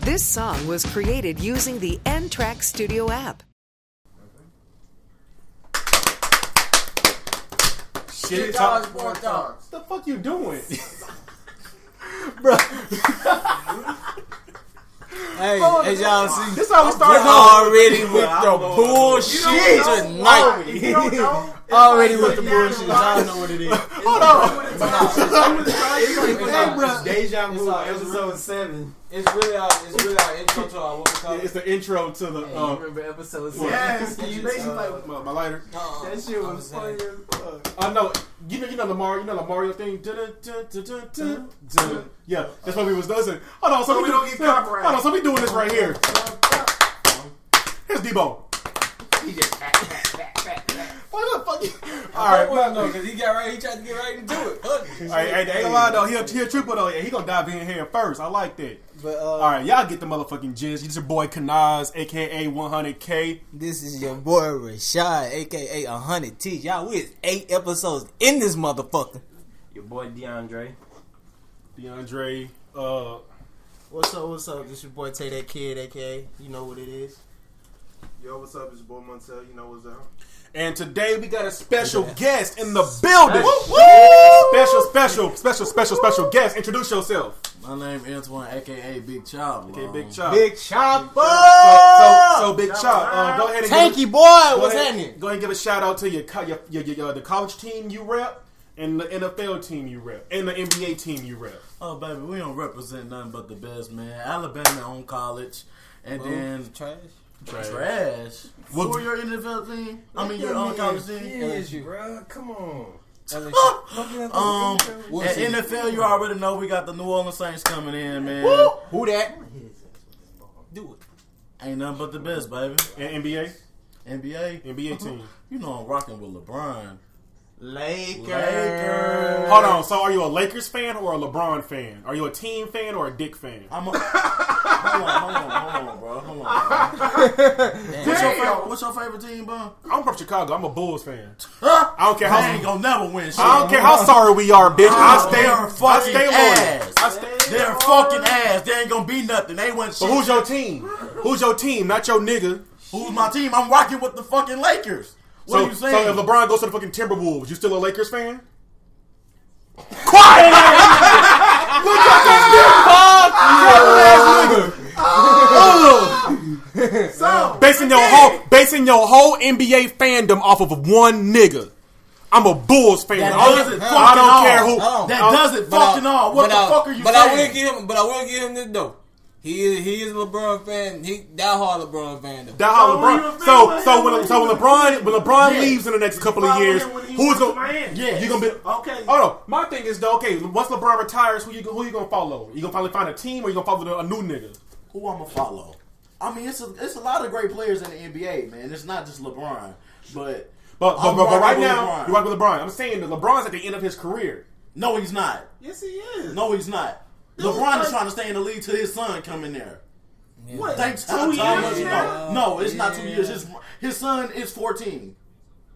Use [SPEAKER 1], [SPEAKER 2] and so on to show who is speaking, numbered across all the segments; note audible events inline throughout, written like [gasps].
[SPEAKER 1] This song was created using the N Track Studio app.
[SPEAKER 2] Shit talks, boy talks.
[SPEAKER 3] What the fuck you
[SPEAKER 4] [laughs]
[SPEAKER 3] doing? Bro,
[SPEAKER 2] Hey, as y'all see,
[SPEAKER 3] this how we
[SPEAKER 2] we're
[SPEAKER 3] started off.
[SPEAKER 2] already with
[SPEAKER 3] I'm
[SPEAKER 2] the
[SPEAKER 3] going-
[SPEAKER 2] bullshit
[SPEAKER 3] You don't know.
[SPEAKER 2] tonight.
[SPEAKER 3] Already.
[SPEAKER 4] [laughs]
[SPEAKER 2] Already with the bullshit. Y'all know what it is.
[SPEAKER 3] Hold on. Hey, bro.
[SPEAKER 4] It's Deja
[SPEAKER 2] It's
[SPEAKER 4] Vu,
[SPEAKER 2] like-
[SPEAKER 4] episode 7.
[SPEAKER 2] It's really our, it's really our intro to our what we call
[SPEAKER 3] It's
[SPEAKER 2] it.
[SPEAKER 3] the intro to the.
[SPEAKER 2] You
[SPEAKER 3] Uh,
[SPEAKER 2] remember episode six?
[SPEAKER 4] Yes,
[SPEAKER 2] That
[SPEAKER 4] you
[SPEAKER 2] shit's,
[SPEAKER 4] basically
[SPEAKER 2] uh,
[SPEAKER 4] like-
[SPEAKER 3] my, my lighter.
[SPEAKER 2] uh-uh.
[SPEAKER 4] That shit
[SPEAKER 2] I'm
[SPEAKER 4] was
[SPEAKER 2] just
[SPEAKER 4] funny
[SPEAKER 2] saying.
[SPEAKER 4] as fuck.
[SPEAKER 3] I know. You know, you know the Mario, you know the Mario thing. Dun, dun, dun, dun, dun, dun, dun. Yeah, that's what we was doing. Hold on, so,
[SPEAKER 4] So
[SPEAKER 3] we,
[SPEAKER 4] we
[SPEAKER 3] do-
[SPEAKER 4] don't get
[SPEAKER 3] yeah,
[SPEAKER 4] copyright.
[SPEAKER 3] Hold on, so we doing this right here. Here's Debo.
[SPEAKER 4] He just back, back, back, back, back.
[SPEAKER 3] What the fuck? All
[SPEAKER 2] All
[SPEAKER 3] right,
[SPEAKER 2] right, well, no, because he got right. He tried to get right into it. Fuck it.
[SPEAKER 3] all right, hey, ain't gonna lie though. He'll, he'll triple though. Yeah, he gonna dive in here first. I like that.
[SPEAKER 2] But uh,
[SPEAKER 3] All right, y'all get the motherfucking gist. It's your boy Kanaz, aka 100K.
[SPEAKER 2] this is your boy Rashad, aka 100 T. Y'all, we is eight episodes in this motherfucker.
[SPEAKER 4] Your boy DeAndre.
[SPEAKER 3] DeAndre. Uh,
[SPEAKER 5] What's up? What's up? This your boy Tay That Kid, aka you know what it is.
[SPEAKER 6] Yo, what's up? It's your boy Montel. You know what's up?
[SPEAKER 3] and today we got a special
[SPEAKER 2] Yeah.
[SPEAKER 3] guest in the building.
[SPEAKER 4] Special.
[SPEAKER 3] Special, special, special, special, special guest. Introduce yourself.
[SPEAKER 7] My name Antoine, aka Big Chop.
[SPEAKER 3] Okay,
[SPEAKER 7] Um,
[SPEAKER 3] Big Chop.
[SPEAKER 2] Chopper,
[SPEAKER 3] so, so, so Big Chop. Uh, go ahead and give,
[SPEAKER 2] Tanky boy,
[SPEAKER 3] go
[SPEAKER 2] what's
[SPEAKER 3] ahead-
[SPEAKER 2] happening?
[SPEAKER 3] Go ahead and give a shout out to your, co- your, your, your, your the college team you rep, and the NFL team you rep, and the NBA team you rep.
[SPEAKER 7] Oh, baby, we don't represent nothing but the best, man. Alabama on college, and then
[SPEAKER 2] Trash.
[SPEAKER 7] trash.
[SPEAKER 3] What-
[SPEAKER 7] For your NFL team, I mean your own college team.
[SPEAKER 2] LSU.
[SPEAKER 4] bro. Come on.
[SPEAKER 7] Um, at NFL, you already know we got the New Orleans Saints coming in, man.
[SPEAKER 2] Who that? Do it.
[SPEAKER 7] Ain't nothing but the best, baby.
[SPEAKER 3] And NBA?
[SPEAKER 7] NBA,
[SPEAKER 3] NBA
[SPEAKER 2] Mm-hmm.
[SPEAKER 3] team.
[SPEAKER 7] you know I'm rocking with LeBron.
[SPEAKER 5] Lakers.
[SPEAKER 7] Lakers.
[SPEAKER 3] Hold on. So, are you a Lakers fan or a LeBron fan? Are you a team fan or a dick fan?
[SPEAKER 7] I'm a, [laughs] hold on, hold on, hold on, bro, hold on. [laughs] Bro. What's, your favorite, what's your favorite team, bro?
[SPEAKER 3] I'm from Chicago. I'm a Bulls [laughs] fan.
[SPEAKER 7] I
[SPEAKER 3] don't care how-
[SPEAKER 7] They ain't gonna never win. Shit.
[SPEAKER 3] I don't care how sorry we are, bitch. I stay,
[SPEAKER 7] they are
[SPEAKER 3] I
[SPEAKER 7] fucking
[SPEAKER 3] stay loyal.
[SPEAKER 7] ass.
[SPEAKER 3] I stay.
[SPEAKER 7] They're fucking ass. They ain't gonna be nothing. They went
[SPEAKER 3] But
[SPEAKER 7] shit.
[SPEAKER 3] who's
[SPEAKER 7] Who's,
[SPEAKER 3] your team? Who's your team? Not your nigga.
[SPEAKER 7] my team? I'm rocking with the fucking Lakers. What
[SPEAKER 3] so,
[SPEAKER 7] are you saying?
[SPEAKER 3] So if LeBron goes to the fucking Timberwolves, you still a Lakers fan? Quiet! [laughs] Look at this nigga! Look at this nigga!
[SPEAKER 7] [laughs]
[SPEAKER 4] So,
[SPEAKER 3] Basing your whole, basing your whole NBA fandom off of one nigga. I'm a Bulls fan.
[SPEAKER 7] That
[SPEAKER 3] I don't-
[SPEAKER 7] doesn't
[SPEAKER 3] I
[SPEAKER 7] fucking
[SPEAKER 3] don't care
[SPEAKER 7] all.
[SPEAKER 3] who.
[SPEAKER 2] Hold on.
[SPEAKER 7] that
[SPEAKER 3] I'll-
[SPEAKER 7] doesn't
[SPEAKER 2] But I-
[SPEAKER 7] fucking all. What
[SPEAKER 2] but
[SPEAKER 7] the
[SPEAKER 2] I-
[SPEAKER 7] fuck are you
[SPEAKER 2] But I will
[SPEAKER 7] saying?
[SPEAKER 2] give him. But I will give him this though. He is. He is a LeBron fan. He that hard LeBron fan though.
[SPEAKER 3] That how
[SPEAKER 6] So who you a
[SPEAKER 3] LeBron.
[SPEAKER 6] fan
[SPEAKER 3] So
[SPEAKER 6] with?
[SPEAKER 3] so when so when LeBron when LeBron leaves in the next couple of
[SPEAKER 6] follow
[SPEAKER 3] years,
[SPEAKER 6] him when he
[SPEAKER 3] who's
[SPEAKER 6] went to
[SPEAKER 3] gonna?
[SPEAKER 6] Miami.
[SPEAKER 3] Yeah, you gonna be.
[SPEAKER 6] Okay.
[SPEAKER 3] Hold on. My thing is though. Okay, once LeBron retires, who you who you gonna follow? You gonna finally find a team, or you gonna follow the- a new nigga?
[SPEAKER 7] Who I'ma follow? I mean, it's a, it's a lot of great players in the NBA, man. It's not just LeBron, but
[SPEAKER 3] But but,
[SPEAKER 7] I'm
[SPEAKER 3] but, but
[SPEAKER 7] rocking
[SPEAKER 3] right
[SPEAKER 7] with
[SPEAKER 3] now,
[SPEAKER 7] LeBron.
[SPEAKER 3] you're right with LeBron. I'm saying that LeBron's at the end of his career.
[SPEAKER 7] no, he's not.
[SPEAKER 6] Yes, he is.
[SPEAKER 7] No, he's not. LeBron is trying to stay in the league till his son come in there.
[SPEAKER 6] What?
[SPEAKER 7] Thanks
[SPEAKER 6] Two
[SPEAKER 7] to how
[SPEAKER 6] years
[SPEAKER 7] much-
[SPEAKER 6] now?
[SPEAKER 7] no, no, it's not two
[SPEAKER 2] Yeah.
[SPEAKER 7] years. His, his son is fourteen.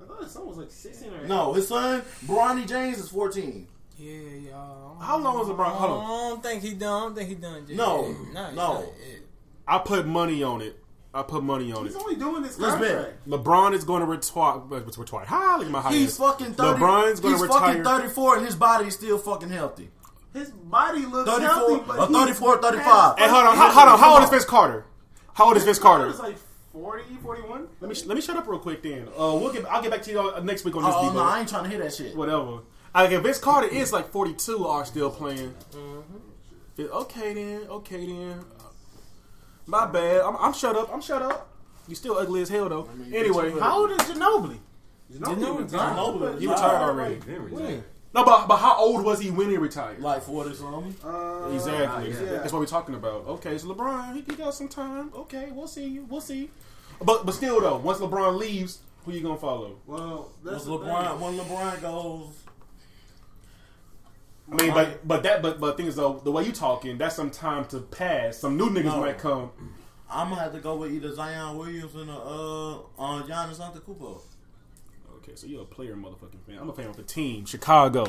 [SPEAKER 6] I thought his son was Oh, like 16 or
[SPEAKER 7] No, his son Bronny James is fourteen.
[SPEAKER 2] Yeah, y'all.
[SPEAKER 3] How long was LeBron? Hold on.
[SPEAKER 2] I don't think he done. I don't think he done. Jay.
[SPEAKER 7] No.
[SPEAKER 2] Yeah, nah, he's
[SPEAKER 7] No.
[SPEAKER 2] not. Yeah.
[SPEAKER 3] I put money on it. I put money on it.
[SPEAKER 6] He's only doing this
[SPEAKER 7] Let's bet.
[SPEAKER 6] contract.
[SPEAKER 3] LeBron is going to retire. Retire. Hi, look at my high
[SPEAKER 7] He's
[SPEAKER 3] ass.
[SPEAKER 7] fucking thirty.
[SPEAKER 3] LeBron's going
[SPEAKER 7] he's
[SPEAKER 3] to retire.
[SPEAKER 7] fucking thirty-four, and his body is still fucking healthy.
[SPEAKER 6] His body looks
[SPEAKER 7] 34,
[SPEAKER 6] healthy, but
[SPEAKER 7] uh,
[SPEAKER 6] he-
[SPEAKER 7] 34, 35.
[SPEAKER 3] Hey, hold on. How, hold on. How old is Vince Carter? How old is Vince Carter?
[SPEAKER 6] It's like 40, 41.
[SPEAKER 3] Let me let me shut up real quick then. Uh, we'll get I'll get back to you all next week on this.
[SPEAKER 7] Oh
[SPEAKER 3] Debo.
[SPEAKER 7] no, I ain't trying to hear that shit.
[SPEAKER 3] Whatever. I guess Vince Carter is like 42. Are still playing? Yeah, Okay then. Okay then. My bad. I'm, I'm shut up. I'm shut up. You still ugly as hell though. anyway,
[SPEAKER 6] How old is Ginobili?
[SPEAKER 2] Ginobili
[SPEAKER 6] Ginobili
[SPEAKER 2] gone.
[SPEAKER 6] Ginobili
[SPEAKER 3] he
[SPEAKER 6] gone.
[SPEAKER 3] retired already.
[SPEAKER 2] When?
[SPEAKER 3] No, but but how old was he when he retired?
[SPEAKER 7] Like forty something.
[SPEAKER 6] Uh,
[SPEAKER 3] Exactly.
[SPEAKER 6] yeah.
[SPEAKER 3] That's what we're talking about. Okay, so LeBron, he, he got some time. Okay, we'll see you. We'll see. But but still though, once LeBron leaves, who you gonna follow?
[SPEAKER 6] Well, that's
[SPEAKER 7] Once
[SPEAKER 6] the
[SPEAKER 7] LeBron,
[SPEAKER 6] thing.
[SPEAKER 7] when LeBron goes,
[SPEAKER 3] I mean, but but that but but thing is though, the way you talking, that's some time to pass. Some new niggas
[SPEAKER 7] No.
[SPEAKER 3] might come.
[SPEAKER 7] I'm gonna have to go with either Zion Williams and uh, uh uh, Giannis Antetokounmpo.
[SPEAKER 3] Okay, so you're a player, motherfucking fan. I'm a fan of a team, Chicago.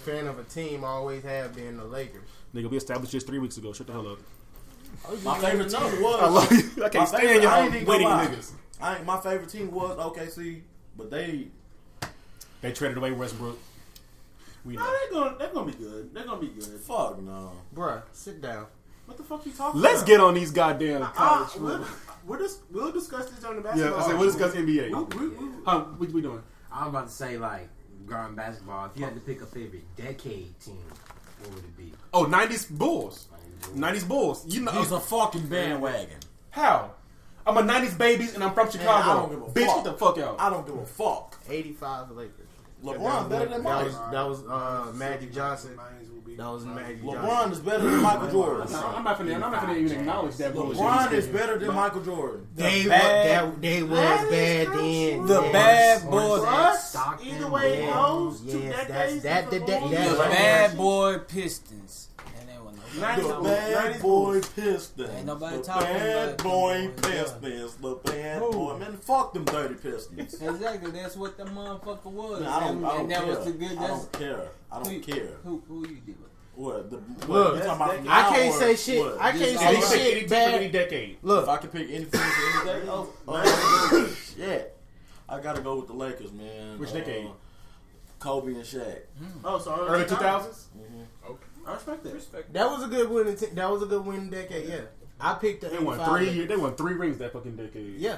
[SPEAKER 5] Fan of a team, always have been the Lakers.
[SPEAKER 3] Nigga, we established this three weeks ago. Shut the hell up.
[SPEAKER 7] My favorite team
[SPEAKER 3] I
[SPEAKER 7] was.
[SPEAKER 3] love you. I can't
[SPEAKER 7] my
[SPEAKER 3] stand
[SPEAKER 7] favorite, I ain't
[SPEAKER 3] y'all
[SPEAKER 7] even
[SPEAKER 3] witty
[SPEAKER 7] gonna lie.
[SPEAKER 3] niggas.
[SPEAKER 7] I ain't, my favorite team was OKC, but they
[SPEAKER 3] They traded away Westbrook. We know.
[SPEAKER 4] No, they're gonna they're gonna be good. They're gonna be good.
[SPEAKER 7] fuck no.
[SPEAKER 8] Bruh, sit down.
[SPEAKER 4] What the fuck you talking
[SPEAKER 3] Let's
[SPEAKER 4] about?
[SPEAKER 3] get on these goddamn
[SPEAKER 4] Uh,
[SPEAKER 6] Ah,
[SPEAKER 3] college
[SPEAKER 4] we'll,
[SPEAKER 3] rumors.
[SPEAKER 4] we're just, we'll discuss this on the basketball.
[SPEAKER 3] Uh-uh. Yeah, I said we'll discuss NBA.
[SPEAKER 4] We, we, we,
[SPEAKER 3] Huh, what we doing?
[SPEAKER 9] I'm about to say like growing basketball. If you had to pick a favorite decade team, what would it be?
[SPEAKER 3] Oh, 90s Bulls. 90s Bulls. You know
[SPEAKER 7] He's a fucking bandwagon.
[SPEAKER 3] how? I'm a 90s babies and I'm from Chicago.
[SPEAKER 7] give a
[SPEAKER 3] Bitch, get
[SPEAKER 7] fuck.
[SPEAKER 3] the fuck out.
[SPEAKER 7] I don't give a fuck.
[SPEAKER 8] 85 Lakers.
[SPEAKER 7] LeBron better
[SPEAKER 8] That
[SPEAKER 7] than Mike.
[SPEAKER 8] was, that was uh, Magic Johnson.
[SPEAKER 4] Mines will be-
[SPEAKER 8] That was Magic Johnson.
[SPEAKER 7] LeBron is better than Michael
[SPEAKER 3] No,
[SPEAKER 7] Jordan.
[SPEAKER 3] I'm not finna. I'm not finna even acknowledge that. bullshit.
[SPEAKER 7] LeBron is better than Michael Jordan.
[SPEAKER 8] They,
[SPEAKER 7] The
[SPEAKER 8] were,
[SPEAKER 7] bad,
[SPEAKER 8] that, they was
[SPEAKER 4] That is
[SPEAKER 8] bad
[SPEAKER 4] not
[SPEAKER 8] then.
[SPEAKER 4] true.
[SPEAKER 7] the
[SPEAKER 8] yes.
[SPEAKER 7] bad
[SPEAKER 9] Orange
[SPEAKER 7] boy,
[SPEAKER 9] Box,
[SPEAKER 4] Us, either way it
[SPEAKER 8] Yeah.
[SPEAKER 4] goes, two
[SPEAKER 8] Yes, that's-
[SPEAKER 4] decades.
[SPEAKER 8] that-
[SPEAKER 4] is a
[SPEAKER 8] that- that-
[SPEAKER 4] long
[SPEAKER 8] that-
[SPEAKER 2] The
[SPEAKER 4] time.
[SPEAKER 2] bad boy Pistons. And they were no
[SPEAKER 7] the
[SPEAKER 4] 90s
[SPEAKER 7] bad boy Pistons,
[SPEAKER 2] Ain't nobody
[SPEAKER 7] the
[SPEAKER 2] talking
[SPEAKER 7] bad
[SPEAKER 2] about them
[SPEAKER 7] boy
[SPEAKER 2] boys, yeah.
[SPEAKER 7] Pistons, the bad boy. Man, fuck them dirty Pistons.
[SPEAKER 2] [laughs] Exactly, that's what the motherfucker was.
[SPEAKER 7] I don't,
[SPEAKER 2] and
[SPEAKER 7] I don't
[SPEAKER 2] and that
[SPEAKER 7] care.
[SPEAKER 2] was the good.
[SPEAKER 7] I
[SPEAKER 2] That's
[SPEAKER 7] don't care. I don't care.
[SPEAKER 2] who who you did. with.
[SPEAKER 7] What the what,
[SPEAKER 8] Look,
[SPEAKER 7] you talking about from
[SPEAKER 8] I
[SPEAKER 7] now
[SPEAKER 8] can't
[SPEAKER 7] or
[SPEAKER 8] say shit.
[SPEAKER 7] what?
[SPEAKER 8] I can't
[SPEAKER 7] Any
[SPEAKER 8] say
[SPEAKER 7] team-
[SPEAKER 8] shit. bad.
[SPEAKER 3] decade.
[SPEAKER 7] If
[SPEAKER 8] Look,
[SPEAKER 7] I could pick any team for any day, oh, oh, shit, I gotta go with the Lakers, man.
[SPEAKER 3] Which
[SPEAKER 7] Uh,
[SPEAKER 3] decade?
[SPEAKER 7] Kobe and Shaq.
[SPEAKER 4] Oh, so
[SPEAKER 3] Early 2000s.
[SPEAKER 4] I respect that. Respect.
[SPEAKER 8] that was a good win. That was a good win decade. Yeah, I picked the
[SPEAKER 3] They won
[SPEAKER 8] 85
[SPEAKER 3] three.
[SPEAKER 8] Lakers.
[SPEAKER 3] year- They won three rings that fucking decade.
[SPEAKER 8] Yeah,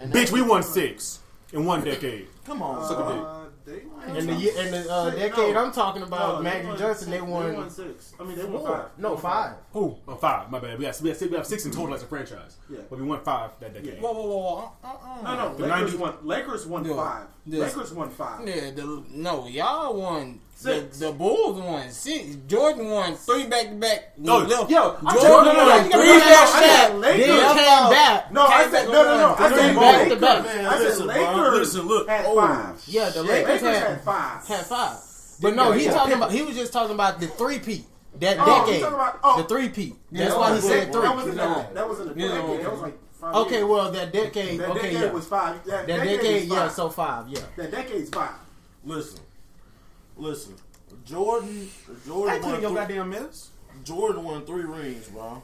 [SPEAKER 3] Bitch, we won six in one decade.
[SPEAKER 7] Come on,
[SPEAKER 3] Suck a dick.
[SPEAKER 4] Uh, they won.
[SPEAKER 8] and the year- and the uh,
[SPEAKER 4] Shit,
[SPEAKER 8] decade
[SPEAKER 4] no.
[SPEAKER 8] I'm talking about,
[SPEAKER 4] No,
[SPEAKER 8] Magic
[SPEAKER 4] won
[SPEAKER 8] Johnson, they
[SPEAKER 4] six.
[SPEAKER 8] won.
[SPEAKER 4] They won six. I mean, they won
[SPEAKER 8] Four.
[SPEAKER 4] five.
[SPEAKER 8] No, five.
[SPEAKER 3] Who? Oh, five. My bad. We got we have six, we have six in total as a franchise.
[SPEAKER 4] Yeah.
[SPEAKER 3] But we won five that decade.
[SPEAKER 2] Whoa, whoa, whoa, whoa. Uh, uh, uh.
[SPEAKER 4] No, no.
[SPEAKER 3] The
[SPEAKER 4] Lakers
[SPEAKER 3] 90s
[SPEAKER 4] won. Lakers won
[SPEAKER 2] Yeah.
[SPEAKER 4] five.
[SPEAKER 2] Yeah.
[SPEAKER 4] Lakers won five.
[SPEAKER 2] Yeah, the, no, y'all won.
[SPEAKER 4] Six.
[SPEAKER 2] The, the Bulls won six. Jordan won three back to back.
[SPEAKER 3] No, yo, I'm
[SPEAKER 2] Jordan
[SPEAKER 3] telling you,
[SPEAKER 2] won
[SPEAKER 3] like,
[SPEAKER 2] three
[SPEAKER 3] three
[SPEAKER 2] back
[SPEAKER 3] back-
[SPEAKER 2] to
[SPEAKER 3] I
[SPEAKER 2] back.
[SPEAKER 3] said
[SPEAKER 8] Then
[SPEAKER 3] Lakers.
[SPEAKER 8] came back.
[SPEAKER 4] No, I said no, no, no. I
[SPEAKER 8] Came
[SPEAKER 4] said
[SPEAKER 8] back to
[SPEAKER 4] Lakers.
[SPEAKER 8] back.
[SPEAKER 7] man.
[SPEAKER 4] I said
[SPEAKER 7] listen, bro.
[SPEAKER 4] Lakers
[SPEAKER 7] Listen, look.
[SPEAKER 4] Had
[SPEAKER 7] oh,
[SPEAKER 4] five.
[SPEAKER 8] Yeah, the
[SPEAKER 4] Yeah,
[SPEAKER 8] Lakers, had,
[SPEAKER 4] had five.
[SPEAKER 8] had five. But no, he talking about. He was just talking about the three peat that
[SPEAKER 4] Oh, he
[SPEAKER 8] decade.
[SPEAKER 4] talking about- oh.
[SPEAKER 8] The three peat.
[SPEAKER 4] That
[SPEAKER 8] That's why he
[SPEAKER 4] wasn't-
[SPEAKER 8] said three.
[SPEAKER 4] That wasn't that. That wasn't a
[SPEAKER 2] Yeah.
[SPEAKER 4] decade. That was like five.
[SPEAKER 8] Okay,
[SPEAKER 4] years.
[SPEAKER 8] well that decade.
[SPEAKER 4] that
[SPEAKER 8] okay,
[SPEAKER 4] decade
[SPEAKER 8] yeah.
[SPEAKER 4] was five. That,
[SPEAKER 8] that
[SPEAKER 4] decade,
[SPEAKER 8] decade.
[SPEAKER 4] is
[SPEAKER 8] Yeah,
[SPEAKER 4] five.
[SPEAKER 8] so five. Yeah.
[SPEAKER 2] Mm.
[SPEAKER 4] that decade's five.
[SPEAKER 7] Listen, listen. Jordan, Jordan won, three,
[SPEAKER 3] mess.
[SPEAKER 7] Jordan won three rings, bro.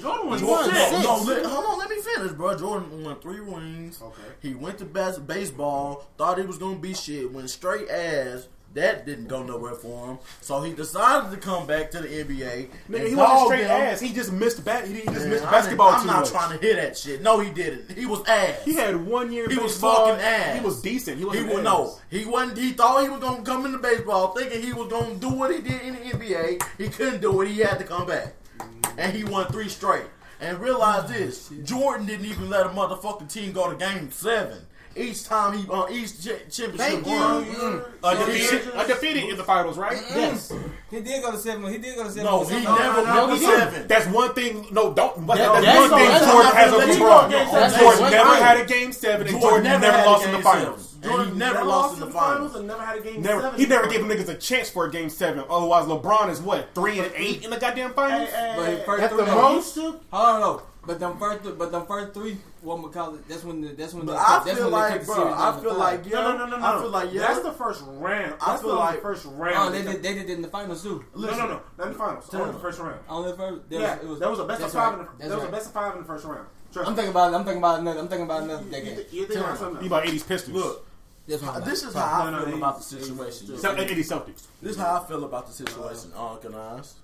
[SPEAKER 4] Jordan was
[SPEAKER 7] Jordan,
[SPEAKER 8] six.
[SPEAKER 7] no, no, let, hold on, let me finish, bro. Jordan won three rings.
[SPEAKER 4] Okay.
[SPEAKER 7] He went to bas- baseball, thought he was gonna be shit, went straight ass. That didn't go nowhere for him, so he decided to come back to the NBA.
[SPEAKER 3] Nigga,
[SPEAKER 7] and
[SPEAKER 3] he wasn't
[SPEAKER 7] dog
[SPEAKER 3] straight
[SPEAKER 7] them.
[SPEAKER 3] ass. He just missed bat. He, he just
[SPEAKER 7] Man,
[SPEAKER 3] missed
[SPEAKER 7] I
[SPEAKER 3] basketball
[SPEAKER 7] didn't-
[SPEAKER 3] too
[SPEAKER 7] I'm not
[SPEAKER 3] much.
[SPEAKER 7] trying to hear that shit. No, he didn't. He was ass.
[SPEAKER 3] He had one year. in
[SPEAKER 7] He was
[SPEAKER 3] baseball.
[SPEAKER 7] fucking ass.
[SPEAKER 3] He was decent. He was
[SPEAKER 7] He was no. He wasn't. He thought he was gonna come into baseball, thinking he was gonna do what he did in the NBA. He couldn't do it. He had to come back, and he won three straight. And realize this: Jordan didn't even let a motherfucking team go to Game Seven each time he uh, each ch- championship Mm.
[SPEAKER 8] Thank you.
[SPEAKER 7] won.
[SPEAKER 3] Undefeated, undefeted in the finals, right?
[SPEAKER 8] Yes.
[SPEAKER 2] He did go to seven. He did go to seven.
[SPEAKER 7] No, he never
[SPEAKER 8] no,
[SPEAKER 7] won
[SPEAKER 8] he
[SPEAKER 7] seven.
[SPEAKER 3] That's one thing. No, don't. That's,
[SPEAKER 8] That-
[SPEAKER 3] that's
[SPEAKER 8] that's
[SPEAKER 3] one
[SPEAKER 8] all-
[SPEAKER 3] thing
[SPEAKER 8] that's
[SPEAKER 3] Jordan
[SPEAKER 7] all-
[SPEAKER 3] has over
[SPEAKER 7] that's
[SPEAKER 3] LeBron.
[SPEAKER 7] all- that's all-
[SPEAKER 8] that's
[SPEAKER 3] Jordan
[SPEAKER 8] all-
[SPEAKER 3] never
[SPEAKER 8] that's
[SPEAKER 3] had a game seven, and Jordan, neven never
[SPEAKER 7] had a
[SPEAKER 3] lost in the
[SPEAKER 7] Game
[SPEAKER 3] finals.
[SPEAKER 7] Seven. Jordan
[SPEAKER 4] He
[SPEAKER 7] never, lost in the finals.
[SPEAKER 4] and never had a game
[SPEAKER 3] Never,
[SPEAKER 4] seven.
[SPEAKER 3] he never gave niggas a chance for a game seven. Otherwise, LeBron is what three and eight in the goddamn
[SPEAKER 4] Hey,
[SPEAKER 3] finals.
[SPEAKER 4] hey,
[SPEAKER 2] But
[SPEAKER 4] hey,
[SPEAKER 2] he first
[SPEAKER 8] That's
[SPEAKER 2] three,
[SPEAKER 8] the
[SPEAKER 2] no.
[SPEAKER 8] most.
[SPEAKER 2] Hold on, but them first, th- but them first three, what McCall, that's when the, that's when
[SPEAKER 7] But
[SPEAKER 2] the,
[SPEAKER 7] I
[SPEAKER 2] that's
[SPEAKER 7] feel
[SPEAKER 2] when they
[SPEAKER 7] like,
[SPEAKER 2] took the
[SPEAKER 7] bro,
[SPEAKER 2] series down
[SPEAKER 7] I
[SPEAKER 2] to
[SPEAKER 7] feel
[SPEAKER 2] five.
[SPEAKER 7] like, yeah,
[SPEAKER 4] No, no, no, no,
[SPEAKER 7] I
[SPEAKER 4] no.
[SPEAKER 7] feel like, yeah,
[SPEAKER 4] That's the first round. That's
[SPEAKER 7] I feel
[SPEAKER 4] the
[SPEAKER 7] like-
[SPEAKER 4] first
[SPEAKER 2] oh,
[SPEAKER 4] round.
[SPEAKER 2] they did, they did it in the finals too.
[SPEAKER 4] no, no, no, not in the finals. Only the
[SPEAKER 7] them.
[SPEAKER 4] first round.
[SPEAKER 2] Only first, there
[SPEAKER 4] yeah,
[SPEAKER 2] was, it was,
[SPEAKER 4] that was a best of
[SPEAKER 2] that's right.
[SPEAKER 4] five. In the,
[SPEAKER 2] That's
[SPEAKER 4] that was a
[SPEAKER 2] right.
[SPEAKER 4] best of five in the first round. Trust
[SPEAKER 2] I'm
[SPEAKER 4] me.
[SPEAKER 2] thinking about, I'm thinking about another, I'm thinking about another
[SPEAKER 4] You
[SPEAKER 2] decade.
[SPEAKER 4] th- you think about something
[SPEAKER 3] He
[SPEAKER 4] else.
[SPEAKER 3] about eighties Pistons.
[SPEAKER 7] look,
[SPEAKER 2] That's what I'm about.
[SPEAKER 7] this is how
[SPEAKER 4] No,
[SPEAKER 7] I
[SPEAKER 4] no,
[SPEAKER 7] feel
[SPEAKER 4] they-
[SPEAKER 7] about the situation.
[SPEAKER 3] Se- eighties Celtics.
[SPEAKER 7] This is how I feel about the situation, organized.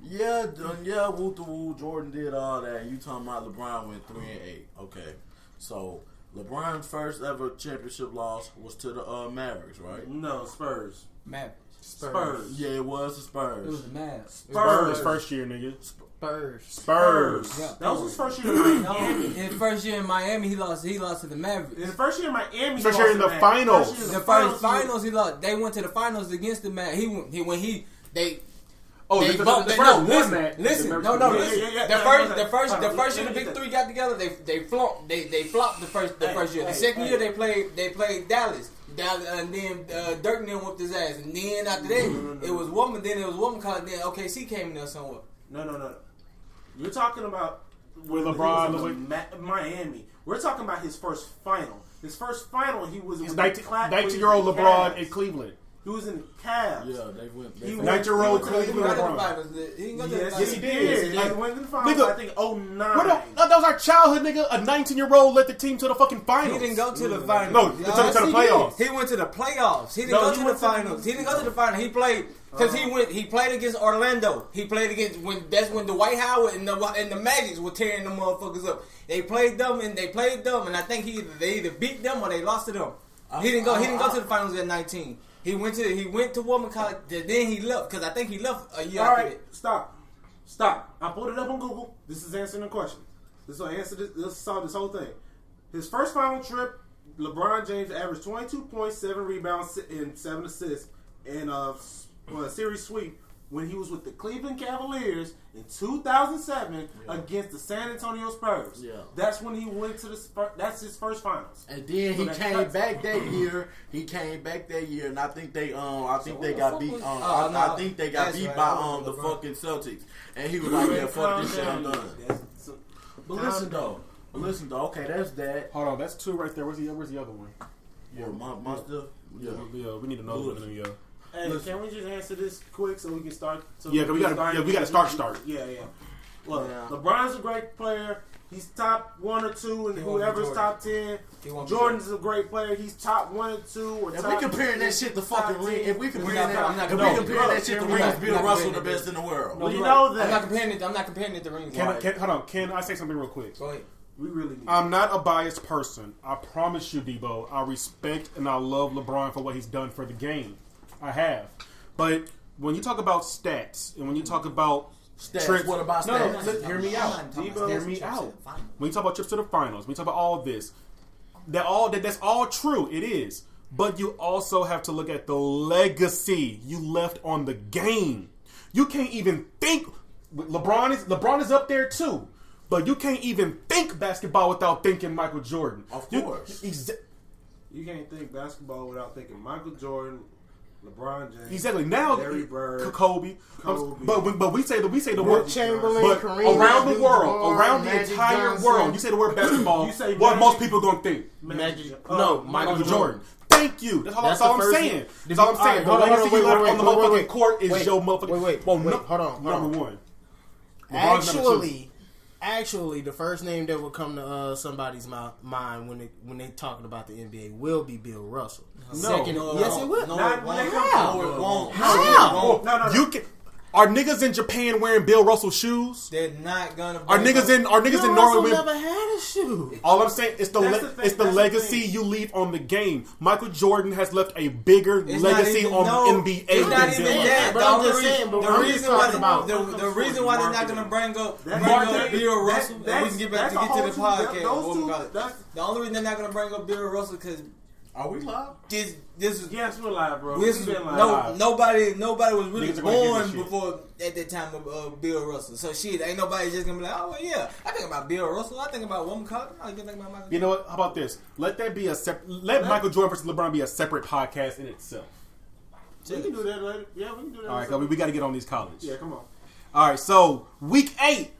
[SPEAKER 7] Yeah, done, yeah, woo the woo. Jordan did all that. You talking about LeBron went three and eight? Okay, so LeBron's first ever championship loss was to the uh, Mavericks, right?
[SPEAKER 4] No, Spurs.
[SPEAKER 2] Mavericks.
[SPEAKER 4] Spurs.
[SPEAKER 7] Yeah, it was the
[SPEAKER 2] It was the
[SPEAKER 7] Spurs.
[SPEAKER 2] Mavs.
[SPEAKER 3] Spurs first year, nigga.
[SPEAKER 8] Spurs.
[SPEAKER 3] Spurs.
[SPEAKER 2] Yeah.
[SPEAKER 4] That was his first year in
[SPEAKER 2] No,
[SPEAKER 4] Miami.
[SPEAKER 2] his first year in Miami, he lost. He lost to the
[SPEAKER 4] His
[SPEAKER 2] Mavericks.
[SPEAKER 4] first year in Miami. he
[SPEAKER 3] First year
[SPEAKER 4] lost
[SPEAKER 3] in
[SPEAKER 4] to
[SPEAKER 3] the
[SPEAKER 4] Mac.
[SPEAKER 3] finals.
[SPEAKER 4] First year in
[SPEAKER 2] The first
[SPEAKER 4] finals, he-
[SPEAKER 2] finals, he lost. They went to the finals against the Mavs. He, went- he when he they
[SPEAKER 3] Oh,
[SPEAKER 2] They
[SPEAKER 3] the- the-
[SPEAKER 2] both,
[SPEAKER 3] the
[SPEAKER 2] they,
[SPEAKER 3] Spurs
[SPEAKER 2] no,
[SPEAKER 3] won
[SPEAKER 2] listen,
[SPEAKER 3] that.
[SPEAKER 2] listen,
[SPEAKER 3] The Mavericks
[SPEAKER 2] no, no,
[SPEAKER 3] won that.
[SPEAKER 2] listen.
[SPEAKER 4] Yeah, yeah, yeah,
[SPEAKER 2] the
[SPEAKER 4] yeah,
[SPEAKER 2] first,
[SPEAKER 4] yeah.
[SPEAKER 2] the first, the
[SPEAKER 4] Hold on,
[SPEAKER 2] first year
[SPEAKER 4] let
[SPEAKER 2] the
[SPEAKER 4] me
[SPEAKER 2] big
[SPEAKER 4] get
[SPEAKER 2] three got together. They they flopped, they they flopped the first the first year. The
[SPEAKER 4] hey,
[SPEAKER 2] second
[SPEAKER 4] hey.
[SPEAKER 2] year they played they played Dallas, Dallas, and then uh, Dirk then whooped his ass, and then after that it was woman, then it was woman college, then OKC came in there somewhere.
[SPEAKER 4] No, no, no. You're talking about
[SPEAKER 3] With
[SPEAKER 4] when he
[SPEAKER 3] LeBron,
[SPEAKER 4] was
[SPEAKER 3] Louis-
[SPEAKER 4] in Ma- Miami. We're talking about his first final. His first final, he was
[SPEAKER 3] He's
[SPEAKER 4] with the
[SPEAKER 3] 19,
[SPEAKER 4] Cla- with the
[SPEAKER 3] 19 year old
[SPEAKER 4] Cavs.
[SPEAKER 3] LeBron in Cleveland.
[SPEAKER 4] He was in the Cavs.
[SPEAKER 3] Yeah, they went.
[SPEAKER 4] He
[SPEAKER 3] They
[SPEAKER 4] went-
[SPEAKER 3] Nitro
[SPEAKER 4] he went to the-
[SPEAKER 3] Cleveland
[SPEAKER 2] He got to the
[SPEAKER 3] LeBron.
[SPEAKER 2] finals. He didn't go to the
[SPEAKER 4] Yes,
[SPEAKER 2] finals.
[SPEAKER 4] he
[SPEAKER 3] Yes, he
[SPEAKER 4] did. Like
[SPEAKER 3] did.
[SPEAKER 4] went to the finals.
[SPEAKER 3] Nigga.
[SPEAKER 4] I think oh
[SPEAKER 3] What
[SPEAKER 4] nine.
[SPEAKER 3] the, uh, that was our childhood, nigga. A 19 year old led the team to the fucking finals.
[SPEAKER 2] He didn't go to
[SPEAKER 7] Mm.
[SPEAKER 2] the finals.
[SPEAKER 3] No, to- to- to the playoffs.
[SPEAKER 2] He went to the playoffs. He didn't
[SPEAKER 4] No,
[SPEAKER 2] go
[SPEAKER 4] he
[SPEAKER 2] to the
[SPEAKER 4] went to the-
[SPEAKER 2] finals. He didn't go to the finals. He played because
[SPEAKER 3] Uh-huh.
[SPEAKER 2] he went. He played against Orlando. He played against when that's when Dwight Howard and the and the Magics were tearing the motherfuckers up. They played them and they played them and I think he either, they either beat them or they lost to them. he didn't go. he didn't go to the finals at nineteen. He went to he went to Woman College. Then he left because I think he left a year
[SPEAKER 4] All
[SPEAKER 2] after
[SPEAKER 4] right,
[SPEAKER 2] that.
[SPEAKER 4] stop, stop. I pulled it up on Google. This is answering the question. This will answer this. This solve this whole thing. His first final trip, LeBron James averaged twenty two point seven rebounds and seven assists in a, well, a series sweep when he was with the Cleveland Cavaliers in two thousand seven against the San Antonio Spurs.
[SPEAKER 7] Yeah.
[SPEAKER 4] that's when he went to the. Spur- That's his first finals.
[SPEAKER 7] And then
[SPEAKER 4] So
[SPEAKER 7] he
[SPEAKER 4] that
[SPEAKER 7] came
[SPEAKER 4] cuts-
[SPEAKER 7] back [coughs] that year. He came back that year, and I think they um I think they got beat um
[SPEAKER 2] Oh,
[SPEAKER 7] I, I
[SPEAKER 2] no.
[SPEAKER 7] think they got
[SPEAKER 2] That's
[SPEAKER 7] beat
[SPEAKER 2] right.
[SPEAKER 7] by
[SPEAKER 2] I
[SPEAKER 7] um
[SPEAKER 2] wasn't
[SPEAKER 7] the
[SPEAKER 2] LeBron.
[SPEAKER 7] fucking Celtics. And he was like, yeah, fuck this shit, I'm done.
[SPEAKER 4] That's-
[SPEAKER 7] But listen though, but listen though. Okay, that's that.
[SPEAKER 3] Hold on, that's two right there. Where's the Where's the other one?
[SPEAKER 7] Yeah, my, my stuff. Yeah.
[SPEAKER 3] yeah we need another one. Yeah,
[SPEAKER 4] Hey, can we just answer this quick so we can start? So
[SPEAKER 3] yeah, 'cause we
[SPEAKER 4] can
[SPEAKER 3] gotta, yeah, we gotta start start.
[SPEAKER 4] Yeah, yeah. Look,
[SPEAKER 7] Yeah.
[SPEAKER 4] LeBron's a great player. He's top one or two,
[SPEAKER 2] won't
[SPEAKER 4] and
[SPEAKER 2] be
[SPEAKER 4] whoever's
[SPEAKER 2] Jordan.
[SPEAKER 4] top ten.
[SPEAKER 2] He won't be
[SPEAKER 4] Jordan's a great player. He's top one or two. Or
[SPEAKER 7] If we
[SPEAKER 4] top
[SPEAKER 7] comparing that shit to fucking
[SPEAKER 4] top
[SPEAKER 7] ring,
[SPEAKER 4] ten.
[SPEAKER 7] if we comparing
[SPEAKER 2] not- I'm
[SPEAKER 7] that,
[SPEAKER 2] not
[SPEAKER 7] if
[SPEAKER 2] gonna-
[SPEAKER 7] we comparing
[SPEAKER 4] no,
[SPEAKER 7] that shit to
[SPEAKER 2] we're
[SPEAKER 7] rings,
[SPEAKER 2] not-
[SPEAKER 7] Bill
[SPEAKER 2] we're not
[SPEAKER 7] Russell the
[SPEAKER 2] comparing
[SPEAKER 7] best in the world.
[SPEAKER 4] we
[SPEAKER 3] you're
[SPEAKER 4] know
[SPEAKER 2] I'm not
[SPEAKER 4] that.
[SPEAKER 2] comparing it. I'm not comparing it to rings.
[SPEAKER 3] Can, I,
[SPEAKER 2] Right.
[SPEAKER 3] can hold on? Can I say something real quick?
[SPEAKER 2] Go ahead.
[SPEAKER 4] We really need.
[SPEAKER 3] I'm not a biased person. I promise you, Debo. I respect and I love LeBron for what he's done for the game. I have, but when you talk about stats and when you talk about
[SPEAKER 7] Stats.
[SPEAKER 3] trips-
[SPEAKER 7] What about
[SPEAKER 3] No, no,
[SPEAKER 7] stats?
[SPEAKER 3] li- hear me out.
[SPEAKER 4] Debo,
[SPEAKER 3] Hear me out. When you talk about trips to the finals, when you talk about all this, that all that that's all true. It is, but you also have to look at the legacy you left on the game. You can't even think. LeBron is LeBron is up there too, but you can't even think basketball without thinking Michael Jordan.
[SPEAKER 7] Of
[SPEAKER 3] You-
[SPEAKER 7] course.
[SPEAKER 3] exa-
[SPEAKER 4] You can't think basketball without thinking Michael Jordan, LeBron James.
[SPEAKER 3] exactly. Now,
[SPEAKER 4] Larry Bird,
[SPEAKER 3] K- Kobe.
[SPEAKER 4] Kobe.
[SPEAKER 3] But when, but we say the we say the
[SPEAKER 4] Wilt
[SPEAKER 3] word
[SPEAKER 4] Chamberlain,
[SPEAKER 3] but
[SPEAKER 5] Kareem
[SPEAKER 3] around the world,
[SPEAKER 5] Abdul-Jabbar,
[SPEAKER 3] around the
[SPEAKER 5] Magic
[SPEAKER 3] entire
[SPEAKER 5] Johnson.
[SPEAKER 3] world. You say the
[SPEAKER 4] [clears throat]
[SPEAKER 3] word basketball.
[SPEAKER 4] You say
[SPEAKER 3] what
[SPEAKER 4] Magic-
[SPEAKER 3] most people gonna think?
[SPEAKER 4] Magic.
[SPEAKER 3] No,
[SPEAKER 4] Oh,
[SPEAKER 3] Michael, Jordan. Thank you. That's all. That's,
[SPEAKER 5] That's
[SPEAKER 3] all
[SPEAKER 5] the
[SPEAKER 3] I'm
[SPEAKER 5] first-
[SPEAKER 3] saying.
[SPEAKER 5] Did
[SPEAKER 3] That's all I'm
[SPEAKER 5] you- all
[SPEAKER 3] saying.
[SPEAKER 5] right,
[SPEAKER 3] The
[SPEAKER 5] hold on,
[SPEAKER 3] legacy
[SPEAKER 5] hold
[SPEAKER 3] you
[SPEAKER 5] on,
[SPEAKER 3] left
[SPEAKER 5] wait,
[SPEAKER 3] on the
[SPEAKER 5] wait, wait,
[SPEAKER 3] motherfucking
[SPEAKER 5] wait, wait.
[SPEAKER 3] court is
[SPEAKER 5] Wait,
[SPEAKER 3] your motherfucking.
[SPEAKER 5] wait, wait,
[SPEAKER 3] well,
[SPEAKER 5] wait,
[SPEAKER 3] no,
[SPEAKER 5] hold on, hold
[SPEAKER 3] number
[SPEAKER 5] on.
[SPEAKER 3] one. LeBron's number two.
[SPEAKER 5] Actually, actually, the first name that will come to uh, somebody's mou- mind when they when they talking about the NBA will be Bill Russell.
[SPEAKER 10] Uh-huh.
[SPEAKER 5] Second,
[SPEAKER 2] No,
[SPEAKER 5] yes,
[SPEAKER 2] no,
[SPEAKER 5] it will.
[SPEAKER 2] no,
[SPEAKER 4] Not when they come.
[SPEAKER 5] How?
[SPEAKER 4] No, it won't.
[SPEAKER 5] How?
[SPEAKER 4] No, no, no.
[SPEAKER 3] You can. Are niggas in Japan wearing Bill Russell shoes?
[SPEAKER 2] They're not gonna.
[SPEAKER 3] Are niggas in? Are niggas
[SPEAKER 5] Bill
[SPEAKER 3] in
[SPEAKER 5] Russell
[SPEAKER 3] Norway? wearing-
[SPEAKER 5] never had a shoe.
[SPEAKER 3] All I'm saying is the,
[SPEAKER 4] That's
[SPEAKER 3] le-
[SPEAKER 4] the thing,
[SPEAKER 3] it's the
[SPEAKER 4] that's the
[SPEAKER 3] legacy
[SPEAKER 4] thing.
[SPEAKER 3] you leave on the game. Michael Jordan has left a bigger
[SPEAKER 2] It's not
[SPEAKER 3] legacy
[SPEAKER 2] even-
[SPEAKER 3] on
[SPEAKER 2] no,
[SPEAKER 3] the NBA
[SPEAKER 2] It's
[SPEAKER 3] than
[SPEAKER 2] not even
[SPEAKER 3] Bill Russell.
[SPEAKER 2] that.
[SPEAKER 5] But
[SPEAKER 2] the
[SPEAKER 5] I'm
[SPEAKER 2] only
[SPEAKER 5] just
[SPEAKER 2] reason-
[SPEAKER 5] saying, but
[SPEAKER 2] the
[SPEAKER 5] I'm just
[SPEAKER 2] reason why
[SPEAKER 5] talking about-
[SPEAKER 2] the, the reason why they're not going to bring up bring
[SPEAKER 4] That's
[SPEAKER 2] up
[SPEAKER 4] marketing.
[SPEAKER 2] Bill
[SPEAKER 4] That-
[SPEAKER 2] Russell. and
[SPEAKER 4] that's-
[SPEAKER 2] we can get back
[SPEAKER 4] that's
[SPEAKER 2] to
[SPEAKER 4] a
[SPEAKER 2] get
[SPEAKER 4] whole
[SPEAKER 2] to the
[SPEAKER 4] two-
[SPEAKER 2] podcast.
[SPEAKER 4] that- those
[SPEAKER 2] what we
[SPEAKER 4] two-
[SPEAKER 2] call it.
[SPEAKER 4] that's-
[SPEAKER 2] the only reason they're not going to bring up Bill Russell because
[SPEAKER 7] Are we live?
[SPEAKER 2] this this is
[SPEAKER 4] Yes, we're live, bro.
[SPEAKER 2] this
[SPEAKER 4] We've
[SPEAKER 2] is
[SPEAKER 4] been live.
[SPEAKER 2] no nobody nobody was really
[SPEAKER 3] Niggas are gonna give a
[SPEAKER 2] born
[SPEAKER 3] shit.
[SPEAKER 2] before at that time of uh, Bill Russell. So shit, ain't nobody just gonna be like, oh well, yeah, I think about Bill Russell. I think about Woman College. I think about Michael.
[SPEAKER 3] You know what? How about this? Let that be a sep- let Michael Jordan versus LeBron be a separate podcast in itself.
[SPEAKER 4] we can do that later. Yeah, we can do
[SPEAKER 3] All
[SPEAKER 4] that.
[SPEAKER 3] right,
[SPEAKER 4] later.
[SPEAKER 3] 'cause we, we got to get on these college.
[SPEAKER 4] yeah, come on.
[SPEAKER 3] All right, so week eight,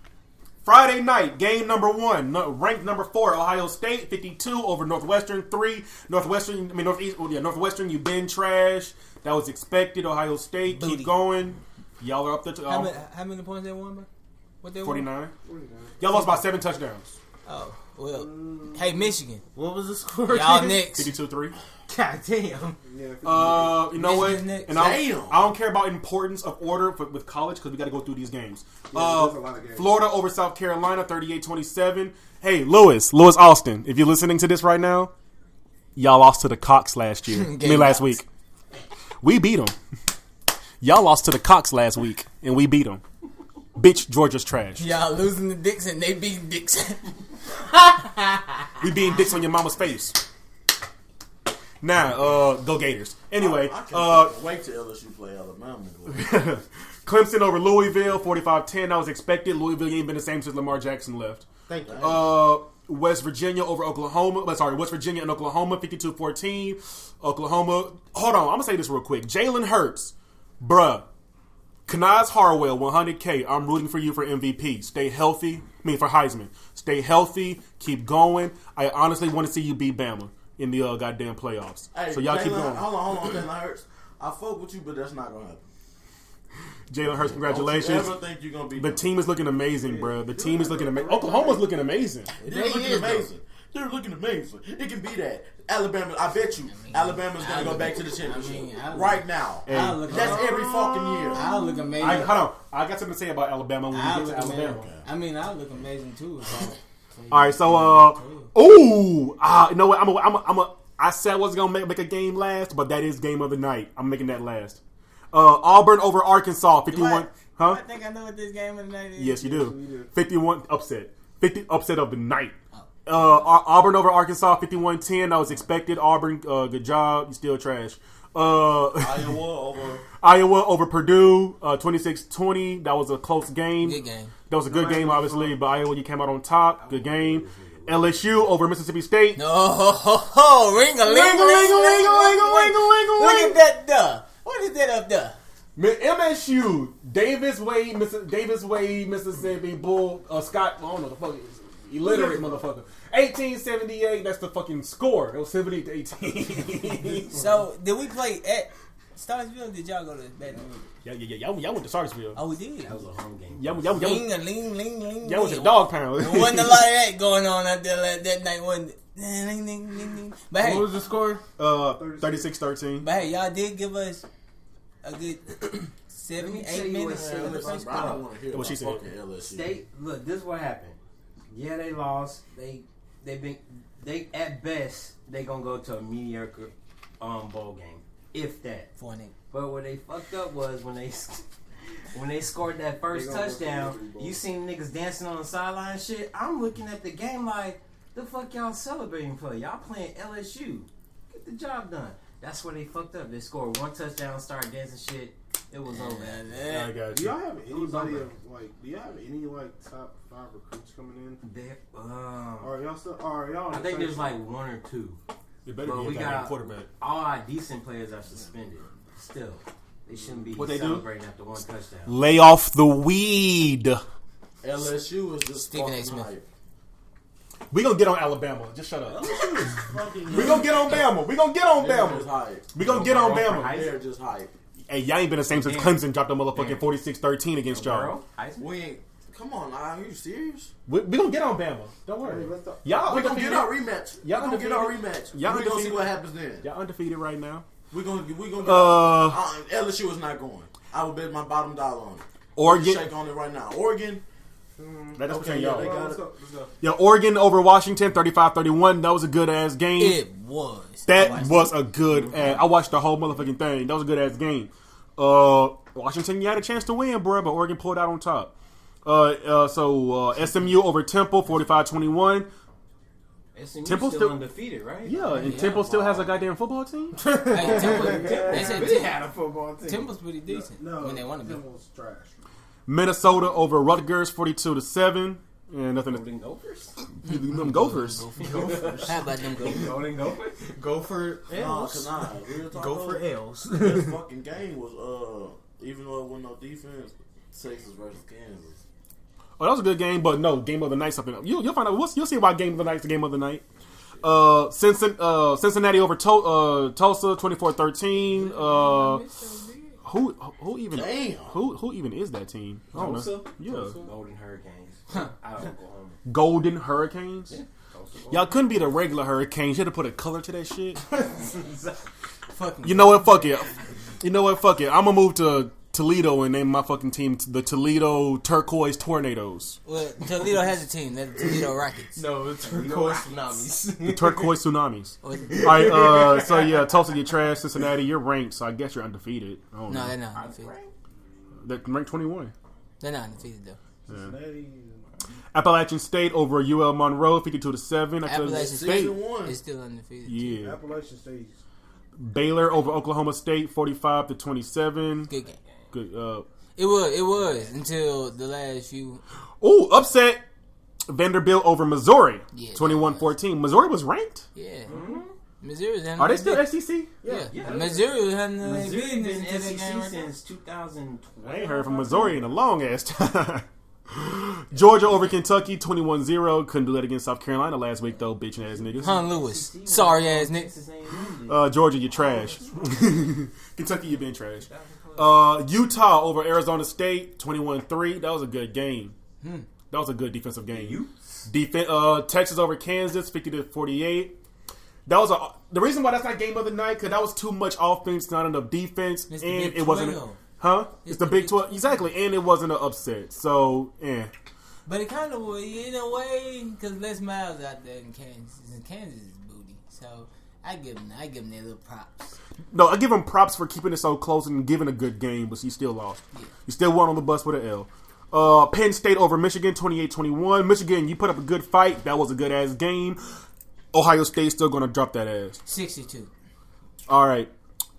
[SPEAKER 3] Friday night, game number one, no, ranked number four, Ohio State, fifty-two over Northwestern, three Northwestern. I mean Northeast. Oh yeah, Northwestern. You've been trash. That was expected. Ohio State,
[SPEAKER 2] Booty.
[SPEAKER 3] keep going. Y'all are up there.
[SPEAKER 2] How,
[SPEAKER 3] To, uh,
[SPEAKER 2] many, how many points they won, bro? What they won?
[SPEAKER 3] Forty-nine. Y'all lost by seven touchdowns.
[SPEAKER 2] Oh well. Hey Michigan,
[SPEAKER 5] What was the score?
[SPEAKER 2] y'all
[SPEAKER 5] again?
[SPEAKER 2] next.
[SPEAKER 3] Fifty-two-three.
[SPEAKER 5] God damn.
[SPEAKER 3] Uh, you know what?
[SPEAKER 2] Michigan's next.
[SPEAKER 3] And I
[SPEAKER 7] Damn.
[SPEAKER 3] don't, I don't care about importance of order for, with college because we got to go through these games. uh,
[SPEAKER 4] there's a lot of games.
[SPEAKER 3] Florida over South Carolina, 38-27. Hey, Lewis, Lewis Austin, if you're listening to this right now, y'all lost to the Cox last
[SPEAKER 4] [laughs]
[SPEAKER 3] year. I
[SPEAKER 2] Gamecocks.
[SPEAKER 3] mean, last week. We beat them. [laughs] y'all lost to the Cox last week, and we beat them. Bitch, Georgia's trash.
[SPEAKER 2] Y'all losing to Dixon. They beating Dixon.
[SPEAKER 3] We being dicks on your mama's face. Nah, uh, go Gators.
[SPEAKER 4] Oh,
[SPEAKER 3] Anyway,
[SPEAKER 7] I can't
[SPEAKER 3] uh,
[SPEAKER 7] wait till LSU play Alabama. boy.
[SPEAKER 3] Clemson over Louisville, 45-10. That was expected. Louisville ain't been the same since Lamar Jackson left.
[SPEAKER 5] Thank you.
[SPEAKER 3] Uh, West Virginia over Oklahoma. but Sorry, West Virginia and Oklahoma, 52-14. Oklahoma. Hold on, I'm gonna say this real quick. Jalen Hurts, bruh. Kanaz Harwell, 100K. I'm rooting for you for MVP. Stay healthy. I mean, for Heisman. Stay healthy. Keep going. I honestly want to see you beat Bama in the uh, goddamn playoffs.
[SPEAKER 7] Hey,
[SPEAKER 3] so y'all keep
[SPEAKER 7] Jalen-
[SPEAKER 3] going.
[SPEAKER 7] Hold on, hold on, Jalen Hurts. I fuck with you, but that's not gonna happen.
[SPEAKER 3] Jalen Hurts,
[SPEAKER 7] Don't you
[SPEAKER 3] congratulations.
[SPEAKER 7] ever think you're gonna be
[SPEAKER 3] The team is looking amazing, bro. The team is looking amazing. Oklahoma's looking amazing.
[SPEAKER 7] They're looking amazing. They're looking amazing. It can be that. Alabama, I bet you, Alabama's gonna go back to the championship
[SPEAKER 2] I mean, Alabama-
[SPEAKER 7] right now.
[SPEAKER 3] Hey,
[SPEAKER 2] I look,
[SPEAKER 7] That's every fucking year.
[SPEAKER 2] [laughs] I look amazing.
[SPEAKER 3] I, hold on. I got something to say about Alabama when we
[SPEAKER 2] I
[SPEAKER 3] get
[SPEAKER 2] look
[SPEAKER 3] to
[SPEAKER 2] amazing.
[SPEAKER 3] Alabama.
[SPEAKER 2] I mean, I look amazing too. so-
[SPEAKER 3] All right, so uh, ooh, ah, you know what? I'm a, I'm a, I'm a, I said I was gonna make, make a game last, but that is game of the night. I'm making that last. Uh, Auburn over Arkansas, 51. Huh?
[SPEAKER 2] I think I know what this game of the night is.
[SPEAKER 3] Yes, you do. 51 upset. 50 upset of the night. Uh, Au- Auburn over Arkansas, 51-10. That was expected. Auburn, uh, good job. You still trash. Uh, [laughs]
[SPEAKER 7] Iowa over
[SPEAKER 3] Iowa over Purdue, uh, 26-20. That was a close game.
[SPEAKER 2] Good game.
[SPEAKER 3] That was a good game, obviously. But Iowa, you came out on top. Good game. LSU over Mississippi State.
[SPEAKER 2] Oh, [laughs] ho, ho, ho. ring a ling
[SPEAKER 3] Wiggle, wiggle, wiggle, wiggle, wiggle,
[SPEAKER 2] Look at
[SPEAKER 3] wiggle,
[SPEAKER 2] that duh. What is that up there?
[SPEAKER 3] Mi- MSU, Davis Wade, Missi- Davis Wade, Mississippi Bull, uh, Scott. I don't know the fuck. it is. Illiterate motherfucker. 1878. That's the fucking score. It was 70 to 18.
[SPEAKER 2] So, did we play at Starsville? Did y'all go to Baton Rouge?
[SPEAKER 3] [laughs] yeah, yeah, yeah. Y'all, y'all went to Sarksville.
[SPEAKER 2] Oh, we did.
[SPEAKER 10] That was a home game.
[SPEAKER 3] Y'all, y'all, y'all,
[SPEAKER 2] Ling
[SPEAKER 3] y'all,
[SPEAKER 2] a ling ling ling.
[SPEAKER 3] y'all went to
[SPEAKER 2] ling.
[SPEAKER 3] Dog Pound.
[SPEAKER 2] There
[SPEAKER 3] [laughs]
[SPEAKER 2] wasn't a lot of that going on out there like that night, wasn't it? Ding, ding, ding, ding. But hey,
[SPEAKER 3] the score? Uh, 36 13.
[SPEAKER 2] but hey, y'all did give us a good
[SPEAKER 10] Let me
[SPEAKER 2] seven,
[SPEAKER 10] tell
[SPEAKER 2] eight
[SPEAKER 10] you what
[SPEAKER 2] minutes
[SPEAKER 10] happened.
[SPEAKER 2] of the first
[SPEAKER 7] I don't
[SPEAKER 2] quarter.
[SPEAKER 7] want to hear
[SPEAKER 3] What she
[SPEAKER 7] about
[SPEAKER 3] said.
[SPEAKER 7] fucking LSU.
[SPEAKER 10] State, look, this is what happened. Yeah, they lost. They they been they at best they gonna go to a mediocre um bowl game, if that.
[SPEAKER 2] Four and eight.
[SPEAKER 10] But what they fucked up was when they [laughs] when they scored that first
[SPEAKER 6] They gonna go to the
[SPEAKER 10] touchdown.
[SPEAKER 6] Liberty Bowl.
[SPEAKER 10] You seen niggas dancing on the sideline, shit. I'm looking at the game like, the fuck y'all celebrating for? Y'all playing LSU. Get the job done. That's where they fucked up. They scored one touchdown, started dancing, shit. It was over.
[SPEAKER 2] And
[SPEAKER 3] I
[SPEAKER 2] then-
[SPEAKER 3] got
[SPEAKER 6] Do
[SPEAKER 3] you.
[SPEAKER 6] y'all have anybody
[SPEAKER 10] over.
[SPEAKER 6] of, like? Do y'all have any like top five recruits coming in?
[SPEAKER 10] They- um,
[SPEAKER 6] Or y'all still? Or y'all?
[SPEAKER 10] I think there's like one or two.
[SPEAKER 3] You better
[SPEAKER 10] But
[SPEAKER 3] be a
[SPEAKER 10] we
[SPEAKER 3] goddamn
[SPEAKER 10] got
[SPEAKER 3] quarterback.
[SPEAKER 10] all our decent players are suspended. Still, they shouldn't be
[SPEAKER 3] What they do?
[SPEAKER 10] celebrating after one touchdown.
[SPEAKER 3] Lay off the weed.
[SPEAKER 7] LSU is just
[SPEAKER 2] Stephen A.
[SPEAKER 7] fucking
[SPEAKER 2] Smith.
[SPEAKER 7] hype.
[SPEAKER 3] we going to get on Alabama. Just shut up.
[SPEAKER 7] Fucking
[SPEAKER 3] we going to get on Bama. we going to get on
[SPEAKER 7] They're
[SPEAKER 3] Bama.
[SPEAKER 7] just hype.
[SPEAKER 3] we going to get on Bama.
[SPEAKER 7] They're just hype.
[SPEAKER 3] Hey, y'all ain't been the same since
[SPEAKER 10] Damn.
[SPEAKER 3] Clemson dropped a motherfucking
[SPEAKER 10] Damn.
[SPEAKER 3] 46 13 against y'all.
[SPEAKER 10] Burrow, Heisman.
[SPEAKER 7] We ain't. Come on, are you serious?
[SPEAKER 3] We're we going to get on Bama. Don't worry.
[SPEAKER 6] Hey, let's talk-
[SPEAKER 3] Y'all
[SPEAKER 7] We're gonna
[SPEAKER 3] undefeated.
[SPEAKER 7] get our rematch.
[SPEAKER 3] Y'all
[SPEAKER 7] We're gonna get our
[SPEAKER 3] undefeated.
[SPEAKER 7] rematch.
[SPEAKER 3] Y'all
[SPEAKER 7] We're gonna see
[SPEAKER 3] undefeated.
[SPEAKER 7] what happens then.
[SPEAKER 3] y'all undefeated right now.
[SPEAKER 7] We're gonna. We're gonna.
[SPEAKER 3] Uh,
[SPEAKER 7] Uh, LSU is not going. I would bet my bottom dollar on it.
[SPEAKER 3] Oregon.
[SPEAKER 7] Shake on it right now. Oregon.
[SPEAKER 3] That's
[SPEAKER 7] Okay,
[SPEAKER 3] between
[SPEAKER 7] yeah,
[SPEAKER 3] y'all.
[SPEAKER 7] they
[SPEAKER 6] Well,
[SPEAKER 7] got
[SPEAKER 6] let's
[SPEAKER 7] it.
[SPEAKER 6] go. Let's go.
[SPEAKER 3] Yeah, Oregon over Washington 35 31. That was a good ass game.
[SPEAKER 2] It was.
[SPEAKER 3] That Mm-hmm. was a good ass. I watched the whole motherfucking thing. That was a good ass game. Uh, Washington, you had a chance to win, bro, but Oregon pulled out on top. Uh, uh, so uh, SMU over Temple 45 21.
[SPEAKER 10] SMU
[SPEAKER 3] Temple's
[SPEAKER 10] still,
[SPEAKER 3] still-
[SPEAKER 10] undefeated, right?
[SPEAKER 3] Oh, Yeah, and Temple still has a goddamn football team?
[SPEAKER 2] Hey, Temple, they said
[SPEAKER 10] They
[SPEAKER 2] Temple-
[SPEAKER 10] had a football team.
[SPEAKER 2] Temple's pretty decent
[SPEAKER 6] No,
[SPEAKER 2] when they want to be.
[SPEAKER 6] Temple's trash.
[SPEAKER 3] Minnesota over Rutgers, forty-two to seven, and nothing. To,
[SPEAKER 10] Golden Gophers.
[SPEAKER 3] them Gophers.
[SPEAKER 2] How about them go?
[SPEAKER 10] Golden Gophers.
[SPEAKER 4] Go for
[SPEAKER 7] Nah, cause nah, real talk.
[SPEAKER 4] Go for
[SPEAKER 7] it.
[SPEAKER 4] L's.
[SPEAKER 7] This fucking game was uh, even though it wasn't no defense, Texas versus Kansas.
[SPEAKER 3] Oh, that was a good game, but no game of the night. Something you, you'll find out. We'll, you'll see why game of the night's the game of the night. Uh, Cincin- uh, Cincinnati over to, uh, Tulsa, 24-13. Uh, who who even
[SPEAKER 7] Damn.
[SPEAKER 3] who who even is that team? I don't know. Yeah,
[SPEAKER 10] [laughs] Golden Hurricanes. Out of Oklahoma.
[SPEAKER 3] Golden Hurricanes.
[SPEAKER 10] Tulsa.
[SPEAKER 3] Y'all couldn't be the regular Hurricanes. You had to put a color to that shit.
[SPEAKER 2] Fucking
[SPEAKER 3] You know what? Fuck it. You know what? Fuck it. I'm gonna move to Toledo and name my fucking team t- the Toledo Turquoise Tornadoes.
[SPEAKER 2] Well, Toledo has a team. They're the Toledo Rockets.
[SPEAKER 4] No, it's turquoise tsunamis.
[SPEAKER 3] The Turquoise
[SPEAKER 2] [laughs]
[SPEAKER 3] Tsunamis.
[SPEAKER 2] Or-
[SPEAKER 3] All right. Uh, so yeah, Tulsa, you trash. Cincinnati, you're ranked, so I guess you're undefeated. I don't
[SPEAKER 2] no,
[SPEAKER 3] know.
[SPEAKER 2] they're not undefeated.
[SPEAKER 3] They're ranked 21.
[SPEAKER 2] They're not undefeated though.
[SPEAKER 3] Appalachian State over UL Monroe, 52 to seven. That's a-
[SPEAKER 2] Appalachian
[SPEAKER 7] Season
[SPEAKER 2] State
[SPEAKER 7] one.
[SPEAKER 2] is still undefeated.
[SPEAKER 3] Yeah.
[SPEAKER 6] Appalachian State.
[SPEAKER 3] Baylor over Oklahoma State, 45 to 27.
[SPEAKER 2] Good game.
[SPEAKER 3] Good. Uh,
[SPEAKER 2] It was. It was until the last few.
[SPEAKER 3] oh, upset. Vanderbilt over Missouri,
[SPEAKER 2] Yeah, that
[SPEAKER 3] 21-14. Missouri was ranked.
[SPEAKER 2] Yeah. Missouri's in.
[SPEAKER 3] Are they still E SEC?
[SPEAKER 2] Yeah.
[SPEAKER 10] Yeah.
[SPEAKER 2] Missouri was in the
[SPEAKER 10] Missouri been
[SPEAKER 2] business
[SPEAKER 10] in
[SPEAKER 2] in the
[SPEAKER 10] SEC
[SPEAKER 2] game right now.
[SPEAKER 10] since 2012.
[SPEAKER 3] I ain't heard from Missouri in a long ass time. [laughs] Georgia over Kentucky, 21-0. Couldn't do that against South Carolina last week, though, bitching ass niggas.
[SPEAKER 2] Hun Lewis. Sorry ass nigga.
[SPEAKER 10] Texas A&M
[SPEAKER 3] Uh, Georgia, you're trash. [laughs] Kentucky, you've been trash. Uh, Utah over Arizona State, 21-3. That was a good game. That was a good defensive game. Defen- uh, Texas over Kansas, 50 to 48. That was a the reason why that's not game of the night because that was too much offense, not enough defense,
[SPEAKER 2] It's the
[SPEAKER 3] and
[SPEAKER 2] Big
[SPEAKER 3] it wasn't.
[SPEAKER 2] 12.
[SPEAKER 3] Huh? It's, the, Big Twelve, exactly, and it wasn't an upset. So, yeah,
[SPEAKER 2] But it kind of was in a way because Les Miles out there in Kansas, and Kansas is booty. So I give him, I give him their little props.
[SPEAKER 3] no, I give him props for keeping it so close and giving a good game, but he still lost. He still won on the bus with an L. Uh, Penn State over Michigan, 28-21. Michigan, you put up a good fight. That was a good ass game. Ohio State's still gonna drop that ass.
[SPEAKER 2] Sixty-two.
[SPEAKER 3] All right.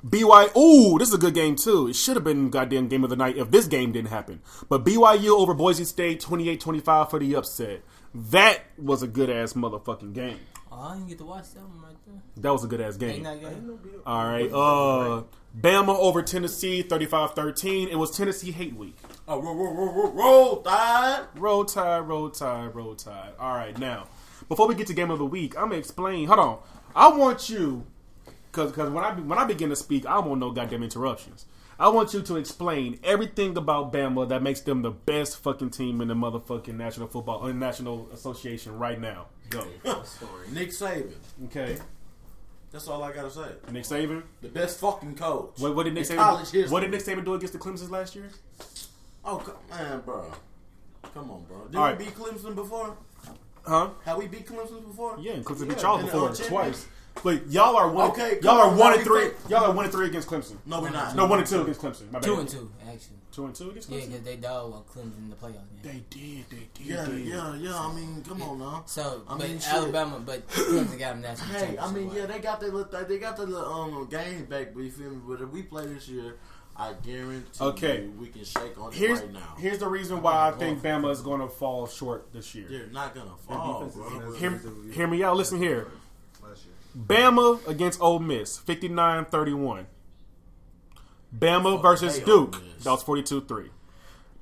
[SPEAKER 3] BYU. Ooh, this is a good game too. It should have been goddamn game of the night if this game didn't happen. But BYU over Boise State 28-25 for the upset. That was a good ass motherfucking game.
[SPEAKER 2] Oh, I didn't get to watch that one right there.
[SPEAKER 3] That was a good ass
[SPEAKER 2] Ain't
[SPEAKER 3] game.
[SPEAKER 2] that good?
[SPEAKER 3] All right. Uh Bama over Tennessee 35-13. It was Tennessee hate week.
[SPEAKER 7] Oh, roll, roll, roll, roll, roll, Tide.
[SPEAKER 3] Roll tide, roll tide, roll tide. All right, now before we get to game of the week, I'm gonna explain. Hold on, I want you because because when I be- when I begin to speak, I won't no goddamn interruptions. I want you to explain everything about Bama that makes them the best fucking team in the motherfucking National Football uh, National Association right now.
[SPEAKER 7] [laughs]
[SPEAKER 3] Go.
[SPEAKER 7] Nick Saban.
[SPEAKER 3] Okay.
[SPEAKER 7] That's all I gotta say.
[SPEAKER 3] Nick Saban.
[SPEAKER 7] The best fucking coach.
[SPEAKER 3] What, what did Nick
[SPEAKER 7] In college
[SPEAKER 3] Saban?
[SPEAKER 7] history.
[SPEAKER 3] What did Nick Saban do against the Clemson's last year?
[SPEAKER 7] Oh, come, man, bro. Come on, bro. Did
[SPEAKER 3] All right.
[SPEAKER 7] we beat Clemson before?
[SPEAKER 3] Huh?
[SPEAKER 7] Have we beat Clemson before?
[SPEAKER 3] Yeah, and Clemson beat
[SPEAKER 7] Yeah,
[SPEAKER 3] y'all
[SPEAKER 7] and, uh,
[SPEAKER 3] before
[SPEAKER 7] champion.
[SPEAKER 3] twice. But y'all are one.
[SPEAKER 7] Okay,
[SPEAKER 3] y'all
[SPEAKER 7] come
[SPEAKER 3] are
[SPEAKER 7] on,
[SPEAKER 3] one
[SPEAKER 7] now
[SPEAKER 3] and
[SPEAKER 7] we
[SPEAKER 3] three.
[SPEAKER 7] think-
[SPEAKER 3] Y'all are one and three against Clemson.
[SPEAKER 7] No, we're not.
[SPEAKER 3] No, one and two against Clemson. My bad.
[SPEAKER 2] Two and two, actually.
[SPEAKER 3] Two and two against
[SPEAKER 2] Yeah,
[SPEAKER 3] Clemson.
[SPEAKER 2] because they dog well Clemson in the playoffs. Yeah.
[SPEAKER 3] They did. They did.
[SPEAKER 7] Yeah,
[SPEAKER 3] they did.
[SPEAKER 7] yeah, yeah. I mean, come on now.
[SPEAKER 2] So,
[SPEAKER 7] I
[SPEAKER 2] but
[SPEAKER 7] mean, shit.
[SPEAKER 2] Alabama, but Clemson got them national
[SPEAKER 7] Hey,
[SPEAKER 2] championship.
[SPEAKER 7] I mean, yeah,
[SPEAKER 2] They,
[SPEAKER 7] they got their little, they got their little, um game back, but you feel me? But if we play this year, I guarantee
[SPEAKER 3] Okay.
[SPEAKER 7] you we can shake on it
[SPEAKER 3] Here's
[SPEAKER 7] right now.
[SPEAKER 3] here's the reason why I think Bama is going to fall short this year.
[SPEAKER 7] They're not gonna fall,
[SPEAKER 6] defense is
[SPEAKER 7] bro.
[SPEAKER 6] messed
[SPEAKER 3] Hear, hear me out. Listen here.
[SPEAKER 6] Last year.
[SPEAKER 3] Bama against Ole Miss, 59-31. Bama versus
[SPEAKER 7] hey,
[SPEAKER 3] Duke,
[SPEAKER 7] Ole Miss.
[SPEAKER 3] that was 42-3.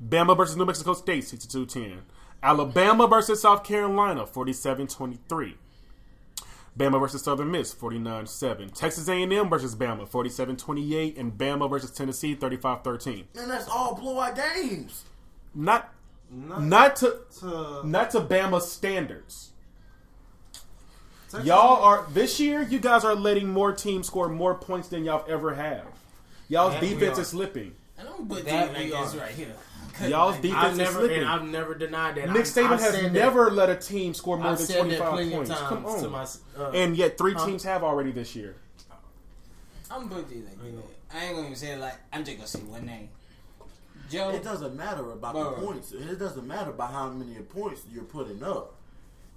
[SPEAKER 3] Bama versus New Mexico State, 62-10. Alabama versus South Carolina, 47-23. Bama versus Southern Miss, 49-7. Texas A&M versus Bama, 47-28. And Bama versus Tennessee, 35-13.
[SPEAKER 7] Man, that's all blowout games.
[SPEAKER 3] Not,
[SPEAKER 6] Not,
[SPEAKER 3] not to...
[SPEAKER 6] to
[SPEAKER 3] Not to Bama standards.
[SPEAKER 6] Texas.
[SPEAKER 3] Y'all are this year. You guys are letting more teams score more points than y'all ever have. Y'all's
[SPEAKER 6] That we
[SPEAKER 3] defense
[SPEAKER 6] are.
[SPEAKER 3] is slipping.
[SPEAKER 2] and I'm good
[SPEAKER 5] That
[SPEAKER 2] team
[SPEAKER 5] we
[SPEAKER 2] like this
[SPEAKER 5] are.
[SPEAKER 2] right here.
[SPEAKER 3] Y'all's defense
[SPEAKER 5] [laughs] I've
[SPEAKER 3] is
[SPEAKER 5] never
[SPEAKER 3] slipping.
[SPEAKER 5] and I've never denied that.
[SPEAKER 3] Nick
[SPEAKER 5] I've-
[SPEAKER 3] Saban
[SPEAKER 5] I've said
[SPEAKER 3] has
[SPEAKER 5] that-
[SPEAKER 3] never let a team score more
[SPEAKER 5] I've
[SPEAKER 3] than
[SPEAKER 5] said
[SPEAKER 3] twenty
[SPEAKER 5] that
[SPEAKER 3] five
[SPEAKER 5] plenty
[SPEAKER 3] points.
[SPEAKER 5] of
[SPEAKER 3] Come
[SPEAKER 5] times
[SPEAKER 3] on.
[SPEAKER 5] to my. Uh,
[SPEAKER 3] and yet, three
[SPEAKER 5] huh?
[SPEAKER 3] teams have already this year.
[SPEAKER 2] I'm good team like that. I ain't gonna even say it like I'm just gonna say one name. Joe.
[SPEAKER 7] It doesn't matter about
[SPEAKER 2] Bro.
[SPEAKER 7] the points. and It doesn't matter about how many points you're putting up.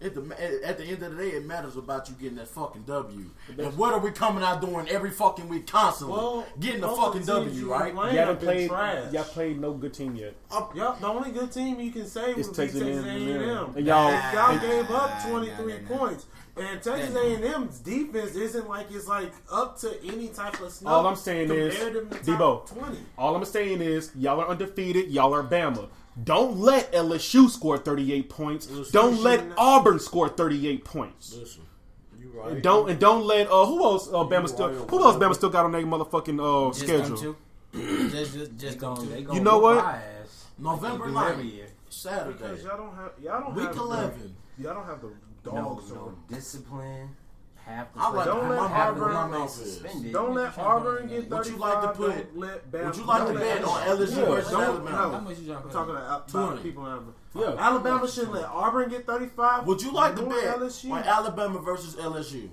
[SPEAKER 7] It, dem- at at the end of the day, it matters about you getting that fucking W. And what are we coming out doing every fucking week constantly?
[SPEAKER 6] Well,
[SPEAKER 7] getting the
[SPEAKER 6] both
[SPEAKER 7] fucking
[SPEAKER 6] the teams
[SPEAKER 7] W,
[SPEAKER 6] you
[SPEAKER 7] right?
[SPEAKER 6] complain-
[SPEAKER 3] You
[SPEAKER 6] Ain't
[SPEAKER 3] haven't
[SPEAKER 6] been
[SPEAKER 3] played.
[SPEAKER 6] trash.
[SPEAKER 3] Y'all played no good team yet.
[SPEAKER 6] Y'all, the only good team you can say
[SPEAKER 3] It's
[SPEAKER 6] was Texas
[SPEAKER 3] Texas
[SPEAKER 6] Texas
[SPEAKER 3] A&M.
[SPEAKER 6] A&M.
[SPEAKER 3] And y'all-
[SPEAKER 6] y'all
[SPEAKER 3] and-
[SPEAKER 6] gave up
[SPEAKER 2] Nah, nah,
[SPEAKER 6] 23
[SPEAKER 2] nah, nah.
[SPEAKER 6] points. And Texas A&M's defense isn't like it's like up to any type of snuff.
[SPEAKER 3] All I'm saying is,
[SPEAKER 6] compared to the
[SPEAKER 3] Debo.
[SPEAKER 6] top 20.
[SPEAKER 3] All I'm saying is, y'all are undefeated. Y'all are Bama. Don't let LSU score 38 points. Don't let
[SPEAKER 6] shouldn't-
[SPEAKER 3] Auburn score 38 points.
[SPEAKER 7] Listen, you right.
[SPEAKER 3] And don't and don't let uh who else uh, Bama still
[SPEAKER 7] wild,
[SPEAKER 3] who else Bama still got on their motherfucking uh
[SPEAKER 2] just them
[SPEAKER 3] schedule?
[SPEAKER 2] two. just, just, just them
[SPEAKER 10] Gonna, they
[SPEAKER 2] two.
[SPEAKER 10] gonna
[SPEAKER 3] know
[SPEAKER 10] whoop
[SPEAKER 3] what?
[SPEAKER 10] our ass.
[SPEAKER 7] November
[SPEAKER 10] They do every
[SPEAKER 7] 9th,
[SPEAKER 10] year.
[SPEAKER 6] Because
[SPEAKER 7] Saturday,
[SPEAKER 6] y'all don't have y'all don't
[SPEAKER 7] week
[SPEAKER 6] have
[SPEAKER 7] 11.
[SPEAKER 6] The, y'all don't have the
[SPEAKER 10] No,
[SPEAKER 6] dogs on.
[SPEAKER 10] no Oh, discipline. Have to
[SPEAKER 7] I like
[SPEAKER 10] play.
[SPEAKER 6] Don't
[SPEAKER 7] how
[SPEAKER 6] let
[SPEAKER 7] my
[SPEAKER 10] Have
[SPEAKER 7] Auburn
[SPEAKER 10] the
[SPEAKER 7] run
[SPEAKER 10] runway
[SPEAKER 7] off is.
[SPEAKER 10] suspended.
[SPEAKER 6] Don't let Auburn get 35.
[SPEAKER 7] Would you like to put-
[SPEAKER 6] Don't let Bama,
[SPEAKER 7] Would you like to
[SPEAKER 6] don't let
[SPEAKER 7] bet on
[SPEAKER 6] Alabama-
[SPEAKER 7] LSU
[SPEAKER 6] Yeah,
[SPEAKER 7] versus
[SPEAKER 6] don't-
[SPEAKER 7] Alabama?
[SPEAKER 6] no.
[SPEAKER 2] How much you trying
[SPEAKER 6] I'm
[SPEAKER 2] to
[SPEAKER 6] talking
[SPEAKER 2] talking
[SPEAKER 6] about
[SPEAKER 7] 20.
[SPEAKER 6] people in Alabama.
[SPEAKER 3] Yeah.
[SPEAKER 6] Alabama shouldn't let Auburn get 35.
[SPEAKER 7] Would you like to
[SPEAKER 6] Nor
[SPEAKER 7] bet
[SPEAKER 6] LSU?
[SPEAKER 7] on Alabama versus LSU?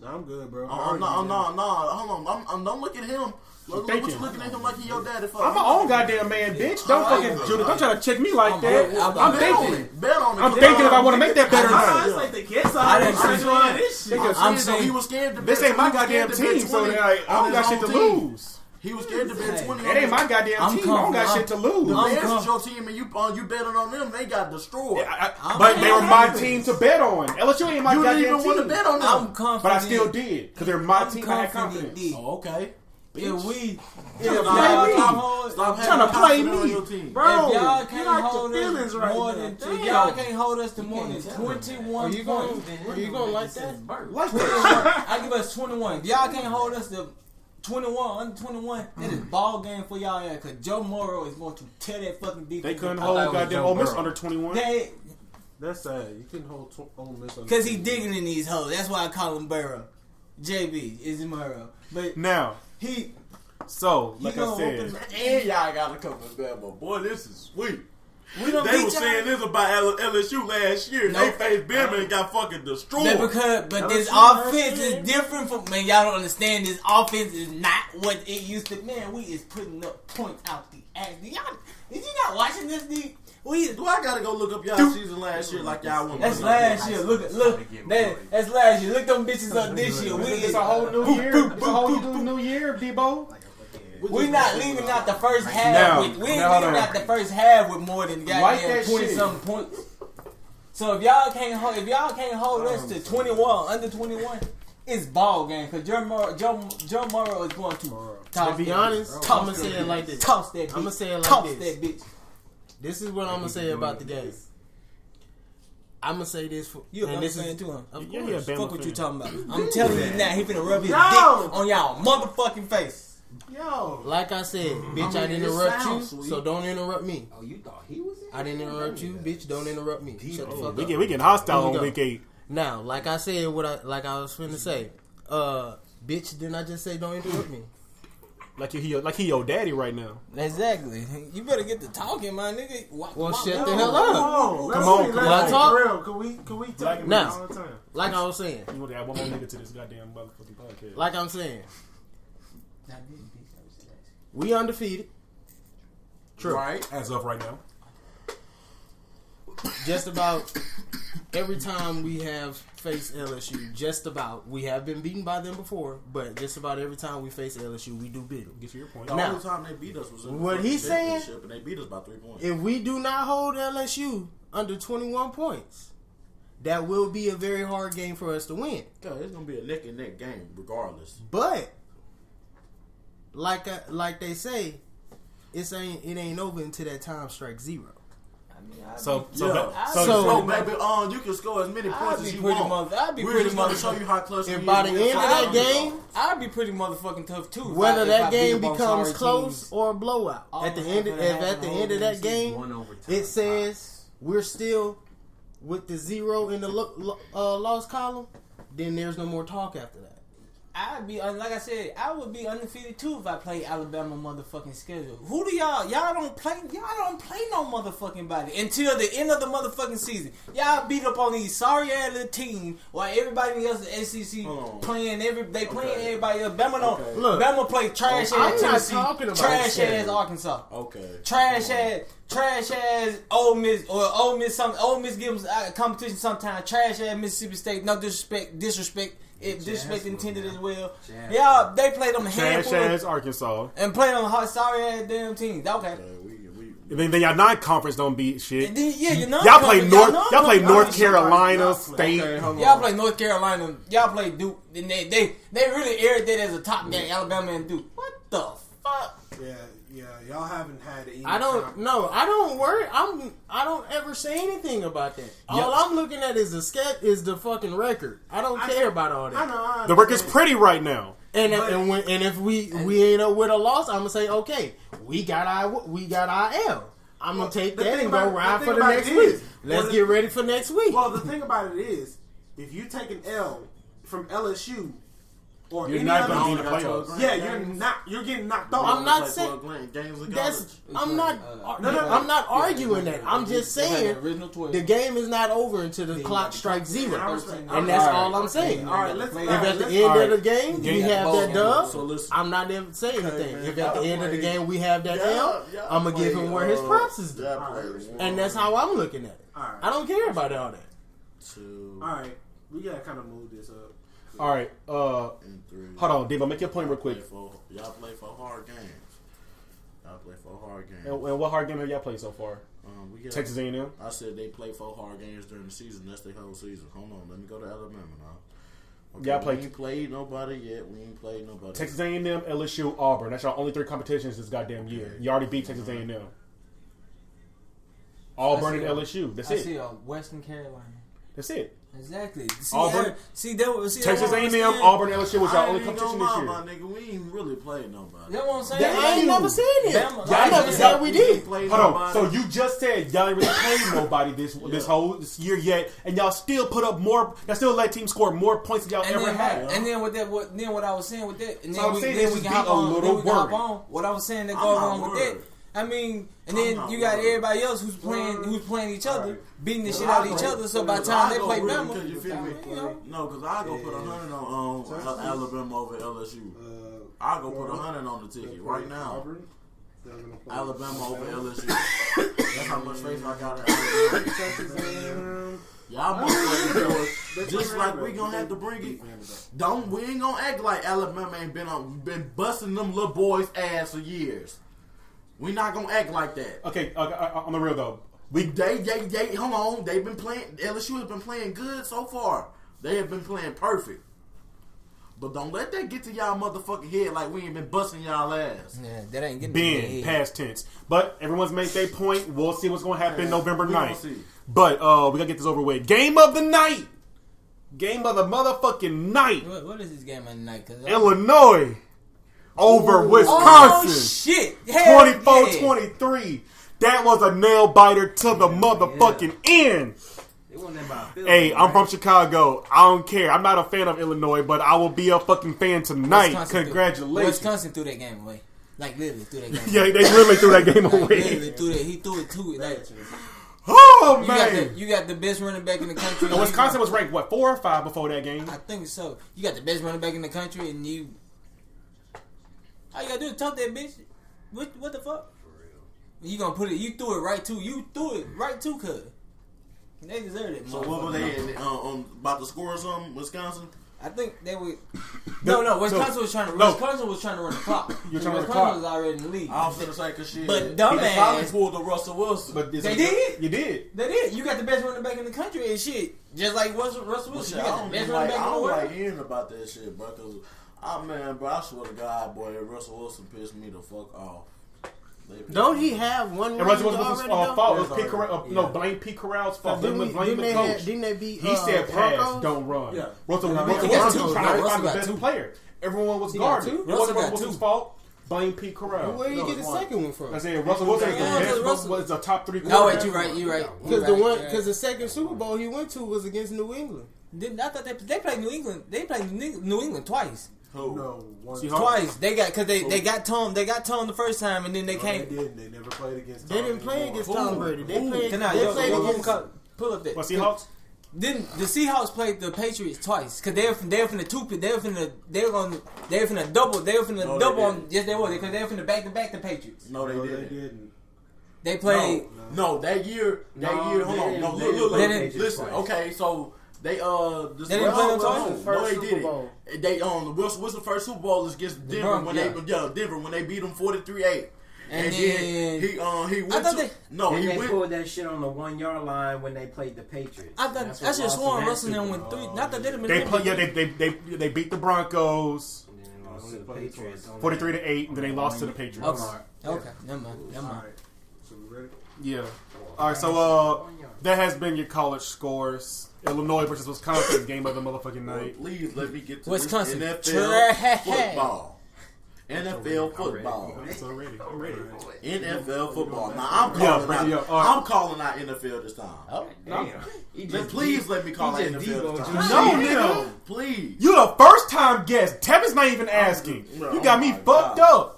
[SPEAKER 6] No, I'm good, bro.
[SPEAKER 7] Oh, no, no, no, no, hold on. I'm, I'm, don't look at him. Look, look what you
[SPEAKER 3] Thinking.
[SPEAKER 7] looking at him like he your daddy. Fuck.
[SPEAKER 3] I'm my own goddamn man, bitch. Don't
[SPEAKER 7] I like
[SPEAKER 3] fucking
[SPEAKER 7] it.
[SPEAKER 3] Judas. Don't try to check me like that.
[SPEAKER 7] bet
[SPEAKER 3] I'm
[SPEAKER 7] on
[SPEAKER 3] thinking.
[SPEAKER 7] it. Bet on it.
[SPEAKER 3] I'm
[SPEAKER 7] Get
[SPEAKER 3] thinking
[SPEAKER 7] on
[SPEAKER 3] if I
[SPEAKER 7] it.
[SPEAKER 3] want to make that bet or
[SPEAKER 7] I- I-
[SPEAKER 3] not.
[SPEAKER 6] like the kids.
[SPEAKER 2] I didn't see
[SPEAKER 6] like this shit.
[SPEAKER 3] Nigga,
[SPEAKER 7] I'm
[SPEAKER 2] saying-
[SPEAKER 7] saying he was scared to bet.
[SPEAKER 3] This ain't my
[SPEAKER 7] he was scared
[SPEAKER 3] goddamn
[SPEAKER 7] to bet
[SPEAKER 3] team, so
[SPEAKER 7] 20
[SPEAKER 3] like, I
[SPEAKER 7] on
[SPEAKER 3] don't got
[SPEAKER 7] his
[SPEAKER 3] shit to
[SPEAKER 7] own team.
[SPEAKER 3] lose.
[SPEAKER 7] He was scared to bet
[SPEAKER 2] Hey,
[SPEAKER 7] twenty.
[SPEAKER 3] It ain't my
[SPEAKER 2] I'm
[SPEAKER 3] goddamn team. I
[SPEAKER 2] comfortable.
[SPEAKER 3] don't got shit to lose.
[SPEAKER 7] The Bears
[SPEAKER 2] com-
[SPEAKER 7] is your team, and you uh, you betting on them. They got destroyed.
[SPEAKER 3] I- I- but they were my team to bet on. LSU ain't my
[SPEAKER 7] you
[SPEAKER 3] goddamn
[SPEAKER 7] didn't even
[SPEAKER 3] team.
[SPEAKER 7] want to bet on them.
[SPEAKER 2] I'm confident.
[SPEAKER 3] But I still did because they're my
[SPEAKER 2] I'm
[SPEAKER 3] team. I had
[SPEAKER 2] confident.
[SPEAKER 3] confidence.
[SPEAKER 2] D.
[SPEAKER 7] Oh, okay.
[SPEAKER 2] If we
[SPEAKER 3] Tryna
[SPEAKER 2] y'all
[SPEAKER 3] play me.
[SPEAKER 2] come on-
[SPEAKER 3] Stop trying to play me.
[SPEAKER 2] if y'all
[SPEAKER 6] get
[SPEAKER 2] can't
[SPEAKER 6] out your
[SPEAKER 2] hold us
[SPEAKER 6] feelings right
[SPEAKER 2] more
[SPEAKER 6] now.
[SPEAKER 2] than
[SPEAKER 6] Damn.
[SPEAKER 2] if y'all can't hold us to more than
[SPEAKER 10] tell them
[SPEAKER 2] twenty one
[SPEAKER 4] Are you going-
[SPEAKER 2] points,
[SPEAKER 4] Are you going like that?
[SPEAKER 3] Like
[SPEAKER 2] I give us 21. If y'all can't hold us to 21, under 21, it
[SPEAKER 6] Hmm.
[SPEAKER 2] is ball game for y'all ass because Joe Morrow is going to tear that fucking defense.
[SPEAKER 3] They couldn't
[SPEAKER 2] apart.
[SPEAKER 3] hold
[SPEAKER 4] thought it was
[SPEAKER 3] goddamn
[SPEAKER 4] Joe
[SPEAKER 3] Ole Miss
[SPEAKER 4] Burrow.
[SPEAKER 3] under twenty one.
[SPEAKER 2] They,
[SPEAKER 6] That's sad. You couldn't hold tw- Ole Miss on
[SPEAKER 2] Because he digging in these hoes. That's why I call him Burrow. JB is Burrow. But
[SPEAKER 3] Now,
[SPEAKER 2] he,
[SPEAKER 3] so
[SPEAKER 2] he
[SPEAKER 3] like I
[SPEAKER 2] going to
[SPEAKER 3] said,
[SPEAKER 2] open
[SPEAKER 7] And y'all got a couple of bad, but boy, this is sweet.
[SPEAKER 2] We don't
[SPEAKER 7] They
[SPEAKER 2] beat
[SPEAKER 7] were
[SPEAKER 2] y'all.
[SPEAKER 7] saying this about L- LSU last year.
[SPEAKER 2] Nope.
[SPEAKER 7] They faced Bama and got fucking
[SPEAKER 2] But
[SPEAKER 7] destroyed.
[SPEAKER 2] because but this
[SPEAKER 6] LSU
[SPEAKER 2] offense
[SPEAKER 6] last year.
[SPEAKER 2] is different from man, y'all don't understand this offense is not what it used to man, we is putting up points out the ass. Did y'all is you not watching this dude? We
[SPEAKER 7] Do I gotta go look up y'all season last year like y'all went?
[SPEAKER 2] that's last year. Look at look that, that's last year. Look them bitches up this year. We is, boop, boop, boop, boop, boop.
[SPEAKER 3] new year, Debo.
[SPEAKER 2] We not leaving out the first half.
[SPEAKER 3] Now-
[SPEAKER 2] with, we ain't
[SPEAKER 3] now hold
[SPEAKER 2] leaving
[SPEAKER 3] on.
[SPEAKER 2] out the first half with more than
[SPEAKER 3] Write
[SPEAKER 2] goddamn
[SPEAKER 3] that
[SPEAKER 2] twenty
[SPEAKER 3] shit.
[SPEAKER 2] something points. So if y'all can't hold, if y'all can't hold us to twenty one under twenty one, it's ball game because Joe Morrow, Joe, Joe Morrow is going to toss
[SPEAKER 5] To be
[SPEAKER 2] that
[SPEAKER 5] honest,
[SPEAKER 2] bitch.
[SPEAKER 5] I'ma say it like this.
[SPEAKER 2] Toss that bitch.
[SPEAKER 5] I'ma say it like
[SPEAKER 2] toss
[SPEAKER 5] this.
[SPEAKER 2] that bitch.
[SPEAKER 5] This is what I'm gonna say about the game. I'm gonna say this for
[SPEAKER 2] You a
[SPEAKER 5] and
[SPEAKER 2] Bama
[SPEAKER 5] this
[SPEAKER 2] fan
[SPEAKER 5] is
[SPEAKER 2] too, huh?
[SPEAKER 5] Of
[SPEAKER 3] Yeah,
[SPEAKER 5] course.
[SPEAKER 3] yeah, Bama
[SPEAKER 2] Fuck what
[SPEAKER 3] fan.
[SPEAKER 2] you talking about. I'm telling you now, he finna rub his
[SPEAKER 6] No.
[SPEAKER 2] dick on y'all motherfucking face.
[SPEAKER 6] Yo.
[SPEAKER 5] Like I said, bitch, Mm-hmm. I,
[SPEAKER 10] mean,
[SPEAKER 5] didn't
[SPEAKER 10] it
[SPEAKER 5] interrupt you,
[SPEAKER 10] sounds sweet.
[SPEAKER 5] so don't interrupt me.
[SPEAKER 10] Oh, you thought he was in?
[SPEAKER 5] I didn't interrupt you, bitch. Don't interrupt me. Shut the fuck
[SPEAKER 3] We
[SPEAKER 5] up.
[SPEAKER 3] get we getting hostile
[SPEAKER 5] Here Oh, we
[SPEAKER 3] on
[SPEAKER 5] go.
[SPEAKER 3] week eight.
[SPEAKER 5] Now, like I said, what I like I was finna say, uh, bitch, didn't I just say don't interrupt me?
[SPEAKER 3] Like he like he your daddy right now.
[SPEAKER 2] Exactly. You better get to talking, my nigga. Why-
[SPEAKER 5] Well,
[SPEAKER 2] why-
[SPEAKER 5] shut
[SPEAKER 2] why-
[SPEAKER 5] the hell up.
[SPEAKER 6] Oh,
[SPEAKER 3] Come on, come
[SPEAKER 5] on.
[SPEAKER 6] let's
[SPEAKER 5] Talk.
[SPEAKER 6] be real. Can we can we talk about
[SPEAKER 5] Now.
[SPEAKER 6] all the time?
[SPEAKER 5] Like I was saying,
[SPEAKER 3] You want to add one more nigga to this goddamn motherfucking podcast?
[SPEAKER 5] like I'm saying, we undefeated. True.
[SPEAKER 7] Right?
[SPEAKER 3] as of right now,
[SPEAKER 5] Just about every time we have faced LSU, just about we have been beaten by them before, but just about every time we face LSU, we do beat them.
[SPEAKER 3] get to your point.
[SPEAKER 7] The
[SPEAKER 5] Now-
[SPEAKER 7] only time they beat us was in the
[SPEAKER 5] What
[SPEAKER 7] fucking
[SPEAKER 5] he's saying-
[SPEAKER 7] championship, and they beat us by three points.
[SPEAKER 5] If we do not hold LSU under 21 points, that will be a very hard game for us to win.
[SPEAKER 7] Yeah, it's gonna be a neck and neck game, regardless.
[SPEAKER 5] But like I, like they say, it's ain't it ain't over until that time strike zero.
[SPEAKER 10] I mean, I
[SPEAKER 3] So so
[SPEAKER 7] Yeah.
[SPEAKER 3] ba-
[SPEAKER 7] So,
[SPEAKER 3] so,
[SPEAKER 5] So-
[SPEAKER 7] baby, um, you can score as many
[SPEAKER 2] I'd
[SPEAKER 7] points as
[SPEAKER 2] be
[SPEAKER 7] you
[SPEAKER 2] pretty
[SPEAKER 7] want.
[SPEAKER 2] mother. I'd be
[SPEAKER 7] We're
[SPEAKER 2] pretty
[SPEAKER 7] just gonna
[SPEAKER 2] mother.
[SPEAKER 7] show you how close.
[SPEAKER 5] And
[SPEAKER 7] we
[SPEAKER 5] by the
[SPEAKER 7] is.
[SPEAKER 5] end of that
[SPEAKER 7] We're
[SPEAKER 5] game,
[SPEAKER 2] I'd be pretty motherfucking tough too. if I-
[SPEAKER 5] whether
[SPEAKER 2] if I
[SPEAKER 5] that
[SPEAKER 2] beat up
[SPEAKER 5] game
[SPEAKER 2] on
[SPEAKER 5] becomes
[SPEAKER 2] sorry
[SPEAKER 5] close
[SPEAKER 2] teams.
[SPEAKER 5] or a blowout,
[SPEAKER 10] All
[SPEAKER 5] at the
[SPEAKER 10] that's
[SPEAKER 5] end
[SPEAKER 10] gonna
[SPEAKER 5] if
[SPEAKER 10] happen
[SPEAKER 5] at the
[SPEAKER 10] the
[SPEAKER 5] end of
[SPEAKER 10] whole
[SPEAKER 5] that
[SPEAKER 10] game is
[SPEAKER 5] game,
[SPEAKER 10] one overtime
[SPEAKER 5] it says we're still with the zero in the lo- lo- uh, loss column. Then there's no more talk after that.
[SPEAKER 2] I'd be un- like I said, I would be undefeated too if I played Alabama motherfucking schedule. Who do y'all? Y'all don't play. Y'all don't play no motherfucking body until the end of the motherfucking season. Y'all beat up on these sorry ass little team while everybody else in SEC
[SPEAKER 7] Hold on.
[SPEAKER 2] E playing every. They playing everybody else. Bama don't.
[SPEAKER 7] Okay.
[SPEAKER 5] Look,
[SPEAKER 2] Bama play trash
[SPEAKER 5] I'm
[SPEAKER 2] ass
[SPEAKER 5] not
[SPEAKER 2] Tennessee.
[SPEAKER 5] talking about
[SPEAKER 2] trash ass
[SPEAKER 5] schedule.
[SPEAKER 2] Arkansas.
[SPEAKER 7] Okay.
[SPEAKER 2] Trash ass, trash ass Ole Miss or Ole Miss. Some Ole Miss gives them uh, competition sometimes. Trash ass Mississippi State. No disrespect, disrespect. If disrespect
[SPEAKER 10] Jasper,
[SPEAKER 2] intended
[SPEAKER 10] man.
[SPEAKER 2] as well.
[SPEAKER 10] Jasper.
[SPEAKER 2] Yeah, they play them
[SPEAKER 3] trash
[SPEAKER 2] handful
[SPEAKER 3] ass
[SPEAKER 2] of-
[SPEAKER 3] Arkansas.
[SPEAKER 2] and play them hot sorry ass damn teams. Okay.
[SPEAKER 7] Uh, we, we,
[SPEAKER 3] And then, then y'all non conference don't beat shit.
[SPEAKER 2] And then, yeah, you know
[SPEAKER 3] Y'all play
[SPEAKER 2] y'all
[SPEAKER 3] North.
[SPEAKER 2] know-
[SPEAKER 3] Y'all play
[SPEAKER 2] y'all
[SPEAKER 3] North
[SPEAKER 2] know-
[SPEAKER 3] Carolina State.
[SPEAKER 2] Y'all play North Carolina. Y'all play Duke. And they they they really irritated as a top game. Alabama and Duke. What the fuck?
[SPEAKER 6] Yeah, yeah. Y'all haven't had an even
[SPEAKER 5] I don't
[SPEAKER 6] time.
[SPEAKER 5] no, I don't worry. I'm I don't ever say anything about that. All
[SPEAKER 2] Yeah.
[SPEAKER 5] I'm looking at is the sketch is the fucking record. I don't
[SPEAKER 6] I-
[SPEAKER 5] care about all that.
[SPEAKER 6] I know. I
[SPEAKER 3] The record's
[SPEAKER 6] understand.
[SPEAKER 3] pretty right now.
[SPEAKER 5] And
[SPEAKER 6] But-
[SPEAKER 5] and when, and if we we end up with a loss, I'm gonna say okay, we got our we got our L. I'm gonna take
[SPEAKER 6] the
[SPEAKER 5] that
[SPEAKER 6] thing
[SPEAKER 5] and go
[SPEAKER 6] about- the
[SPEAKER 5] ride
[SPEAKER 6] thing
[SPEAKER 5] for the
[SPEAKER 6] about
[SPEAKER 5] next
[SPEAKER 6] it
[SPEAKER 5] week.
[SPEAKER 6] is-
[SPEAKER 5] Let's
[SPEAKER 6] well,
[SPEAKER 5] get
[SPEAKER 6] the-
[SPEAKER 5] ready for next week.
[SPEAKER 6] Well, the thing about it is, if you take an L from LSU or
[SPEAKER 3] You're
[SPEAKER 6] any
[SPEAKER 3] not
[SPEAKER 6] other,
[SPEAKER 3] gonna be in the
[SPEAKER 6] team-
[SPEAKER 3] playoffs.
[SPEAKER 6] yeah, you're not. You're getting knocked off.
[SPEAKER 5] I'm not
[SPEAKER 7] like
[SPEAKER 5] saying
[SPEAKER 7] Glenn, games in college.
[SPEAKER 5] that's I'm not
[SPEAKER 6] no, no.
[SPEAKER 5] I'm not arguing that. I'm just
[SPEAKER 2] They had
[SPEAKER 5] saying
[SPEAKER 2] the original 12.
[SPEAKER 5] the game is not over until the clock strikes
[SPEAKER 6] I
[SPEAKER 5] zero,
[SPEAKER 6] respect-
[SPEAKER 5] and that's
[SPEAKER 6] Alright,
[SPEAKER 5] all I'm saying.
[SPEAKER 6] All right, let's.
[SPEAKER 5] If at the
[SPEAKER 6] let's-
[SPEAKER 5] end
[SPEAKER 3] all
[SPEAKER 5] of the game we
[SPEAKER 3] Game-
[SPEAKER 5] have that dub,
[SPEAKER 7] So listen.
[SPEAKER 5] I'm not even saying anything.
[SPEAKER 7] man,
[SPEAKER 5] if at the
[SPEAKER 7] y'all
[SPEAKER 5] end of the
[SPEAKER 7] play-
[SPEAKER 5] game we have that L,
[SPEAKER 7] Y'all- y'all
[SPEAKER 5] I'm gonna give
[SPEAKER 7] play,
[SPEAKER 5] him where his
[SPEAKER 7] uh,
[SPEAKER 5] props is due,
[SPEAKER 7] y'all play one,
[SPEAKER 5] and that's how I'm looking at it.
[SPEAKER 6] Alright.
[SPEAKER 5] I don't care about all that.
[SPEAKER 7] two,
[SPEAKER 6] All right, we gotta kind of move this up.
[SPEAKER 3] All right. Uh,
[SPEAKER 7] and three.
[SPEAKER 3] hold on, Devo. Make your point real
[SPEAKER 7] Play
[SPEAKER 3] quick.
[SPEAKER 7] for, y'all play for hard games. Y'all play for hard games.
[SPEAKER 3] And, and what hard game have y'all played so far?
[SPEAKER 7] Um, we got,
[SPEAKER 3] Texas A&M.
[SPEAKER 7] I said they play four hard games during the season. That's their whole season. Hold on, let me go to Alabama now.
[SPEAKER 3] Y'all play
[SPEAKER 7] We ain't played nobody yet. We ain't played nobody.
[SPEAKER 3] Texas A&M, LSU, Auburn. That's your only three competitions this goddamn year. You already beat Texas A&M. Auburn and
[SPEAKER 2] Uh-huh. I see.
[SPEAKER 3] LSU. That's
[SPEAKER 2] I
[SPEAKER 3] it.
[SPEAKER 2] see uh, Western Carolina.
[SPEAKER 3] That's it.
[SPEAKER 2] Exactly. See,
[SPEAKER 3] Auburn.
[SPEAKER 2] Auburn. See, that was see, that
[SPEAKER 3] Texas
[SPEAKER 2] what I'm
[SPEAKER 3] A&M,
[SPEAKER 2] saying.
[SPEAKER 3] Auburn, and LSU was your
[SPEAKER 7] I ain't
[SPEAKER 3] only
[SPEAKER 7] even
[SPEAKER 3] competition
[SPEAKER 7] gonna
[SPEAKER 3] this
[SPEAKER 7] lie,
[SPEAKER 3] year.
[SPEAKER 7] My nigga, we ain't really played nobody.
[SPEAKER 2] That what I'm saying.
[SPEAKER 3] That ain't never said it.
[SPEAKER 2] Bama-
[SPEAKER 3] Y'all never said we
[SPEAKER 7] did.
[SPEAKER 3] Hold on. So you just said y'all
[SPEAKER 2] [coughs]
[SPEAKER 3] ain't really played nobody this this whole this year yet, and y'all still put up more. Y'all still let teams score more points than y'all
[SPEAKER 2] And
[SPEAKER 3] ever
[SPEAKER 2] then,
[SPEAKER 3] had.
[SPEAKER 2] and then with that, what then what I was saying with that, and
[SPEAKER 3] So
[SPEAKER 2] then
[SPEAKER 3] I'm
[SPEAKER 2] we,
[SPEAKER 3] saying
[SPEAKER 2] then
[SPEAKER 3] this
[SPEAKER 2] we
[SPEAKER 3] is
[SPEAKER 2] can
[SPEAKER 3] being
[SPEAKER 2] hop
[SPEAKER 3] a
[SPEAKER 2] on. Then
[SPEAKER 3] little
[SPEAKER 2] we can hop
[SPEAKER 3] worried.
[SPEAKER 2] on. What I was saying that
[SPEAKER 7] I'm
[SPEAKER 2] goes
[SPEAKER 7] not
[SPEAKER 2] along with that.
[SPEAKER 7] worried.
[SPEAKER 2] I mean, and
[SPEAKER 7] I'm
[SPEAKER 2] then
[SPEAKER 7] not
[SPEAKER 2] you got
[SPEAKER 7] worried.
[SPEAKER 2] everybody else who's playing,
[SPEAKER 6] Word.
[SPEAKER 2] who's playing each other,
[SPEAKER 6] Alright.
[SPEAKER 2] beating the
[SPEAKER 7] Well,
[SPEAKER 2] shit
[SPEAKER 7] I
[SPEAKER 2] out of
[SPEAKER 7] go-
[SPEAKER 2] each other. So by the
[SPEAKER 7] Well, I
[SPEAKER 2] time they
[SPEAKER 7] go
[SPEAKER 2] play
[SPEAKER 7] with it
[SPEAKER 2] Bama,
[SPEAKER 7] because you feel me?
[SPEAKER 2] you know,
[SPEAKER 7] No, because I go put a hundred on um,
[SPEAKER 6] Texas.
[SPEAKER 7] Alabama over LSU.
[SPEAKER 6] Uh,
[SPEAKER 7] I go put a hundred on the ticket right now.
[SPEAKER 6] Auburn. They're gonna play
[SPEAKER 7] Alabama over LSU. That's how much faith I got in Alabama.
[SPEAKER 6] Texas A&M.
[SPEAKER 7] Y'all motherfuckers do it. Just like we gonna have to bring it. Don't we ain't gonna act like Alabama ain't been on, been busting them little boys' ass for years. We not gonna act like that.
[SPEAKER 3] okay, uh, I, am the real though. We
[SPEAKER 7] They, they, they, hold on. They've been playing. LSU has been playing good so far. They have been playing perfect. But don't let that get to y'all motherfucking head like we ain't been busting y'all ass.
[SPEAKER 2] yeah, that ain't getting
[SPEAKER 3] been past tense, but everyone's made their point. We'll see what's going to happen November
[SPEAKER 7] we gonna
[SPEAKER 3] 9th.
[SPEAKER 7] see.
[SPEAKER 3] But uh, we gotta get this over with. Game of the night. Game of the motherfucking night.
[SPEAKER 2] What, what is this game at night? Cause I-
[SPEAKER 3] Illinois over
[SPEAKER 2] oh
[SPEAKER 3] Wisconsin.
[SPEAKER 2] shit, Hell
[SPEAKER 3] 24
[SPEAKER 2] yeah.
[SPEAKER 3] 23. That was a nail biter to the motherfucking end.
[SPEAKER 10] They won that by a field
[SPEAKER 3] Hey,
[SPEAKER 10] goal,
[SPEAKER 3] I'm from
[SPEAKER 10] right?
[SPEAKER 3] Chicago. I don't care. I'm not a fan of Illinois, but I will be a fucking fan tonight.
[SPEAKER 2] Wisconsin threw-
[SPEAKER 3] Congratulations.
[SPEAKER 2] Wisconsin threw that game away. Like literally threw that game.
[SPEAKER 3] Yeah,
[SPEAKER 2] away.
[SPEAKER 3] they literally threw that
[SPEAKER 2] [laughs]
[SPEAKER 3] game
[SPEAKER 2] Like, literally
[SPEAKER 3] away.
[SPEAKER 2] threw it. He threw it to it. Like,
[SPEAKER 3] Oh,
[SPEAKER 2] you, got the,
[SPEAKER 3] man.
[SPEAKER 2] you got the best running back in the country.
[SPEAKER 3] And Wisconsin was ranked, what, four or five before that game?
[SPEAKER 2] I think so. You got the best running back in the country, and you. All you gotta do is talk that bitch. What what the fuck? You gonna put it? You threw it right to you threw it right to Cuz. They deserved it.
[SPEAKER 7] So what
[SPEAKER 2] motherfucker.
[SPEAKER 7] were they uh, um, about to score or something? Wisconsin.
[SPEAKER 2] I think they
[SPEAKER 7] [laughs]
[SPEAKER 2] were. No, no. Wisconsin was trying to.
[SPEAKER 3] no.
[SPEAKER 2] Wisconsin was trying to run the clock.
[SPEAKER 7] [laughs]
[SPEAKER 3] You're trying to run the
[SPEAKER 2] Wisconsin
[SPEAKER 3] clock.
[SPEAKER 2] was already in the league.
[SPEAKER 7] I was gonna say because shit.
[SPEAKER 2] But
[SPEAKER 7] he
[SPEAKER 2] dumbass-
[SPEAKER 7] probably pulled the Russell Wilson.
[SPEAKER 3] But it's
[SPEAKER 2] They
[SPEAKER 3] like-
[SPEAKER 2] did?
[SPEAKER 3] You did.
[SPEAKER 2] That is. You got the best running back in the country and shit. Just like Russell, Russell
[SPEAKER 7] But
[SPEAKER 2] Wilson.
[SPEAKER 7] shit,
[SPEAKER 2] you
[SPEAKER 7] I
[SPEAKER 2] got
[SPEAKER 7] don't
[SPEAKER 2] the best
[SPEAKER 7] be
[SPEAKER 2] running
[SPEAKER 7] like,
[SPEAKER 2] back
[SPEAKER 7] I
[SPEAKER 2] in the
[SPEAKER 7] don't
[SPEAKER 2] world.
[SPEAKER 7] like hearing about that shit, bro. Cause I man, bro, I swear to God, boy, if Russell Wilson pissed me the fuck off. They-
[SPEAKER 5] Don't he have one?
[SPEAKER 3] It
[SPEAKER 5] ring
[SPEAKER 3] wasn't was, was,
[SPEAKER 5] already,
[SPEAKER 3] uh,
[SPEAKER 5] though?
[SPEAKER 3] fault. It was Pete Corral, uh, No, blame Pete Corral's fault. It
[SPEAKER 5] Didn't,
[SPEAKER 3] was
[SPEAKER 5] we,
[SPEAKER 3] blame
[SPEAKER 5] didn't,
[SPEAKER 3] the
[SPEAKER 5] they
[SPEAKER 3] coach.
[SPEAKER 5] had, didn't they beat?
[SPEAKER 3] He
[SPEAKER 5] uh,
[SPEAKER 3] said pass,
[SPEAKER 5] Broncos?
[SPEAKER 3] don't run.
[SPEAKER 6] Yeah.
[SPEAKER 3] Russell,
[SPEAKER 6] Yeah, I mean,
[SPEAKER 3] Russell
[SPEAKER 2] he got
[SPEAKER 3] Wilson
[SPEAKER 2] two.
[SPEAKER 3] trying to
[SPEAKER 2] Russell
[SPEAKER 3] find the
[SPEAKER 2] got
[SPEAKER 3] best
[SPEAKER 2] two.
[SPEAKER 3] player. Everyone was
[SPEAKER 2] got two.
[SPEAKER 3] guarded. It wasn't
[SPEAKER 2] Russell
[SPEAKER 3] Russell
[SPEAKER 2] got
[SPEAKER 3] Wilson's
[SPEAKER 2] two.
[SPEAKER 3] fault. Blame Pete Corral.
[SPEAKER 5] Where did
[SPEAKER 3] No,
[SPEAKER 5] he get
[SPEAKER 3] it's
[SPEAKER 5] the
[SPEAKER 3] one.
[SPEAKER 5] second one from?
[SPEAKER 3] I said Russell Wilson is the
[SPEAKER 2] Yeah,
[SPEAKER 3] best.
[SPEAKER 2] Russell-
[SPEAKER 3] Was the top three.
[SPEAKER 2] No, wait,
[SPEAKER 3] quarterback.
[SPEAKER 2] you right, you right.
[SPEAKER 5] Because
[SPEAKER 2] You
[SPEAKER 5] the
[SPEAKER 2] right,
[SPEAKER 5] one,
[SPEAKER 2] you right.
[SPEAKER 5] because the second Super Bowl he went to was against New England.
[SPEAKER 2] Didn't- I thought they, they played New England. They played New Eng- New England twice.
[SPEAKER 7] Who?
[SPEAKER 6] No, one.
[SPEAKER 3] See,
[SPEAKER 6] No,
[SPEAKER 3] Huh?
[SPEAKER 2] Twice they got because they, they got Tom. They got Tom the first time, and then they
[SPEAKER 3] Oh,
[SPEAKER 6] they
[SPEAKER 2] came.
[SPEAKER 6] didn't. They never played against.
[SPEAKER 5] They didn't play against Tom Brady. They played.
[SPEAKER 2] Can I-
[SPEAKER 5] they
[SPEAKER 2] yo,
[SPEAKER 5] played
[SPEAKER 2] yo,
[SPEAKER 5] against.
[SPEAKER 2] yo, Pull up that.
[SPEAKER 3] But Seahawks.
[SPEAKER 2] Didn't the Seahawks played the Patriots twice? Cause they were from they were from the two they were from the they were gonna they were from the double they were from the
[SPEAKER 7] No, they
[SPEAKER 2] double on
[SPEAKER 7] didn't.
[SPEAKER 2] yes they were because they were from the back to back the Patriots.
[SPEAKER 7] No, they
[SPEAKER 6] No,
[SPEAKER 7] didn't.
[SPEAKER 6] they didn't.
[SPEAKER 2] They played
[SPEAKER 7] No, no, that year, that
[SPEAKER 6] No,
[SPEAKER 7] year. Hold
[SPEAKER 6] they
[SPEAKER 7] on, no,
[SPEAKER 6] didn't-
[SPEAKER 7] look,
[SPEAKER 6] they
[SPEAKER 7] look,
[SPEAKER 2] didn't
[SPEAKER 7] look,
[SPEAKER 2] play
[SPEAKER 6] Patriots
[SPEAKER 7] listen.
[SPEAKER 6] twice.
[SPEAKER 7] Okay, so they uh, this
[SPEAKER 2] They didn't play them twice?
[SPEAKER 7] No,
[SPEAKER 5] First
[SPEAKER 7] they
[SPEAKER 5] Super
[SPEAKER 7] didn't.
[SPEAKER 5] Bowl.
[SPEAKER 7] They um, the Wilson was the first Super Bowl is against Denver
[SPEAKER 2] Bronx,
[SPEAKER 7] when
[SPEAKER 2] yeah.
[SPEAKER 7] they yeah Denver when they beat them forty three eight.
[SPEAKER 2] And
[SPEAKER 7] And,
[SPEAKER 2] then-
[SPEAKER 7] then, he um he went
[SPEAKER 2] thought
[SPEAKER 7] to
[SPEAKER 2] they-
[SPEAKER 7] no
[SPEAKER 10] And
[SPEAKER 7] he
[SPEAKER 10] they
[SPEAKER 7] went
[SPEAKER 10] pulled that shit on the one yard line when they played the Patriots.
[SPEAKER 2] I thought
[SPEAKER 10] That's
[SPEAKER 2] I should have
[SPEAKER 10] what
[SPEAKER 2] sworn
[SPEAKER 10] lost
[SPEAKER 2] Russell
[SPEAKER 10] them that
[SPEAKER 2] then
[SPEAKER 10] Super
[SPEAKER 2] went three. Not that they didn't
[SPEAKER 3] They play. Yeah, they they they they beat the Broncos
[SPEAKER 10] Bowl. And
[SPEAKER 4] Oh,
[SPEAKER 10] then lost to the Patriots on
[SPEAKER 3] forty
[SPEAKER 10] that.
[SPEAKER 3] three to eight, and then they lost to the Patriots.
[SPEAKER 2] Okay, okay, never mind, never mind.
[SPEAKER 6] So we ready?
[SPEAKER 3] Yeah. All right. So uh, that has been your college scores. Illinois versus Wisconsin game of the motherfucking night.
[SPEAKER 7] Please let me get to
[SPEAKER 2] Wisconsin.
[SPEAKER 7] this
[SPEAKER 2] Trash.
[SPEAKER 7] NFL football. NFL football.
[SPEAKER 3] It's already. I'm ready.
[SPEAKER 7] NFL football. Now I'm
[SPEAKER 3] Yeah,
[SPEAKER 7] calling
[SPEAKER 3] bring it
[SPEAKER 7] out.
[SPEAKER 3] up. All right.
[SPEAKER 7] I'm calling out NFL this time.
[SPEAKER 2] Oh,
[SPEAKER 10] Damn. He
[SPEAKER 7] Let-
[SPEAKER 10] just-
[SPEAKER 7] please let me call out
[SPEAKER 10] he just
[SPEAKER 7] NFL this
[SPEAKER 10] Debo
[SPEAKER 7] time.
[SPEAKER 3] No, nigga.
[SPEAKER 7] Please.
[SPEAKER 3] You the first time guest. Tevin's not even asking.
[SPEAKER 7] Bro,
[SPEAKER 3] You got
[SPEAKER 7] oh
[SPEAKER 3] me
[SPEAKER 7] my
[SPEAKER 3] fucked
[SPEAKER 7] God.
[SPEAKER 3] up.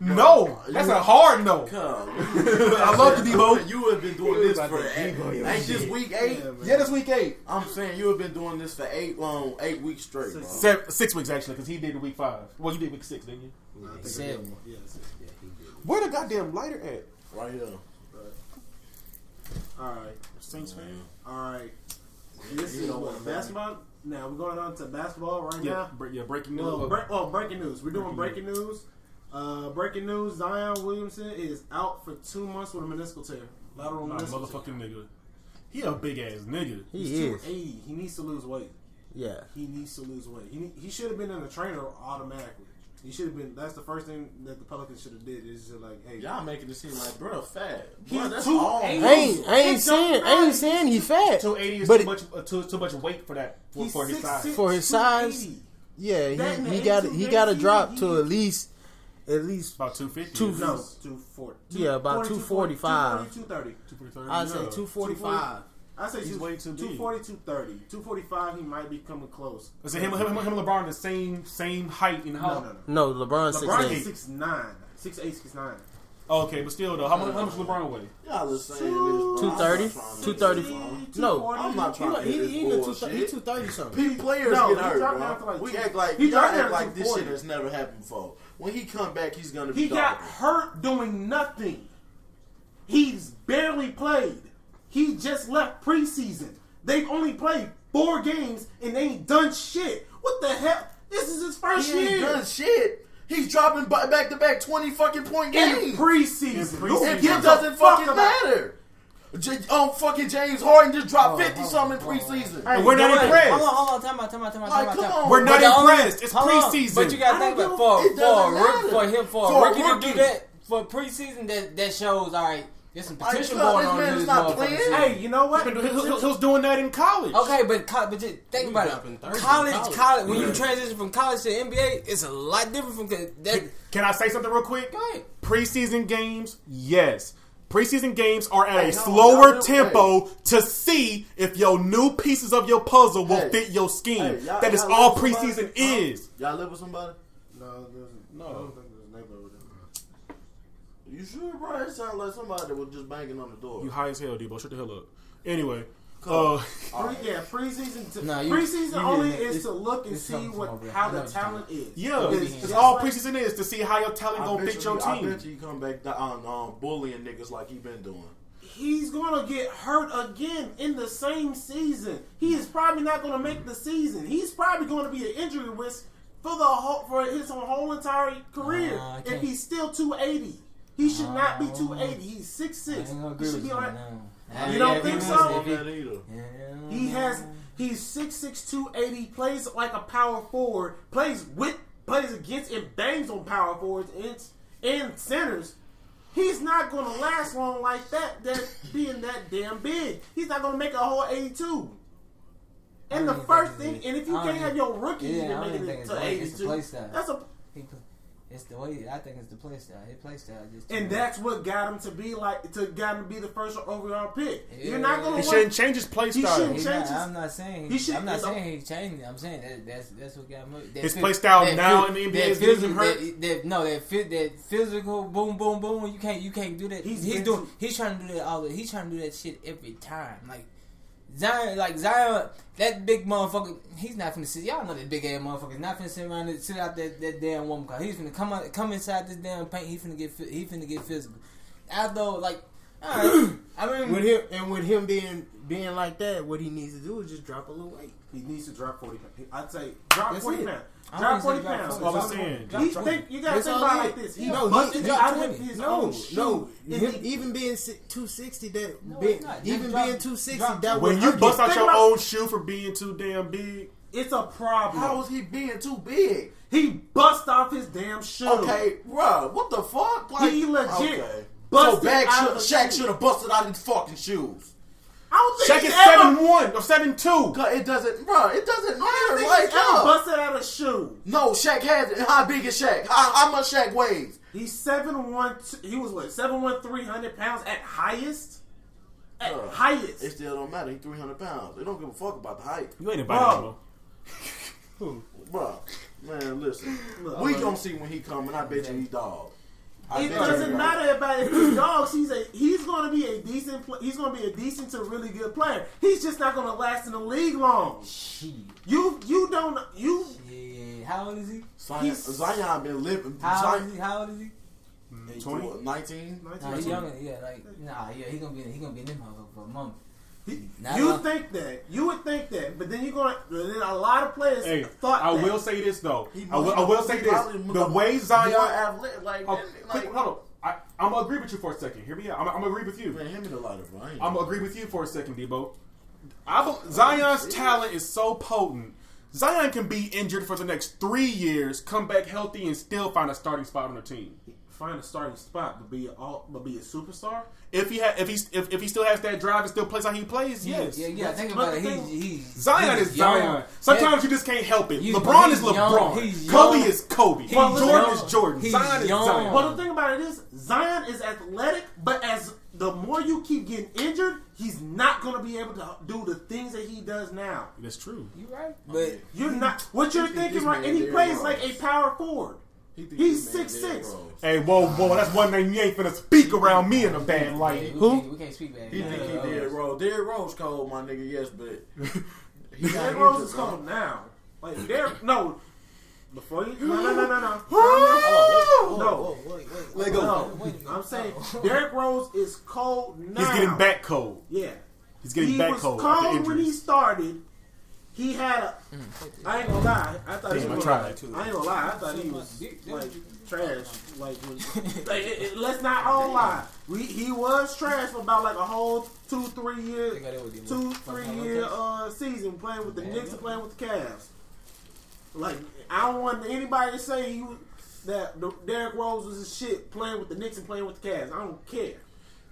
[SPEAKER 3] No, that's a hard no. I love you, Debo.
[SPEAKER 7] You have been doing this for eight. Ain't this week eight?
[SPEAKER 3] Yeah, that's week eight.
[SPEAKER 7] I'm saying you have been doing this for eight long, eight weeks straight. bro.
[SPEAKER 3] Seven, six weeks actually, because he did week five. Well, you did week six, didn't you?
[SPEAKER 2] seven.
[SPEAKER 6] Yes.
[SPEAKER 3] Where the goddamn lighter at?
[SPEAKER 7] Right here.
[SPEAKER 6] All right.
[SPEAKER 3] Saints fan.
[SPEAKER 6] All right. This
[SPEAKER 7] You
[SPEAKER 6] is
[SPEAKER 7] don't
[SPEAKER 6] what
[SPEAKER 7] wanna
[SPEAKER 6] basketball. Now we're going on to basketball right
[SPEAKER 3] Yeah,
[SPEAKER 6] now.
[SPEAKER 3] bre- yeah. Breaking news.
[SPEAKER 6] Well, bre- well, breaking news. We're doing breaking news. Uh, breaking news: Zion Williamson is out for two months with a meniscal tear, lateral
[SPEAKER 3] My
[SPEAKER 6] meniscal tear.
[SPEAKER 3] motherfucking nigga. He a big ass nigga.
[SPEAKER 6] He's 280. He needs to lose weight.
[SPEAKER 5] Yeah.
[SPEAKER 4] He needs to lose weight. He need, he should have been in the trainer automatically. He should have been. That's the first thing that the Pelicans should have did. Is just like, hey,
[SPEAKER 7] Y'all making it seem like bro fat.
[SPEAKER 4] He's
[SPEAKER 7] Bro, that's
[SPEAKER 4] too
[SPEAKER 7] all.
[SPEAKER 4] eight.
[SPEAKER 5] I ain't, I ain't saying, I ain't saying he fat.
[SPEAKER 3] Two eighty is
[SPEAKER 5] But
[SPEAKER 3] too
[SPEAKER 5] it-
[SPEAKER 3] much. Uh, too, too much weight for that for,
[SPEAKER 4] he's
[SPEAKER 3] for his size.
[SPEAKER 4] 6'6",
[SPEAKER 5] For his size,
[SPEAKER 4] 280.
[SPEAKER 5] Yeah,
[SPEAKER 4] That and
[SPEAKER 5] he, he
[SPEAKER 4] the
[SPEAKER 5] got he
[SPEAKER 4] 82
[SPEAKER 5] got to
[SPEAKER 4] days,
[SPEAKER 5] drop
[SPEAKER 4] he-
[SPEAKER 5] to at least at least
[SPEAKER 3] About two fifty.
[SPEAKER 5] Two-
[SPEAKER 4] No, two forty.
[SPEAKER 5] Yeah, about 245.
[SPEAKER 4] Two thirty.
[SPEAKER 5] I'd say two forty five.
[SPEAKER 4] I say
[SPEAKER 3] He's
[SPEAKER 4] two,
[SPEAKER 3] way too big.
[SPEAKER 4] 240, 230. 245, He might be coming close.
[SPEAKER 3] Is it him, him, him, him, and LeBron the same same height and
[SPEAKER 4] No,
[SPEAKER 3] how?
[SPEAKER 4] no, no.
[SPEAKER 5] No, LeBron six
[SPEAKER 4] LeBron
[SPEAKER 5] eight.
[SPEAKER 4] is 6'9", 6'8", 6'9".
[SPEAKER 3] Oh, okay, but still though, how much, how much LeBron weigh?
[SPEAKER 7] Y'all is saying this. bro.
[SPEAKER 5] 230?
[SPEAKER 7] I'm not trying to
[SPEAKER 5] 230?
[SPEAKER 7] do this, bro.
[SPEAKER 5] No,
[SPEAKER 7] I'm not trying to
[SPEAKER 5] He,
[SPEAKER 7] do
[SPEAKER 5] he,
[SPEAKER 7] this
[SPEAKER 5] he, in the two,
[SPEAKER 7] bullshit.
[SPEAKER 5] he two thirty something.
[SPEAKER 7] P players
[SPEAKER 4] No,
[SPEAKER 7] get
[SPEAKER 4] he
[SPEAKER 7] hurt,
[SPEAKER 4] dropped
[SPEAKER 7] bro.
[SPEAKER 4] down to like
[SPEAKER 7] we
[SPEAKER 4] two-
[SPEAKER 7] act like
[SPEAKER 4] he
[SPEAKER 7] y'all
[SPEAKER 4] dropped down
[SPEAKER 7] act
[SPEAKER 4] to
[SPEAKER 7] like this
[SPEAKER 4] 240.
[SPEAKER 7] shit has never happened before. When he come back, he's gonna be.
[SPEAKER 4] He got
[SPEAKER 7] dominant.
[SPEAKER 4] hurt doing nothing. He's barely played. He just left preseason. They've only played four games and they ain't done shit. What the hell? This is his first
[SPEAKER 7] He ain't
[SPEAKER 4] year
[SPEAKER 7] done shit. He's dropping back to back twenty fucking point
[SPEAKER 4] in
[SPEAKER 7] games.
[SPEAKER 4] preseason.
[SPEAKER 3] In preseason.
[SPEAKER 7] It
[SPEAKER 4] Who gives a
[SPEAKER 7] doesn't
[SPEAKER 4] fuck
[SPEAKER 7] fucking
[SPEAKER 4] about-
[SPEAKER 7] matter. J- um, fucking James Harden just dropped fifty something in preseason.
[SPEAKER 3] And we're not impressed.
[SPEAKER 11] Hold on, hold on, time out, time out, time out, time
[SPEAKER 7] Like,
[SPEAKER 11] out.
[SPEAKER 7] come
[SPEAKER 11] time
[SPEAKER 7] on.
[SPEAKER 11] out.
[SPEAKER 3] We're
[SPEAKER 11] But
[SPEAKER 3] not
[SPEAKER 11] the only-
[SPEAKER 3] impressed. It's
[SPEAKER 11] hold on,
[SPEAKER 3] preseason.
[SPEAKER 11] But you gotta
[SPEAKER 7] I
[SPEAKER 11] think
[SPEAKER 7] don't
[SPEAKER 11] about
[SPEAKER 7] know.
[SPEAKER 11] for
[SPEAKER 7] It
[SPEAKER 11] for a
[SPEAKER 7] doesn't
[SPEAKER 11] rook,
[SPEAKER 7] matter.
[SPEAKER 11] for him for,
[SPEAKER 7] For a
[SPEAKER 11] a rookie, to
[SPEAKER 7] rookie.
[SPEAKER 11] do that for preseason that that shows all right. There's some
[SPEAKER 7] Like,
[SPEAKER 11] potential
[SPEAKER 7] come on,
[SPEAKER 11] going
[SPEAKER 7] this
[SPEAKER 11] on
[SPEAKER 7] man
[SPEAKER 11] in
[SPEAKER 7] is
[SPEAKER 11] this
[SPEAKER 7] not
[SPEAKER 11] motherfucker.
[SPEAKER 7] playing.
[SPEAKER 4] Hey, you know what?
[SPEAKER 3] He was doing that in college.
[SPEAKER 11] Okay, but co- but just think about
[SPEAKER 5] dropping
[SPEAKER 11] it.
[SPEAKER 5] 30 in
[SPEAKER 11] College,
[SPEAKER 5] college.
[SPEAKER 11] college, When you transition from college to NBA, it's a lot different from that.
[SPEAKER 3] Can I say something real quick?
[SPEAKER 11] Go ahead.
[SPEAKER 3] Preseason games, yes. Preseason games are at
[SPEAKER 7] Hey,
[SPEAKER 3] a
[SPEAKER 7] no,
[SPEAKER 3] slower
[SPEAKER 7] y'all do-
[SPEAKER 3] tempo to see if your new pieces of your puzzle will
[SPEAKER 7] Hey.
[SPEAKER 3] fit your scheme.
[SPEAKER 7] Hey, y'all-
[SPEAKER 3] that is
[SPEAKER 7] y'all
[SPEAKER 3] all
[SPEAKER 7] live with
[SPEAKER 3] preseason
[SPEAKER 7] somebody?
[SPEAKER 3] is.
[SPEAKER 7] Y'all live with somebody?
[SPEAKER 4] No, there's, no. I don't think there's a neighbor over there.
[SPEAKER 7] You sure, bro? It sounds like somebody that was just banging on the door.
[SPEAKER 3] You high as hell, Debo. Shut the hell up. Anyway, uh,
[SPEAKER 4] Pre- Yeah, preseason. To,
[SPEAKER 5] Nah, you-
[SPEAKER 4] preseason
[SPEAKER 5] you
[SPEAKER 4] only
[SPEAKER 5] getting it.
[SPEAKER 4] is
[SPEAKER 5] It's-
[SPEAKER 4] to look and
[SPEAKER 5] it's
[SPEAKER 4] see
[SPEAKER 5] coming from
[SPEAKER 4] what
[SPEAKER 5] over here.
[SPEAKER 4] how
[SPEAKER 5] I know
[SPEAKER 4] the
[SPEAKER 5] what you're
[SPEAKER 4] talent is.
[SPEAKER 3] yeah,
[SPEAKER 4] It's
[SPEAKER 3] it's,
[SPEAKER 4] just
[SPEAKER 3] all
[SPEAKER 4] like-
[SPEAKER 3] preseason is to see how your talent
[SPEAKER 7] I
[SPEAKER 3] gonna
[SPEAKER 7] bet
[SPEAKER 3] fit
[SPEAKER 7] you-
[SPEAKER 3] your
[SPEAKER 7] I
[SPEAKER 3] team.
[SPEAKER 7] bet you he come back da- on um, bullying niggas like he been doing.
[SPEAKER 4] He's gonna get hurt again in the same season. He is probably not gonna make the season. He's probably gonna be an injury risk for the whole for his whole entire career.
[SPEAKER 11] Uh, I
[SPEAKER 4] if
[SPEAKER 11] can't-
[SPEAKER 4] he's still two eighty, he should not be two eighty. He's six six. He should be like You don't think so?
[SPEAKER 7] That either.
[SPEAKER 4] he has. He's six six two eighty. Plays like a power forward. Plays with plays against and bangs on power forwards and and centers. He's not gonna last long like that. That being that damn big, he's not gonna make a whole eighty two. And the
[SPEAKER 2] don't even
[SPEAKER 4] first
[SPEAKER 2] think
[SPEAKER 4] thing,
[SPEAKER 2] it's-
[SPEAKER 4] and if
[SPEAKER 2] I
[SPEAKER 4] you
[SPEAKER 2] don't
[SPEAKER 4] can't
[SPEAKER 2] even-
[SPEAKER 4] have your rookie
[SPEAKER 2] yeah, I
[SPEAKER 4] even
[SPEAKER 2] don't
[SPEAKER 4] making
[SPEAKER 2] even
[SPEAKER 4] it
[SPEAKER 2] think it's
[SPEAKER 4] to
[SPEAKER 2] play-
[SPEAKER 4] eighty
[SPEAKER 2] it's the play
[SPEAKER 4] two,
[SPEAKER 2] style.
[SPEAKER 4] that's a
[SPEAKER 2] It's the way I think it's the play style. His play style just
[SPEAKER 4] and that's what got him to be like to got him to be the first overall pick. You're not gonna.
[SPEAKER 3] He
[SPEAKER 4] want-
[SPEAKER 3] shouldn't change his play
[SPEAKER 4] He
[SPEAKER 3] style.
[SPEAKER 2] He
[SPEAKER 4] shouldn't change-
[SPEAKER 2] not-
[SPEAKER 4] changes.
[SPEAKER 2] I'm not saying
[SPEAKER 4] He
[SPEAKER 2] he,
[SPEAKER 4] should-
[SPEAKER 2] I'm not
[SPEAKER 4] it's a-
[SPEAKER 2] saying he changed. it. I'm saying that, that's that's what got him. hooked. That
[SPEAKER 3] His
[SPEAKER 2] phys-
[SPEAKER 3] play style
[SPEAKER 2] that
[SPEAKER 3] now
[SPEAKER 2] phys-
[SPEAKER 3] in the NBA is
[SPEAKER 2] that
[SPEAKER 3] getting
[SPEAKER 2] physical-
[SPEAKER 3] him hurt.
[SPEAKER 2] That, that, no, that fit that physical boom boom boom. You can't you can't do that.
[SPEAKER 4] He's
[SPEAKER 2] He's,
[SPEAKER 4] been
[SPEAKER 2] doing
[SPEAKER 4] too-
[SPEAKER 2] he's trying to do that all. The, he's trying to do that shit every time. Like Zion, like Zion, that big motherfucker. He's not finna sit. Y'all know that big ass motherfucker. He's not finna sit around and sit out that, that damn warm car. He's finna come out, come inside this damn paint. He finna get fi- he finna get physical. Although like. alright, [clears throat] I mean,
[SPEAKER 5] With him and with him being being like that, what he needs to do is just drop a little weight.
[SPEAKER 4] He needs to drop forty pounds. I'd say drop
[SPEAKER 5] That's
[SPEAKER 4] forty
[SPEAKER 5] it.
[SPEAKER 4] pounds.
[SPEAKER 2] I
[SPEAKER 4] Drop
[SPEAKER 2] don't
[SPEAKER 4] forty
[SPEAKER 2] think he
[SPEAKER 4] pounds.
[SPEAKER 2] dropped
[SPEAKER 3] I was saying,
[SPEAKER 4] He think you gotta
[SPEAKER 5] That's
[SPEAKER 4] think
[SPEAKER 5] all
[SPEAKER 4] about it
[SPEAKER 5] it
[SPEAKER 4] like
[SPEAKER 5] is.
[SPEAKER 4] this.
[SPEAKER 5] No,
[SPEAKER 4] He
[SPEAKER 5] he
[SPEAKER 4] busted
[SPEAKER 5] should
[SPEAKER 4] it
[SPEAKER 5] drop
[SPEAKER 4] out of
[SPEAKER 5] 20.
[SPEAKER 4] his
[SPEAKER 5] No,
[SPEAKER 4] own shoe.
[SPEAKER 5] no,
[SPEAKER 4] And
[SPEAKER 5] him,
[SPEAKER 4] he-
[SPEAKER 5] even being si- 260, that
[SPEAKER 2] No,
[SPEAKER 5] be-
[SPEAKER 2] it's not. Just
[SPEAKER 5] even
[SPEAKER 2] drop-
[SPEAKER 5] being 260,
[SPEAKER 2] drop-
[SPEAKER 5] that
[SPEAKER 3] When
[SPEAKER 5] would
[SPEAKER 3] you
[SPEAKER 5] hurt
[SPEAKER 3] bust
[SPEAKER 5] him.
[SPEAKER 3] out
[SPEAKER 4] Think
[SPEAKER 3] your
[SPEAKER 4] about-
[SPEAKER 3] own shoe for being too damn big,
[SPEAKER 4] it's a problem.
[SPEAKER 7] How is he being too big?
[SPEAKER 4] he bust off his damn shoe.
[SPEAKER 7] Okay, bro, what the fuck?
[SPEAKER 4] He legit
[SPEAKER 7] Okay.
[SPEAKER 4] busted
[SPEAKER 7] so back
[SPEAKER 4] out of the
[SPEAKER 7] Shaq
[SPEAKER 4] shoe.
[SPEAKER 7] should have busted out his fucking shoes.
[SPEAKER 4] I don't think
[SPEAKER 3] Shaq
[SPEAKER 4] he's
[SPEAKER 3] is
[SPEAKER 4] ever,
[SPEAKER 3] seven one or seven two.
[SPEAKER 7] Cause it doesn't, bro. It doesn't
[SPEAKER 4] I don't
[SPEAKER 7] matter.
[SPEAKER 4] think
[SPEAKER 7] Like,
[SPEAKER 4] he's ever
[SPEAKER 7] yeah.
[SPEAKER 4] busted out a shoe.
[SPEAKER 7] no, Shaq has it. How big is Shaq? How, how much Shaq weighs?
[SPEAKER 4] He's seven one. He was what seven one three hundred pounds at highest. At
[SPEAKER 7] Bruh.
[SPEAKER 4] highest.
[SPEAKER 7] It still don't matter. He three hundred pounds. They don't give a fuck about the height,
[SPEAKER 3] You ain't
[SPEAKER 4] Bro.
[SPEAKER 3] invited him.
[SPEAKER 7] bro. Man, listen,
[SPEAKER 4] Look,
[SPEAKER 7] we
[SPEAKER 4] I'm
[SPEAKER 7] gonna see when he come, and I bet you he dog. I
[SPEAKER 4] It
[SPEAKER 7] bet you he
[SPEAKER 4] doesn't
[SPEAKER 7] dog.
[SPEAKER 4] matter about if he's dogs. He's a he's going to be a decent. pl- He's going to be a decent to really good player. He's just not going to last in the league long.
[SPEAKER 2] shit.
[SPEAKER 4] You you don't you
[SPEAKER 2] Yeah, how old is he?
[SPEAKER 7] Zion,
[SPEAKER 4] He's-
[SPEAKER 7] Zion been living.
[SPEAKER 2] How old
[SPEAKER 7] Zion-
[SPEAKER 2] is he? How old is he?
[SPEAKER 3] 20?
[SPEAKER 7] 19?
[SPEAKER 2] Nah, he younger. Yeah, like nah, yeah, he gonna be he gonna be in them motherfucker for a month. Nah,
[SPEAKER 4] you
[SPEAKER 2] nah.
[SPEAKER 4] think that you would think that, but then you're going. to Then a lot of players
[SPEAKER 3] Hey,
[SPEAKER 4] thought
[SPEAKER 3] I
[SPEAKER 4] that.
[SPEAKER 3] will say this though.
[SPEAKER 7] He
[SPEAKER 3] I will, I will say
[SPEAKER 7] he
[SPEAKER 3] this:
[SPEAKER 7] probably
[SPEAKER 3] the
[SPEAKER 7] more-
[SPEAKER 3] way Zion,
[SPEAKER 7] more
[SPEAKER 3] oh,
[SPEAKER 7] athletic, like, that-
[SPEAKER 3] quick,
[SPEAKER 7] like
[SPEAKER 3] hold on. I, I'm gonna agree with you for a second. Hear me out. I'm, I'm gonna agree with you.
[SPEAKER 7] man, hand me the lighter, bro. I ain't-
[SPEAKER 3] I'm gonna agree with you for a second, Debo. I, be- Zion's talent is so potent Zion can be injured for the next three years, come back healthy, and still find a starting spot on the team.
[SPEAKER 6] Find a starting spot, but be a all, but be a superstar.
[SPEAKER 3] If he ha- if he if, if he still has that drive and still plays how he plays, yes.
[SPEAKER 2] Yeah, yeah. Think
[SPEAKER 6] But
[SPEAKER 2] about it.
[SPEAKER 6] the
[SPEAKER 2] He's,
[SPEAKER 6] thing-
[SPEAKER 2] he's
[SPEAKER 3] Zion
[SPEAKER 2] he's
[SPEAKER 3] is
[SPEAKER 2] young.
[SPEAKER 3] Zion.
[SPEAKER 2] Yeah.
[SPEAKER 3] Sometimes you just can't help it.
[SPEAKER 2] You-
[SPEAKER 3] LeBron
[SPEAKER 2] he's
[SPEAKER 3] is
[SPEAKER 2] young.
[SPEAKER 3] LeBron.
[SPEAKER 2] He's
[SPEAKER 3] Kobe
[SPEAKER 2] young.
[SPEAKER 3] is Kobe.
[SPEAKER 2] Well,
[SPEAKER 3] Jordan
[SPEAKER 2] young.
[SPEAKER 3] is Jordan.
[SPEAKER 2] He's
[SPEAKER 3] Zion is
[SPEAKER 2] young.
[SPEAKER 3] Zion.
[SPEAKER 6] But the thing about it is, Zion is athletic, but as the more you keep getting injured, he's not going to be able to do the things that he does now.
[SPEAKER 3] That's true.
[SPEAKER 2] But
[SPEAKER 6] You're not what you're
[SPEAKER 7] think
[SPEAKER 6] thinking,
[SPEAKER 7] this
[SPEAKER 6] right?
[SPEAKER 7] man
[SPEAKER 6] And he
[SPEAKER 7] Derrick
[SPEAKER 6] plays
[SPEAKER 7] Rose.
[SPEAKER 6] like a power forward. He's six six.
[SPEAKER 3] Hey, whoa, whoa, that's one name you ain't finna speak around me in a bad light.
[SPEAKER 2] Who? We can't, we can't speak uh, bad.
[SPEAKER 7] He think he did Rose. Derrick Rose cold, my nigga.
[SPEAKER 3] [laughs]
[SPEAKER 7] Yes, but he got
[SPEAKER 6] Derrick Rose
[SPEAKER 7] injured,
[SPEAKER 6] is
[SPEAKER 7] bro.
[SPEAKER 6] cold now. Like Derrick, no, before you, no, no, no, no,
[SPEAKER 5] [gasps]
[SPEAKER 6] no,
[SPEAKER 3] Whoa!
[SPEAKER 6] no,
[SPEAKER 3] Let
[SPEAKER 6] no. I'm saying Derrick Rose is cold now.
[SPEAKER 3] He's getting back cold.
[SPEAKER 6] Yeah,
[SPEAKER 3] He's getting
[SPEAKER 6] he
[SPEAKER 3] back
[SPEAKER 6] was
[SPEAKER 3] cold. after
[SPEAKER 6] cold when he
[SPEAKER 3] injuries.
[SPEAKER 6] started. He had a. I ain't gonna lie. I thought he
[SPEAKER 3] Damn, I
[SPEAKER 6] was.
[SPEAKER 3] tried.
[SPEAKER 6] I ain't gonna lie. I thought he was like trash. Like, when, like it, it- let's not all lie. We he was trash for about like a whole two three year two three year uh, season playing with the Knicks and playing with the Cavs. Like I don't want anybody to say he was, that the- Derrick Rose was a shit playing with the Knicks and playing with the Cavs. I don't care.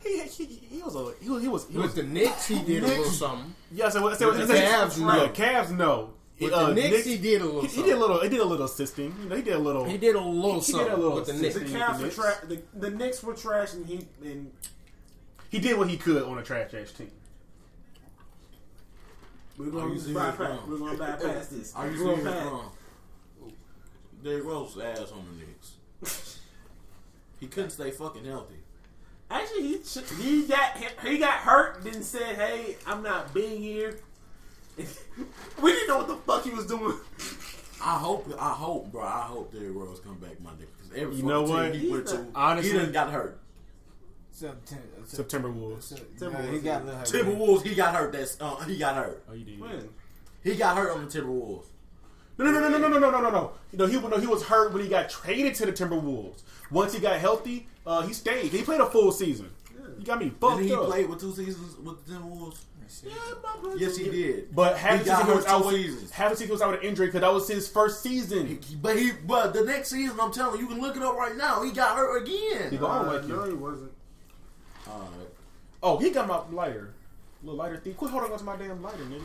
[SPEAKER 3] He, he, he was a he was he was, he was
[SPEAKER 5] With the Knicks, he did a little something.
[SPEAKER 3] yeah. So, so,
[SPEAKER 5] With the Cavs, no.
[SPEAKER 3] Yeah, Cavs no.
[SPEAKER 5] With
[SPEAKER 3] Uh,
[SPEAKER 5] the Knicks,
[SPEAKER 3] Knicks-
[SPEAKER 5] he did a little
[SPEAKER 3] he, he
[SPEAKER 5] something.
[SPEAKER 3] did a little. He did a little assisting. You know, he did a little.
[SPEAKER 5] He did a
[SPEAKER 3] He
[SPEAKER 5] little
[SPEAKER 3] did a
[SPEAKER 5] something
[SPEAKER 3] little
[SPEAKER 5] with the
[SPEAKER 6] The
[SPEAKER 5] Knicks.
[SPEAKER 3] assist.
[SPEAKER 6] Cavs were
[SPEAKER 3] Knicks.
[SPEAKER 6] trash. The, the Knicks were trash, and he and
[SPEAKER 3] He did what he could on a trash ass team.
[SPEAKER 6] we're going to
[SPEAKER 7] serious,
[SPEAKER 6] bypass.
[SPEAKER 7] bro?
[SPEAKER 6] We're going to bypass this.
[SPEAKER 7] Are you
[SPEAKER 6] We're
[SPEAKER 7] serious,
[SPEAKER 6] gonna pass-
[SPEAKER 7] bro? Derrick Rose's ass on the Knicks.
[SPEAKER 3] [laughs]
[SPEAKER 7] he couldn't stay fucking healthy.
[SPEAKER 6] Actually, he ch- he got he got hurt. Then said, "Hey, I'm not being here." [laughs] we didn't know what the fuck he was doing.
[SPEAKER 7] I hope, I hope, bro. I hope Derrick Rose come back, my nigga. Because every
[SPEAKER 3] You
[SPEAKER 7] fucking
[SPEAKER 3] know
[SPEAKER 7] team
[SPEAKER 3] what?
[SPEAKER 7] he went to,
[SPEAKER 3] Honestly-
[SPEAKER 7] he done got hurt.
[SPEAKER 3] September Wolves.
[SPEAKER 10] Nah, he got a little hurt.
[SPEAKER 7] Timberwolves, he got hurt. That's uh, he got hurt.
[SPEAKER 3] Oh, you did.
[SPEAKER 6] When?
[SPEAKER 7] He got hurt on the Timberwolves.
[SPEAKER 3] No, no, no, no, no, no, no, no, no, no. You know, he, no, he was hurt when he got traded to the Timberwolves. Once he got healthy, uh, he stayed. He played a full season. You got me fucked
[SPEAKER 7] Did he
[SPEAKER 3] up.
[SPEAKER 7] play with two seasons with the Timberwolves? Yes, he did.
[SPEAKER 3] But half the
[SPEAKER 7] he
[SPEAKER 3] season
[SPEAKER 7] got
[SPEAKER 3] he
[SPEAKER 7] hurt
[SPEAKER 3] was out
[SPEAKER 7] two
[SPEAKER 3] with
[SPEAKER 7] seasons.
[SPEAKER 3] half the season he was out with an injury because that was his first season.
[SPEAKER 7] But he, but the next season, I'm telling you, you can look it up right now. He got hurt
[SPEAKER 3] He
[SPEAKER 7] again.
[SPEAKER 3] go, I don't
[SPEAKER 6] Uh,
[SPEAKER 3] like
[SPEAKER 6] no,
[SPEAKER 3] you.
[SPEAKER 6] he wasn't.
[SPEAKER 7] Alright.
[SPEAKER 3] Oh, he got my lighter, little lighter thing. Quit holding on to my damn lighter, nigga.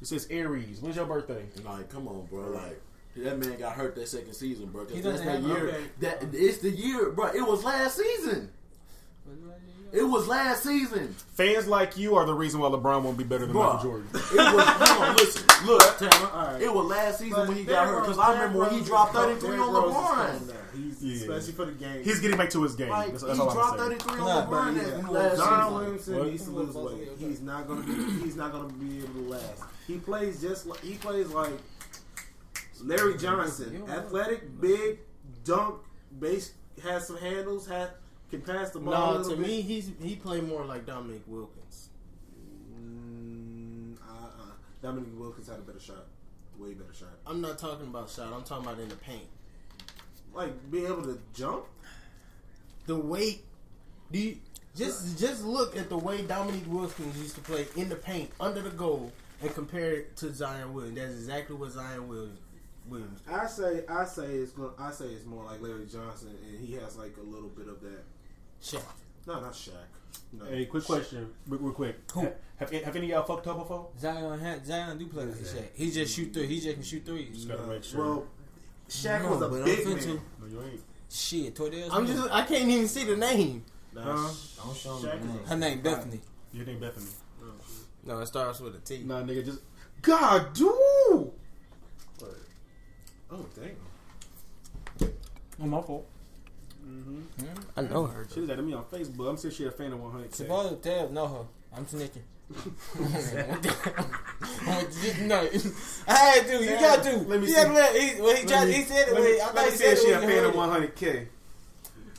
[SPEAKER 3] It says Aries. When's your birthday?
[SPEAKER 7] Like, come on, bro. Like, that man got hurt that second season, bro. Because
[SPEAKER 10] He
[SPEAKER 7] that's
[SPEAKER 10] doesn't
[SPEAKER 7] that
[SPEAKER 10] have-
[SPEAKER 7] year.
[SPEAKER 6] okay.
[SPEAKER 7] That it's the year, bro. It was last season. It was last season,
[SPEAKER 3] Fans like you are the reason why LeBron won't be better than
[SPEAKER 7] bro.
[SPEAKER 3] Michael Jordan.
[SPEAKER 7] It was. come on, listen, look, Tanner.
[SPEAKER 6] All right.
[SPEAKER 7] It was last season
[SPEAKER 6] But
[SPEAKER 7] when he got
[SPEAKER 6] Derrick
[SPEAKER 7] hurt. Because
[SPEAKER 6] Rose-
[SPEAKER 7] I remember when
[SPEAKER 6] Derrick
[SPEAKER 7] he
[SPEAKER 6] Rose
[SPEAKER 7] dropped
[SPEAKER 6] is cold.
[SPEAKER 7] 33 on
[SPEAKER 6] Derrick Rose is cold
[SPEAKER 7] LeBron.
[SPEAKER 6] now. He's
[SPEAKER 3] Yeah.
[SPEAKER 6] especially for the game.
[SPEAKER 3] He's getting back to his game.
[SPEAKER 7] Like,
[SPEAKER 3] that's,
[SPEAKER 7] he
[SPEAKER 3] that's all I'm
[SPEAKER 7] dropped
[SPEAKER 3] saying.
[SPEAKER 7] 33
[SPEAKER 6] Nah,
[SPEAKER 7] on
[SPEAKER 6] but
[SPEAKER 7] LeBron
[SPEAKER 6] yeah,
[SPEAKER 7] that
[SPEAKER 6] Zion
[SPEAKER 7] last season.
[SPEAKER 6] Williamson
[SPEAKER 3] What?
[SPEAKER 6] needs to lose weight. He's not gonna be. He's not gonna be able to last. He plays just like he plays like Larry Johnson, athletic, big, dunk, base, has some handles, has can pass the ball. a
[SPEAKER 5] No,
[SPEAKER 6] little
[SPEAKER 5] to
[SPEAKER 6] bit.
[SPEAKER 5] me, he's he played more like Dominic Wilkins.
[SPEAKER 6] Mm, uh, uh, Dominic Wilkins had a better shot, way better shot.
[SPEAKER 5] I'm not talking about shot. I'm talking about in the paint.
[SPEAKER 6] Like being able to jump.
[SPEAKER 5] The weight. Do you, just just look at the way Dominique Wilkins used to play in the paint under the goal and compare it to Zion Williams. That's exactly what Zion Williams. Williams.
[SPEAKER 6] I say, I say it's going. I say it's more like Larry Johnson, and he has like a little bit of that.
[SPEAKER 5] Shaq.
[SPEAKER 6] No, not Shaq. No.
[SPEAKER 3] Hey, quick question, real, real quick. Have, have any of y'all fucked up before?
[SPEAKER 10] Zion, had, Zion do play with the Shaq. He just shoot three. He just can shoot threes.
[SPEAKER 3] Gotta make sure.
[SPEAKER 6] Well, Shaq
[SPEAKER 10] No,
[SPEAKER 6] was
[SPEAKER 10] but
[SPEAKER 6] a
[SPEAKER 10] I'm
[SPEAKER 6] big
[SPEAKER 10] finna-
[SPEAKER 6] man.
[SPEAKER 3] no, you ain't.
[SPEAKER 10] Shit, Cordell.
[SPEAKER 5] I'm just. I can't even see the name.
[SPEAKER 6] Nah,
[SPEAKER 10] Don't show
[SPEAKER 6] Shaq
[SPEAKER 10] him. the
[SPEAKER 6] is
[SPEAKER 10] name. Her name Bethany.
[SPEAKER 3] Your name Bethany.
[SPEAKER 5] No, it starts with a T.
[SPEAKER 3] Nah, uh, nigga, just God, dude. Oh,
[SPEAKER 6] oh damn.
[SPEAKER 3] my fault.
[SPEAKER 10] I know her.
[SPEAKER 3] She was at me on Facebook. I'm still she a fan of 100.
[SPEAKER 10] Supposed to tell know her. I'm
[SPEAKER 5] [laughs]
[SPEAKER 10] [laughs] snitching. no, I had to. You got to.
[SPEAKER 3] Let me
[SPEAKER 10] he
[SPEAKER 3] see.
[SPEAKER 10] had to let- he, well, he, tried, he said it.
[SPEAKER 3] Let me,
[SPEAKER 10] when- I
[SPEAKER 3] let
[SPEAKER 10] thought
[SPEAKER 3] me
[SPEAKER 10] he
[SPEAKER 3] see
[SPEAKER 10] said
[SPEAKER 3] if
[SPEAKER 10] it.
[SPEAKER 3] she a
[SPEAKER 10] when
[SPEAKER 3] fan
[SPEAKER 10] you
[SPEAKER 3] of
[SPEAKER 10] heard it.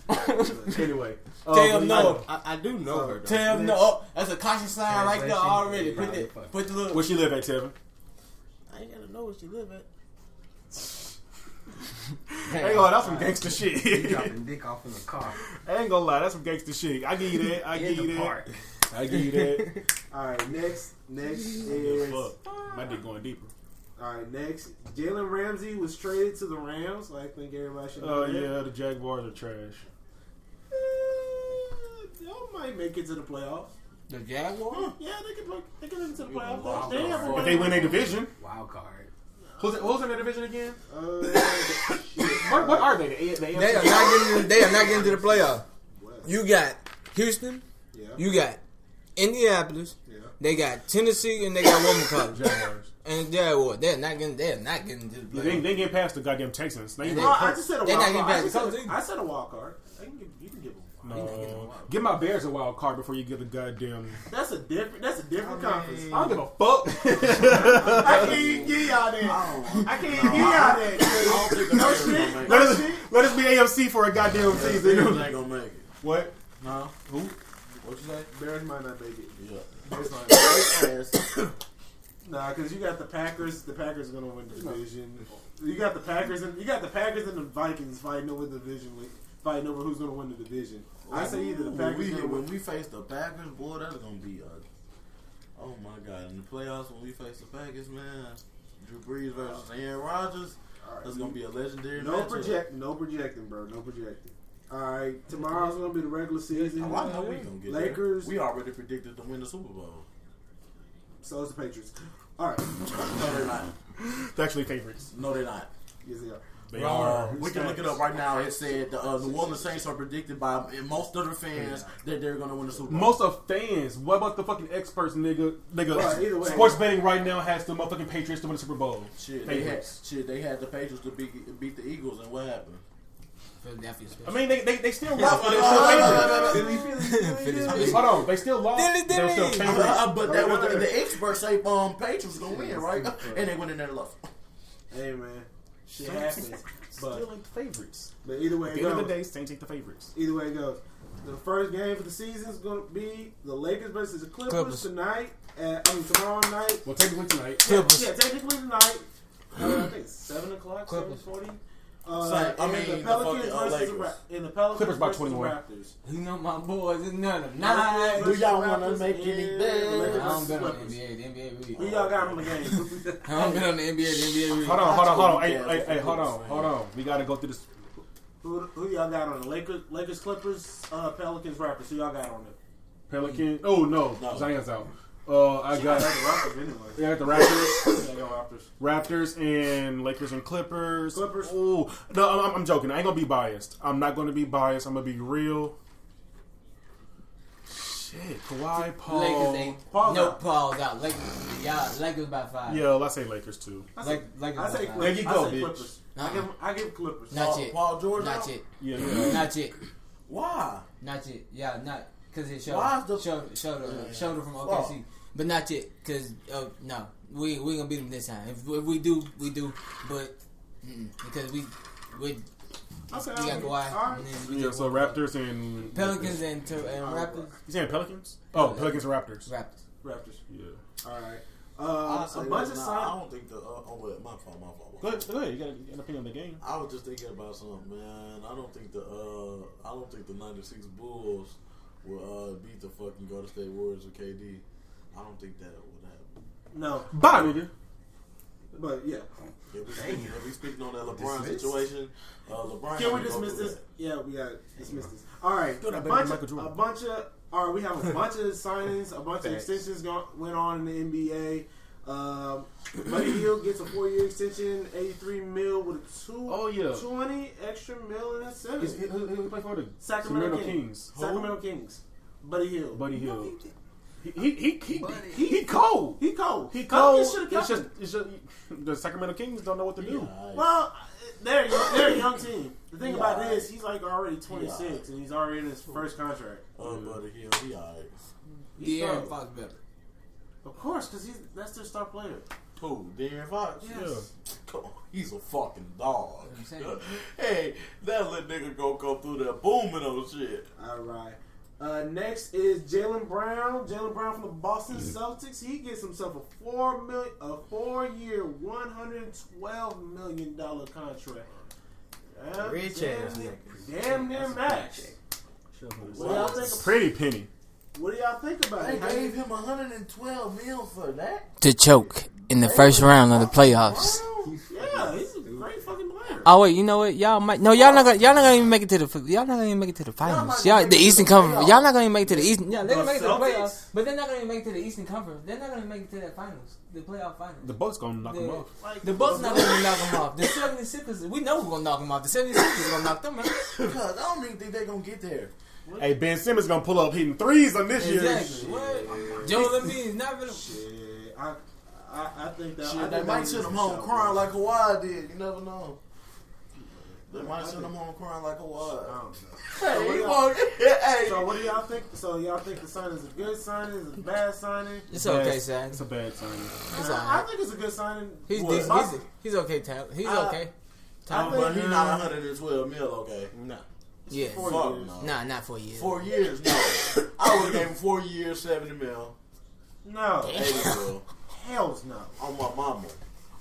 [SPEAKER 3] 100K.
[SPEAKER 10] [laughs]
[SPEAKER 3] anyway, uh,
[SPEAKER 10] Tell
[SPEAKER 3] but
[SPEAKER 10] no.
[SPEAKER 5] I, I do know her. Though.
[SPEAKER 10] Tell him no. Oh, that's a caution sign right there Translation.
[SPEAKER 2] Yeah,
[SPEAKER 10] already. Put
[SPEAKER 2] probably
[SPEAKER 10] the
[SPEAKER 2] fuck.
[SPEAKER 10] put the little.
[SPEAKER 3] Where she live at, Tevin?
[SPEAKER 5] I ain't gotta know where she live at.
[SPEAKER 3] Hey, oh, that's some gangster shit. [laughs]
[SPEAKER 10] Dropping dick off in the car.
[SPEAKER 3] I ain't gonna lie, that's some gangster shit. I give you that. I
[SPEAKER 10] In
[SPEAKER 3] give you
[SPEAKER 10] the
[SPEAKER 3] that.
[SPEAKER 10] park.
[SPEAKER 3] I give you that.
[SPEAKER 4] All right, next, next is all
[SPEAKER 3] Fuck, my dick going deeper.
[SPEAKER 4] right, next. Jalen Ramsey was traded to the Rams. I think everybody should. know
[SPEAKER 3] Oh
[SPEAKER 4] that.
[SPEAKER 3] yeah, the Jaguars are trash.
[SPEAKER 4] Uh, y'all might make it to the playoffs. [laughs]
[SPEAKER 2] The Jaguar?
[SPEAKER 4] Yeah, they can play. They can make it to the
[SPEAKER 10] wild
[SPEAKER 4] playoffs. They have
[SPEAKER 10] card.
[SPEAKER 3] If they win their division,
[SPEAKER 10] Wild card.
[SPEAKER 3] who's, who's in their division again?
[SPEAKER 4] [laughs] Uh,
[SPEAKER 3] What, what are they? The, A- the AFC?
[SPEAKER 2] They are not getting. They are not getting to the playoff. You got Houston.
[SPEAKER 4] yeah,
[SPEAKER 2] You got Indianapolis.
[SPEAKER 4] yeah.
[SPEAKER 2] They got Tennessee, and they got one more college.
[SPEAKER 3] Jaguars.
[SPEAKER 2] And Jaguar. They're not getting. They're not getting to the
[SPEAKER 3] They, they
[SPEAKER 2] playoff.
[SPEAKER 3] ain't get past the goddamn Texans. They ain't
[SPEAKER 2] Yeah.
[SPEAKER 4] Well, I just said a
[SPEAKER 2] They not
[SPEAKER 4] wild
[SPEAKER 2] getting
[SPEAKER 4] card. I,
[SPEAKER 2] back
[SPEAKER 4] just
[SPEAKER 2] to
[SPEAKER 4] said,
[SPEAKER 2] Colorado.
[SPEAKER 4] I said a wild card. I can give, you can give them. a wild card.
[SPEAKER 3] No. Give my Bears a wild card before you get the goddamn.
[SPEAKER 4] That's a different. That's a different conference.
[SPEAKER 3] I don't give a fuck.
[SPEAKER 4] I can't even give y'all that. I can't even give y'all that.
[SPEAKER 6] [laughs]
[SPEAKER 4] No shit.
[SPEAKER 3] let, us, let us be AFC for a goddamn season.
[SPEAKER 4] [laughs]
[SPEAKER 7] ain't gonna make it.
[SPEAKER 3] what?
[SPEAKER 4] No.
[SPEAKER 7] What you say?
[SPEAKER 4] Bears might not make it.
[SPEAKER 7] Yeah.
[SPEAKER 4] Bears might not make it. Nah, because you got the Packers. The Packers are gonna win the division. You got the Packers and you got the Packers and the Vikings fighting over the division, like, fighting over who's gonna win the division. I say either the
[SPEAKER 7] When we,
[SPEAKER 4] Packers. Or
[SPEAKER 7] when
[SPEAKER 4] win.
[SPEAKER 7] we face the Packers, boy, that's gonna be a. Oh my god! In the playoffs, when we face the Packers, man, Drew Brees versus Aaron Rodgers, that's gonna be a legendary.
[SPEAKER 4] No
[SPEAKER 7] matchup.
[SPEAKER 4] project. No projecting, bro. No projecting. All right, tomorrow's gonna be the regular season.
[SPEAKER 7] Oh, I know we gonna get there.
[SPEAKER 4] Lakers.
[SPEAKER 7] We already predicted to win the Super Bowl.
[SPEAKER 4] So is the Patriots. All right.
[SPEAKER 7] No, they're not.
[SPEAKER 3] They're actually favorites.
[SPEAKER 7] No, they're not.
[SPEAKER 4] Yes, they are.
[SPEAKER 3] They
[SPEAKER 4] Oh,
[SPEAKER 7] Um, we can look it up right now. It said the uh, New Orleans Saints are predicted by uh, most of the fans that they're gonna win the Super Bowl.
[SPEAKER 3] Most of fans. What about the fucking experts, nigga? Nigga,
[SPEAKER 4] Well, either way.
[SPEAKER 3] sports betting right now has the motherfucking Patriots to win the Super Bowl.
[SPEAKER 7] shit, they had
[SPEAKER 3] Favorites.
[SPEAKER 7] shit. They had the Patriots to beat beat the Eagles, and what happened?
[SPEAKER 2] Philadelphia's
[SPEAKER 3] I mean, they they, they still
[SPEAKER 7] Yeah,
[SPEAKER 3] lost. but
[SPEAKER 4] Oh,
[SPEAKER 7] but,
[SPEAKER 3] they're
[SPEAKER 7] uh,
[SPEAKER 3] still
[SPEAKER 7] uh,
[SPEAKER 3] favorites.
[SPEAKER 7] uh, uh,
[SPEAKER 2] special.
[SPEAKER 3] Hold on, they still lost.
[SPEAKER 2] Dilly,
[SPEAKER 3] They're still
[SPEAKER 2] dilly.
[SPEAKER 3] favorites.
[SPEAKER 7] [laughs] Uh, but that was the, the experts say um Patriots gonna win, right? And they went in there and lost.
[SPEAKER 4] Hey man, shit happens.
[SPEAKER 3] [laughs]
[SPEAKER 4] But
[SPEAKER 3] Still ain't the favorites.
[SPEAKER 4] but either way
[SPEAKER 3] At
[SPEAKER 4] it
[SPEAKER 3] the end of the
[SPEAKER 4] goes,
[SPEAKER 3] day, Saints ain't the favorites.
[SPEAKER 4] either way it goes. The first game for the season is going to be the Lakers versus the Clippers,
[SPEAKER 2] Clippers.
[SPEAKER 4] tonight. At, I mean tomorrow night.
[SPEAKER 3] Well, technically tonight.
[SPEAKER 4] Yeah, technically tonight. Uh, I think it's seven o'clock, seven
[SPEAKER 2] Clippers.
[SPEAKER 4] forty. Uh,
[SPEAKER 7] So, I
[SPEAKER 4] and
[SPEAKER 7] mean,
[SPEAKER 4] the
[SPEAKER 7] the
[SPEAKER 4] Pelicans
[SPEAKER 7] fucking, uh,
[SPEAKER 4] versus the Ra-
[SPEAKER 7] Lakers.
[SPEAKER 4] and the Pelicans
[SPEAKER 3] Clippers by
[SPEAKER 4] versus the
[SPEAKER 3] 21.
[SPEAKER 4] Raptors.
[SPEAKER 2] You know my boys, it's none of
[SPEAKER 4] Pelicans
[SPEAKER 2] nine.
[SPEAKER 7] Do y'all
[SPEAKER 4] versus
[SPEAKER 7] wanna
[SPEAKER 4] Raptors
[SPEAKER 7] make any
[SPEAKER 4] and
[SPEAKER 7] bets?
[SPEAKER 4] Lakers
[SPEAKER 2] I don't
[SPEAKER 4] versus
[SPEAKER 2] bet on the
[SPEAKER 4] Clippers.
[SPEAKER 2] NBA. The NBA,
[SPEAKER 4] Who
[SPEAKER 2] really.
[SPEAKER 4] y'all got from the game? [laughs]
[SPEAKER 2] I don't bet on the NBA. The NBA.
[SPEAKER 3] Hold
[SPEAKER 2] really.
[SPEAKER 3] on, hold on, hold on. Hey,
[SPEAKER 7] Yeah,
[SPEAKER 3] hey, hey,
[SPEAKER 7] that's
[SPEAKER 3] hold
[SPEAKER 7] what
[SPEAKER 3] on,
[SPEAKER 7] I'm
[SPEAKER 3] hold on. We gotta go through this.
[SPEAKER 4] who, who y'all got on the Lakers, Lakers, Clippers, uh, Pelicans, Raptors? Who y'all got on it?
[SPEAKER 3] Pelican. Oh no,
[SPEAKER 7] Mm-hmm. No.
[SPEAKER 3] Zion's out. Uh, I
[SPEAKER 4] I got
[SPEAKER 7] [laughs]
[SPEAKER 3] got.
[SPEAKER 4] the Raptors [coughs] anyway.
[SPEAKER 3] Yeah, I got the Raptors,
[SPEAKER 4] I got Raptors.
[SPEAKER 3] Raptors, and Lakers and Clippers.
[SPEAKER 4] Clippers.
[SPEAKER 3] Oh no, I'm, I'm- I'm joking. I ain't gonna be biased. I'm not gonna be biased. I'm gonna be real. Shit, Kawhi, Oh, Paul.
[SPEAKER 2] Lakers ain't.
[SPEAKER 4] Paul's
[SPEAKER 2] no,
[SPEAKER 4] out.
[SPEAKER 2] Paul's out. Lakers, y'all, Lakers by five.
[SPEAKER 3] Yeah, well, I say Lakers too.
[SPEAKER 2] Like, Lakers
[SPEAKER 4] I say
[SPEAKER 2] by five.
[SPEAKER 4] Clippers.
[SPEAKER 3] you
[SPEAKER 4] I
[SPEAKER 3] go,
[SPEAKER 4] say
[SPEAKER 3] bitch.
[SPEAKER 4] Clippers. I
[SPEAKER 2] Nah.
[SPEAKER 4] give I give Clippers.
[SPEAKER 2] Not
[SPEAKER 7] Paul,
[SPEAKER 2] yet.
[SPEAKER 7] Paul George.
[SPEAKER 2] Not
[SPEAKER 7] out?
[SPEAKER 2] yet.
[SPEAKER 3] Yeah, yeah.
[SPEAKER 2] Not yet.
[SPEAKER 7] Why?
[SPEAKER 2] Not yet. Yeah, not because it's shoulder.
[SPEAKER 7] Why is the-
[SPEAKER 2] shoulder, shoulder, uh, shoulder from OKC,
[SPEAKER 7] Fuck.
[SPEAKER 2] but not yet. Because uh, no, we we gonna beat them this time. If, if we do, we do. But mm-mm, because we we
[SPEAKER 4] Okay,
[SPEAKER 2] we got
[SPEAKER 4] okay.
[SPEAKER 2] Kawhi.
[SPEAKER 4] Alright.
[SPEAKER 2] And then we
[SPEAKER 3] yeah
[SPEAKER 2] just-
[SPEAKER 3] so Raptors and
[SPEAKER 2] Pelicans and, Tur- and Raptors.
[SPEAKER 3] You saying Pelicans? Oh, Pelicans and Raptors.
[SPEAKER 2] Raptors.
[SPEAKER 4] Raptors.
[SPEAKER 3] Yeah.
[SPEAKER 4] All right.
[SPEAKER 7] I
[SPEAKER 4] Uh, a
[SPEAKER 7] say,
[SPEAKER 4] bunch of
[SPEAKER 7] nah,
[SPEAKER 4] sign-
[SPEAKER 7] I don't think the. Uh, oh, well, my fault. My fault.
[SPEAKER 3] Go ahead, go ahead. You got an opinion on the game.
[SPEAKER 7] I was just thinking about something, man. I don't think the uh, I don't think the '96 Bulls will uh, beat the fucking Golden State Warriors with KD. I don't think that would happen.
[SPEAKER 4] No,
[SPEAKER 3] Bye, nigga.
[SPEAKER 4] but yeah.
[SPEAKER 7] If we speaking, if we speaking on that LeBron situation, uh, LeBron
[SPEAKER 4] Can we
[SPEAKER 7] ain't gonna
[SPEAKER 4] dismiss
[SPEAKER 7] do
[SPEAKER 4] this?
[SPEAKER 7] that.
[SPEAKER 4] Yeah, we got dismiss this. All right.
[SPEAKER 3] Good, I
[SPEAKER 4] A
[SPEAKER 3] better
[SPEAKER 4] bunch
[SPEAKER 3] than Michael
[SPEAKER 4] of,
[SPEAKER 3] Jordan.
[SPEAKER 4] a bunch of. All right, we have a bunch of signings, a bunch of
[SPEAKER 3] Facts.
[SPEAKER 4] extensions go, went on in the NBA. Um, Buddy Hill gets a four-year extension, eighty-three mil with a two,
[SPEAKER 3] Oh, yeah.
[SPEAKER 4] twenty extra mil in a
[SPEAKER 3] Is,
[SPEAKER 4] seven.
[SPEAKER 3] who, who- who play for the
[SPEAKER 4] Sacramento,
[SPEAKER 3] Kings?
[SPEAKER 4] Kings.
[SPEAKER 3] Who?
[SPEAKER 4] Sacramento Kings. Buddy Hill.
[SPEAKER 3] Buddy Hill. He he he he, he, he cold.
[SPEAKER 4] He cold.
[SPEAKER 3] He
[SPEAKER 4] Pelicans
[SPEAKER 3] cold.
[SPEAKER 4] should've
[SPEAKER 3] It's
[SPEAKER 4] kept
[SPEAKER 3] just
[SPEAKER 4] him.
[SPEAKER 3] it's just the Sacramento Kings don't know what to do.
[SPEAKER 4] Well, they're a young, they're a young team. The thing about it is, he's like already 26 and he's already in his first contract.
[SPEAKER 7] Oh, buddy, he he alright.
[SPEAKER 2] De'Aaron Fox better.
[SPEAKER 4] Of course, because he's that's their star player.
[SPEAKER 7] Who? Darren Fox?
[SPEAKER 4] Yes.
[SPEAKER 7] Come on, he's a fucking dog.
[SPEAKER 2] I'm saying.
[SPEAKER 7] [laughs] hey, that little nigga gonna come through there booming on shit.
[SPEAKER 4] All right. Uh, next is Jalen Brown. Jalen Brown from the Boston
[SPEAKER 10] Mm-hmm.
[SPEAKER 4] Celtics. He gets himself a four million, a four-year, one hundred twelve million dollar contract. Yeah,
[SPEAKER 5] Rich
[SPEAKER 4] damn
[SPEAKER 5] ass
[SPEAKER 4] near- Damn near max. What y'all think?
[SPEAKER 3] Pretty penny. What do y'all think about
[SPEAKER 7] They
[SPEAKER 3] it? How you-
[SPEAKER 7] gave him 112 mil for [laughs] that.
[SPEAKER 2] to choke in the first round of the playoffs.
[SPEAKER 3] yeah, he's a great fucking player.
[SPEAKER 2] Oh wait, you know what? Y'all might no, y'all not gonna, y'all not gonna even make it to the y'all not gonna even make it to the finals. Y'all the Eastern Conference. Y'all not gonna even make it to the Eastern. Yeah, they're
[SPEAKER 3] The
[SPEAKER 2] gonna make it to the
[SPEAKER 3] Celtics?
[SPEAKER 2] playoffs, but they're not gonna even make it to the Eastern Conference. They're not gonna make it to that finals, the playoff finals.
[SPEAKER 10] The Bucks gonna knock him
[SPEAKER 2] The,
[SPEAKER 10] off.
[SPEAKER 2] the Bucks not gonna knock them off. The 76ers, we know we're gonna knock them off. The 76ers gonna knock them out.
[SPEAKER 7] Because I don't even think they're going to get there.
[SPEAKER 10] Hey, Ben Simmons gonna pull up hitting threes on this year.
[SPEAKER 2] Exactly. What? Joel Embiid is not gonna.
[SPEAKER 3] Yeah, I, I, I think that I
[SPEAKER 7] Shit,
[SPEAKER 3] think
[SPEAKER 7] they
[SPEAKER 3] that
[SPEAKER 7] might
[SPEAKER 3] was
[SPEAKER 7] send
[SPEAKER 3] a
[SPEAKER 7] him home
[SPEAKER 3] shot.
[SPEAKER 7] crying like Kawhi did. You never know. They might
[SPEAKER 3] I
[SPEAKER 7] send him
[SPEAKER 3] think-
[SPEAKER 7] home crying like
[SPEAKER 3] I
[SPEAKER 7] Kawhi.
[SPEAKER 3] don't know.
[SPEAKER 7] Hey, he won't. Hey,
[SPEAKER 3] So what do y'all think? So y'all think the signing is a good signing? Is it a bad signing?
[SPEAKER 2] It's okay,
[SPEAKER 10] Yes,
[SPEAKER 2] son.
[SPEAKER 10] It's a bad sign.
[SPEAKER 3] I, I think it's a good signing.
[SPEAKER 2] He's
[SPEAKER 3] What?
[SPEAKER 2] decent. He's, he's okay, talent. He's
[SPEAKER 5] Uh,
[SPEAKER 3] I-
[SPEAKER 2] okay.
[SPEAKER 7] Oh,
[SPEAKER 2] Talent.
[SPEAKER 7] but he not 112 mil, okay?
[SPEAKER 12] No.
[SPEAKER 2] Yeah.
[SPEAKER 7] Fuck no.
[SPEAKER 2] Nah, not for years.
[SPEAKER 7] Four
[SPEAKER 3] [laughs]
[SPEAKER 7] years, no. I would have gave him four years, 70 mil.
[SPEAKER 3] No,
[SPEAKER 7] 80 mil.
[SPEAKER 3] hell's no.
[SPEAKER 7] On my mama.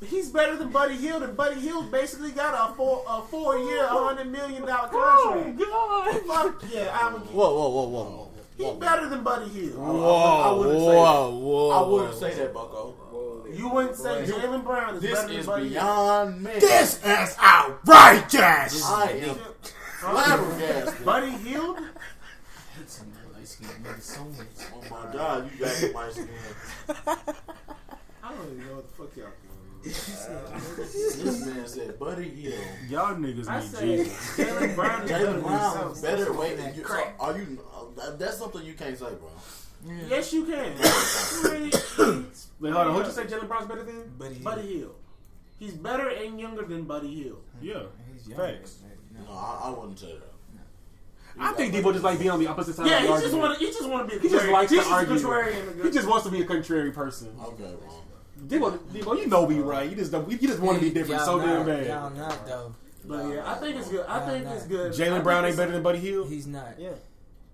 [SPEAKER 3] He's better than Buddy Hield, and Buddy Hield basically got a four a four year, hundred million dollar
[SPEAKER 10] Oh
[SPEAKER 3] contract. Fuck yeah, I would.
[SPEAKER 2] Whoa, whoa, whoa, whoa, whoa.
[SPEAKER 3] He's better than Buddy Hield. Oh,
[SPEAKER 7] I wouldn't say that.
[SPEAKER 2] whoa.
[SPEAKER 7] I wouldn't say that, Bucko.
[SPEAKER 3] You wouldn't say Jalen Brown is
[SPEAKER 7] This
[SPEAKER 3] better
[SPEAKER 7] is
[SPEAKER 3] than Buddy
[SPEAKER 7] beyond me.
[SPEAKER 10] is outrageous.
[SPEAKER 2] Oh,
[SPEAKER 7] I am
[SPEAKER 3] Hield.
[SPEAKER 7] flabbergasted.
[SPEAKER 3] Buddy Hield?
[SPEAKER 7] oh my god, you got the light skin.
[SPEAKER 3] I don't even know what the fuck y'all doing.
[SPEAKER 7] This man said, Buddy Hill.
[SPEAKER 10] Y'all
[SPEAKER 3] I
[SPEAKER 10] niggas need
[SPEAKER 3] say
[SPEAKER 10] Jesus.
[SPEAKER 3] Jalen Brown is better
[SPEAKER 7] Jalen
[SPEAKER 3] than
[SPEAKER 7] Brown is
[SPEAKER 3] himself.
[SPEAKER 7] better way than you. Are you? uh, that- That's something you can't say, bro.
[SPEAKER 3] Yes, you
[SPEAKER 10] [coughs]
[SPEAKER 3] can. You really-
[SPEAKER 10] Wait, hold on. Who'd you say Jalen Brown's better than?
[SPEAKER 2] Buddy,
[SPEAKER 3] Buddy Hill. He's better and younger than Buddy Hill.
[SPEAKER 10] Yeah. Facts.
[SPEAKER 7] No, I, I wouldn't say that.
[SPEAKER 10] I think Debo just like being on the opposite side.
[SPEAKER 3] Yeah,
[SPEAKER 10] of
[SPEAKER 3] he
[SPEAKER 10] the
[SPEAKER 3] just
[SPEAKER 10] argument.
[SPEAKER 3] want to. He just want to be.
[SPEAKER 10] He just likes to argue.
[SPEAKER 3] Contrarian.
[SPEAKER 10] He just wants to be a contrary person.
[SPEAKER 7] Okay, wrong.
[SPEAKER 10] Debo, Debo you know we right. You just don't, you just
[SPEAKER 2] [laughs]
[SPEAKER 10] want to be different so damn bad.
[SPEAKER 2] Y'all not though.
[SPEAKER 3] But yeah, I think it's good. I
[SPEAKER 2] Nah,
[SPEAKER 3] think
[SPEAKER 2] nah.
[SPEAKER 3] it's good. I
[SPEAKER 10] Jalen
[SPEAKER 3] think
[SPEAKER 10] Brown
[SPEAKER 3] it's-
[SPEAKER 10] ain't better than Buddy Hill.
[SPEAKER 2] He's not.
[SPEAKER 3] Yeah.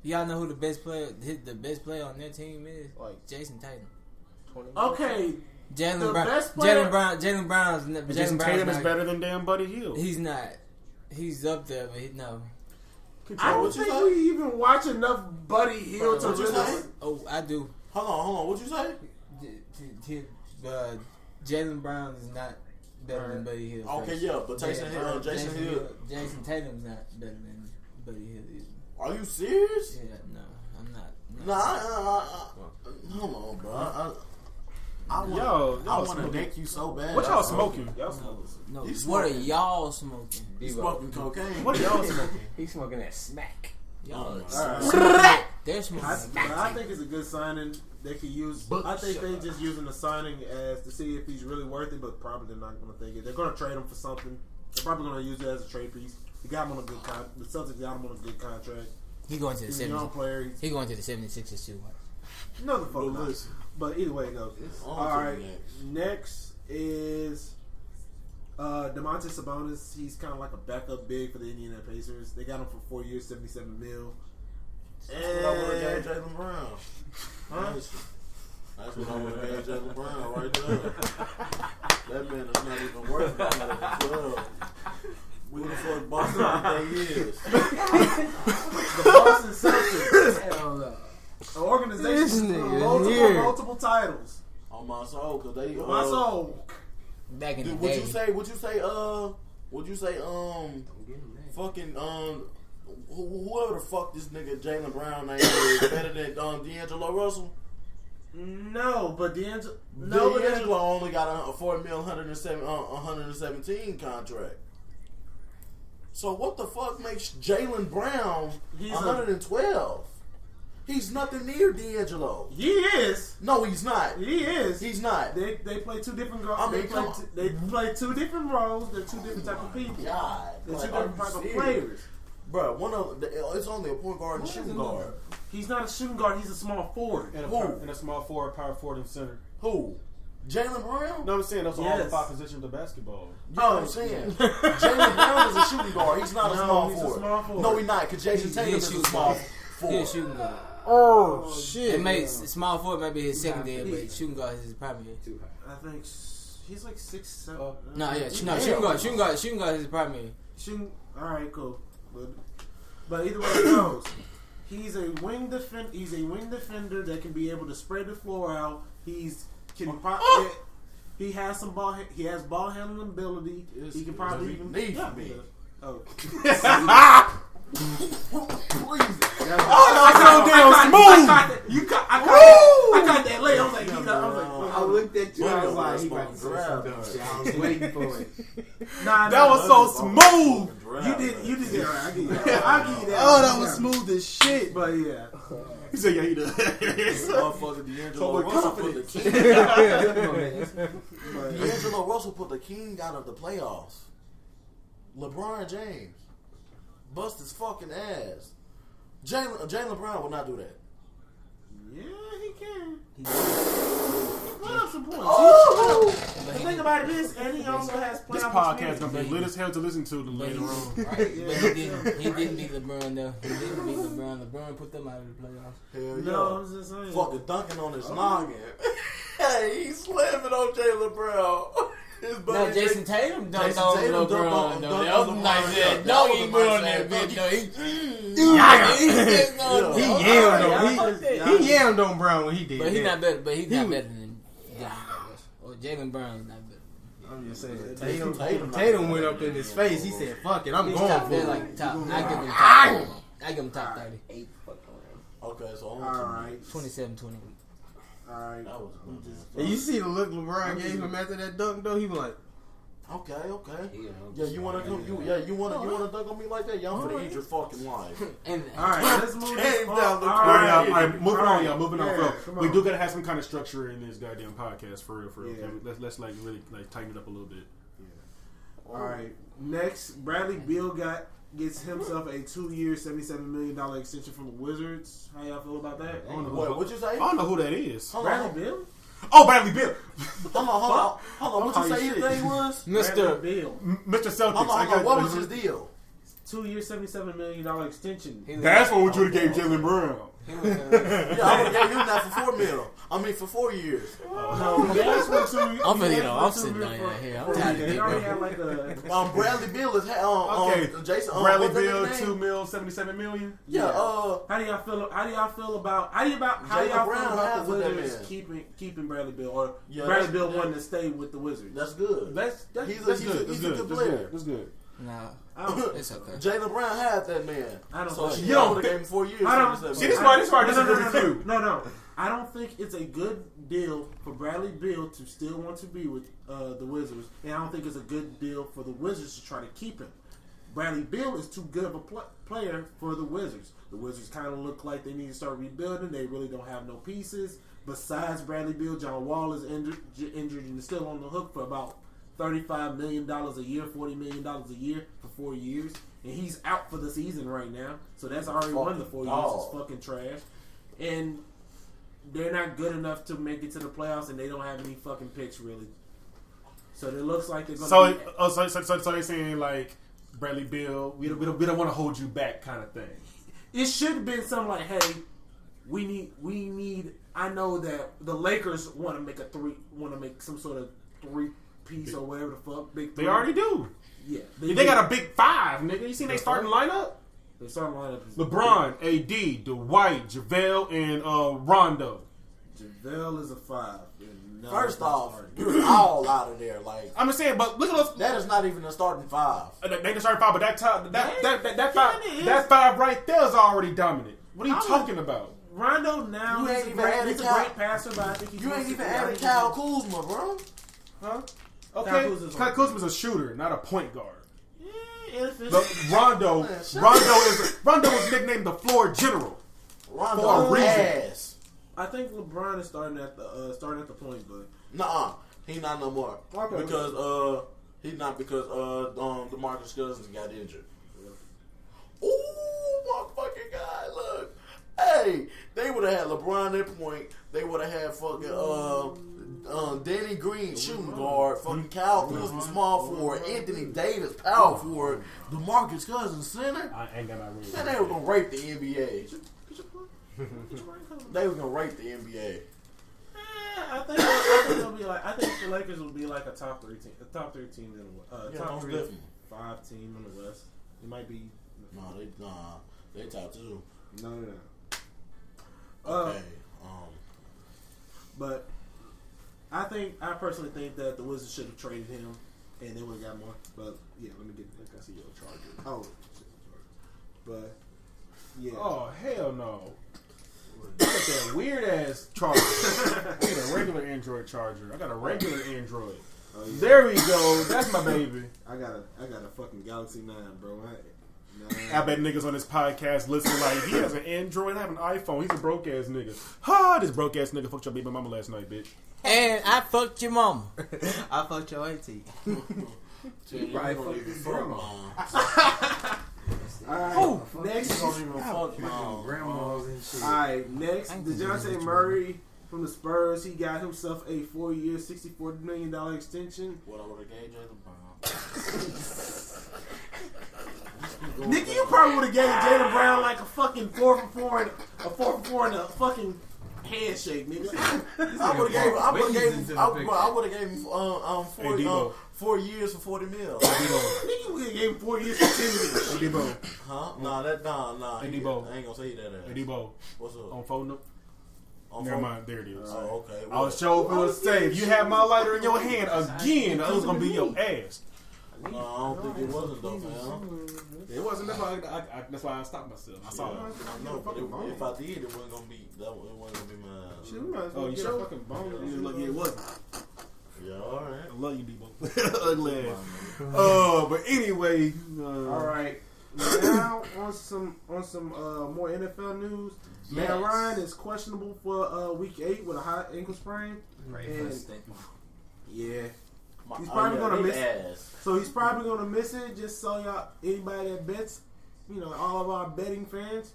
[SPEAKER 2] Y'all know who the best player, hit the best player on their team is?
[SPEAKER 12] Like-
[SPEAKER 2] Jason Tatum.
[SPEAKER 3] Okay, The
[SPEAKER 2] Jalen Brown.
[SPEAKER 3] best player-
[SPEAKER 2] Jalen Brown. Jalen Brown's. n- Jalen
[SPEAKER 10] Jason
[SPEAKER 2] Brown's
[SPEAKER 10] Tatum is
[SPEAKER 2] not-
[SPEAKER 10] better than damn Buddy Hill.
[SPEAKER 2] He's not. He's up there, but he, no.
[SPEAKER 3] I don't
[SPEAKER 7] what you
[SPEAKER 3] think
[SPEAKER 7] say?
[SPEAKER 3] we even watch enough Buddy Hill to
[SPEAKER 7] What you say?
[SPEAKER 3] really.
[SPEAKER 2] Oh, I do.
[SPEAKER 7] Hold on, hold on. What you say?
[SPEAKER 2] J- j- j- Uh, Jalen Brown is not better than Buddy Hill.
[SPEAKER 7] Okay,
[SPEAKER 2] first.
[SPEAKER 7] yeah, but Jason
[SPEAKER 2] Yeah,
[SPEAKER 7] Hill,
[SPEAKER 2] uh,
[SPEAKER 7] Jason, Hill.
[SPEAKER 2] Jason Tatum's not better than Buddy Hill. Either.
[SPEAKER 7] Are you serious?
[SPEAKER 2] Yeah, no, I'm not. no.
[SPEAKER 7] Nah, I, I, I, I, hold on, bro. I, I, I
[SPEAKER 10] Yo,
[SPEAKER 7] want
[SPEAKER 10] y'all
[SPEAKER 7] to
[SPEAKER 10] smoking.
[SPEAKER 7] neck you so bad.
[SPEAKER 10] What y'all smoking?
[SPEAKER 3] Y'all smoke.
[SPEAKER 2] No,
[SPEAKER 7] He's
[SPEAKER 2] what are
[SPEAKER 7] smoking.
[SPEAKER 2] y'all smoking?
[SPEAKER 7] You smoking cocaine?
[SPEAKER 10] What are y'all smoking?
[SPEAKER 13] He's smoking that smack.
[SPEAKER 2] Y'all, they're
[SPEAKER 3] I,
[SPEAKER 2] smoking.
[SPEAKER 3] but I think it's a good signing. They could use. I think they just using the signing as to see if he's really worth it, but probably they're not going to take it. They're going to trade him for something. They're probably going to use it as a trade piece. They got him on a good con- The Celtics got him on a good contract.
[SPEAKER 2] He going to the
[SPEAKER 3] He's a young
[SPEAKER 2] 70s.
[SPEAKER 3] player. He's
[SPEAKER 2] He going to the 76ers too.
[SPEAKER 3] no the fuck
[SPEAKER 7] But
[SPEAKER 3] not.
[SPEAKER 7] listen.
[SPEAKER 3] But either way it goes.
[SPEAKER 7] on
[SPEAKER 3] All
[SPEAKER 7] to the
[SPEAKER 3] right. Next is uh, Demontis Sabonis. He's kind of like a backup big for the Indiana Pacers. They got him for four years, seventy-seven mil.
[SPEAKER 7] That's what I would
[SPEAKER 3] And
[SPEAKER 7] have gave Jalen Brown. Honestly. That's what I would have gave Jalen Brown right there. that man is not even worth it. Not even club. We the fuck Boston every day is.
[SPEAKER 3] the Boston Celtics,
[SPEAKER 13] Hell no.
[SPEAKER 3] an organization with
[SPEAKER 2] nigga
[SPEAKER 3] multiple
[SPEAKER 2] here.
[SPEAKER 3] multiple titles.
[SPEAKER 7] On my soul, cause they. Uh,
[SPEAKER 3] My soul.
[SPEAKER 2] Back in the
[SPEAKER 7] Dude, would
[SPEAKER 2] day,
[SPEAKER 7] you say? Would you say? Uh, would you say? Um, fucking um, wh- whoever the fuck this nigga Jalen Brown name is better than um D'Angelo Russell.
[SPEAKER 3] No, but D'Angelo. No, but
[SPEAKER 7] D'Angelo
[SPEAKER 3] D'Angelo.
[SPEAKER 7] only got a, a four mil, hundred and seven, uh, hundred and seventeen contract. So what the fuck makes Jalen Brown
[SPEAKER 3] He's a-
[SPEAKER 7] hundred and twelve? He's nothing near D'Angelo.
[SPEAKER 3] He is.
[SPEAKER 7] No, he's not.
[SPEAKER 3] He is.
[SPEAKER 7] He's not.
[SPEAKER 3] They they play two different girls.
[SPEAKER 7] I mean,
[SPEAKER 3] they play
[SPEAKER 7] come
[SPEAKER 3] two, they play two different roles. They're two different type of people.
[SPEAKER 7] God,
[SPEAKER 3] They're two
[SPEAKER 7] like, are
[SPEAKER 3] different
[SPEAKER 7] you
[SPEAKER 3] type of
[SPEAKER 7] serious?
[SPEAKER 3] players.
[SPEAKER 7] Bro, one of the, it's only a point guard and shooting guard.
[SPEAKER 3] He's not a shooting guard. He's a small forward.
[SPEAKER 10] And a,
[SPEAKER 7] Who?
[SPEAKER 10] power- and a small forward, power forward, and center.
[SPEAKER 7] Who? Jalen Brown?
[SPEAKER 10] No, I'm saying those are all the
[SPEAKER 3] Yes.
[SPEAKER 10] five positions of basketball.
[SPEAKER 7] You know what
[SPEAKER 3] [laughs]
[SPEAKER 7] I'm saying? Jalen Brown is a shooting guard. He's not a
[SPEAKER 3] Oh. No,
[SPEAKER 7] small
[SPEAKER 3] he's a
[SPEAKER 7] forward.
[SPEAKER 3] small forward.
[SPEAKER 7] No, he's not. Because Jason
[SPEAKER 2] He-
[SPEAKER 7] Tatum
[SPEAKER 2] he a
[SPEAKER 7] is a
[SPEAKER 2] shooting
[SPEAKER 7] small
[SPEAKER 2] guard.
[SPEAKER 7] forward.
[SPEAKER 2] he a shooting guard.
[SPEAKER 10] Oh shit!
[SPEAKER 2] It may small forward may be his secondary,
[SPEAKER 3] high.
[SPEAKER 2] but shooting guard is his primary.
[SPEAKER 3] I think s- he's like six, seven.
[SPEAKER 10] Oh.
[SPEAKER 2] No, yeah, sh- no, shooting guard, shooting guard, shooting guard is his primary.
[SPEAKER 3] Shooting. All right, cool. But, but either way it goes,
[SPEAKER 6] He's a wing defend. He's a wing defender that can be able to spread the floor out. He's can pro- yeah, He has some ball. He has ball handling ability. he can probably even
[SPEAKER 7] Leave
[SPEAKER 6] yeah,
[SPEAKER 7] me.
[SPEAKER 6] Oh,
[SPEAKER 3] Smooth.
[SPEAKER 6] you caught, I caught, that, I caught that late. I was like, he got- I was like,
[SPEAKER 4] bro.
[SPEAKER 6] I looked at you. I was like, he
[SPEAKER 4] about to say something. I was waiting for it.
[SPEAKER 6] nah,
[SPEAKER 3] That
[SPEAKER 6] nah,
[SPEAKER 3] was so smooll.
[SPEAKER 6] You did, you did that. I give you that. I give you that.
[SPEAKER 3] Oh, that was smooth as shit.
[SPEAKER 6] But yeah,
[SPEAKER 3] He said, "Yeah, he does."
[SPEAKER 4] Motherfucker D'Angelo
[SPEAKER 3] we're
[SPEAKER 4] Russell put the
[SPEAKER 3] confident.
[SPEAKER 4] king.
[SPEAKER 7] [laughs]
[SPEAKER 4] D'Angelo Russell put the king out of the playoffs.
[SPEAKER 7] LeBron James bust his fucking ass. Jalen uh, Jalen Brown will not do that.
[SPEAKER 6] yeah, he can. He put up some points. The thing about it is, and he also has playoff
[SPEAKER 3] This podcast
[SPEAKER 6] experience.
[SPEAKER 3] is gonna be lit as hell to listen to later on.
[SPEAKER 2] Right? But he didn't, he didn't beat LeBron though. He didn't beat LeBron. LeBron put them out of the playoffs.
[SPEAKER 7] Hell
[SPEAKER 6] No, I'm just saying.
[SPEAKER 7] Fucking dunking on his
[SPEAKER 4] Oh,
[SPEAKER 7] noggin. [laughs] hey, he's slamming on Jalen Brown. [laughs] His buddy
[SPEAKER 2] No, Jason Tatum dunked
[SPEAKER 7] Jason
[SPEAKER 2] on
[SPEAKER 7] Tatum dunked
[SPEAKER 2] LeBron
[SPEAKER 7] on-
[SPEAKER 2] though.
[SPEAKER 7] dunked
[SPEAKER 2] That
[SPEAKER 7] on
[SPEAKER 2] was a
[SPEAKER 7] LeBron,
[SPEAKER 2] nice
[SPEAKER 7] yeah.
[SPEAKER 2] ass
[SPEAKER 7] That
[SPEAKER 2] dunk
[SPEAKER 7] was
[SPEAKER 2] he
[SPEAKER 7] a
[SPEAKER 2] put on
[SPEAKER 7] nice
[SPEAKER 2] that
[SPEAKER 7] ass
[SPEAKER 2] bitch
[SPEAKER 7] dunk.
[SPEAKER 2] though. He
[SPEAKER 4] Mm.
[SPEAKER 2] he just on-
[SPEAKER 7] He
[SPEAKER 2] oh,
[SPEAKER 4] yelled on-
[SPEAKER 2] yeah,
[SPEAKER 4] he-
[SPEAKER 2] fuck that.
[SPEAKER 4] He yammed on Brown when he did.
[SPEAKER 2] But
[SPEAKER 4] that.
[SPEAKER 2] he not better. But he not better than Jalen Brown. Or Jalen Brown's not better.
[SPEAKER 4] I'm just saying. Tatum,
[SPEAKER 7] Tatum-
[SPEAKER 4] Tatum, went up in his face. He said, "Fuck it, I'm
[SPEAKER 2] He's
[SPEAKER 4] going
[SPEAKER 2] top
[SPEAKER 4] for
[SPEAKER 2] there,
[SPEAKER 4] it."
[SPEAKER 2] like top. I give him top. I give him top thirty.
[SPEAKER 7] Okay, so I'm
[SPEAKER 6] All right,
[SPEAKER 2] 27, 20.
[SPEAKER 6] all right.
[SPEAKER 7] That was a good one.
[SPEAKER 4] and you see the look LeBron gave him after that dunk, though. He was like,
[SPEAKER 7] Okay, okay. Yeah, you wanna come? You, yeah, you wanna you wanna dunk on me like that? Yeah, I'm gonna eat your
[SPEAKER 3] [laughs]
[SPEAKER 7] fucking life.
[SPEAKER 2] And
[SPEAKER 6] All right, let's move this
[SPEAKER 7] Came
[SPEAKER 6] on.
[SPEAKER 7] down the
[SPEAKER 6] All
[SPEAKER 3] All right,
[SPEAKER 6] right.
[SPEAKER 3] y'all. All right, moving on,
[SPEAKER 6] All right.
[SPEAKER 3] y'all. Moving
[SPEAKER 6] Yeah,
[SPEAKER 3] on,
[SPEAKER 6] come
[SPEAKER 3] bro. We do gotta have some kind of structure in this goddamn podcast, for real, for real.
[SPEAKER 6] Yeah.
[SPEAKER 3] Okay? Let's let's like really like tighten it up a little bit.
[SPEAKER 6] All right. Next, Bradley Beal got gets himself a two-year, seventy-seven million dollar extension from the Wizards. How y'all feel about that?
[SPEAKER 3] I don't know,
[SPEAKER 7] What?
[SPEAKER 3] who,
[SPEAKER 7] What'd you say?
[SPEAKER 3] I
[SPEAKER 7] Hold
[SPEAKER 3] don't know who that is.
[SPEAKER 7] on, hold
[SPEAKER 6] Bradley Beal,
[SPEAKER 3] Oh, Bradley Bill,
[SPEAKER 7] on, hold on, hold on. What you
[SPEAKER 6] Holy
[SPEAKER 7] say his
[SPEAKER 6] shit.
[SPEAKER 7] name was?
[SPEAKER 2] Mister
[SPEAKER 6] Bradley Beal,
[SPEAKER 3] Mr. Celtics.
[SPEAKER 7] Hold
[SPEAKER 3] I
[SPEAKER 7] on, hold
[SPEAKER 3] got-
[SPEAKER 7] on. What was his deal?
[SPEAKER 6] two-year, seventy-seven million dollar extension.
[SPEAKER 3] That's what we would have gave Jalen
[SPEAKER 7] [laughs]
[SPEAKER 3] Brown.
[SPEAKER 7] Yeah, I would have gave him that for four mil. I mean, for four years.
[SPEAKER 6] No, he asked for two. he
[SPEAKER 2] I'm finna get
[SPEAKER 6] asked
[SPEAKER 2] off.
[SPEAKER 6] for
[SPEAKER 2] I'm
[SPEAKER 6] two
[SPEAKER 2] sitting
[SPEAKER 6] years
[SPEAKER 2] down
[SPEAKER 6] for-
[SPEAKER 2] here. I'm
[SPEAKER 6] for-
[SPEAKER 2] tired of
[SPEAKER 6] They already
[SPEAKER 2] this.
[SPEAKER 6] had [laughs] like a.
[SPEAKER 7] Um, Bradley Bill is ha- um,
[SPEAKER 3] Okay,
[SPEAKER 7] um, Jason. Um,
[SPEAKER 3] Bradley
[SPEAKER 7] what's that
[SPEAKER 3] Bill,
[SPEAKER 7] nigga name?
[SPEAKER 3] two mil, seventy-seven million.
[SPEAKER 7] Yeah, uh,
[SPEAKER 6] How do y'all feel? How do y'all feel about? How do you about? How do
[SPEAKER 7] Jalen
[SPEAKER 6] y'all
[SPEAKER 7] Brown
[SPEAKER 6] feel about the
[SPEAKER 7] has that man.
[SPEAKER 6] Wizards keeping keeping Bradley Bill or
[SPEAKER 7] Yeah,
[SPEAKER 6] Bradley
[SPEAKER 7] that's-
[SPEAKER 6] Bill wanting to stay with the Wizards?
[SPEAKER 7] that's good. [laughs]
[SPEAKER 6] that's, that's
[SPEAKER 7] he's a,
[SPEAKER 6] that's
[SPEAKER 7] he's, a,
[SPEAKER 6] good.
[SPEAKER 7] he's
[SPEAKER 3] That's
[SPEAKER 7] a
[SPEAKER 3] good,
[SPEAKER 7] good
[SPEAKER 3] that's
[SPEAKER 7] player.
[SPEAKER 3] That's good.
[SPEAKER 2] Nah,
[SPEAKER 6] I don't,
[SPEAKER 2] it's okay.
[SPEAKER 7] [laughs] Jalen Brown had that man.
[SPEAKER 6] I don't
[SPEAKER 7] so
[SPEAKER 6] think-
[SPEAKER 7] she
[SPEAKER 6] You
[SPEAKER 3] don't
[SPEAKER 7] would have
[SPEAKER 3] think-
[SPEAKER 7] gave him four years.
[SPEAKER 6] I don't.
[SPEAKER 7] seventy-seven.
[SPEAKER 3] See, this why- this why I
[SPEAKER 6] No, no, no,
[SPEAKER 3] disagree with
[SPEAKER 6] [laughs] no,
[SPEAKER 3] you.
[SPEAKER 6] No, no. I don't think it's a good deal for Bradley Bill to still want to be with uh, the Wizards, and I don't think it's a good deal for the Wizards to try to keep him. Bradley Bill is too good of a pl- player for the Wizards. The Wizards kind of look like they need to start rebuilding. They really don't have no pieces besides Bradley Bill. John Wall is injured, j- injured and is still on the hook for about thirty-five million dollars a year, forty million dollars a year for four years, and he's out for the season right now. So that's already one of the four years.
[SPEAKER 7] Dog.
[SPEAKER 6] It's fucking trash, and they're not good enough to make it to the playoffs, and they don't have any fucking picks really. So it looks like they're gonna.
[SPEAKER 3] So,
[SPEAKER 6] be,
[SPEAKER 3] oh, so, so, so, so they're saying like Bradley Bill, we don't, we don't, we don't want to hold you back, kind of thing.
[SPEAKER 6] it should have been something like, "Hey, we need, we need." I know that the Lakers want to make a three, want to make some sort of three piece or whatever the fuck. Big
[SPEAKER 3] They
[SPEAKER 6] three.
[SPEAKER 3] already do.
[SPEAKER 6] yeah.
[SPEAKER 3] They got a big five, nigga. You seen they starting lineup?
[SPEAKER 6] Their starting lineup is
[SPEAKER 3] LeBron, AD, Dwight, JaVale, and uh, Rondo.
[SPEAKER 6] JaVale is a five. and none
[SPEAKER 7] First
[SPEAKER 6] of us
[SPEAKER 7] off,
[SPEAKER 6] are.
[SPEAKER 7] you're all out of there. Like
[SPEAKER 3] I'm just saying, but look at those.
[SPEAKER 7] that is not even a starting five.
[SPEAKER 3] Uh, They can start five, but that top, that that that, that,
[SPEAKER 6] Yeah,
[SPEAKER 3] five,
[SPEAKER 6] it is.
[SPEAKER 3] that five right there is already dominant. What are you
[SPEAKER 6] I'm-
[SPEAKER 3] talking about?
[SPEAKER 6] Rondo now
[SPEAKER 7] You
[SPEAKER 6] he's
[SPEAKER 7] ain't
[SPEAKER 6] a
[SPEAKER 7] even
[SPEAKER 6] great,
[SPEAKER 7] added
[SPEAKER 6] he's a
[SPEAKER 7] Cal-
[SPEAKER 6] great passer, but I think he's
[SPEAKER 7] You ain't
[SPEAKER 6] mostly-
[SPEAKER 7] even
[SPEAKER 6] I
[SPEAKER 7] added
[SPEAKER 6] think he's-
[SPEAKER 7] Kyle Kuzma, bro.
[SPEAKER 3] Huh? Okay,
[SPEAKER 6] Kyle Kuzma's on.
[SPEAKER 3] Kyle Kuzma's a shooter, not a point guard.
[SPEAKER 6] Yeah, inefficient. [laughs]
[SPEAKER 3] But Rondo, Rondo is Rondo is nicknamed the floor general.
[SPEAKER 7] Rondo
[SPEAKER 3] reason.
[SPEAKER 7] ass.
[SPEAKER 6] I think LeBron is starting at the uh, starting at the point, but
[SPEAKER 7] Nuh-uh. He not no more.
[SPEAKER 6] Okay.
[SPEAKER 7] Because uh he not because uh um DeMarcus Cousins got injured. Ooh, my fucking God, look. Hey, they would have had LeBron at point. They would have had fucking uh, um, Danny Green shooting guard, fucking Kyle Kuzma small forward, Anthony Davis power forward, DeMarcus Cousins center.
[SPEAKER 3] I ain't got my ring.
[SPEAKER 7] Man, they were gonna rape the NBA. They were gonna rape the NBA.
[SPEAKER 6] eh, I think I think they'll be like I think the Lakers will be like a top three team, a top three team in the uh,
[SPEAKER 7] Yeah,
[SPEAKER 6] top
[SPEAKER 7] most
[SPEAKER 6] three
[SPEAKER 7] definitely.
[SPEAKER 6] five team in the West. It might be
[SPEAKER 7] No, they nah, they top two.
[SPEAKER 6] No, no, no.
[SPEAKER 7] Okay.
[SPEAKER 6] Uh,
[SPEAKER 7] Um,
[SPEAKER 6] but I think I personally think that the Wizards should have traded him, and they would have got more. But yeah, let me get. I see your Charger. Oh, shit, Charger. but yeah.
[SPEAKER 3] Oh hell no! Look at that weird ass charger. I got a regular Android charger. I got a regular Android.
[SPEAKER 6] Oh, yeah.
[SPEAKER 3] There we go. That's my baby.
[SPEAKER 6] I got a I got a fucking Galaxy Nine, bro. I,
[SPEAKER 3] I
[SPEAKER 6] nine.
[SPEAKER 3] bet niggas on this podcast listen like he has an Android, I have an iPhone. He's a broke ass nigga. Ha! This broke ass nigga fucked your baby mama last night, bitch.
[SPEAKER 14] And I fucked your mama.
[SPEAKER 5] I fucked your auntie.
[SPEAKER 6] You probably fucking grandma.
[SPEAKER 7] uh,
[SPEAKER 6] [laughs] Alright, next.
[SPEAKER 10] Grandmas and shit.
[SPEAKER 6] Alright, next. DeJounte Murray from the Spurs. He got himself a four year, $64 million extension.
[SPEAKER 7] what I would have gave Jay LeBron.
[SPEAKER 6] Nigga, you probably would have gave Jalen Brown like a fucking four for four and a four for four and a fucking handshake, nigga. [laughs]
[SPEAKER 7] I would have gave. I would have
[SPEAKER 4] Wiggins
[SPEAKER 7] gave.
[SPEAKER 4] into
[SPEAKER 7] him-
[SPEAKER 4] the
[SPEAKER 7] I,
[SPEAKER 4] picture.
[SPEAKER 7] I would have gave him um, um four
[SPEAKER 3] Hey, Debo.
[SPEAKER 7] um, four years for forty mil.
[SPEAKER 6] Nigga, we gave him four years for ten minutes.
[SPEAKER 3] Debo,
[SPEAKER 7] Huh? Nah, that nah nah.
[SPEAKER 3] Hey,
[SPEAKER 7] he-
[SPEAKER 3] Debo.
[SPEAKER 7] I ain't gonna say that. ass.
[SPEAKER 3] Debo,
[SPEAKER 7] What's up?
[SPEAKER 6] Oh,
[SPEAKER 3] on phone number.
[SPEAKER 7] On
[SPEAKER 3] Never
[SPEAKER 7] phone?
[SPEAKER 3] mind. There it is.
[SPEAKER 7] Oh, okay.
[SPEAKER 3] I was
[SPEAKER 7] What?
[SPEAKER 3] sure gonna say if you had my lighter in your hand again, that was gonna be your ass.
[SPEAKER 7] No, I don't think it was a dope, man.
[SPEAKER 3] It wasn't. That's why I, I, I- that's why I stopped myself. I saw it.
[SPEAKER 7] I know, but if, if I did, it wasn't gonna be. That wa- it wasn't gonna be mine.
[SPEAKER 3] Oh, you sure?
[SPEAKER 6] fucking bone.
[SPEAKER 3] You look, yeah, it wasn't.
[SPEAKER 7] Yeah, all right.
[SPEAKER 3] I love you, [laughs] Debo. Ugly ass. Oh, but anyway. Uh,
[SPEAKER 6] All right. Now on some on some uh, more NFL news. Matt Ryan is questionable for uh, Week Eight with a high ankle sprain. And- yeah,
[SPEAKER 7] My-
[SPEAKER 6] He's probably
[SPEAKER 7] oh, yeah,
[SPEAKER 6] gonna
[SPEAKER 7] his
[SPEAKER 6] miss-
[SPEAKER 7] Ass.
[SPEAKER 6] so he's probably gonna miss it. Just so y'all, anybody that bets, you know, all of our betting fans,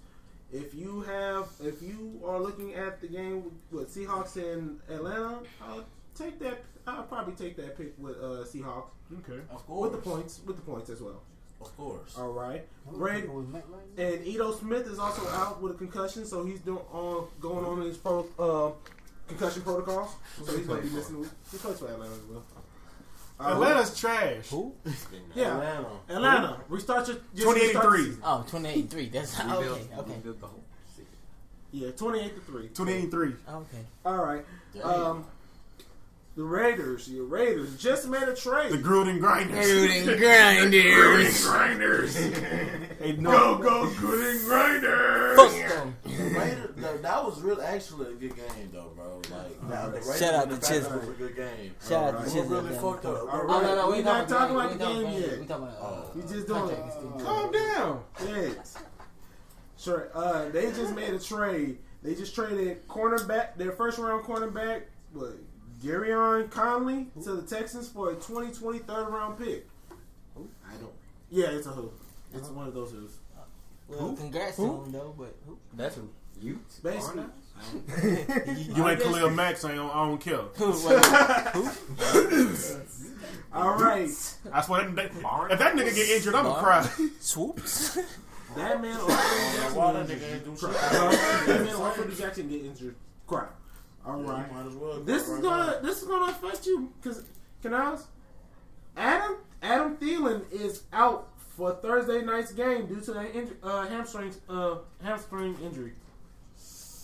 [SPEAKER 6] if you have, if you are looking at the game with Seahawks and Atlanta, I'll take that. I'll probably take that pick with uh, Seahawks
[SPEAKER 3] Okay.
[SPEAKER 7] Of
[SPEAKER 6] with
[SPEAKER 7] course.
[SPEAKER 6] the points, with the points as well.
[SPEAKER 7] Of course.
[SPEAKER 6] All right. Brad and Edo Smith is also out with a concussion, so he's doing uh, going on his pro, uh, concussion protocols. So he's going to be missing. the week. He plays for Atlanta as well. Uh,
[SPEAKER 3] Atlanta's trash. Who?
[SPEAKER 6] yeah, Atlanta.
[SPEAKER 7] Atlanta.
[SPEAKER 6] Restart your just restart the
[SPEAKER 3] 2083.
[SPEAKER 6] season.
[SPEAKER 14] Oh, 28 3. That's okay. Okay.
[SPEAKER 6] Yeah, twenty eight to three.
[SPEAKER 3] 2083.
[SPEAKER 7] Oh,
[SPEAKER 14] Okay.
[SPEAKER 6] All right.
[SPEAKER 7] Damn.
[SPEAKER 6] Um, the Raiders, your Raiders just made a trade.
[SPEAKER 3] The Gruden Grinders.
[SPEAKER 14] Shooting grinders.
[SPEAKER 3] Hey, no.
[SPEAKER 6] go Gruden Raiders.
[SPEAKER 14] Fuck them.
[SPEAKER 7] The Raiders, no, that was real. Actually, a good game though, bro. Like, nah, the Raiders
[SPEAKER 14] Shout out to
[SPEAKER 7] and the Packers
[SPEAKER 14] Chiswick.
[SPEAKER 7] was a good game.
[SPEAKER 14] Shout out to
[SPEAKER 7] What
[SPEAKER 14] Chiswick,
[SPEAKER 7] really
[SPEAKER 14] man.
[SPEAKER 7] fucked up. oh,
[SPEAKER 6] All
[SPEAKER 14] Oh,
[SPEAKER 6] right.
[SPEAKER 14] no, no, we
[SPEAKER 6] We're not talking about the
[SPEAKER 14] about
[SPEAKER 6] game yet.
[SPEAKER 14] We talking about. Uh,
[SPEAKER 6] You just doing
[SPEAKER 14] contract extension.
[SPEAKER 3] Calm down.
[SPEAKER 6] Yeah. Sure. Uh, they just made a trade. They just traded cornerback, their first round cornerback, what, Garyon Conley to the Texans for a 2020 third round pick. I don't. Yeah, it's a who. It's one of those who's.
[SPEAKER 14] well, congrats to him though, but who?
[SPEAKER 10] That's who. You?
[SPEAKER 6] Basically.
[SPEAKER 3] You ain't Khalil Max. I don't, I don't care. [laughs]
[SPEAKER 7] [laughs]
[SPEAKER 6] All right.
[SPEAKER 3] I swear, that, that, if that nigga get injured, I'm gonna cry.
[SPEAKER 14] Swoops.
[SPEAKER 6] That man Lamar
[SPEAKER 7] Yeah, why that nigga ain't do
[SPEAKER 6] [laughs]
[SPEAKER 7] shit?
[SPEAKER 6] Jackson, Jackson get injured. Crap. All
[SPEAKER 7] You
[SPEAKER 6] right.
[SPEAKER 7] might as well.
[SPEAKER 6] This is gonna this is gonna affect you because can I? ask- Adam Adam Thielen is out for Thursday night's game due to a inju- uh, hamstring uh, hamstring injury.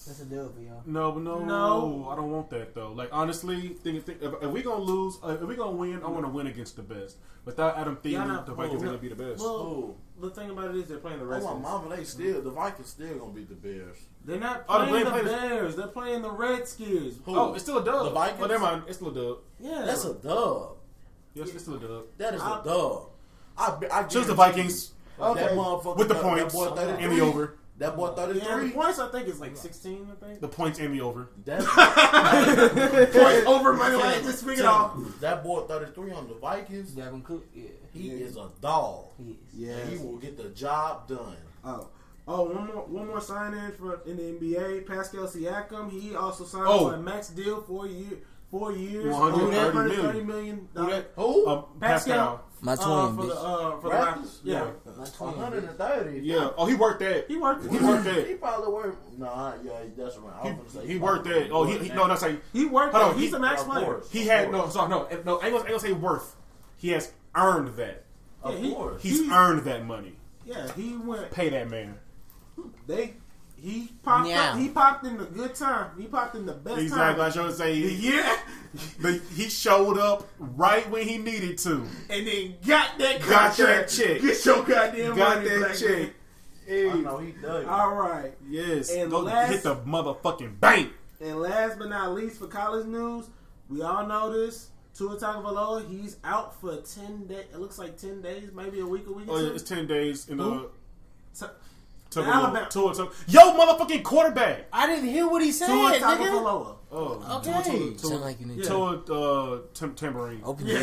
[SPEAKER 14] That's a deal for y'all.
[SPEAKER 3] No, but no,
[SPEAKER 6] No.
[SPEAKER 3] I don't want that though. Like honestly, think, think, if, if we gonna lose, uh, if we gonna win, I want to win against the best. Without Adam
[SPEAKER 6] Y'all
[SPEAKER 3] Thielen,
[SPEAKER 6] not-
[SPEAKER 3] the Vikings
[SPEAKER 6] no.
[SPEAKER 3] gonna be the best.
[SPEAKER 6] Well,
[SPEAKER 7] Oh,
[SPEAKER 6] the thing about it is they're playing the
[SPEAKER 7] oh
[SPEAKER 6] Redskins.
[SPEAKER 7] my mama, they still the Vikings still gonna beat the Bears.
[SPEAKER 6] They're not
[SPEAKER 3] Oh, they
[SPEAKER 6] playing the
[SPEAKER 3] play the-
[SPEAKER 6] Bears. They're playing the Redskins.
[SPEAKER 7] Who?
[SPEAKER 3] oh, it's still a dub.
[SPEAKER 7] The Vikings?
[SPEAKER 3] Oh, never mind. It's still a dub.
[SPEAKER 6] Yeah,
[SPEAKER 7] That's a dub.
[SPEAKER 3] Yes, it's still a dub.
[SPEAKER 7] That is
[SPEAKER 6] I-
[SPEAKER 7] a dub. I, be- I
[SPEAKER 3] Choose the
[SPEAKER 7] guarantee
[SPEAKER 3] Vikings
[SPEAKER 7] you, That motherfucker
[SPEAKER 3] with the
[SPEAKER 7] that-
[SPEAKER 3] points
[SPEAKER 7] That boy 33.
[SPEAKER 3] and the over.
[SPEAKER 7] That boy thirty
[SPEAKER 6] yeah. The
[SPEAKER 7] three.
[SPEAKER 6] points I think is like sixteen. I think
[SPEAKER 3] The points and the over.
[SPEAKER 6] [laughs]
[SPEAKER 7] That,
[SPEAKER 6] points over money line. Just figure it out.
[SPEAKER 7] that boy thirty three on the Vikings.
[SPEAKER 14] Devin Cook. Yeah.
[SPEAKER 7] He is a dog.
[SPEAKER 14] He is.
[SPEAKER 7] He will get the job done.
[SPEAKER 6] Oh. Oh, one more one more sign in for in the NBA. Pascal Siakam. He also signed
[SPEAKER 3] Oh.
[SPEAKER 6] for a max deal four year four years,
[SPEAKER 3] 130
[SPEAKER 6] 130
[SPEAKER 3] million.
[SPEAKER 6] million. dollars.
[SPEAKER 7] Who?
[SPEAKER 3] Um, Pascal.
[SPEAKER 6] Pascal.
[SPEAKER 14] My twin,
[SPEAKER 6] Uh, for
[SPEAKER 14] bitch.
[SPEAKER 6] the uh, for the
[SPEAKER 7] Raptors?
[SPEAKER 6] Raptors. Yeah.
[SPEAKER 7] One hundred and thirty.
[SPEAKER 3] Yeah. Oh, he worked that.
[SPEAKER 6] he worked.
[SPEAKER 3] He
[SPEAKER 6] He,
[SPEAKER 3] worked that.
[SPEAKER 7] He probably worked. Nah, yeah, that's right. I was gonna say
[SPEAKER 3] He, he worked that. Oh, he, he no, that's like
[SPEAKER 6] worked.
[SPEAKER 3] Hold on,
[SPEAKER 6] he's
[SPEAKER 3] he-
[SPEAKER 6] a max
[SPEAKER 7] of
[SPEAKER 6] player.
[SPEAKER 7] course.
[SPEAKER 3] he had no. Sorry, no, eh, no. I ain't gonna I ain't gonna say worth. He has earned that.
[SPEAKER 7] Of
[SPEAKER 6] Yeah, he-
[SPEAKER 7] course.
[SPEAKER 3] He's
[SPEAKER 6] He-
[SPEAKER 3] earned that money.
[SPEAKER 6] Yeah, he went.
[SPEAKER 3] Pay that man.
[SPEAKER 6] They He popped
[SPEAKER 14] Yeah.
[SPEAKER 6] up. He popped in the good time. He popped in the best
[SPEAKER 3] Exactly. I
[SPEAKER 6] time.
[SPEAKER 3] should say
[SPEAKER 6] The
[SPEAKER 3] he,
[SPEAKER 6] year,
[SPEAKER 3] the, he showed up right when he needed to.
[SPEAKER 6] and then got that
[SPEAKER 3] Got
[SPEAKER 6] contract.
[SPEAKER 3] that check.
[SPEAKER 6] Get your goddamn
[SPEAKER 3] Got
[SPEAKER 6] money,
[SPEAKER 3] that
[SPEAKER 6] black
[SPEAKER 3] check.
[SPEAKER 6] man.
[SPEAKER 3] Hey,
[SPEAKER 7] No, he does.
[SPEAKER 6] All right.
[SPEAKER 3] yes.
[SPEAKER 6] And
[SPEAKER 3] Go
[SPEAKER 6] last-
[SPEAKER 3] hit the motherfucking bank.
[SPEAKER 6] And last but not least, for college news, we all know this. Tua Tagovailoa, he's out for ten days. It looks like ten days, maybe a week, a week.
[SPEAKER 3] Oh,
[SPEAKER 6] Or
[SPEAKER 3] yeah,
[SPEAKER 6] two.
[SPEAKER 3] it's ten days in the.
[SPEAKER 6] Ta-
[SPEAKER 3] Took
[SPEAKER 6] The Alabama-
[SPEAKER 3] Tua Tagovailoa. Yo, motherfucking quarterback.
[SPEAKER 5] I didn't hear what he said,
[SPEAKER 6] Tua
[SPEAKER 5] nigga.
[SPEAKER 6] Tagovailoa.
[SPEAKER 3] Oh,
[SPEAKER 5] Okay.
[SPEAKER 14] Sound like you need to
[SPEAKER 3] Tua uh, tim- tambourine.
[SPEAKER 2] Oh,
[SPEAKER 14] open your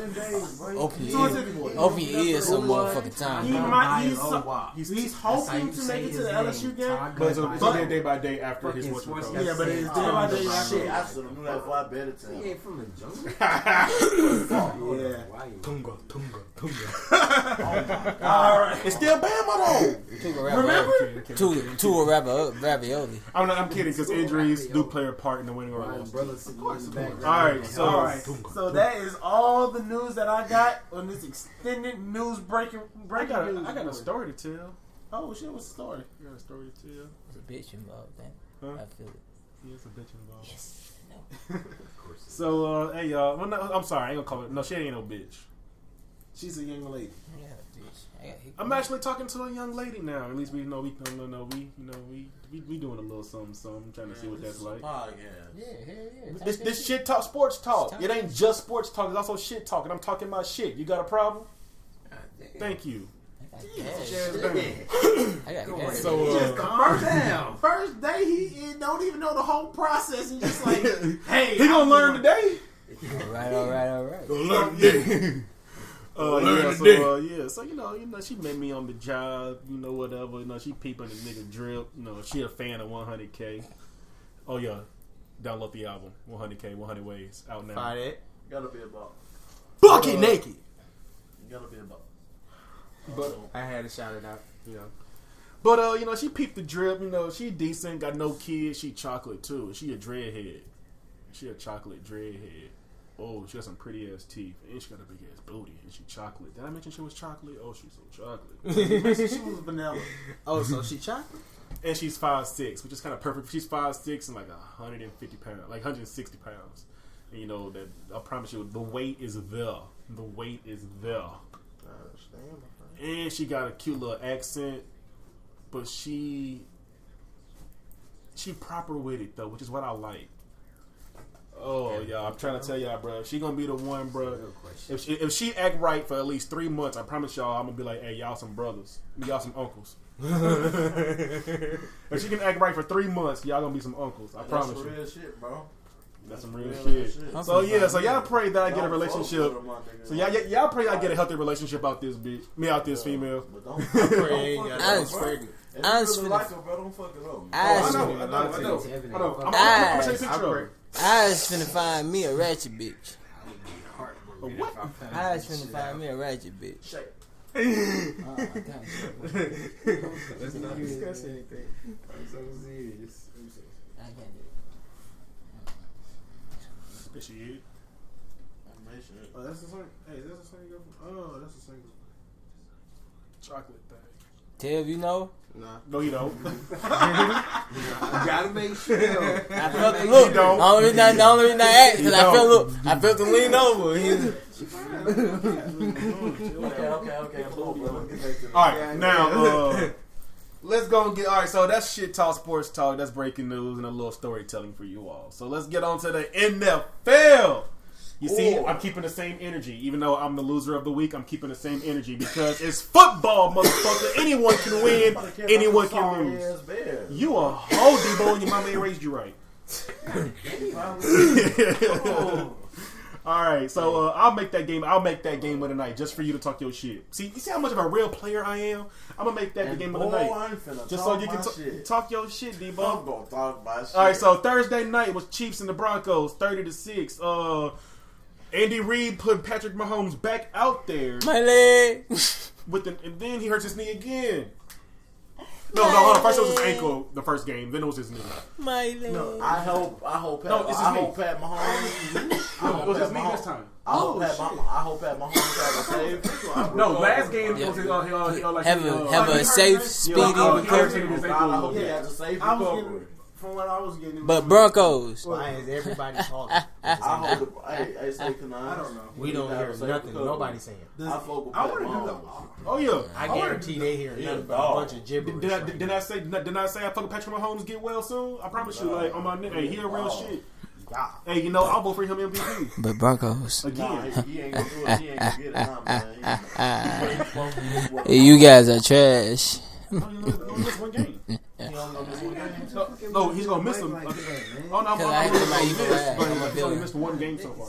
[SPEAKER 14] open
[SPEAKER 6] So
[SPEAKER 14] your
[SPEAKER 6] it's
[SPEAKER 14] ear,
[SPEAKER 6] a-
[SPEAKER 14] open your ears some motherfucking
[SPEAKER 6] He
[SPEAKER 14] time.
[SPEAKER 6] might. He's,
[SPEAKER 10] Oh, wow.
[SPEAKER 6] he's,
[SPEAKER 10] That's how you
[SPEAKER 6] hoping to
[SPEAKER 10] say
[SPEAKER 6] make it to
[SPEAKER 10] his
[SPEAKER 6] the
[SPEAKER 10] name,
[SPEAKER 6] LSU game.
[SPEAKER 10] Todd
[SPEAKER 3] But it's a- it's a
[SPEAKER 6] But-
[SPEAKER 3] day- day by day after his
[SPEAKER 10] Fucking
[SPEAKER 3] what's
[SPEAKER 10] sports
[SPEAKER 6] Yeah, but it's day by day.
[SPEAKER 10] Oh,
[SPEAKER 7] Shit,
[SPEAKER 6] shit.
[SPEAKER 7] I should have knew that before I bet it to
[SPEAKER 10] He
[SPEAKER 7] him.
[SPEAKER 10] ain't from the jungle.
[SPEAKER 6] [laughs] Yeah.
[SPEAKER 10] Why you?
[SPEAKER 5] Tunga, tunga, tunga.
[SPEAKER 6] All right.
[SPEAKER 3] It's still Bama though.
[SPEAKER 14] Two ravioli. Two two ravi- ravioli.
[SPEAKER 3] I'm not. I'm kidding because injuries do play a part in the winning or loss. All right. So
[SPEAKER 6] All right. So that is all the news that I got on this extended news breaking
[SPEAKER 3] I
[SPEAKER 6] breaking
[SPEAKER 3] got. A,
[SPEAKER 6] news.
[SPEAKER 3] I got a
[SPEAKER 6] board.
[SPEAKER 3] story to tell.
[SPEAKER 6] Oh shit! What's the story?
[SPEAKER 3] I got a story to tell.
[SPEAKER 14] Bitch involved, man.
[SPEAKER 3] Huh?
[SPEAKER 14] I feel it.
[SPEAKER 3] Yeah, it's a bitch involved. Yes. [laughs] so uh, hey y'all. Well, no, I'm sorry. I ain't gonna call it. No, she ain't no bitch.
[SPEAKER 6] She's a young lady.
[SPEAKER 14] I got a bitch. I got hit.
[SPEAKER 3] I'm actually talking to a young lady now. At least we know we no no, no we you know we, we we doing a little something something. I'm trying to see what that's like.
[SPEAKER 14] Yeah, hell yeah.
[SPEAKER 3] This this shit talk sports talk. It ain't just sports talk. It's also shit talk. And I'm talking about shit. You got a problem? Thank you.
[SPEAKER 14] I got gas.
[SPEAKER 3] So uh,
[SPEAKER 6] Calm down. First day, he, he don't even know the whole process. and just
[SPEAKER 7] [laughs]
[SPEAKER 6] like, hey,
[SPEAKER 3] he gonna learn today.
[SPEAKER 14] all right, all right, all right.
[SPEAKER 4] [laughs]
[SPEAKER 3] Uh, yeah, so, uh, yeah, so you know, you know, she met me on the job, you know, whatever. You know, she peeping the nigga drip. You know, she a fan of 100K. Oh yeah, download the album 100K, 100 Ways out now.
[SPEAKER 7] Gotta be about.
[SPEAKER 2] [laughs]
[SPEAKER 5] Bucket naked.
[SPEAKER 7] Gotta be about.
[SPEAKER 5] I had to shout it out.
[SPEAKER 3] Yeah. But uh, you know, she peeped the drip. You know, she decent, got no kids. She chocolate too. She a dreadhead. She a chocolate dreadhead. Oh, she got some pretty ass teeth, and she got a big ass booty, and she chocolate. Did I mention she was chocolate? Oh, she's so chocolate.
[SPEAKER 6] she was [laughs] vanilla.
[SPEAKER 5] Oh, so she chocolate?
[SPEAKER 3] and she's five six, which is kind of perfect. She's five six and like hundred and fifty pounds, like hundred and sixty pounds. And you know that I promise you, the weight is there. The weight is there. And she got a cute little accent, but she she proper with it though, which is what I like. Oh yeah, I'm trying to tell y'all, bro. She gonna be the one, bro. If she, if she act right for at least three months, I promise y'all, I'm gonna be like, hey, y'all some brothers, y'all some
[SPEAKER 7] [laughs]
[SPEAKER 3] uncles. If she can act right for three months, y'all gonna be some uncles. I
[SPEAKER 7] That's
[SPEAKER 3] promise
[SPEAKER 7] some
[SPEAKER 3] you.
[SPEAKER 7] real shit, bro.
[SPEAKER 3] That's some real,
[SPEAKER 7] Real
[SPEAKER 3] shit.
[SPEAKER 7] shit.
[SPEAKER 3] So yeah, so y'all pray that I get a
[SPEAKER 7] Don't
[SPEAKER 3] relationship.
[SPEAKER 7] fuck with 'em, my nigga.
[SPEAKER 3] So y'all, y'all- y'all pray I get a healthy relationship out this bitch, me out this female.
[SPEAKER 7] But don't. fuck it up.
[SPEAKER 14] I was pregnant. I was
[SPEAKER 7] Really
[SPEAKER 14] finna-
[SPEAKER 7] like her, bro. Don't fuck it up.
[SPEAKER 14] I
[SPEAKER 3] I
[SPEAKER 14] was
[SPEAKER 3] know,
[SPEAKER 14] finna-
[SPEAKER 3] I know, I know, I know. I'm, I'm, I'm, gonna show you a picture of her.
[SPEAKER 14] I was finna find me a ratchet bitch.
[SPEAKER 3] What?
[SPEAKER 14] I was finna find me a ratchet bitch.
[SPEAKER 7] Shake.
[SPEAKER 5] Let's not discuss anything.
[SPEAKER 14] I can't do
[SPEAKER 3] Is she it?
[SPEAKER 6] Oh, that's the song. Hey, that's the song you got from. Oh, that's the single.
[SPEAKER 3] Chocolate thing.
[SPEAKER 14] it. Tell you know.
[SPEAKER 3] No, you don't.
[SPEAKER 6] Gotta make sure.
[SPEAKER 14] I felt the look. The
[SPEAKER 3] don't.
[SPEAKER 14] only reason I, the only reason I asked because I
[SPEAKER 3] don't.
[SPEAKER 14] felt look. I felt the lean over. He was-
[SPEAKER 7] Okay, okay, okay. I'm cool, bro. Get back to the-
[SPEAKER 3] All right, now uh, [laughs] let's go and get. All right, so that's shit talk, sports talk. That's breaking news and a little storytelling for you all. So let's get on to the NFL. You see,
[SPEAKER 7] Ooh.
[SPEAKER 3] I'm keeping the same energy, even though I'm the loser of the week. I'm keeping the same energy because it's football, motherfucker. Anyone can win, anyone can
[SPEAKER 7] Sorry
[SPEAKER 3] lose.
[SPEAKER 7] ass bear.
[SPEAKER 3] You a hoe, Debo, and your mama ain't raised you right.
[SPEAKER 7] [laughs]
[SPEAKER 3] [laughs] All right, so uh, I'll make that game. I'll make that game of the night just for you to talk your shit. See, you see how much of a real player I am. I'm gonna make that the game of the
[SPEAKER 7] Boy,
[SPEAKER 3] night.
[SPEAKER 7] I'm finna
[SPEAKER 3] Just so
[SPEAKER 7] talk
[SPEAKER 3] you
[SPEAKER 7] my
[SPEAKER 3] can t-
[SPEAKER 7] shit.
[SPEAKER 3] talk your shit, Debo.
[SPEAKER 7] I'm gonna talk my shit.
[SPEAKER 3] All right, so Thursday night was Chiefs and the Broncos, thirty to six. Uh, Andy Reid put Patrick Mahomes back out there
[SPEAKER 14] My leg.
[SPEAKER 3] with, an, and then he hurts his knee again. No, no, hold on. First it was his ankle the first game, then it was his knee.
[SPEAKER 14] My lord.
[SPEAKER 7] I hope I hope Pat,
[SPEAKER 3] No, it's his
[SPEAKER 7] I
[SPEAKER 3] knee.
[SPEAKER 7] hope Pat Mahomes.
[SPEAKER 3] No, it was his knee this time.
[SPEAKER 7] I hope Pat Mahomes. I hope Pat [laughs] Mahomes has a save.
[SPEAKER 3] No, Oh, last game it was his. Uh, he, uh, he, uh, like,
[SPEAKER 14] Have
[SPEAKER 3] he, uh,
[SPEAKER 14] a have a safe,
[SPEAKER 3] Yeah,
[SPEAKER 14] speedy
[SPEAKER 3] uh, he
[SPEAKER 14] recovery.
[SPEAKER 3] hurricanes,
[SPEAKER 7] [laughs]
[SPEAKER 3] they
[SPEAKER 7] God, I
[SPEAKER 3] go-
[SPEAKER 7] hope he has a safe
[SPEAKER 6] I was getting,
[SPEAKER 7] recovery.
[SPEAKER 6] from what I was getting,
[SPEAKER 14] But Broncos,
[SPEAKER 5] Why is everybody talking?
[SPEAKER 7] I hope. Hey, hey, say can I?
[SPEAKER 6] I don't know.
[SPEAKER 5] We don't hear nothing. Nobody saying.
[SPEAKER 7] I fuck with
[SPEAKER 6] I
[SPEAKER 7] Pat
[SPEAKER 6] want to do the.
[SPEAKER 7] Mahomes.
[SPEAKER 3] Oh yeah.
[SPEAKER 5] I guarantee they hear
[SPEAKER 7] Yeah,
[SPEAKER 5] nothing but a
[SPEAKER 7] dog.
[SPEAKER 5] bunch of gibberish.
[SPEAKER 3] Did I,
[SPEAKER 5] right
[SPEAKER 3] did,
[SPEAKER 5] now.
[SPEAKER 3] did I say did I- did I say I fucking Patrick Mahomes get well soon? I promise you, like on my neck, hey, he a real shit. Hey, you know I'll vote for him MVP [laughs]
[SPEAKER 14] but Broncos.
[SPEAKER 7] Nah,
[SPEAKER 3] again.
[SPEAKER 7] he, he ain't gonna do it. He ain't gonna get it. Nah, man. He, he ain't supposed to
[SPEAKER 3] [laughs]
[SPEAKER 7] do what-
[SPEAKER 14] You guys are trash.
[SPEAKER 3] He only missed one game.
[SPEAKER 7] he don't know this one game.
[SPEAKER 3] No, no, he's gonna miss him.
[SPEAKER 10] Like that,
[SPEAKER 6] [laughs]
[SPEAKER 10] man.
[SPEAKER 3] Oh no, I'm,
[SPEAKER 14] Cause
[SPEAKER 3] I'm,
[SPEAKER 14] I
[SPEAKER 3] I'm,
[SPEAKER 14] hit my
[SPEAKER 3] gonna
[SPEAKER 14] evil
[SPEAKER 3] miss,
[SPEAKER 14] ass.
[SPEAKER 3] but
[SPEAKER 14] I'm a
[SPEAKER 3] he's only
[SPEAKER 14] villain.
[SPEAKER 3] missed one game so
[SPEAKER 6] Oh,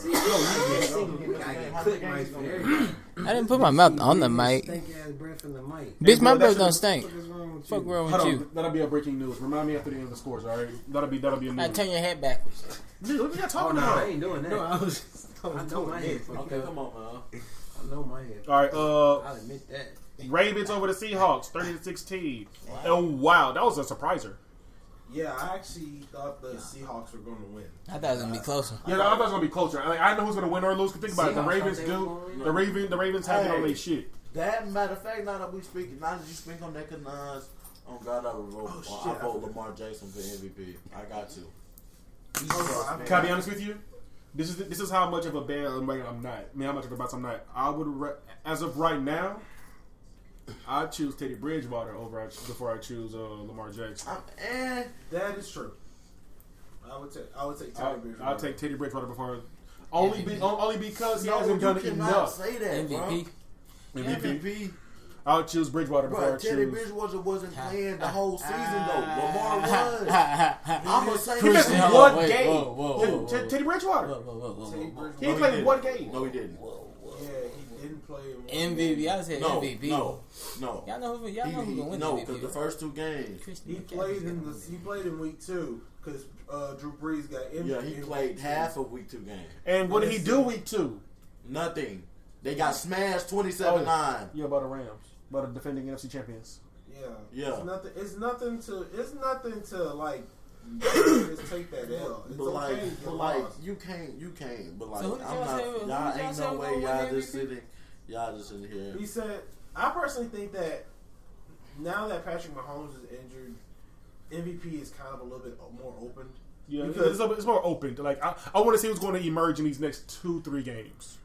[SPEAKER 3] far.
[SPEAKER 10] I click my fingers.
[SPEAKER 14] I didn't put my mouth on the mic.
[SPEAKER 10] Stink ass breath in the mic.
[SPEAKER 14] Bitch, my
[SPEAKER 3] bro,
[SPEAKER 14] breath
[SPEAKER 3] that
[SPEAKER 14] don't
[SPEAKER 3] should've-
[SPEAKER 14] stink.
[SPEAKER 10] What is wrong with
[SPEAKER 14] Fuck
[SPEAKER 10] you?
[SPEAKER 14] wrong with
[SPEAKER 3] Hold
[SPEAKER 14] you?
[SPEAKER 3] on, that'll be a breaking news. Remind me after the end of the scores, all right? That'll be that'll be a
[SPEAKER 14] I
[SPEAKER 3] news.
[SPEAKER 14] turn your head backwards.
[SPEAKER 3] Dude, look at that
[SPEAKER 10] Oh
[SPEAKER 3] talking
[SPEAKER 10] no, I
[SPEAKER 3] now.
[SPEAKER 10] ain't doing that.
[SPEAKER 5] No, I was just
[SPEAKER 10] I know my head. fuck
[SPEAKER 7] Okay,
[SPEAKER 10] up.
[SPEAKER 7] come on, man.
[SPEAKER 10] I know my head.
[SPEAKER 3] All right, uh,
[SPEAKER 10] I'll admit that.
[SPEAKER 3] Ravens over the Seahawks, thirty to sixteen. Oh wow, that was a surpriser.
[SPEAKER 6] Yeah, I actually thought the Seahawks were going to win.
[SPEAKER 14] I thought it was gonna be closer.
[SPEAKER 3] Yeah, no, I thought it was gonna be closer. Like, I know who's gonna win or lose. 'cause Think about it. The
[SPEAKER 10] Seahawks
[SPEAKER 3] Ravens
[SPEAKER 10] thought they were
[SPEAKER 3] do.
[SPEAKER 10] gonna win.
[SPEAKER 3] The Raven. The Ravens have it on
[SPEAKER 7] Hey.
[SPEAKER 3] their shit.
[SPEAKER 7] That matter of fact, now that we speak, now that you speak on that, cause Nas, on God, I would
[SPEAKER 6] Oh,
[SPEAKER 7] vote. I vote Lamar Jackson for MVP. I got to.
[SPEAKER 3] Can I be honest with you? This is this is how much of a bad I'm, like, I'm not. I mean, how much of a boss I'm not. I would re- as of right now. I choose Teddy Bridgewater over I, before I choose uh, Lamar Jackson.
[SPEAKER 7] I'm, eh,
[SPEAKER 6] That is true. I would take. I would take
[SPEAKER 3] I,
[SPEAKER 6] Teddy Bridgewater.
[SPEAKER 3] I'll take Teddy Bridgewater before only be, only because he
[SPEAKER 7] no, you
[SPEAKER 3] hasn't done
[SPEAKER 7] cannot
[SPEAKER 3] enough.
[SPEAKER 7] say that,
[SPEAKER 14] MVP.
[SPEAKER 7] bro.
[SPEAKER 3] MVP.
[SPEAKER 7] MVP.
[SPEAKER 3] I'll choose Bridgewater before I
[SPEAKER 7] Bro, Teddy
[SPEAKER 3] choose.
[SPEAKER 7] Bridgewater wasn't playing the whole season though. Lamar was. I'm gonna say
[SPEAKER 3] He missed
[SPEAKER 7] that.
[SPEAKER 14] Christian-
[SPEAKER 3] one
[SPEAKER 14] whoa, wait,
[SPEAKER 3] game.
[SPEAKER 14] whoa, whoa,
[SPEAKER 3] Ted-
[SPEAKER 14] whoa,
[SPEAKER 3] Ted-
[SPEAKER 14] whoa.
[SPEAKER 3] Teddy Bridgewater. He
[SPEAKER 6] Bridgewater.
[SPEAKER 3] ain't played in one game.
[SPEAKER 7] No, he didn't.
[SPEAKER 6] Yeah, he didn't play. in one
[SPEAKER 14] MVP. I said
[SPEAKER 7] No,
[SPEAKER 14] MVP.
[SPEAKER 7] no, no.
[SPEAKER 14] Y'all know who y'all
[SPEAKER 7] He,
[SPEAKER 14] know who
[SPEAKER 7] he,
[SPEAKER 14] gonna win
[SPEAKER 7] no,
[SPEAKER 14] this
[SPEAKER 7] because the
[SPEAKER 14] MVP.
[SPEAKER 7] first two games,
[SPEAKER 14] Christian
[SPEAKER 6] He
[SPEAKER 14] McCaffrey.
[SPEAKER 6] played in the. He played in week two because uh, Drew Brees got injured.
[SPEAKER 7] yeah, he played half of week two game.
[SPEAKER 3] And what did he do week two?
[SPEAKER 7] Nothing. They got smashed
[SPEAKER 14] Oh,
[SPEAKER 7] twenty-seven nine.
[SPEAKER 3] Yeah, by the Rams, by the defending NFC champions.
[SPEAKER 6] Yeah,
[SPEAKER 7] Yeah.
[SPEAKER 6] It's nothing. It's nothing to. It's nothing to like. [coughs] just take that L. It's
[SPEAKER 7] But like,
[SPEAKER 6] okay. you
[SPEAKER 7] but like,
[SPEAKER 6] lost.
[SPEAKER 7] you can't, you can't. But like,
[SPEAKER 14] So who
[SPEAKER 7] I'm
[SPEAKER 14] did y'all say- who
[SPEAKER 7] not.
[SPEAKER 14] did
[SPEAKER 7] Y'all
[SPEAKER 14] y'all
[SPEAKER 7] ain't
[SPEAKER 14] say
[SPEAKER 7] no
[SPEAKER 14] was
[SPEAKER 7] way.
[SPEAKER 14] gonna
[SPEAKER 7] Y'all
[SPEAKER 14] win
[SPEAKER 7] just
[SPEAKER 14] MVP?
[SPEAKER 7] sitting. Y'all just sitting here.
[SPEAKER 6] He said, I personally think that now that Patrick Mahomes is injured, MVP is kind of a little bit more open.
[SPEAKER 3] Yeah,
[SPEAKER 6] Because-
[SPEAKER 3] it's, it's more open. To, like I, I want to see who's going to emerge in these next two, three games.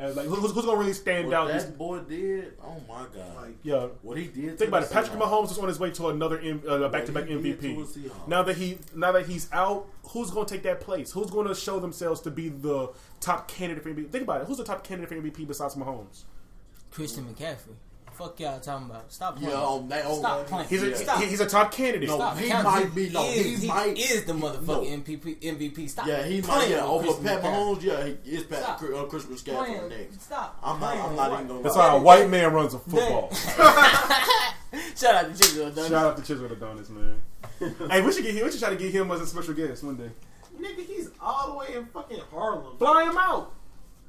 [SPEAKER 3] And, like who- who's, who's going to really stand
[SPEAKER 7] What
[SPEAKER 3] out?
[SPEAKER 7] that
[SPEAKER 3] these-
[SPEAKER 7] boy did. Oh my god.
[SPEAKER 6] Like,
[SPEAKER 3] yeah,
[SPEAKER 7] what he did. to
[SPEAKER 3] think about
[SPEAKER 7] the
[SPEAKER 3] it. Patrick
[SPEAKER 7] Seahawks.
[SPEAKER 3] Mahomes is on his way to another M- uh, back-to-back
[SPEAKER 7] he did to the
[SPEAKER 3] MVP.
[SPEAKER 7] Seahawks.
[SPEAKER 3] Now that he, now that he's out, who's going to take that place? Who's going to show themselves to be the top candidate for MVP? Think about it. Who's the top candidate for MVP besides Mahomes?
[SPEAKER 14] Christian McCaffrey. Fuck y'all talking about. Stop playing.
[SPEAKER 7] Yeah, on that. on
[SPEAKER 14] Stop
[SPEAKER 7] that-
[SPEAKER 14] playing.
[SPEAKER 3] He's a,
[SPEAKER 14] Stop.
[SPEAKER 3] he- he's a top candidate.
[SPEAKER 7] No.
[SPEAKER 14] Stop.
[SPEAKER 7] he
[SPEAKER 14] Count-
[SPEAKER 7] might be- no,
[SPEAKER 14] is,
[SPEAKER 7] he might-
[SPEAKER 14] is the motherfucking
[SPEAKER 7] no.
[SPEAKER 14] MVP. MVP. Stop.
[SPEAKER 7] Yeah, he might.
[SPEAKER 14] playing
[SPEAKER 7] Yeah,
[SPEAKER 14] with
[SPEAKER 7] over
[SPEAKER 14] Christian
[SPEAKER 7] Pat
[SPEAKER 14] McCaffrey.
[SPEAKER 7] Mahomes. Yeah, he is Pat.
[SPEAKER 14] Stop.
[SPEAKER 7] Uh, Chris Scott
[SPEAKER 14] Playing.
[SPEAKER 7] next.
[SPEAKER 14] Stop.
[SPEAKER 7] I'm not. I'm not
[SPEAKER 14] Playing.
[SPEAKER 7] even gonna.
[SPEAKER 3] That's
[SPEAKER 7] lie.
[SPEAKER 3] how a white man runs a football.
[SPEAKER 14] Shout out to Chico Adonis.
[SPEAKER 3] Shout out to Chisel Adonis, man. hey, we should get him. We should try to get him as a special guest one day.
[SPEAKER 6] nigga, he's all the way in fucking Harlem.
[SPEAKER 3] Fly him out.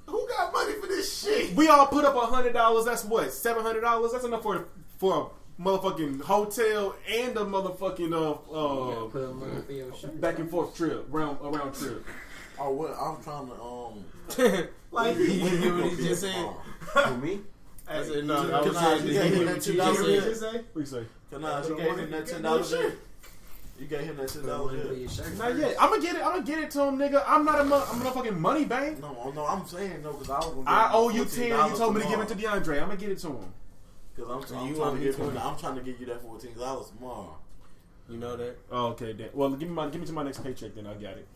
[SPEAKER 6] Who got money for this shit?
[SPEAKER 3] We all put up a hundred dollars. That's what seven hundred dollars. That's enough for for a motherfucking hotel and a motherfucking uh, uh
[SPEAKER 10] Put him on for your shirt.
[SPEAKER 3] back and forth trip round around trip.
[SPEAKER 7] Oh, well, I'm trying to. Um.
[SPEAKER 6] Like, he,
[SPEAKER 5] You hear what he just said?
[SPEAKER 10] For me?
[SPEAKER 5] I said, no, I
[SPEAKER 7] Can
[SPEAKER 5] was
[SPEAKER 7] I?
[SPEAKER 5] saying
[SPEAKER 7] You
[SPEAKER 5] this.
[SPEAKER 7] gave him that two
[SPEAKER 6] you hear what he
[SPEAKER 7] dollars.
[SPEAKER 6] just say?
[SPEAKER 3] What do you say?
[SPEAKER 7] Can I? You gave him that ten dollars. You gave him that ten
[SPEAKER 10] Put him on for
[SPEAKER 7] dollars.
[SPEAKER 10] your shirt.
[SPEAKER 3] Not yet. I'm gonna get it. I'm gonna get it to him, nigga. I'm not a mo- I'm not a fucking money bank.
[SPEAKER 7] No, no, I'm saying no because I was. Gonna
[SPEAKER 3] I owe you ten. You told me to give it to DeAndre. I'm gonna get it to him.
[SPEAKER 7] Because I'm, I'm
[SPEAKER 5] you owe
[SPEAKER 7] trying to
[SPEAKER 5] me
[SPEAKER 7] give him.
[SPEAKER 5] 20.
[SPEAKER 7] I'm trying to get you that fourteen dollars tomorrow.
[SPEAKER 5] You know that?
[SPEAKER 3] Oh, okay, then. Well, give me my give me to my next paycheck, then I got it.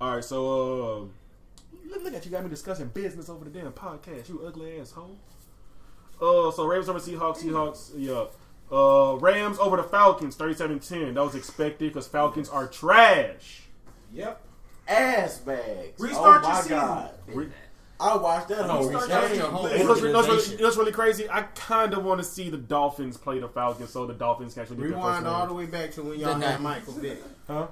[SPEAKER 3] All right, so uh, look, look at you got me discussing business over the damn podcast. You ugly asshole. Uh, so Rams over Seahawks. Seahawks, yeah. Uh, Rams over the Falcons, 37-10. That was expected because Falcons are trash.
[SPEAKER 6] Yep.
[SPEAKER 7] Ass bags. oh
[SPEAKER 6] Restart your
[SPEAKER 7] my
[SPEAKER 6] season.
[SPEAKER 7] god.
[SPEAKER 3] Re-
[SPEAKER 5] I watched that whole
[SPEAKER 6] started
[SPEAKER 5] restructure. whole
[SPEAKER 3] You know what's- you know what's really,
[SPEAKER 5] organization.
[SPEAKER 3] you know what's really crazy? I kind of want to see the Dolphins play the Falcons so the Dolphins can actually get
[SPEAKER 5] Rewind
[SPEAKER 3] their
[SPEAKER 5] all
[SPEAKER 3] first
[SPEAKER 5] the
[SPEAKER 3] win.
[SPEAKER 5] way back to when y'all
[SPEAKER 2] Did
[SPEAKER 5] had
[SPEAKER 2] not.
[SPEAKER 5] Michael Vick.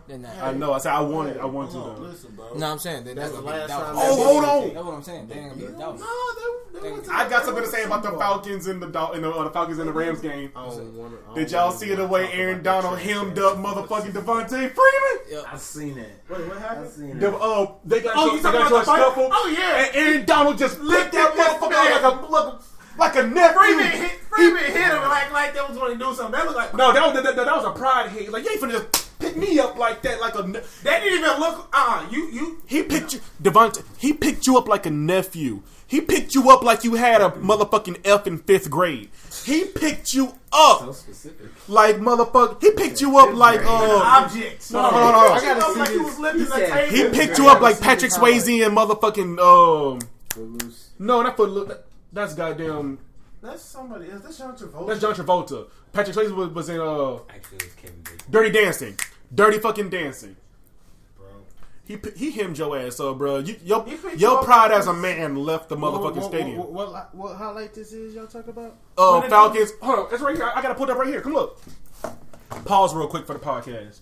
[SPEAKER 2] They're not.
[SPEAKER 3] I know. I said I wanted. I want to.
[SPEAKER 5] Hold on,
[SPEAKER 3] Though.
[SPEAKER 5] listen, bro.
[SPEAKER 2] No, I'm saying that, that's,
[SPEAKER 5] That's the
[SPEAKER 2] gonna be
[SPEAKER 5] last
[SPEAKER 2] the
[SPEAKER 5] time.
[SPEAKER 2] Dolphins.
[SPEAKER 3] Oh, hold on.
[SPEAKER 2] That's what I'm saying. They ain't gonna be the Dolphins.
[SPEAKER 5] No, they, they went to
[SPEAKER 3] I got something to say about the Falcons and the Dol- and the, uh, the Falcons and the Rams game.
[SPEAKER 5] I don't wanna- I don't
[SPEAKER 3] Did y'all
[SPEAKER 5] wanna
[SPEAKER 3] see the
[SPEAKER 5] talk
[SPEAKER 3] way
[SPEAKER 5] about
[SPEAKER 3] Aaron
[SPEAKER 5] that
[SPEAKER 3] Donald
[SPEAKER 5] shit.
[SPEAKER 3] hemmed up motherfucking Devontae Freeman?
[SPEAKER 10] I seen that.
[SPEAKER 6] Wait, what
[SPEAKER 10] I
[SPEAKER 6] happened?
[SPEAKER 10] seen
[SPEAKER 3] The,
[SPEAKER 10] that.
[SPEAKER 3] uh, they got
[SPEAKER 6] Oh,
[SPEAKER 3] to-
[SPEAKER 6] you
[SPEAKER 3] they
[SPEAKER 6] talking
[SPEAKER 3] got
[SPEAKER 6] about the
[SPEAKER 3] to a
[SPEAKER 6] fight?
[SPEAKER 3] scuffle.
[SPEAKER 6] Oh, yeah.
[SPEAKER 3] And Aaron Donald just licked that
[SPEAKER 6] this man.
[SPEAKER 3] motherfucker out like a like a neck.
[SPEAKER 6] Freeman hit, Freeman hit him like like that was going to do something. That looked like
[SPEAKER 3] No, that was that, that was a pride hit. Like you ain't finna just pick me up like that. Like a ne-
[SPEAKER 6] that didn't even look. Uh, uh you you
[SPEAKER 3] he picked you, Devontae. He picked you up like a nephew. He picked you up like you had a motherfucking F in fifth grade. He picked you up
[SPEAKER 10] specific.
[SPEAKER 3] like motherfucker. He picked you up like uh.
[SPEAKER 6] objects.
[SPEAKER 3] No, no, no, no, no.
[SPEAKER 6] I gotta see like you was lifting
[SPEAKER 10] He
[SPEAKER 6] the
[SPEAKER 10] said-
[SPEAKER 6] table.
[SPEAKER 3] He picked you up like Patrick Swayze and motherfucking um. No, not Footloose. That, that's goddamn.
[SPEAKER 6] That's somebody else. That's John Travolta.
[SPEAKER 3] That's John Travolta. Patrick Swayze was, was in uh
[SPEAKER 10] Actually, it's Kevin Bacon.
[SPEAKER 3] Dirty Dancing, Dirty fucking Dancing. He p- he hemmed your ass up, bro. You, your
[SPEAKER 6] He picked you
[SPEAKER 3] your
[SPEAKER 6] up
[SPEAKER 3] pride
[SPEAKER 6] like-
[SPEAKER 3] as a man left the motherfucking
[SPEAKER 5] What- what-
[SPEAKER 3] stadium.
[SPEAKER 5] What, what, what, what highlight this is y'all talking about?
[SPEAKER 3] Uh,
[SPEAKER 6] What
[SPEAKER 3] Falcons. Hold on, it's right here. I, I gotta put it up right here. Come look. Pause real quick for the podcast.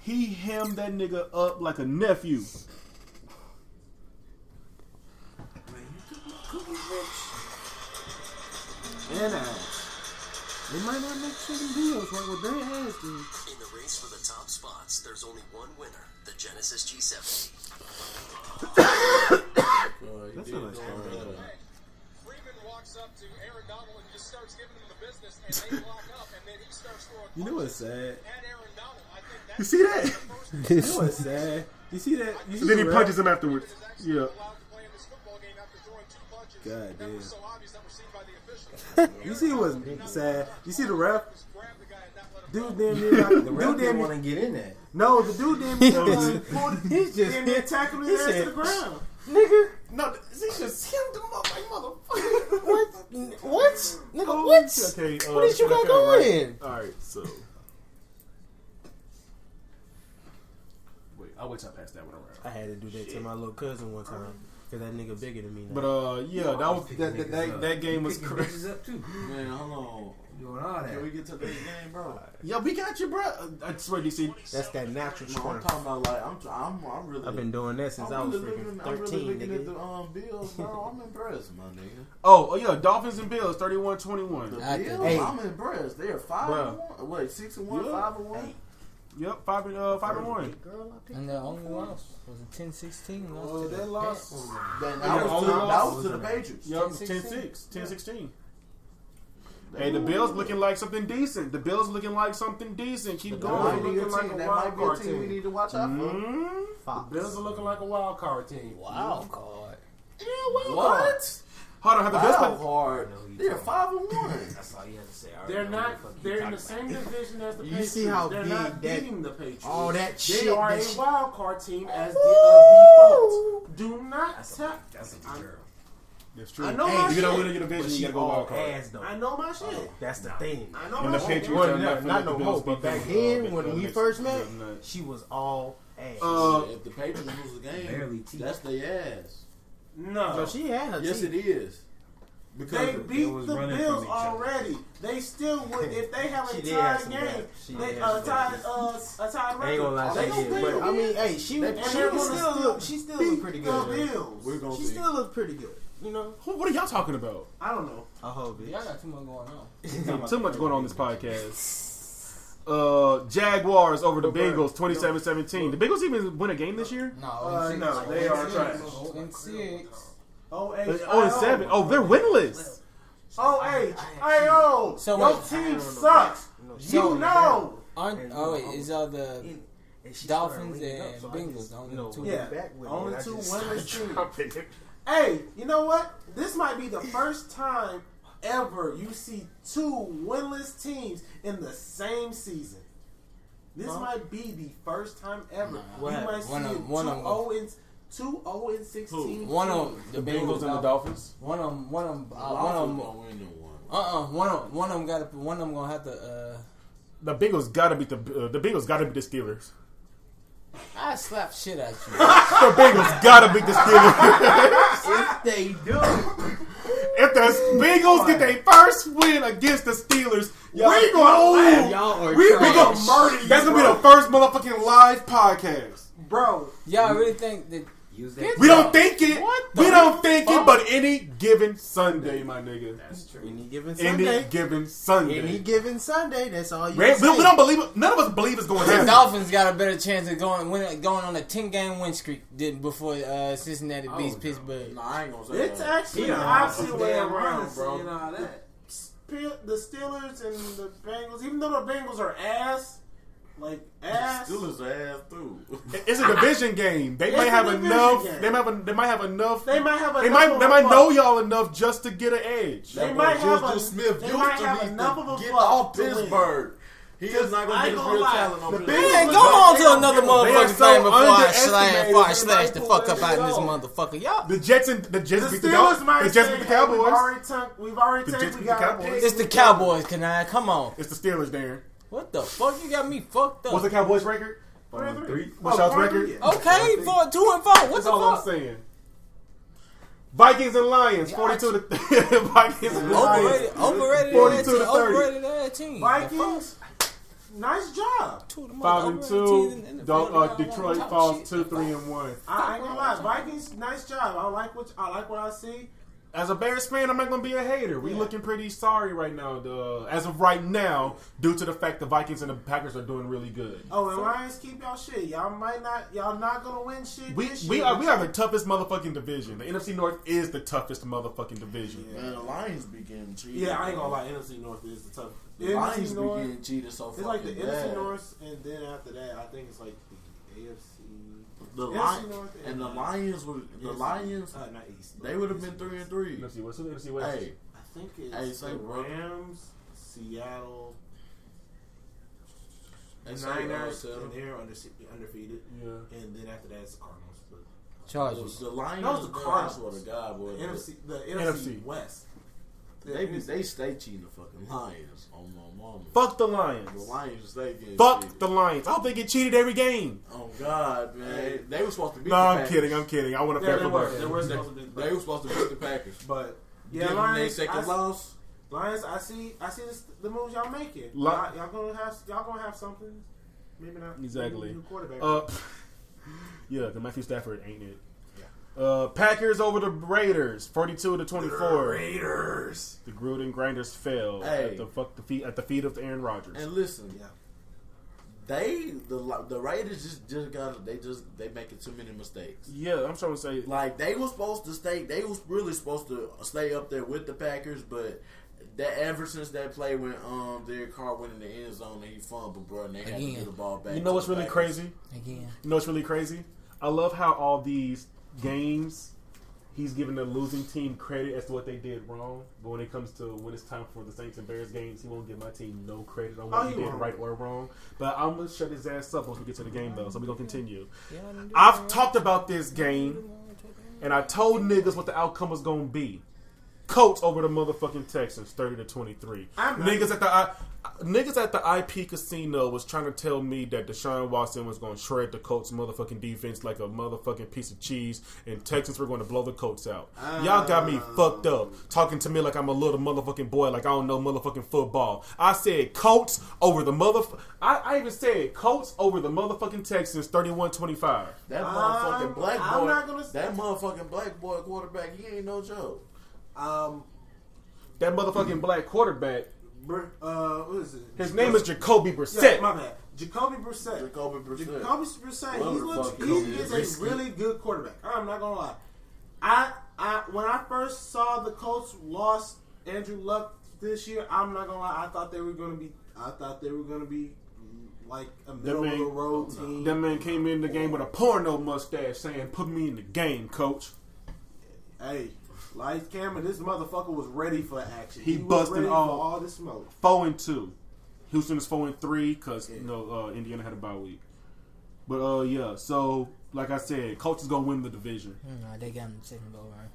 [SPEAKER 3] He hemmed that nigga up like a nephew.
[SPEAKER 6] and out.
[SPEAKER 5] They might not make chicken deals like what they ass did.
[SPEAKER 15] In the race for the top spots, there's only one winner the Genesis G70.
[SPEAKER 5] That's a nice story.
[SPEAKER 16] Freeman walks up to Aaron Donald and just starts giving him the business, and they lock up, and then he starts throwing
[SPEAKER 5] You know what's sad?
[SPEAKER 16] at Aaron Donald. I think
[SPEAKER 3] You
[SPEAKER 16] that's
[SPEAKER 3] see that?
[SPEAKER 5] You know what's sad? You see that? You see
[SPEAKER 3] then he
[SPEAKER 5] the
[SPEAKER 3] punches him afterwards.
[SPEAKER 16] actually
[SPEAKER 3] Yeah.
[SPEAKER 16] allowed to play in this football game after throwing two punches
[SPEAKER 5] God
[SPEAKER 16] that
[SPEAKER 5] damn.
[SPEAKER 16] were so obvious that were seen by the officials.
[SPEAKER 5] ref- You see what's sad? You see the ref?
[SPEAKER 16] Just grab the guy and not let him.
[SPEAKER 5] Dude damn near got,
[SPEAKER 10] The ref
[SPEAKER 5] dude damn
[SPEAKER 10] didn't
[SPEAKER 5] near,
[SPEAKER 10] want to get in that.
[SPEAKER 5] no, the dude [laughs] damn near got- He's just
[SPEAKER 6] Damn near tackled
[SPEAKER 5] He
[SPEAKER 6] his ass to
[SPEAKER 5] said,
[SPEAKER 6] the ground.
[SPEAKER 5] nigga.
[SPEAKER 3] No, he just hemmed him up like motherfucker.
[SPEAKER 5] What? What?
[SPEAKER 2] Oh,
[SPEAKER 5] Nigga, what?
[SPEAKER 3] Okay, uh,
[SPEAKER 5] What did you got going?
[SPEAKER 3] All right, so. Wait, I'll wait till I pass that one around.
[SPEAKER 5] I had to do that to my little cousin one time because that nigga bigger than me.
[SPEAKER 3] But uh, yeah, that was that, that, that, that game
[SPEAKER 7] [laughs]
[SPEAKER 3] was
[SPEAKER 10] Picking
[SPEAKER 3] crazy.
[SPEAKER 10] bitches up too.
[SPEAKER 5] man, hold
[SPEAKER 10] Doing all that.
[SPEAKER 5] get to the game, bro?
[SPEAKER 3] Yeah, we got you, bro. I swear, DC.
[SPEAKER 5] That's that natural
[SPEAKER 7] I'm
[SPEAKER 5] scoring.
[SPEAKER 7] talking about like I'm I'm, I'm really.
[SPEAKER 5] I've been doing that since
[SPEAKER 7] I'm
[SPEAKER 5] I was
[SPEAKER 7] really
[SPEAKER 5] freaking
[SPEAKER 7] looking, I'm really
[SPEAKER 5] 13,
[SPEAKER 7] looking at the
[SPEAKER 5] nigga.
[SPEAKER 7] um, Bills, bro. I'm impressed, my nigga.
[SPEAKER 3] Oh, oh yeah, Dolphins and Bills, 31-21.
[SPEAKER 7] The Bills,
[SPEAKER 5] Hey.
[SPEAKER 7] I'm impressed. They're five and
[SPEAKER 5] Bruh.
[SPEAKER 7] one. Wait, six and one,
[SPEAKER 3] Yeah.
[SPEAKER 7] five and one.
[SPEAKER 3] Yep, five and uh, five and one.
[SPEAKER 2] And the only loss was a 10-16 loss
[SPEAKER 5] Oh,
[SPEAKER 2] to the
[SPEAKER 5] that loss.
[SPEAKER 2] Patriots.
[SPEAKER 3] Yeah,
[SPEAKER 7] Then that was,
[SPEAKER 3] only
[SPEAKER 7] to, that
[SPEAKER 3] loss
[SPEAKER 7] was to the
[SPEAKER 5] was
[SPEAKER 7] Patriots.
[SPEAKER 3] Yep, 10-6,
[SPEAKER 2] 10-16.
[SPEAKER 3] 10-16. Hey, the Bills looking like something decent. The Bills looking like something decent. Keep
[SPEAKER 7] That might
[SPEAKER 3] going.
[SPEAKER 7] be a
[SPEAKER 3] Looking like
[SPEAKER 7] team.
[SPEAKER 3] a
[SPEAKER 7] That
[SPEAKER 3] wild
[SPEAKER 7] might
[SPEAKER 3] card
[SPEAKER 7] be a team we
[SPEAKER 3] team.
[SPEAKER 7] need to watch out for.
[SPEAKER 3] Mm,
[SPEAKER 6] Bills are looking like a wild card team.
[SPEAKER 7] Wow,
[SPEAKER 10] God.
[SPEAKER 7] yeah, wow,
[SPEAKER 3] What? Hold on, have the Bills
[SPEAKER 7] Wow,
[SPEAKER 3] play?
[SPEAKER 7] hard. They're five and one.
[SPEAKER 5] [laughs]
[SPEAKER 10] That's all you have to say. I already
[SPEAKER 6] They're
[SPEAKER 10] know what
[SPEAKER 6] not.
[SPEAKER 10] fuck you
[SPEAKER 6] They're in
[SPEAKER 10] talking
[SPEAKER 6] the same division as the
[SPEAKER 5] You
[SPEAKER 6] Patriots.
[SPEAKER 5] see how
[SPEAKER 6] they're
[SPEAKER 5] big
[SPEAKER 6] not
[SPEAKER 5] that-
[SPEAKER 6] beating the Patriots.
[SPEAKER 5] All that
[SPEAKER 6] They
[SPEAKER 5] shit.
[SPEAKER 6] are
[SPEAKER 5] that
[SPEAKER 6] a
[SPEAKER 5] shit-
[SPEAKER 6] wild card team as the of default. Do not tap.
[SPEAKER 10] about. That's a good girl.
[SPEAKER 3] That's true.
[SPEAKER 6] I know
[SPEAKER 5] Hey,
[SPEAKER 6] my
[SPEAKER 3] If you
[SPEAKER 6] shit.
[SPEAKER 3] don't win your division, you gotta go wild card.
[SPEAKER 10] Ass though.
[SPEAKER 6] I know my shit.
[SPEAKER 5] That's the thing.
[SPEAKER 6] I know
[SPEAKER 3] And
[SPEAKER 6] my
[SPEAKER 3] the
[SPEAKER 6] shit.
[SPEAKER 3] Patriots
[SPEAKER 5] Well,
[SPEAKER 3] are
[SPEAKER 5] not-
[SPEAKER 3] not,
[SPEAKER 5] not
[SPEAKER 3] the
[SPEAKER 5] no
[SPEAKER 3] Bills.
[SPEAKER 5] more, but
[SPEAKER 3] fucking,
[SPEAKER 5] back
[SPEAKER 3] uh,
[SPEAKER 5] then,
[SPEAKER 3] big
[SPEAKER 5] when
[SPEAKER 3] up
[SPEAKER 5] we
[SPEAKER 3] next-
[SPEAKER 5] first
[SPEAKER 3] big up
[SPEAKER 5] met,
[SPEAKER 3] next.
[SPEAKER 5] She was all ass.
[SPEAKER 3] Uh,
[SPEAKER 7] if the Patriots lose the game,
[SPEAKER 10] Barely teeth.
[SPEAKER 7] that's their ass.
[SPEAKER 5] so
[SPEAKER 6] No,
[SPEAKER 5] she had her.
[SPEAKER 7] Yes,
[SPEAKER 5] teeth.
[SPEAKER 7] it is.
[SPEAKER 6] they
[SPEAKER 7] Because
[SPEAKER 6] beat
[SPEAKER 10] was
[SPEAKER 6] the
[SPEAKER 10] running
[SPEAKER 6] Bills
[SPEAKER 10] from each other.
[SPEAKER 6] already. They still would if they have
[SPEAKER 5] She
[SPEAKER 6] a
[SPEAKER 5] did have
[SPEAKER 6] tied
[SPEAKER 5] some
[SPEAKER 6] game.
[SPEAKER 5] bad- she
[SPEAKER 6] They
[SPEAKER 5] did
[SPEAKER 6] uh,
[SPEAKER 5] have some bad
[SPEAKER 6] tied uh, a tied record.
[SPEAKER 5] I ain't gonna lie,
[SPEAKER 6] They
[SPEAKER 5] she
[SPEAKER 6] gonna
[SPEAKER 5] did. But I
[SPEAKER 6] beat
[SPEAKER 5] mean, hey, she,
[SPEAKER 7] They-
[SPEAKER 5] she was
[SPEAKER 6] and they're gonna
[SPEAKER 5] still,
[SPEAKER 6] still
[SPEAKER 5] she still
[SPEAKER 6] the
[SPEAKER 5] looked pretty good.
[SPEAKER 6] Bills.
[SPEAKER 7] we're gonna
[SPEAKER 5] She
[SPEAKER 7] see.
[SPEAKER 5] still looked pretty good. You know,
[SPEAKER 3] Who- What are y'all talking about?
[SPEAKER 6] I don't know.
[SPEAKER 5] I hope it.
[SPEAKER 2] Y'all got too much going on.
[SPEAKER 3] Too much going on this
[SPEAKER 5] [laughs]
[SPEAKER 3] podcast. Uh, Jaguars over the Bengals, 27-17. The Bengals even win a game this year?
[SPEAKER 2] No,
[SPEAKER 6] Uh,
[SPEAKER 2] and
[SPEAKER 6] no,
[SPEAKER 2] six.
[SPEAKER 6] they are trash.
[SPEAKER 2] Oh, and six.
[SPEAKER 6] Oh,
[SPEAKER 3] Oh, and seven. Oh, they're winless.
[SPEAKER 6] Oh, hey, hey, yo,
[SPEAKER 2] So
[SPEAKER 6] your
[SPEAKER 2] wait.
[SPEAKER 6] team sucks.
[SPEAKER 2] So-
[SPEAKER 6] you know.
[SPEAKER 2] Aren't, oh, wait, is all the
[SPEAKER 5] And she
[SPEAKER 2] Dolphins
[SPEAKER 5] started ringing
[SPEAKER 2] and
[SPEAKER 5] up, so I
[SPEAKER 2] Bengals
[SPEAKER 5] just,
[SPEAKER 2] the only
[SPEAKER 5] you know,
[SPEAKER 2] two?
[SPEAKER 5] went
[SPEAKER 6] Yeah.
[SPEAKER 5] back with it,
[SPEAKER 6] Only
[SPEAKER 5] and I
[SPEAKER 6] two
[SPEAKER 5] just-
[SPEAKER 6] winless teams. Hey, you know what? This might be the first time ever you see two winless teams in the same season. This might be the first time ever
[SPEAKER 2] what
[SPEAKER 6] you
[SPEAKER 2] happened?
[SPEAKER 6] might see
[SPEAKER 2] One of-
[SPEAKER 6] two
[SPEAKER 2] one of 'em.
[SPEAKER 6] zero and two zero and sixteen.
[SPEAKER 2] One of the, Bengals and the Dolphins.
[SPEAKER 3] Dolphins.
[SPEAKER 2] One of them, one of them, uh, one of
[SPEAKER 7] Dolphins
[SPEAKER 2] them.
[SPEAKER 7] gonna win the one.
[SPEAKER 2] Uh uh one of 'em- one of them got to one of them gonna have to. uh
[SPEAKER 3] The Bengals gotta beat the uh, the Bengals gotta beat the Steelers.
[SPEAKER 2] I
[SPEAKER 10] I slap shit at you.
[SPEAKER 3] The Bengals gotta beat the Steelers.
[SPEAKER 10] if they do,
[SPEAKER 3] if the Bengals get their first win against the Steelers,
[SPEAKER 6] Y'all-
[SPEAKER 3] we gonna
[SPEAKER 6] Y'all are
[SPEAKER 3] we, we
[SPEAKER 6] trash.
[SPEAKER 3] gonna murder you. That's gonna be the first motherfucking live podcast.
[SPEAKER 6] bro.
[SPEAKER 2] [laughs] Y'all really think that?
[SPEAKER 10] Use
[SPEAKER 2] that
[SPEAKER 3] We don't think it.
[SPEAKER 2] What
[SPEAKER 3] we
[SPEAKER 2] the
[SPEAKER 3] don't think it,
[SPEAKER 2] fuck?
[SPEAKER 3] but any given Sunday, my nigga. That's true.
[SPEAKER 5] Any given
[SPEAKER 3] Any
[SPEAKER 5] Sunday.
[SPEAKER 3] given Sunday.
[SPEAKER 5] Any given Sunday, that's all you.
[SPEAKER 3] we, we-
[SPEAKER 5] can say.
[SPEAKER 3] we don't believe. it- None of us believe it's going to
[SPEAKER 2] The
[SPEAKER 3] happen.
[SPEAKER 2] Dolphins got a better chance of going win, going on a ten game win streak than before uh, Cincinnati
[SPEAKER 5] Oh,
[SPEAKER 2] beats Pittsburgh.
[SPEAKER 4] I ain't gonna say
[SPEAKER 6] It's
[SPEAKER 4] that.
[SPEAKER 6] actually the
[SPEAKER 4] Yeah,
[SPEAKER 6] opposite
[SPEAKER 4] it's
[SPEAKER 6] way
[SPEAKER 4] damn
[SPEAKER 6] around,
[SPEAKER 4] honest,
[SPEAKER 6] bro.
[SPEAKER 4] you know.
[SPEAKER 6] Pe- The Steelers and the Bengals, even though the Bengals are ass, like ass.
[SPEAKER 4] Steelers ass through.
[SPEAKER 3] It's a division game. They
[SPEAKER 6] It's
[SPEAKER 3] might
[SPEAKER 6] a
[SPEAKER 3] have
[SPEAKER 6] division
[SPEAKER 3] enough.
[SPEAKER 6] game.
[SPEAKER 3] They might have. They might have enough.
[SPEAKER 6] They might have
[SPEAKER 3] They
[SPEAKER 6] enough
[SPEAKER 3] might.
[SPEAKER 6] of
[SPEAKER 3] They
[SPEAKER 6] a
[SPEAKER 3] might
[SPEAKER 6] fuck.
[SPEAKER 3] know y'all enough just to get an edge.
[SPEAKER 6] They
[SPEAKER 4] That
[SPEAKER 6] might
[SPEAKER 4] boy
[SPEAKER 6] have
[SPEAKER 4] Juju
[SPEAKER 6] a-
[SPEAKER 4] Smith.
[SPEAKER 6] they
[SPEAKER 4] Houston
[SPEAKER 6] might have
[SPEAKER 4] needs
[SPEAKER 6] enough
[SPEAKER 4] to
[SPEAKER 6] of a
[SPEAKER 4] get
[SPEAKER 6] fuck
[SPEAKER 4] off
[SPEAKER 6] to win.
[SPEAKER 4] Pittsburgh. He is not
[SPEAKER 6] I
[SPEAKER 4] gonna
[SPEAKER 6] ain't
[SPEAKER 4] get his
[SPEAKER 6] gonna
[SPEAKER 4] real
[SPEAKER 6] lie.
[SPEAKER 4] talent on
[SPEAKER 6] The
[SPEAKER 4] Pittsburgh.
[SPEAKER 6] Bengals-
[SPEAKER 2] Man, go on to another
[SPEAKER 3] They are
[SPEAKER 2] motherfucking
[SPEAKER 3] so
[SPEAKER 2] thing before I slash,
[SPEAKER 3] underestimated.
[SPEAKER 2] before I
[SPEAKER 3] Everybody
[SPEAKER 2] slash the
[SPEAKER 3] pull
[SPEAKER 2] fuck
[SPEAKER 3] their
[SPEAKER 2] up out of this
[SPEAKER 6] shit off.
[SPEAKER 2] motherfucker. Y'all,
[SPEAKER 3] The Jets and the
[SPEAKER 6] The
[SPEAKER 3] Jets beat the Dol-
[SPEAKER 6] Steelers might
[SPEAKER 3] The Jets
[SPEAKER 6] say,
[SPEAKER 3] beat the
[SPEAKER 6] hey, We've
[SPEAKER 3] Cowboys.
[SPEAKER 6] already, tunk- we've already
[SPEAKER 3] The
[SPEAKER 6] tanked.
[SPEAKER 3] Jets
[SPEAKER 6] We
[SPEAKER 3] beat the
[SPEAKER 6] got our
[SPEAKER 3] Cowboys.
[SPEAKER 6] boys.
[SPEAKER 2] it's the Cowboys, can I? Come on,
[SPEAKER 3] It's the Steelers, Darren.
[SPEAKER 2] what the fuck? You got me fucked
[SPEAKER 3] What's the
[SPEAKER 2] up.
[SPEAKER 3] Cowboys record?
[SPEAKER 6] Four and three.
[SPEAKER 3] What's
[SPEAKER 6] Oh,
[SPEAKER 3] y'all's
[SPEAKER 6] four and
[SPEAKER 3] record?
[SPEAKER 6] three, yeah.
[SPEAKER 2] Okay, for two and four. What
[SPEAKER 3] That's
[SPEAKER 2] the
[SPEAKER 3] all I'm
[SPEAKER 2] fuck?
[SPEAKER 3] saying. Vikings and Lions, forty-two to [laughs] Vikings and Lions.
[SPEAKER 2] Overrated, overrated,
[SPEAKER 3] 42
[SPEAKER 2] ass
[SPEAKER 3] to
[SPEAKER 2] team,
[SPEAKER 3] 30.
[SPEAKER 2] overrated ass team.
[SPEAKER 6] Vikings. Nice job.
[SPEAKER 2] Two of the
[SPEAKER 3] Five and
[SPEAKER 2] motherfucking
[SPEAKER 3] two.
[SPEAKER 2] teams in the
[SPEAKER 3] Dol-
[SPEAKER 2] field
[SPEAKER 3] uh,
[SPEAKER 2] that y'all wanna
[SPEAKER 3] Detroit
[SPEAKER 2] talk shit
[SPEAKER 3] falls two,
[SPEAKER 2] about.
[SPEAKER 3] three, and one.
[SPEAKER 6] I ain't gonna lie. Vikings. Nice job. I like what I like what I see.
[SPEAKER 3] As a Bears fan, I'm not gonna be a hater. We looking pretty sorry right now, uh, as of right now, due to the fact the Vikings and the Packers are doing really good.
[SPEAKER 6] Oh, and Lions keep y'all shit. Y'all might not. Y'all not gonna win shit.
[SPEAKER 3] We
[SPEAKER 6] this
[SPEAKER 3] we
[SPEAKER 6] year.
[SPEAKER 3] are we are the toughest motherfucking division. The NFC North is the toughest motherfucking division.
[SPEAKER 7] Man, the Lions be getting cheated.
[SPEAKER 6] Yeah, I ain't gonna lie. NFC North is the tough.
[SPEAKER 7] The Lions
[SPEAKER 6] NFC North.
[SPEAKER 7] be getting cheated so
[SPEAKER 6] It's
[SPEAKER 7] fucking
[SPEAKER 6] like the
[SPEAKER 7] bad.
[SPEAKER 6] NFC North, and then after that, I think it's like the AFC.
[SPEAKER 7] The
[SPEAKER 6] NFC
[SPEAKER 7] Lions
[SPEAKER 6] North
[SPEAKER 7] and the
[SPEAKER 6] and, uh,
[SPEAKER 7] Lions would the
[SPEAKER 6] AFC.
[SPEAKER 7] Lions
[SPEAKER 6] Uh, not East.
[SPEAKER 7] they would have been three and three.
[SPEAKER 3] NFC West, who's the NFC West.
[SPEAKER 7] Hey,
[SPEAKER 6] I think it's
[SPEAKER 7] Hey, say
[SPEAKER 6] the
[SPEAKER 7] bro.
[SPEAKER 6] Rams, Seattle,
[SPEAKER 7] they
[SPEAKER 6] the
[SPEAKER 7] say, uh,
[SPEAKER 6] Niners,
[SPEAKER 7] seven.
[SPEAKER 6] and they're under, undefeated.
[SPEAKER 3] Yeah.
[SPEAKER 6] And then after that, it's the Cardinals. But
[SPEAKER 2] Chargers.
[SPEAKER 7] The Lions.
[SPEAKER 6] That was the
[SPEAKER 7] bro, I
[SPEAKER 6] Cardinals.
[SPEAKER 7] swear to God, boy.
[SPEAKER 6] the NFC, the
[SPEAKER 3] NFC.
[SPEAKER 6] NFC West. The
[SPEAKER 7] They be,
[SPEAKER 6] NFC
[SPEAKER 7] they stay cheating the fucking Lions on my mama.
[SPEAKER 3] Fuck the
[SPEAKER 7] The
[SPEAKER 3] Lions.
[SPEAKER 7] Lions stay getting
[SPEAKER 3] Fuck
[SPEAKER 7] cheated.
[SPEAKER 3] the Lions. I hope they get cheated every game.
[SPEAKER 7] Oh God, man. They were supposed to beat
[SPEAKER 3] No,
[SPEAKER 7] the
[SPEAKER 3] I'm
[SPEAKER 7] Packers.
[SPEAKER 3] kidding. I'm kidding. I want to
[SPEAKER 6] Yeah,
[SPEAKER 3] fair
[SPEAKER 6] they
[SPEAKER 3] for
[SPEAKER 6] were. They
[SPEAKER 3] work.
[SPEAKER 6] were supposed to be.
[SPEAKER 7] They were supposed to beat the Packers.
[SPEAKER 6] But
[SPEAKER 7] Yeah,
[SPEAKER 6] yeah,
[SPEAKER 7] Give them their
[SPEAKER 6] Lions.
[SPEAKER 7] second
[SPEAKER 6] I,
[SPEAKER 7] loss.
[SPEAKER 6] Lions. I see. I see this, the moves y'all making.
[SPEAKER 3] Li-
[SPEAKER 6] y'all, y'all gonna have. Y'all gonna have something. Maybe not.
[SPEAKER 3] Exactly.
[SPEAKER 6] Maybe new quarterback.
[SPEAKER 3] Uh, yeah, the Matthew Stafford ain't it. Uh, Packers over the Raiders, forty-two to twenty-four. The Raiders. The Gruden grinders fell
[SPEAKER 7] Hey.
[SPEAKER 3] at the fuck the feet at the feet of Aaron Rodgers.
[SPEAKER 7] And listen,
[SPEAKER 6] Yeah.
[SPEAKER 7] they the Li- the Raiders just just got they just they making too many mistakes.
[SPEAKER 3] yeah, I'm trying to say
[SPEAKER 7] Like they was supposed to stay. They was really supposed to stay up there with the Packers, but that ever since that play when um Derek Carr went in the end zone and he fumbled, bro, and they had to
[SPEAKER 2] Again.
[SPEAKER 7] get the ball back.
[SPEAKER 3] You
[SPEAKER 7] to
[SPEAKER 3] know what's
[SPEAKER 7] the
[SPEAKER 3] really
[SPEAKER 7] Packers.
[SPEAKER 3] crazy?
[SPEAKER 2] Again.
[SPEAKER 3] You know what's really crazy? I love how all these games he's giving the losing team credit as to what they did wrong, but when it comes to when it's time for the Saints and Bears games, he won't give my team no credit on what
[SPEAKER 6] Oh,
[SPEAKER 3] he
[SPEAKER 6] he
[SPEAKER 3] did
[SPEAKER 6] won't.
[SPEAKER 3] right or wrong. But I'm gonna shut his ass up once we get to the game though, so we gonna continue.
[SPEAKER 2] Y'all done do
[SPEAKER 3] I've talked about this game and I told niggas what the outcome was gonna be. Colts over the motherfucking Texans, thirty to twenty three.
[SPEAKER 6] I'm not-
[SPEAKER 3] Niggas at the I, niggas at the IP casino was trying to tell me that Deshaun Watson was gonna shred the Colts motherfucking defense like a motherfucking piece of cheese, and Texans were gonna blow the Colts out. Y'all got me
[SPEAKER 6] Ah.
[SPEAKER 3] fucked up talking to me like I'm a little motherfucking boy, like I don't know motherfucking football. I said Colts over the mother. I, I even said Colts over the motherfucking Texans, 31-25.
[SPEAKER 7] That
[SPEAKER 6] I'm-
[SPEAKER 7] motherfucking black boy.
[SPEAKER 6] I'm not gonna-
[SPEAKER 7] that motherfucking black boy quarterback. He ain't no joke.
[SPEAKER 6] um.
[SPEAKER 3] That motherfucking black quarterback.
[SPEAKER 6] Br- Uh. What is it?
[SPEAKER 3] His name is Jacoby Brissett.
[SPEAKER 6] Yeah, my bad. Jacoby Brissett.
[SPEAKER 7] Jacoby Brissett.
[SPEAKER 6] Jacoby Brissett.
[SPEAKER 7] Whoever
[SPEAKER 6] He's
[SPEAKER 7] the
[SPEAKER 6] look,
[SPEAKER 7] fuck
[SPEAKER 6] he
[SPEAKER 7] Jacoby
[SPEAKER 6] is
[SPEAKER 7] Brissett.
[SPEAKER 6] a really good quarterback. I'm not gonna lie. I I when I first saw the Colts lost Andrew Luck this year, I'm not gonna lie. I thought they were gonna be. I thought they were gonna be mm, like a middle of the
[SPEAKER 3] man-
[SPEAKER 6] road team.
[SPEAKER 3] That man came in the game with a porno mustache saying, Put me in the game, coach.
[SPEAKER 6] Hey, like Cameron, this motherfucker was ready for action.
[SPEAKER 3] He
[SPEAKER 6] was
[SPEAKER 3] busted
[SPEAKER 6] ready for
[SPEAKER 3] all-
[SPEAKER 6] all the smoke.
[SPEAKER 3] Four and two. Houston is four and three because you know uh, Indiana had a bye week. But uh yeah, so like I said, Colts is gonna win the division.
[SPEAKER 2] Nah, they got him second go around.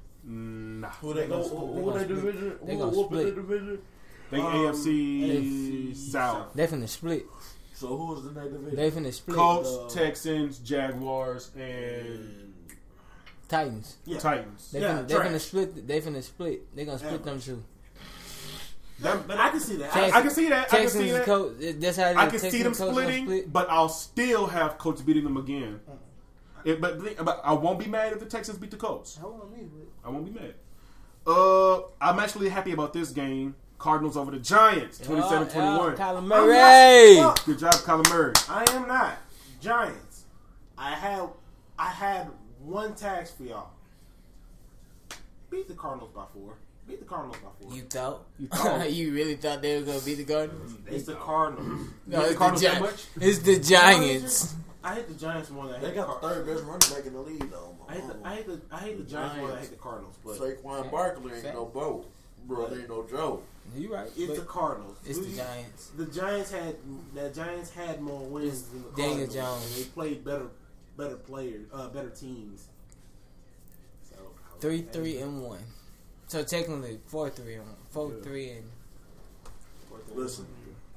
[SPEAKER 3] Nah,
[SPEAKER 7] Who they go?
[SPEAKER 2] gonna
[SPEAKER 7] Who
[SPEAKER 2] split- they
[SPEAKER 7] who
[SPEAKER 2] gonna
[SPEAKER 7] they
[SPEAKER 2] split.
[SPEAKER 7] division?
[SPEAKER 2] They
[SPEAKER 7] Who
[SPEAKER 2] gonna
[SPEAKER 7] whooping the
[SPEAKER 6] Um,
[SPEAKER 2] split.
[SPEAKER 7] division?
[SPEAKER 3] they AFC, South.
[SPEAKER 2] They finna split.
[SPEAKER 7] So who's the next division?
[SPEAKER 2] They finna split.
[SPEAKER 3] Colts,
[SPEAKER 2] Uh,
[SPEAKER 3] Texans, Jaguars, and
[SPEAKER 2] Titans.
[SPEAKER 3] Yeah. Titans.
[SPEAKER 2] They
[SPEAKER 3] Yeah,
[SPEAKER 2] finna, they
[SPEAKER 3] trash.
[SPEAKER 2] finna split. They finna split. They gonna split
[SPEAKER 3] Yeah.
[SPEAKER 2] them two.
[SPEAKER 3] That-
[SPEAKER 6] but I can see that.
[SPEAKER 3] I, I can see that. I can see
[SPEAKER 2] Texans
[SPEAKER 3] that.
[SPEAKER 2] Col- that's how it
[SPEAKER 3] I
[SPEAKER 2] is.
[SPEAKER 3] can see
[SPEAKER 2] Texans
[SPEAKER 3] them
[SPEAKER 2] Colts gonna
[SPEAKER 3] splitting,
[SPEAKER 2] split.
[SPEAKER 3] but I'll still have Colts beating them again. It- but, but I won't be mad if the Texans beat the Colts.
[SPEAKER 10] I won't leave it.
[SPEAKER 3] I won't be mad. Uh, I'm actually happy about this game. Cardinals over the Giants, 27-21.
[SPEAKER 2] Oh, oh, Kyler
[SPEAKER 6] Murray.
[SPEAKER 3] I'm not- Good job, Kyler Murray.
[SPEAKER 6] I am not Giants. I have I had one task for y'all. Beat the Cardinals by four. Beat the Cardinals by four.
[SPEAKER 2] You thought? [laughs]
[SPEAKER 6] You thought.
[SPEAKER 2] you really thought they were gonna beat the Cardinals?
[SPEAKER 10] Mm.
[SPEAKER 6] It's the Cardinals.
[SPEAKER 2] No,
[SPEAKER 6] You
[SPEAKER 2] it's
[SPEAKER 6] hate
[SPEAKER 2] the,
[SPEAKER 6] Cardinals that much?
[SPEAKER 2] Giants. it's the Giants.
[SPEAKER 6] I hate the Giants more than I hate
[SPEAKER 7] They got the
[SPEAKER 6] Cardinals.
[SPEAKER 7] third best running back in the league, though.
[SPEAKER 6] I hate the I hate the I hate the Giants more than I hate the Cardinals. But
[SPEAKER 7] Saquon Barkley ain't no Bo. Bro, they ain't no Joe.
[SPEAKER 2] You right?
[SPEAKER 6] It's
[SPEAKER 2] but
[SPEAKER 6] the Cardinals.
[SPEAKER 2] It's the
[SPEAKER 6] Who-
[SPEAKER 2] Giants.
[SPEAKER 6] The Giants had the Giants had more wins than the
[SPEAKER 2] Daniel
[SPEAKER 6] Cardinals.
[SPEAKER 2] Jones.
[SPEAKER 6] They played better, better players, uh, better teams. So I was
[SPEAKER 2] Three,
[SPEAKER 6] happy.
[SPEAKER 2] three, and one. So technically four, three, and one. four, three, and
[SPEAKER 7] Listen.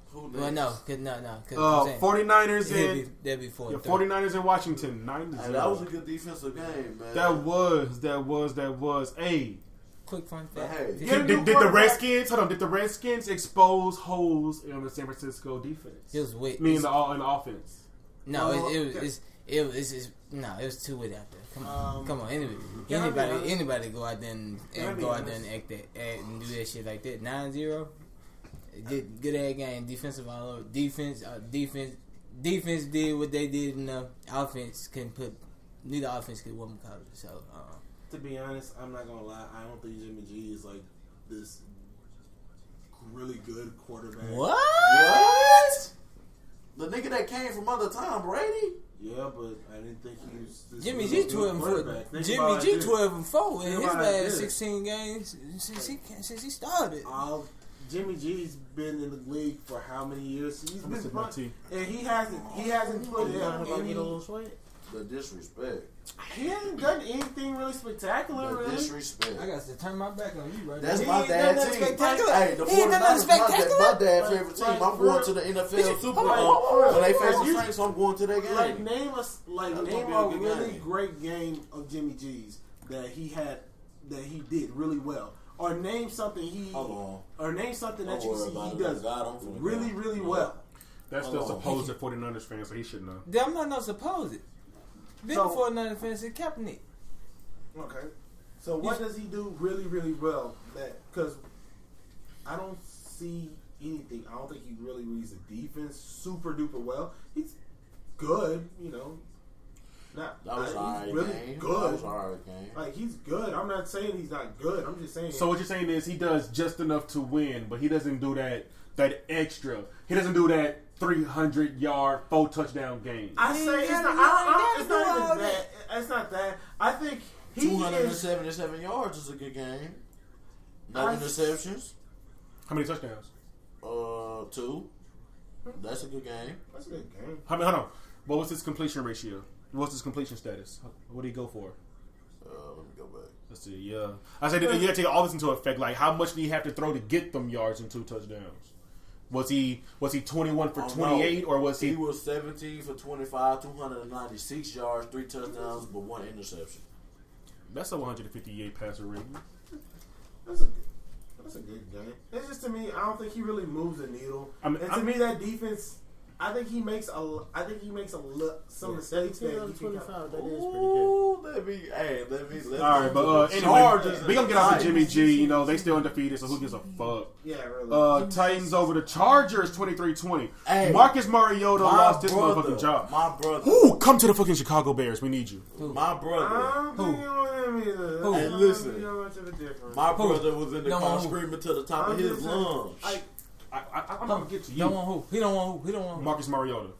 [SPEAKER 7] Who
[SPEAKER 2] well, no, cause no, no. Cause
[SPEAKER 3] Uh,
[SPEAKER 2] I'm saying-
[SPEAKER 3] 49ers
[SPEAKER 2] It'd
[SPEAKER 3] and-
[SPEAKER 2] be- that'd be four,
[SPEAKER 3] Yeah,
[SPEAKER 2] three.
[SPEAKER 3] 49ers in Washington, 9
[SPEAKER 7] Hey, that was a good defensive game, man.
[SPEAKER 3] That was, that was, that was. Hey,
[SPEAKER 2] Quick fun
[SPEAKER 7] But
[SPEAKER 2] fact.
[SPEAKER 7] hey,
[SPEAKER 3] did, did the Redskins? Hold on, did the Redskins expose holes in the San Francisco defense?
[SPEAKER 2] It was wit.
[SPEAKER 3] Me in the all in the offense.
[SPEAKER 2] No,
[SPEAKER 3] Well,
[SPEAKER 2] it, it was
[SPEAKER 3] yeah.
[SPEAKER 2] it's, it was it's, it's, no, it was two wit out there. Come on,
[SPEAKER 6] Um,
[SPEAKER 2] come on, anybody,
[SPEAKER 6] can I be
[SPEAKER 2] anybody,
[SPEAKER 6] honest?
[SPEAKER 2] anybody go out there and,
[SPEAKER 6] Can I
[SPEAKER 2] and
[SPEAKER 6] be
[SPEAKER 2] go out there and
[SPEAKER 6] honest?
[SPEAKER 2] act that act and do that shit like that. Nine zero, good good ass game. Defensive all over. Defense, uh, defense, defense did what they did, and the offense couldn't put neither offense could woman cover. So uh,
[SPEAKER 6] To be honest, I'm not gonna lie. I don't think Jimmy G is like this really good quarterback.
[SPEAKER 2] what?
[SPEAKER 7] What? The nigga that came from other time, Brady?
[SPEAKER 6] Yeah, but I didn't think he was. This
[SPEAKER 2] Jimmy
[SPEAKER 6] really
[SPEAKER 2] G
[SPEAKER 6] good
[SPEAKER 2] twelve and
[SPEAKER 6] quarterback.
[SPEAKER 2] four.
[SPEAKER 6] Think
[SPEAKER 2] Jimmy
[SPEAKER 6] about
[SPEAKER 2] G
[SPEAKER 6] this.
[SPEAKER 2] twelve and four in
[SPEAKER 6] Think
[SPEAKER 2] his
[SPEAKER 6] about
[SPEAKER 2] last
[SPEAKER 6] this.
[SPEAKER 2] sixteen games since he since he started.
[SPEAKER 6] All Jimmy G's been in the league for how many years? He's
[SPEAKER 3] gonna
[SPEAKER 6] been
[SPEAKER 3] sip my
[SPEAKER 6] front-
[SPEAKER 3] tea.
[SPEAKER 6] and he hasn't he hasn't put in
[SPEAKER 10] Yeah, I'm about to
[SPEAKER 6] any,
[SPEAKER 10] get a little sweat.
[SPEAKER 7] The disrespect.
[SPEAKER 6] he hasn't done anything really spectacular.
[SPEAKER 7] The
[SPEAKER 6] Oh, Really,
[SPEAKER 7] disrespect.
[SPEAKER 2] I got to turn my back on you right
[SPEAKER 7] That's
[SPEAKER 2] now.
[SPEAKER 7] my
[SPEAKER 2] He ain't done
[SPEAKER 7] dad's
[SPEAKER 2] nothing
[SPEAKER 7] team.
[SPEAKER 2] spectacular.
[SPEAKER 7] Hey, the
[SPEAKER 2] He ain't done
[SPEAKER 7] 49ers,
[SPEAKER 2] nothing
[SPEAKER 7] my, dad,
[SPEAKER 2] spectacular.
[SPEAKER 7] my dad's favorite team.
[SPEAKER 6] Like,
[SPEAKER 7] I'm going to the NFL Super
[SPEAKER 6] hold
[SPEAKER 7] Bowl.
[SPEAKER 6] on,
[SPEAKER 7] When they
[SPEAKER 6] hold
[SPEAKER 7] face
[SPEAKER 6] on.
[SPEAKER 7] the Saints, I'm going to their game.
[SPEAKER 6] like name us like
[SPEAKER 7] That's
[SPEAKER 6] name
[SPEAKER 7] gonna
[SPEAKER 6] a
[SPEAKER 7] be a good
[SPEAKER 6] really
[SPEAKER 7] game.
[SPEAKER 6] great game of Jimmy G's that he had that he did really well, or name something he
[SPEAKER 7] Hold on.
[SPEAKER 6] or name something that
[SPEAKER 7] Don't
[SPEAKER 6] you
[SPEAKER 7] worry
[SPEAKER 6] see
[SPEAKER 7] about
[SPEAKER 6] he
[SPEAKER 7] it.
[SPEAKER 6] does
[SPEAKER 7] God, I'm finna
[SPEAKER 6] really
[SPEAKER 7] go.
[SPEAKER 6] really well.
[SPEAKER 3] That's
[SPEAKER 7] Hold
[SPEAKER 3] the
[SPEAKER 7] on.
[SPEAKER 3] supposed 49ers fan, so he should know.
[SPEAKER 2] I'm not no supposed. Been
[SPEAKER 6] So-
[SPEAKER 2] before none offense at Kaepernick.
[SPEAKER 6] Okay. So what does he do really, really well? That because I don't see anything. I don't think he really reads the defense super duper well. He's good, you know. Not
[SPEAKER 7] That was
[SPEAKER 6] he's
[SPEAKER 7] alright
[SPEAKER 6] really
[SPEAKER 7] game. That
[SPEAKER 6] good.
[SPEAKER 7] was alright game.
[SPEAKER 6] Like he's good. I'm not saying he's not good. I'm just saying.
[SPEAKER 3] So what you're saying is he does just enough to win, but he doesn't do that that extra. He doesn't do that 300 yard, four touchdown game.
[SPEAKER 6] I say it's not. I, I, it's not even that. It's not that. I think he is.
[SPEAKER 7] 277 yards is a good game. No
[SPEAKER 6] I-
[SPEAKER 7] interceptions.
[SPEAKER 3] How many touchdowns?
[SPEAKER 7] Uh, two. That's a good game.
[SPEAKER 6] That's a good game.
[SPEAKER 3] How many? Hold on. What was his completion ratio? What's his completion status? What did he go for?
[SPEAKER 7] Uh, let me go back.
[SPEAKER 3] Let's see. Yeah, I said you gotta take all this into effect. Like, how much did he have to throw to get them yards and two touchdowns? Was he was he 21 for
[SPEAKER 7] Oh, no.
[SPEAKER 3] 28 or was
[SPEAKER 7] He
[SPEAKER 3] he?
[SPEAKER 7] was 17 for 25, 296 yards, three touchdowns, but one interception.
[SPEAKER 3] That's a 158 passer rating.
[SPEAKER 6] That's a good. That's a good game. It's just to me. I don't think he really moves the needle.
[SPEAKER 3] I mean,
[SPEAKER 6] and to
[SPEAKER 3] I'm-
[SPEAKER 6] me, that defense. I think he makes a. l- I think he makes a l- some mistakes Oh, that he can.
[SPEAKER 10] 25, that is pretty good.
[SPEAKER 7] Ooh, let me, hey, let me, let
[SPEAKER 3] All right, but uh,
[SPEAKER 7] Chargers
[SPEAKER 3] anyway,
[SPEAKER 7] and
[SPEAKER 3] we gonna get off of
[SPEAKER 7] Titans.
[SPEAKER 3] Jimmy G. You know they still undefeated, so who gives a fuck?
[SPEAKER 6] Yeah, really.
[SPEAKER 3] Uh, Titans over the Chargers 23-20.
[SPEAKER 7] Hey.
[SPEAKER 3] Marcus Mariota
[SPEAKER 7] My
[SPEAKER 3] lost his
[SPEAKER 7] brother,
[SPEAKER 3] motherfucking job.
[SPEAKER 7] My brother,
[SPEAKER 3] Ooh, come to the fucking Chicago Bears. We need you.
[SPEAKER 7] my brother,
[SPEAKER 6] I don't think you want him either.
[SPEAKER 2] Who?
[SPEAKER 6] I
[SPEAKER 7] Hey,
[SPEAKER 6] don't
[SPEAKER 7] listen.
[SPEAKER 6] think you want much of a difference.
[SPEAKER 7] my brother was in the
[SPEAKER 2] No,
[SPEAKER 7] car
[SPEAKER 2] who?
[SPEAKER 7] screaming to the top
[SPEAKER 6] I'm
[SPEAKER 7] of his
[SPEAKER 6] just saying,
[SPEAKER 7] lungs.
[SPEAKER 6] I,
[SPEAKER 3] I, I, I'm gonna get to
[SPEAKER 2] Don't
[SPEAKER 3] you,
[SPEAKER 2] want who? He don't want who? He don't want who?
[SPEAKER 3] Marcus Mariota.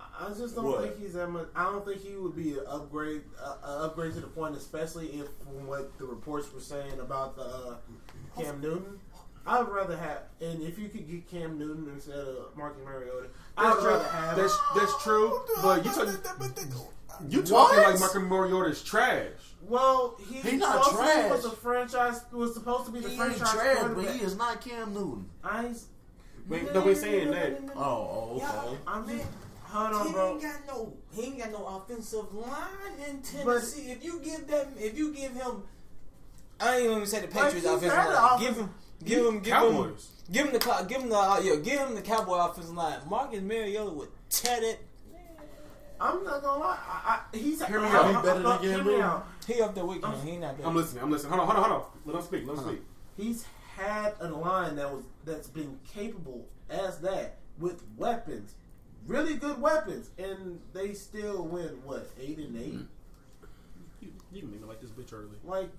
[SPEAKER 6] I just don't
[SPEAKER 7] What?
[SPEAKER 6] think he's that much. I don't think he would be an upgrade, uh, uh, upgrade to the point, especially if from what the reports were saying about the uh, Cam Newton. I'd rather have, and if you could get Cam Newton instead of Marcus Mariota, I'd
[SPEAKER 3] That's true.
[SPEAKER 6] rather have.
[SPEAKER 3] That's, that's true. But you talking you talking like Marcus Mariota is trash.
[SPEAKER 6] well, he,
[SPEAKER 7] He not
[SPEAKER 6] supposed to be
[SPEAKER 7] trash.
[SPEAKER 6] Was the franchise was supposed to be the
[SPEAKER 7] He ain't
[SPEAKER 6] franchise
[SPEAKER 7] trash, but
[SPEAKER 6] quarterback.
[SPEAKER 7] he is not Cam Newton.
[SPEAKER 6] I ain't- Wait, no, we're saying that.
[SPEAKER 7] Oh,
[SPEAKER 2] Y'all-
[SPEAKER 7] okay.
[SPEAKER 2] I mean,
[SPEAKER 6] Hold on,
[SPEAKER 2] he
[SPEAKER 6] bro.
[SPEAKER 2] ain't got no, he ain't got no offensive line in Tennessee. if you give them, if you give him, I ain't even say the Patriots
[SPEAKER 6] you
[SPEAKER 2] offensive
[SPEAKER 6] had
[SPEAKER 2] line.
[SPEAKER 6] the offen-
[SPEAKER 2] give him, give him, give him,
[SPEAKER 3] Cowboys.
[SPEAKER 2] give him the, Cow- give him the, uh, yeah, give him the Cowboy offensive line. Marcus Mariota would tear it.
[SPEAKER 6] I'm not gonna lie. I, I, he's
[SPEAKER 3] Hear me
[SPEAKER 6] I-
[SPEAKER 3] out.
[SPEAKER 6] I-
[SPEAKER 3] He
[SPEAKER 7] better than
[SPEAKER 6] look, hear me
[SPEAKER 7] Gamble.
[SPEAKER 6] out.
[SPEAKER 2] He up the weekend. He not there.
[SPEAKER 3] I'm listening. I'm listening. Hold on. Hold on. Hold on. Let us speak. Let us speak.
[SPEAKER 6] He's had a line that was that's been capable as that with weapons, really good weapons, and they still win what eight and 8
[SPEAKER 3] You, you can make me like this bitch early.
[SPEAKER 6] like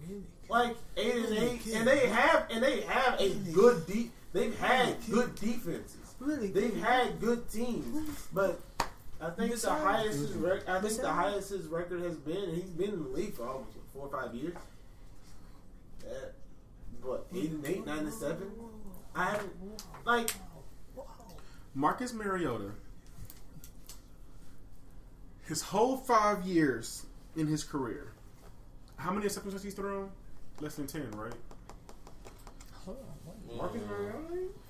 [SPEAKER 6] like eight and eight, and they have and they have a good deep. They've had good defenses. They've had good teams, but I think the highest his rec- I think the highest his record has been. And he's been in the league for almost what, four or five years. That, what eight and eight, nine and seven. I haven't like
[SPEAKER 3] Marcus Mariota, his whole five years in his career, how many interceptions has he thrown? Less than ten, right?
[SPEAKER 6] Marcus Mariota.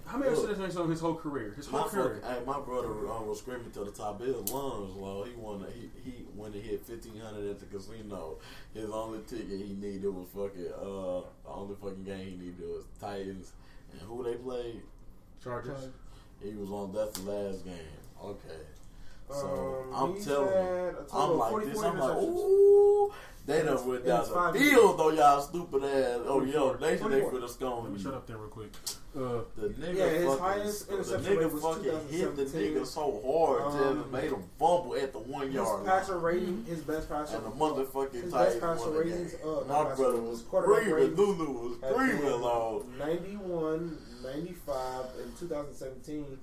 [SPEAKER 3] How many interceptions has he thrown his whole career? His
[SPEAKER 7] My,
[SPEAKER 3] whole
[SPEAKER 7] fuck,
[SPEAKER 3] career.
[SPEAKER 7] hey, my brother um, was screaming till the top of his lungs, low. He wanted he he wanted to hit fifteen hundred at the casino. His only ticket he needed was fucking uh the only fucking game he needed was Titans and who they played.
[SPEAKER 3] Chargers.
[SPEAKER 7] He was on that's the last game. Okay. So
[SPEAKER 6] Um,
[SPEAKER 7] I'm
[SPEAKER 6] he's
[SPEAKER 7] telling
[SPEAKER 6] had a
[SPEAKER 7] you,
[SPEAKER 6] total
[SPEAKER 7] I'm
[SPEAKER 6] of
[SPEAKER 7] like
[SPEAKER 6] 40
[SPEAKER 7] this. I'm
[SPEAKER 6] interceptions.
[SPEAKER 7] like, ooh, they done went down
[SPEAKER 6] it's
[SPEAKER 7] the
[SPEAKER 6] five
[SPEAKER 7] field though, y'all stupid ass. Oh yo,
[SPEAKER 3] 44.
[SPEAKER 7] they they
[SPEAKER 6] 44.
[SPEAKER 7] finna scone
[SPEAKER 3] Shut
[SPEAKER 7] you.
[SPEAKER 3] up there real quick. Uh,
[SPEAKER 7] The nigga
[SPEAKER 6] Yeah, his
[SPEAKER 7] fucking,
[SPEAKER 6] highest
[SPEAKER 7] the
[SPEAKER 6] interception rate
[SPEAKER 7] nigga
[SPEAKER 6] was
[SPEAKER 7] fucking hit the
[SPEAKER 6] 2017.
[SPEAKER 7] nigga so hard,
[SPEAKER 6] Um,
[SPEAKER 7] just made him fumble at the one
[SPEAKER 6] His
[SPEAKER 7] yard line.
[SPEAKER 6] passer rating, his best passer,
[SPEAKER 7] And the motherfucking
[SPEAKER 6] his
[SPEAKER 7] Titans
[SPEAKER 6] best
[SPEAKER 7] won
[SPEAKER 6] passer
[SPEAKER 7] the
[SPEAKER 6] ratings,
[SPEAKER 7] game.
[SPEAKER 6] uh, not
[SPEAKER 7] My
[SPEAKER 6] passer
[SPEAKER 7] brother
[SPEAKER 6] ratings,
[SPEAKER 7] was
[SPEAKER 6] quarterback
[SPEAKER 7] screaming.
[SPEAKER 6] ratings.
[SPEAKER 7] Lulu was
[SPEAKER 6] At
[SPEAKER 7] screaming
[SPEAKER 6] the-
[SPEAKER 7] loud.
[SPEAKER 6] 91, 95, and 2017,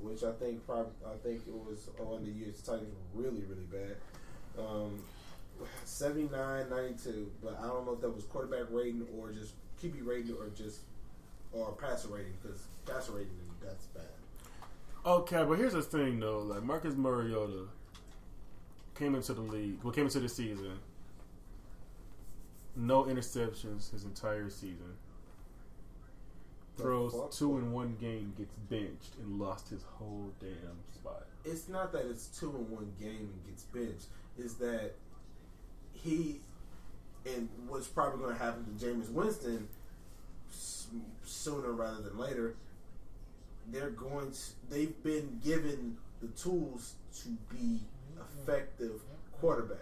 [SPEAKER 6] which I think probably I think it was on the years the Titans were really really bad. Um, 79, 92, but I don't know if that was quarterback rating or just QB rating or just or passer rating because passer rating that's bad.
[SPEAKER 3] Okay, but here's the thing though. Like Marcus Mariota came into the league, well, came into the season, no interceptions his entire season. Throws
[SPEAKER 6] fuck?
[SPEAKER 3] two in one game, gets benched, and lost his whole damn spot.
[SPEAKER 6] It's not that it's two in one game and gets benched. It's that he and what's probably going to happen to Jameis Winston s- sooner rather than later. They're going. To, they've been given the tools to be effective quarterbacks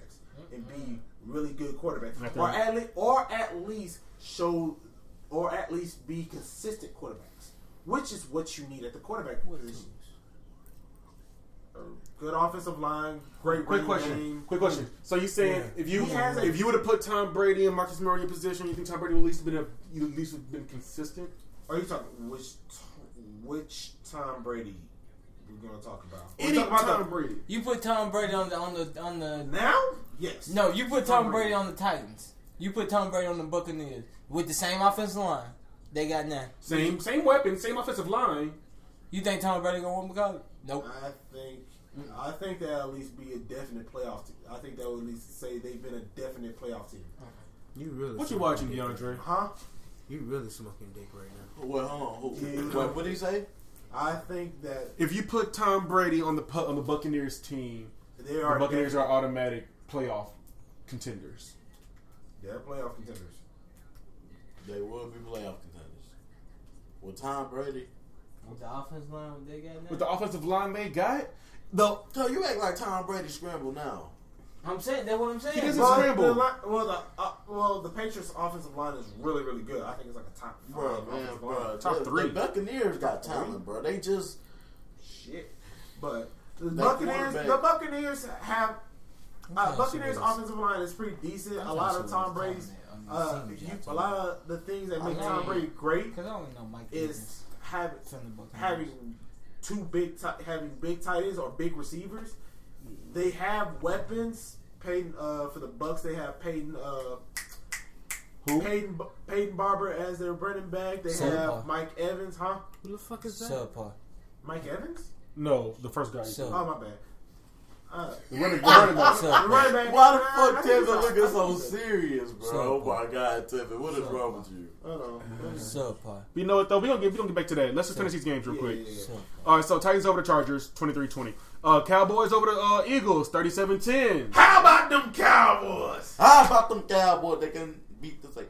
[SPEAKER 6] and be really good quarterbacks,
[SPEAKER 3] I think-
[SPEAKER 6] or at least, or at least show, or at least be consistent quarterbacks, which is what you need at the quarterback position. A Good offensive line, great
[SPEAKER 3] Quick
[SPEAKER 6] running
[SPEAKER 3] question.
[SPEAKER 6] game.
[SPEAKER 3] Quick question. So you saying if you
[SPEAKER 6] He has a-
[SPEAKER 3] if you would have put Tom Brady and Marcus Mariota in position, you think Tom Brady would at least been a, you at least would have been consistent?
[SPEAKER 6] Are you talking which which Tom Brady we're gonna talk about?
[SPEAKER 3] Any
[SPEAKER 6] We're talking about
[SPEAKER 3] Tom Brady.
[SPEAKER 14] You put Tom Brady on the on the on the
[SPEAKER 6] the- now? Yes.
[SPEAKER 14] no. You put Tom
[SPEAKER 6] Tom
[SPEAKER 14] Brady
[SPEAKER 6] Brady.
[SPEAKER 14] on the Titans. You put Tom Brady on the Buccaneers with the same offensive line. They got none.
[SPEAKER 3] Same same weapon, same offensive line.
[SPEAKER 14] You think Tom Brady gonna win because? Nope.
[SPEAKER 6] I think I think that at least be a definite playoff team. I think that would at least say they've been a definite playoff team.
[SPEAKER 5] You really
[SPEAKER 3] What you
[SPEAKER 5] smoking
[SPEAKER 3] watching,
[SPEAKER 5] dick.
[SPEAKER 3] DeAndre?
[SPEAKER 6] Huh?
[SPEAKER 5] You really smoking dick right now.
[SPEAKER 7] Well, hold on. Who,
[SPEAKER 6] Yeah.
[SPEAKER 7] what did he say?
[SPEAKER 6] I think that
[SPEAKER 3] If you put Tom Brady on the pu- on the Buccaneers team,
[SPEAKER 6] they
[SPEAKER 3] the
[SPEAKER 6] are
[SPEAKER 3] Buccaneers
[SPEAKER 6] def-
[SPEAKER 3] are automatic playoff contenders.
[SPEAKER 6] they're playoff contenders.
[SPEAKER 7] They will be playoff contenders. Well, Tom Brady.
[SPEAKER 14] With the offensive line, they got
[SPEAKER 3] With
[SPEAKER 14] none.
[SPEAKER 3] the offensive line they got,
[SPEAKER 7] No, so you act like Tom Brady scrambled now.
[SPEAKER 14] I'm saying that's what I'm saying.
[SPEAKER 3] He doesn't- It's a
[SPEAKER 6] Well,
[SPEAKER 3] scramble.
[SPEAKER 6] the, li- well, the uh, well, the Patriots' offensive line is really, really good. I think it's like a top five
[SPEAKER 7] Bro, man,
[SPEAKER 6] offensive line.
[SPEAKER 7] bro.
[SPEAKER 3] Top
[SPEAKER 7] the,
[SPEAKER 3] three.
[SPEAKER 7] The Buccaneers got talent, bro. They just
[SPEAKER 6] shit. But the Buccaneers,
[SPEAKER 7] quarterback-
[SPEAKER 6] the Buccaneers have uh,
[SPEAKER 14] Who else
[SPEAKER 6] Buccaneers
[SPEAKER 14] is-
[SPEAKER 6] offensive line is pretty decent. A lot of Tom Brady's, uh, you, a lot of the things that make
[SPEAKER 14] I
[SPEAKER 6] Tom
[SPEAKER 14] mean-
[SPEAKER 6] Brady great
[SPEAKER 14] Because I only know Mike
[SPEAKER 6] is
[SPEAKER 14] Evans
[SPEAKER 6] have,
[SPEAKER 14] from the Buccaneers.
[SPEAKER 6] having two big ti- having big tight ends or big receivers. They have weapons. Peyton uh, for the Bucks, they have Peyton. Uh,
[SPEAKER 3] Who?
[SPEAKER 6] Peyton, B- Peyton Barber as their running back. They
[SPEAKER 14] Sam
[SPEAKER 6] have
[SPEAKER 14] Hall.
[SPEAKER 6] Mike Evans, huh?
[SPEAKER 5] Who the fuck is that?
[SPEAKER 14] subpar.
[SPEAKER 6] Mike Evans?
[SPEAKER 3] no, the first guy.
[SPEAKER 14] So-
[SPEAKER 6] Oh my bad. The running
[SPEAKER 14] Oh,
[SPEAKER 6] back.
[SPEAKER 2] So-
[SPEAKER 6] The running back.
[SPEAKER 7] Why the
[SPEAKER 6] Nah, I
[SPEAKER 7] fuck
[SPEAKER 6] think he's
[SPEAKER 7] Tevin
[SPEAKER 6] a-
[SPEAKER 7] looking
[SPEAKER 6] I
[SPEAKER 7] so
[SPEAKER 6] think he's a-
[SPEAKER 7] serious, bro?
[SPEAKER 2] So-
[SPEAKER 7] oh my god, Tevin, what is wrong with you?
[SPEAKER 6] I don't know.
[SPEAKER 2] Subpar.
[SPEAKER 3] But you know what though? We gonna get we gonna get back to that. Let's just finish these games real quick.
[SPEAKER 2] Subpar.
[SPEAKER 3] All right, so Titans over the Chargers, 23-20. Uh, Cowboys over the uh, Eagles, 37-10.
[SPEAKER 6] How about them Cowboys?
[SPEAKER 7] How about them Cowboys that can beat the thing?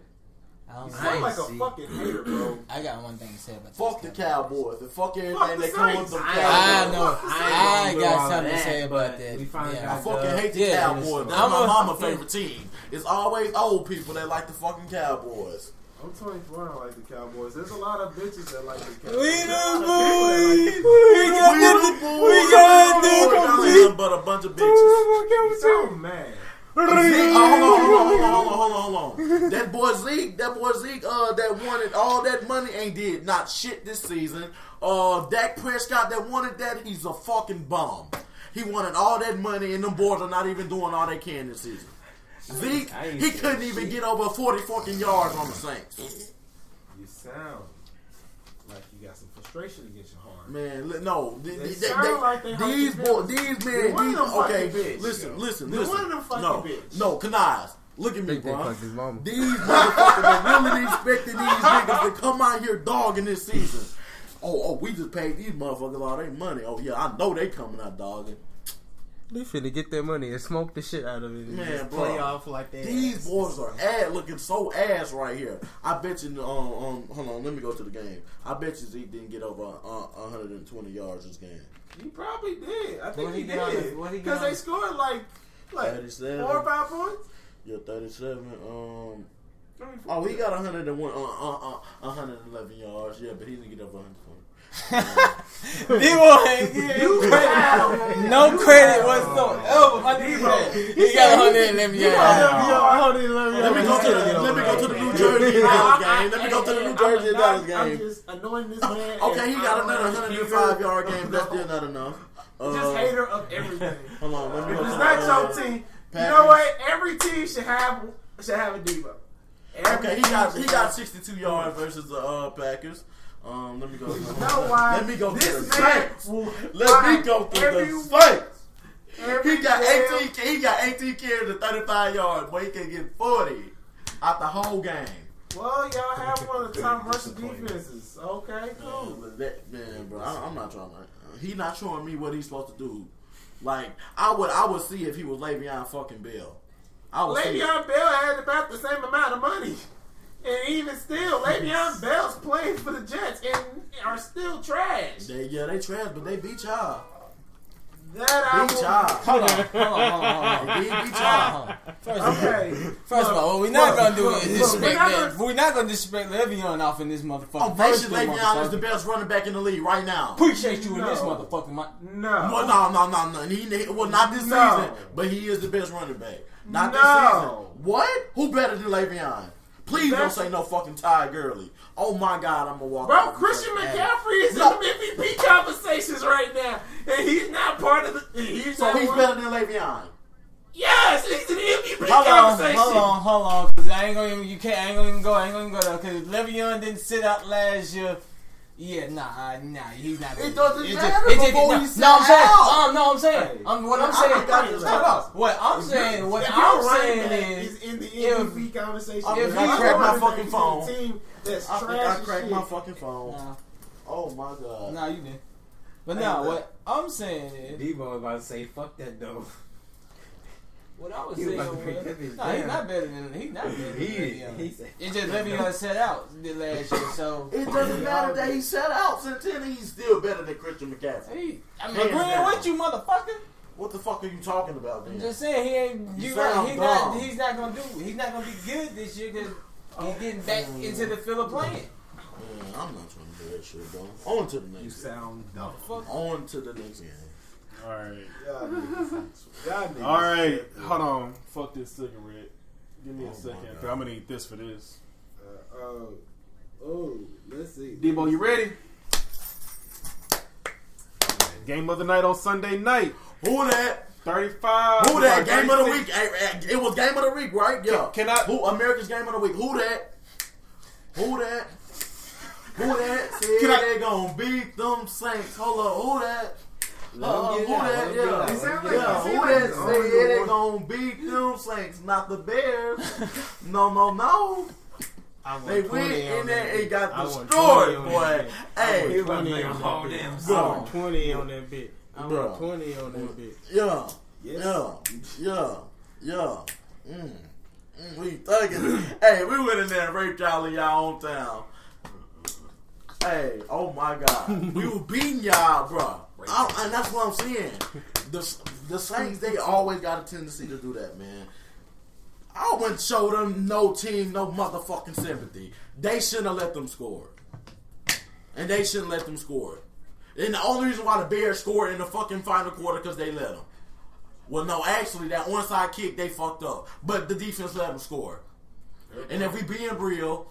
[SPEAKER 2] I don't
[SPEAKER 6] Sound like a
[SPEAKER 2] see.
[SPEAKER 6] fucking hater, bro.
[SPEAKER 2] I got one thing to say about
[SPEAKER 7] Fuck the
[SPEAKER 2] this.
[SPEAKER 7] Cowboys and fuck everything
[SPEAKER 6] Fuck the
[SPEAKER 7] that comes with
[SPEAKER 6] Saints.
[SPEAKER 7] them
[SPEAKER 6] I-
[SPEAKER 2] I
[SPEAKER 7] Cowboys.
[SPEAKER 2] know. I,
[SPEAKER 10] Saints.
[SPEAKER 2] got
[SPEAKER 10] All
[SPEAKER 2] something to
[SPEAKER 10] that,
[SPEAKER 2] say
[SPEAKER 10] but
[SPEAKER 2] about that.
[SPEAKER 10] we finally
[SPEAKER 2] yeah.
[SPEAKER 7] I fucking hate the
[SPEAKER 2] uh, Yeah,
[SPEAKER 7] Cowboys. That's
[SPEAKER 2] I'm
[SPEAKER 7] my
[SPEAKER 2] a- [laughs]
[SPEAKER 7] mama's favorite team. It's always old people that like the fucking Cowboys.
[SPEAKER 6] I'm 24. I like the Cowboys. There's a lot of bitches that like the Cowboys.
[SPEAKER 2] We
[SPEAKER 6] There's a lot
[SPEAKER 2] the boys.
[SPEAKER 6] of people that like
[SPEAKER 2] We got
[SPEAKER 7] Little
[SPEAKER 2] nothing.
[SPEAKER 7] boy,
[SPEAKER 2] We got
[SPEAKER 7] little boy, y'all ain't nothing
[SPEAKER 2] nothing.
[SPEAKER 7] but a bunch of bitches.
[SPEAKER 6] the- So mad.
[SPEAKER 7] Oh, hold on, hold on, hold on, hold on, hold on, hold on. That boy Zeke, that boy Zeke, uh, that wanted all that money ain't did not shit this season. Uh, Dak Prescott that wanted that, he's a fucking bum. He wanted all that money, and them boys are not even doing all they can this season. Zeke,
[SPEAKER 10] I ain't
[SPEAKER 7] he
[SPEAKER 10] saying
[SPEAKER 7] couldn't even get over forty fucking yards on the Saints.
[SPEAKER 6] You sound like you got some frustration against your heart.
[SPEAKER 7] Man, li- no, th-
[SPEAKER 6] They
[SPEAKER 7] th- they-
[SPEAKER 6] sound
[SPEAKER 7] they-
[SPEAKER 6] like they hurt
[SPEAKER 7] these
[SPEAKER 6] your
[SPEAKER 7] boy,
[SPEAKER 6] feelings.
[SPEAKER 7] these
[SPEAKER 6] They're
[SPEAKER 7] men,
[SPEAKER 6] one of
[SPEAKER 7] these,
[SPEAKER 6] them fucking
[SPEAKER 7] okay,
[SPEAKER 6] bitches,
[SPEAKER 7] listen,
[SPEAKER 6] yo.
[SPEAKER 7] listen,
[SPEAKER 6] They're
[SPEAKER 7] listen,
[SPEAKER 6] one of them fucking
[SPEAKER 7] no,
[SPEAKER 6] bitches.
[SPEAKER 7] no, Canines, look at me,
[SPEAKER 17] They
[SPEAKER 7] bro.
[SPEAKER 17] fucked his mama.
[SPEAKER 7] These motherfuckers are really [laughs] expecting these niggas to come out here dogging this season. Oh, oh, we just paid these motherfuckers all their money. Oh yeah, I know they coming out dogging.
[SPEAKER 17] They finna get their money and smoke the shit out of it. and
[SPEAKER 7] Man,
[SPEAKER 17] just
[SPEAKER 7] bro.
[SPEAKER 17] play off like that.
[SPEAKER 7] These boys are ass looking so ass right here. I bet you. Um, um, hold on, let me go to the game. I bet you Zeke didn't get over uh, 120 yards this game.
[SPEAKER 6] You probably did. I think
[SPEAKER 2] What
[SPEAKER 6] he,
[SPEAKER 2] he get on
[SPEAKER 6] did.
[SPEAKER 2] the- what he get
[SPEAKER 6] Because
[SPEAKER 2] on
[SPEAKER 6] they
[SPEAKER 2] the-
[SPEAKER 6] scored like, like
[SPEAKER 7] 37.
[SPEAKER 6] four or five points.
[SPEAKER 7] Yeah, 37. Um,
[SPEAKER 6] I mean,
[SPEAKER 7] oh, he got 101, uh, uh, uh, 111 yards. Yeah, but he didn't get over 120.
[SPEAKER 2] D-Boy ain't getting no credit whatsoever. My D-Boy. He got 111 yards.
[SPEAKER 7] Let me go to the let me go to the New Jersey and Dallas game. Let me go to the New Jersey and Dallas
[SPEAKER 6] I'm
[SPEAKER 7] game.
[SPEAKER 6] just annoying this man.
[SPEAKER 7] Okay, he
[SPEAKER 6] and
[SPEAKER 7] got
[SPEAKER 6] I'm
[SPEAKER 7] another
[SPEAKER 6] a
[SPEAKER 7] 105
[SPEAKER 6] hater.
[SPEAKER 7] yard game, but that's still not enough.
[SPEAKER 6] Just
[SPEAKER 7] Uh,
[SPEAKER 6] hater
[SPEAKER 7] [laughs]
[SPEAKER 6] of everything.
[SPEAKER 7] hold on, let me
[SPEAKER 6] If
[SPEAKER 7] go.
[SPEAKER 6] it's
[SPEAKER 7] to,
[SPEAKER 6] not
[SPEAKER 7] uh,
[SPEAKER 6] your team, you
[SPEAKER 7] Packers.
[SPEAKER 6] know what? Every team should have should have a diva. Every
[SPEAKER 7] Okay, he
[SPEAKER 6] team
[SPEAKER 7] got he
[SPEAKER 6] should
[SPEAKER 7] got
[SPEAKER 6] have-
[SPEAKER 7] 62 yards versus the uh, Packers. Um, let me go.
[SPEAKER 6] You know why?
[SPEAKER 7] Let me go to the
[SPEAKER 6] This man
[SPEAKER 7] Saints.
[SPEAKER 6] will
[SPEAKER 7] Let me
[SPEAKER 6] find
[SPEAKER 7] go to
[SPEAKER 6] every,
[SPEAKER 7] the Saints.
[SPEAKER 6] every
[SPEAKER 7] He got
[SPEAKER 6] damn
[SPEAKER 7] 18. ca- He got 18 carries and 35 yards, but he can get 40 out the whole game.
[SPEAKER 6] Well, y'all have one of the top rushing defenses. Okay, cool.
[SPEAKER 7] But that man, bro, I, I'm not trying to. He not showing me what he's supposed to do. Like I would, I would see if he was Le'Veon fucking Bell. I would see.
[SPEAKER 6] Le'Veon Bell had about the same amount of money. And even still, Le'Veon Bell's playing for the Jets and are still trash.
[SPEAKER 7] They, yeah, they trash, but they beat y'all.
[SPEAKER 6] That I
[SPEAKER 7] Beat y'all.
[SPEAKER 6] will.
[SPEAKER 2] Hold on, hold on, hold on, hold on.
[SPEAKER 7] They beat y'all.
[SPEAKER 6] [laughs]
[SPEAKER 2] Hold on. First of all,
[SPEAKER 6] Okay.
[SPEAKER 2] first of all, what we're not gonna do is
[SPEAKER 6] we're
[SPEAKER 2] disrespect
[SPEAKER 6] not
[SPEAKER 2] that.
[SPEAKER 6] gonna-
[SPEAKER 2] We're not gonna disrespect Le'Veon off in this motherfucker.
[SPEAKER 7] Oh, they
[SPEAKER 2] First
[SPEAKER 7] should
[SPEAKER 2] of all,
[SPEAKER 7] Le'Veon is the
[SPEAKER 2] motherfucker,
[SPEAKER 7] best running back in the league right now.
[SPEAKER 2] Appreciate you in this
[SPEAKER 6] No.
[SPEAKER 2] motherfucker, my.
[SPEAKER 7] [laughs] Well,
[SPEAKER 6] No.
[SPEAKER 7] no, no, no, no. He, he- well, not this
[SPEAKER 6] No.
[SPEAKER 7] season, but he is the best running back. Not
[SPEAKER 6] No.
[SPEAKER 7] this season. What? Who better than Le'Veon? Please don't
[SPEAKER 6] That's-
[SPEAKER 7] say no fucking Ty Gurley. Oh my God, I'm gonna walk.
[SPEAKER 6] Bro,
[SPEAKER 7] off.
[SPEAKER 6] Christian
[SPEAKER 7] Hey.
[SPEAKER 6] McCaffrey is
[SPEAKER 7] No.
[SPEAKER 6] in the MVP conversations right now. And he's not part of the. and He's
[SPEAKER 7] So
[SPEAKER 6] not
[SPEAKER 7] he's
[SPEAKER 6] one-
[SPEAKER 7] better than Le'Veon.
[SPEAKER 6] Yes, he's in the MVP
[SPEAKER 2] Hold on,
[SPEAKER 6] conversation.
[SPEAKER 2] hold on, hold on, because I ain't gonna even, you can't, I ain't gonna even go, I ain't gonna even go there, because Le'Veon didn't sit out last year. Yeah, nah, uh, nah, he's not.
[SPEAKER 7] It doesn't
[SPEAKER 2] it's
[SPEAKER 7] matter
[SPEAKER 2] it's
[SPEAKER 7] before
[SPEAKER 2] no,
[SPEAKER 7] he sat
[SPEAKER 2] no, I'm saying,
[SPEAKER 7] out.
[SPEAKER 2] um, no, I'm saying,
[SPEAKER 6] Hey.
[SPEAKER 2] um, what I'm
[SPEAKER 7] I
[SPEAKER 2] saying,
[SPEAKER 7] think I just-
[SPEAKER 2] shut up. What I'm saying, what
[SPEAKER 6] If your
[SPEAKER 2] I'm
[SPEAKER 6] running
[SPEAKER 2] saying
[SPEAKER 6] back
[SPEAKER 2] is,
[SPEAKER 6] in the
[SPEAKER 2] if-
[SPEAKER 6] MVP conversation.
[SPEAKER 7] I
[SPEAKER 2] if
[SPEAKER 6] you're
[SPEAKER 2] he-
[SPEAKER 6] not
[SPEAKER 2] I cracked
[SPEAKER 7] my
[SPEAKER 6] running back
[SPEAKER 7] fucking
[SPEAKER 6] to the
[SPEAKER 7] phone.
[SPEAKER 6] Team that's
[SPEAKER 7] I, think
[SPEAKER 6] trash
[SPEAKER 7] I
[SPEAKER 6] as
[SPEAKER 7] cracked
[SPEAKER 6] shit.
[SPEAKER 7] my fucking phone.
[SPEAKER 2] nah,
[SPEAKER 7] Oh my God.
[SPEAKER 2] nah, you didn't. But
[SPEAKER 10] Hey,
[SPEAKER 2] now,
[SPEAKER 10] look.
[SPEAKER 2] what I'm saying is,
[SPEAKER 10] Debo about to say, fuck that though.
[SPEAKER 2] What I was
[SPEAKER 10] He
[SPEAKER 2] saying
[SPEAKER 10] about to
[SPEAKER 2] was,
[SPEAKER 10] break that bitch
[SPEAKER 2] nah, he's
[SPEAKER 10] down.
[SPEAKER 2] not better than he's not better than
[SPEAKER 10] He is. He
[SPEAKER 2] Le'Veon.
[SPEAKER 10] said-
[SPEAKER 2] It's just Le'Veon set out the last year, so
[SPEAKER 7] It doesn't matter that he set out since then. He's still better than Christian McCaffrey.
[SPEAKER 2] he. I'm
[SPEAKER 7] Hands
[SPEAKER 2] agreeing
[SPEAKER 7] down.
[SPEAKER 2] with you, motherfucker.
[SPEAKER 7] What the fuck are you talking about,
[SPEAKER 2] I'm
[SPEAKER 7] man?
[SPEAKER 2] just saying he ain't.
[SPEAKER 7] You
[SPEAKER 2] You right,
[SPEAKER 7] sound
[SPEAKER 2] he not.
[SPEAKER 7] dumb.
[SPEAKER 2] He's not gonna do. He's not gonna be good this year because
[SPEAKER 5] Oh.
[SPEAKER 2] he's getting back into the field of playing.
[SPEAKER 7] Man, I'm not trying to do that shit, bro. On to the next.
[SPEAKER 6] You sound dumb.
[SPEAKER 2] Fuck.
[SPEAKER 7] On to the next game.
[SPEAKER 3] All right.
[SPEAKER 6] Y'all niggas- y'all niggas-
[SPEAKER 3] All right. Hold on. Fuck this cigarette. Give me
[SPEAKER 7] Oh,
[SPEAKER 3] a
[SPEAKER 7] my
[SPEAKER 3] second.
[SPEAKER 7] God.
[SPEAKER 3] i I'm gonna eat this for this.
[SPEAKER 6] Uh, oh, oh, let's see.
[SPEAKER 3] Debo, you ready? Game of the night on Sunday night.
[SPEAKER 7] Who that?
[SPEAKER 3] 35.
[SPEAKER 7] Who that?
[SPEAKER 3] sorry,
[SPEAKER 7] Game of the
[SPEAKER 3] 36.
[SPEAKER 7] week. Eh, eh, It was game of the week, right? Yeah.
[SPEAKER 3] Can I-
[SPEAKER 7] Who America's game of the week? Who that? Who that? Who that?
[SPEAKER 3] [laughs]
[SPEAKER 7] Said
[SPEAKER 3] Can I-
[SPEAKER 7] they gonna beat them Saints? Hold up. Who that? Uh, who that? Yeah,
[SPEAKER 6] It sound like-
[SPEAKER 7] yeah.
[SPEAKER 6] it seem
[SPEAKER 7] Who
[SPEAKER 6] like
[SPEAKER 7] that
[SPEAKER 6] it's
[SPEAKER 7] say
[SPEAKER 6] only
[SPEAKER 7] it
[SPEAKER 6] the
[SPEAKER 7] ain't gonna beat them? Saints, not the
[SPEAKER 5] [laughs]
[SPEAKER 7] Bears. no, no, no. They went in there and got destroyed, boy. Hey,
[SPEAKER 5] on that bitch. I want twenty on that bitch. I
[SPEAKER 7] Bro.
[SPEAKER 5] want twenty on that bitch.
[SPEAKER 7] Yeah. Yeah. Yeah. Yeah. Mm. Mm, we thugging. hey, we went in there and raped y'all in y'all hometown. Hey, oh my god. we were beating y'all, bro. And that's what I'm saying. The, the Saints, they always got a tendency to do that, man. I wouldn't show them no team, no motherfucking sympathy. They shouldn't have let them score. And they shouldn't let them score. And the only reason why the Bears scored in the fucking final quarter because they let them. Well, no, actually, that onside kick they fucked up, but the defense let them score. And if we being real,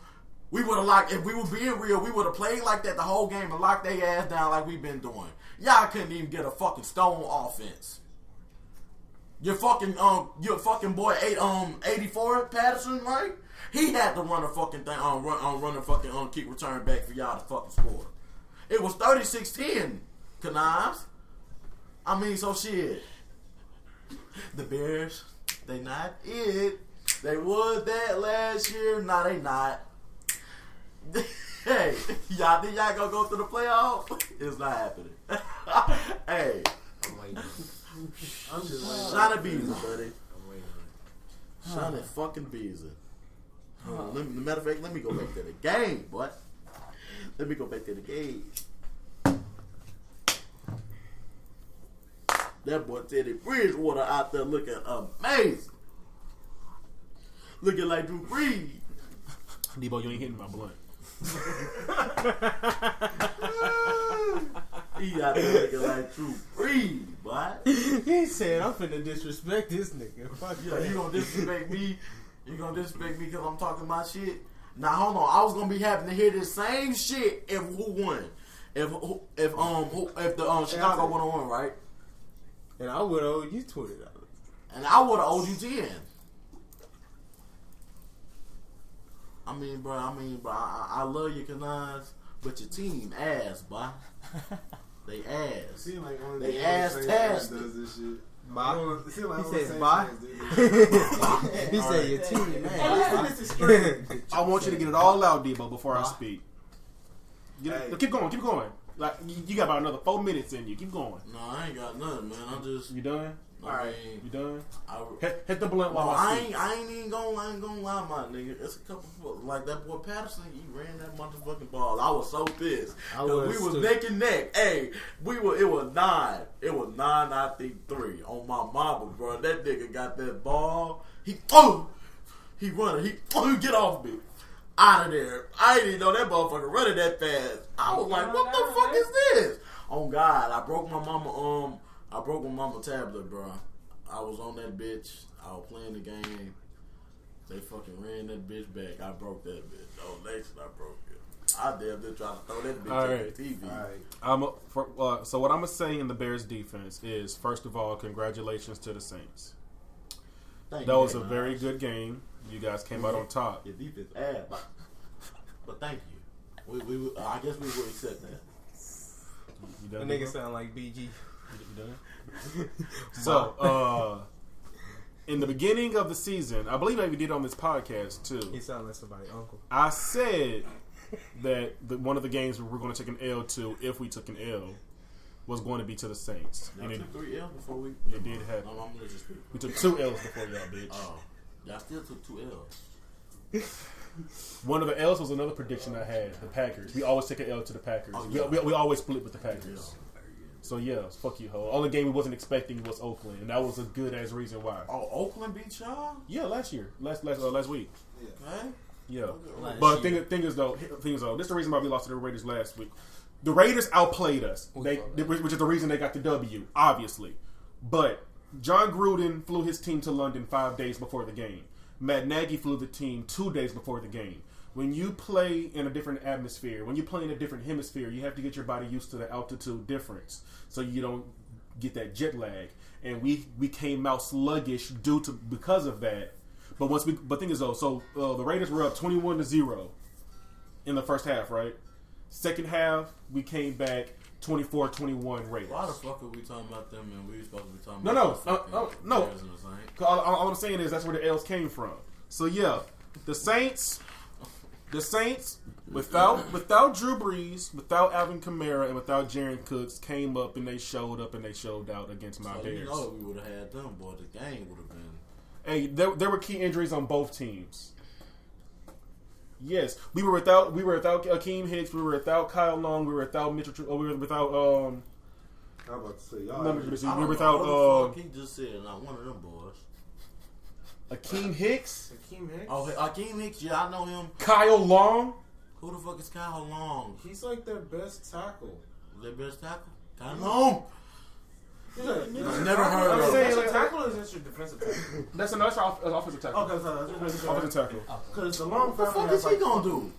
[SPEAKER 7] we would have locked. If we were being real, we would have played like that the whole game and locked their ass down like we've been doing. Y'all couldn't even get a fucking stone offense. Your fucking um, your fucking boy eight um eighty four Patterson, right? He had to run a fucking thing on um, run on run a fucking um kick return back for y'all to fucking score. It was 36-10, Knives. I mean, so shit. The Bears, they not it. They was that last year. Nah, they not. [laughs] hey, y'all think y'all gonna go through the playoffs? It's not happening. [laughs] hey,
[SPEAKER 6] I'm just like,
[SPEAKER 7] Shana Beezer, buddy. Shana fucking Beezer. Hold on, let me, matter of fact, let me go back to the game, boy. Let me go back to the game. That boy Teddy Bridgewater out there looking amazing. Looking like Drew Brees.
[SPEAKER 3] [laughs] Debo, you ain't hitting my blunt.
[SPEAKER 7] [laughs] He out there looking like Drew Brees, boy.
[SPEAKER 5] [laughs] he said, "I'm finna disrespect this nigga." Fuck
[SPEAKER 7] Yeah,
[SPEAKER 5] that.
[SPEAKER 7] you gonna disrespect me? You gonna disrespect me because I'm talking my shit? Now hold on, I was gonna be having to hear this same shit if who won? If who- if um who- if the um Chicago would have won, right?
[SPEAKER 5] And I would owe you twenty dollars.
[SPEAKER 7] And I would have owed you ten. I mean, bro. I mean, bro. I, I I love you, canines, but your team ass, boy. They
[SPEAKER 6] it
[SPEAKER 7] ass.
[SPEAKER 6] seem like only
[SPEAKER 7] They
[SPEAKER 6] the
[SPEAKER 7] ass
[SPEAKER 6] Saints
[SPEAKER 7] tasked.
[SPEAKER 6] does this shit.
[SPEAKER 5] Bye.
[SPEAKER 6] Only- It seem like
[SPEAKER 5] He
[SPEAKER 6] only
[SPEAKER 5] said
[SPEAKER 6] Saints
[SPEAKER 5] bye.
[SPEAKER 6] fans do this.
[SPEAKER 5] [laughs] he said, "Your team, man." [laughs]
[SPEAKER 3] I want you to get it all out, Debo, before I speak. Get it-
[SPEAKER 6] Hey.
[SPEAKER 3] Keep going, keep going. Like you, you got about another four minutes in you. Keep going.
[SPEAKER 7] No, I ain't got nothing, man. I'm just.
[SPEAKER 3] You done?
[SPEAKER 7] All right.
[SPEAKER 3] You done?
[SPEAKER 7] I,
[SPEAKER 3] Hit, hit the blunt while
[SPEAKER 7] Well,
[SPEAKER 3] I
[SPEAKER 7] I
[SPEAKER 3] speak.
[SPEAKER 7] ain't, I ain't even gonna, I ain't gonna lie, my nigga. It's a couple, fo- like that boy Patterson. He ran that motherfucking ball. I was so pissed.
[SPEAKER 5] I
[SPEAKER 7] 'Cause
[SPEAKER 5] was
[SPEAKER 7] we was
[SPEAKER 5] too.
[SPEAKER 7] neck and neck. Hey, we were. It was nine. It was nine. I think three on my mama, bro. That nigga got that ball. He oh, he running. He oh, get off me. Out of there. I didn't know that motherfucker running that fast. I was like, what the fuck is this? Oh God, I broke my mama um I broke my mama tablet, bro. I was on that bitch. I was playing the game. They fucking ran that bitch back. I broke that bitch. Oh, next I broke it. I damn near tried to throw that bitch
[SPEAKER 3] All
[SPEAKER 7] at
[SPEAKER 3] right.
[SPEAKER 7] the TV.
[SPEAKER 3] I'm a, for, uh, so what I'm gonna say in the Bears defense is first of all, congratulations to the Saints.
[SPEAKER 7] Thank
[SPEAKER 3] That
[SPEAKER 7] you,
[SPEAKER 3] was a
[SPEAKER 7] man.
[SPEAKER 3] very good game. You guys came out on top.
[SPEAKER 7] Your defense ass. But, but thank you. We, we, would- I guess we will accept that.
[SPEAKER 3] You
[SPEAKER 5] The
[SPEAKER 3] done?
[SPEAKER 5] nigga
[SPEAKER 3] Debo?
[SPEAKER 5] sound like BG.
[SPEAKER 3] You done? [laughs] so uh, in the beginning of the season, I believe I even did on this podcast too.
[SPEAKER 5] He sound like somebody uncle.
[SPEAKER 3] I said that the, one of the games we were going to take an L to, if we took an L, was going to be to the Saints.
[SPEAKER 7] Y'all
[SPEAKER 3] And it,
[SPEAKER 7] took three L's before we.
[SPEAKER 3] it did happen.
[SPEAKER 7] No, I'm gonna just speak.
[SPEAKER 3] We took two L's before y'all, bitch.
[SPEAKER 7] Oh, y'all still took two L's.
[SPEAKER 3] One of the L's was another prediction I had. The Packers. We always take an L to the Packers.
[SPEAKER 7] Oh,
[SPEAKER 3] We-
[SPEAKER 7] yeah.
[SPEAKER 3] we, we, always split with the Packers. So yeah, fuck you, ho. Only game we wasn't expecting was Oakland, and that was a good as reason why.
[SPEAKER 7] Oh, Oakland beat y'all.
[SPEAKER 3] Yeah, last year, last last uh, last week.
[SPEAKER 7] Okay.
[SPEAKER 3] Yeah,
[SPEAKER 7] Last
[SPEAKER 3] but thing thing is though, thing is though, this is the reason why we lost to the Raiders last week. The Raiders outplayed us. They, which is the reason they got the W, obviously. But John Gruden flew his team to London five days before the game. Matt Nagy flew the team two days before the game. When you play in a different atmosphere, when you play in a different hemisphere, you have to get your body used to the altitude difference, so you don't get that jet lag. And we we came out sluggish due to because of that. But once we, but thing is though, so uh, the Raiders were up twenty-one to zero in the first half, right? Second half, we came back, 24-21 Raiders.
[SPEAKER 7] Why the fuck are we talking about them and we were supposed to be talking
[SPEAKER 3] No,
[SPEAKER 7] about
[SPEAKER 3] no,
[SPEAKER 7] the
[SPEAKER 3] uh,
[SPEAKER 7] fucking
[SPEAKER 3] no, no.
[SPEAKER 7] Bears and the Saints?
[SPEAKER 3] 'Cause All, all- all I'm saying is that's where the L's came from. So yeah, the Saints, the Saints without without Drew Brees, without Alvin Kamara, and without Jaron Cooks came up and they showed up and they showed out against my
[SPEAKER 7] So Oh, you
[SPEAKER 3] Bears.
[SPEAKER 7] know we would have had them, boy. The game would have been.
[SPEAKER 3] Hey, there, there were key injuries on both teams. Yes, we were without we were without Akeem Hicks, we were without Kyle Long, we were without Mitchell, Tru- uh, we were without um.
[SPEAKER 6] I'm about to say y'all.
[SPEAKER 3] not Mitchell Trubisky,
[SPEAKER 7] I
[SPEAKER 3] we
[SPEAKER 7] don't
[SPEAKER 3] were
[SPEAKER 7] know who
[SPEAKER 3] without
[SPEAKER 7] the fuck he just said not one of them boys.
[SPEAKER 3] uh, Akeem Hicks,
[SPEAKER 6] Akeem Hicks.
[SPEAKER 7] Oh, Akeem Hicks. Yeah, I know him.
[SPEAKER 3] Kyle Long.
[SPEAKER 7] Who the fuck is Kyle Long?
[SPEAKER 6] He's like their best tackle.
[SPEAKER 7] Their best tackle. Kyle Long.
[SPEAKER 6] I've
[SPEAKER 7] never heard of
[SPEAKER 6] I'm
[SPEAKER 7] him.
[SPEAKER 6] saying like tackle or is this your defensive tackle?
[SPEAKER 3] That's another that's our off- offensive tackle.
[SPEAKER 6] Okay, so that's just
[SPEAKER 3] Offensive tackle.
[SPEAKER 6] Because the long
[SPEAKER 7] What the fuck is he gonna do?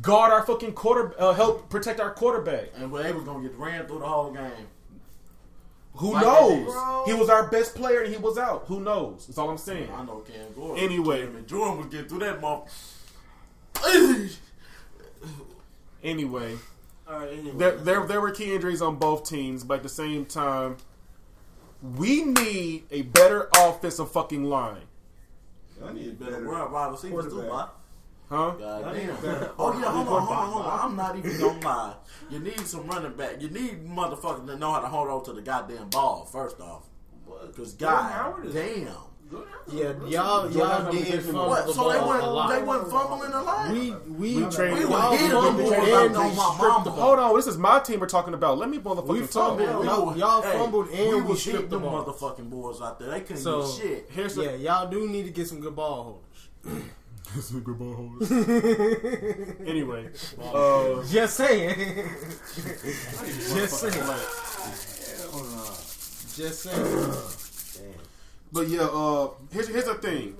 [SPEAKER 3] Guard our fucking quarter, uh, help protect our quarterback.
[SPEAKER 7] And well, they was gonna get ran through the whole game.
[SPEAKER 3] Who
[SPEAKER 7] Like
[SPEAKER 3] knows?
[SPEAKER 7] that
[SPEAKER 3] He was our best player and he was out. Who knows? That's all I'm saying.
[SPEAKER 7] I know Cam Gordon.
[SPEAKER 3] Anyway,
[SPEAKER 7] Cam and Jordan would get through that mother.
[SPEAKER 3] anyway,
[SPEAKER 6] All right, anyway.
[SPEAKER 3] there, there there were key injuries on both teams, but at the same time, we need a better offensive fucking line,
[SPEAKER 6] I need
[SPEAKER 7] Better
[SPEAKER 6] better
[SPEAKER 7] run wide receivers too,
[SPEAKER 6] quarterback.
[SPEAKER 7] boy.
[SPEAKER 3] huh?
[SPEAKER 7] God
[SPEAKER 6] need
[SPEAKER 7] damn.
[SPEAKER 6] a better
[SPEAKER 7] Oh yeah, hold on, hold on, hold
[SPEAKER 6] quarterback.
[SPEAKER 7] on. I'm not even gonna lie. You need some running back. You need motherfuckers to know how to hold on to the goddamn ball. First off, because
[SPEAKER 6] Howard
[SPEAKER 7] god
[SPEAKER 6] is-
[SPEAKER 7] damn.
[SPEAKER 5] Yeah, y'all, y'all did fumble
[SPEAKER 7] What?
[SPEAKER 5] the
[SPEAKER 7] So they
[SPEAKER 5] ball a
[SPEAKER 7] weren't
[SPEAKER 5] lot.
[SPEAKER 7] they weren't fumbling a lot.
[SPEAKER 5] We we
[SPEAKER 3] We trained-
[SPEAKER 7] we
[SPEAKER 3] y'all
[SPEAKER 7] were hitting them
[SPEAKER 5] fumbled
[SPEAKER 7] boys up
[SPEAKER 5] and
[SPEAKER 7] on
[SPEAKER 5] they
[SPEAKER 7] my
[SPEAKER 5] stripped
[SPEAKER 7] mama.
[SPEAKER 5] the
[SPEAKER 3] Hold on, this is my team we're talking about. Let me
[SPEAKER 5] We
[SPEAKER 3] motherfucking
[SPEAKER 5] fumbled.
[SPEAKER 3] talk.
[SPEAKER 7] Yeah,
[SPEAKER 5] Y'all-
[SPEAKER 7] were-
[SPEAKER 5] y'all fumbled and we stripped
[SPEAKER 7] hitting
[SPEAKER 5] the
[SPEAKER 7] them
[SPEAKER 5] ball.
[SPEAKER 7] motherfucking boys out there. They couldn't
[SPEAKER 5] So
[SPEAKER 7] do shit.
[SPEAKER 3] Here's the
[SPEAKER 5] yeah, y'all do need to get some good ball holders.
[SPEAKER 3] [laughs] anyway. Uh,
[SPEAKER 5] Just saying. [laughs] Just saying.
[SPEAKER 3] uh,
[SPEAKER 5] Just saying.
[SPEAKER 3] But yeah, uh, here's here's the thing.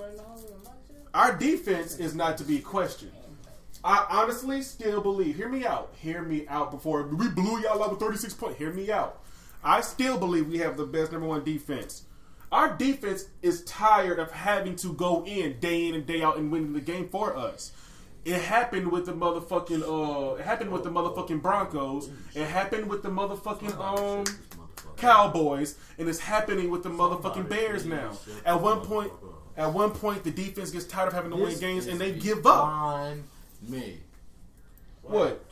[SPEAKER 3] Our defense is not to be questioned. I honestly still believe. Hear me out. Hear me out. Before we blew y'all out with 36 points. Hear me out. I still believe we have the best number one defense. Our defense is tired of having to go in day in and day out and winning the game for us. It happened with the motherfucking uh. It happened with the motherfucking Broncos. It happened with the motherfucking um. Cowboys, and it's happening with the motherfucking Bears now. At one point, at one point, the defense gets tired of having to win games and they give up.
[SPEAKER 7] On me.
[SPEAKER 3] What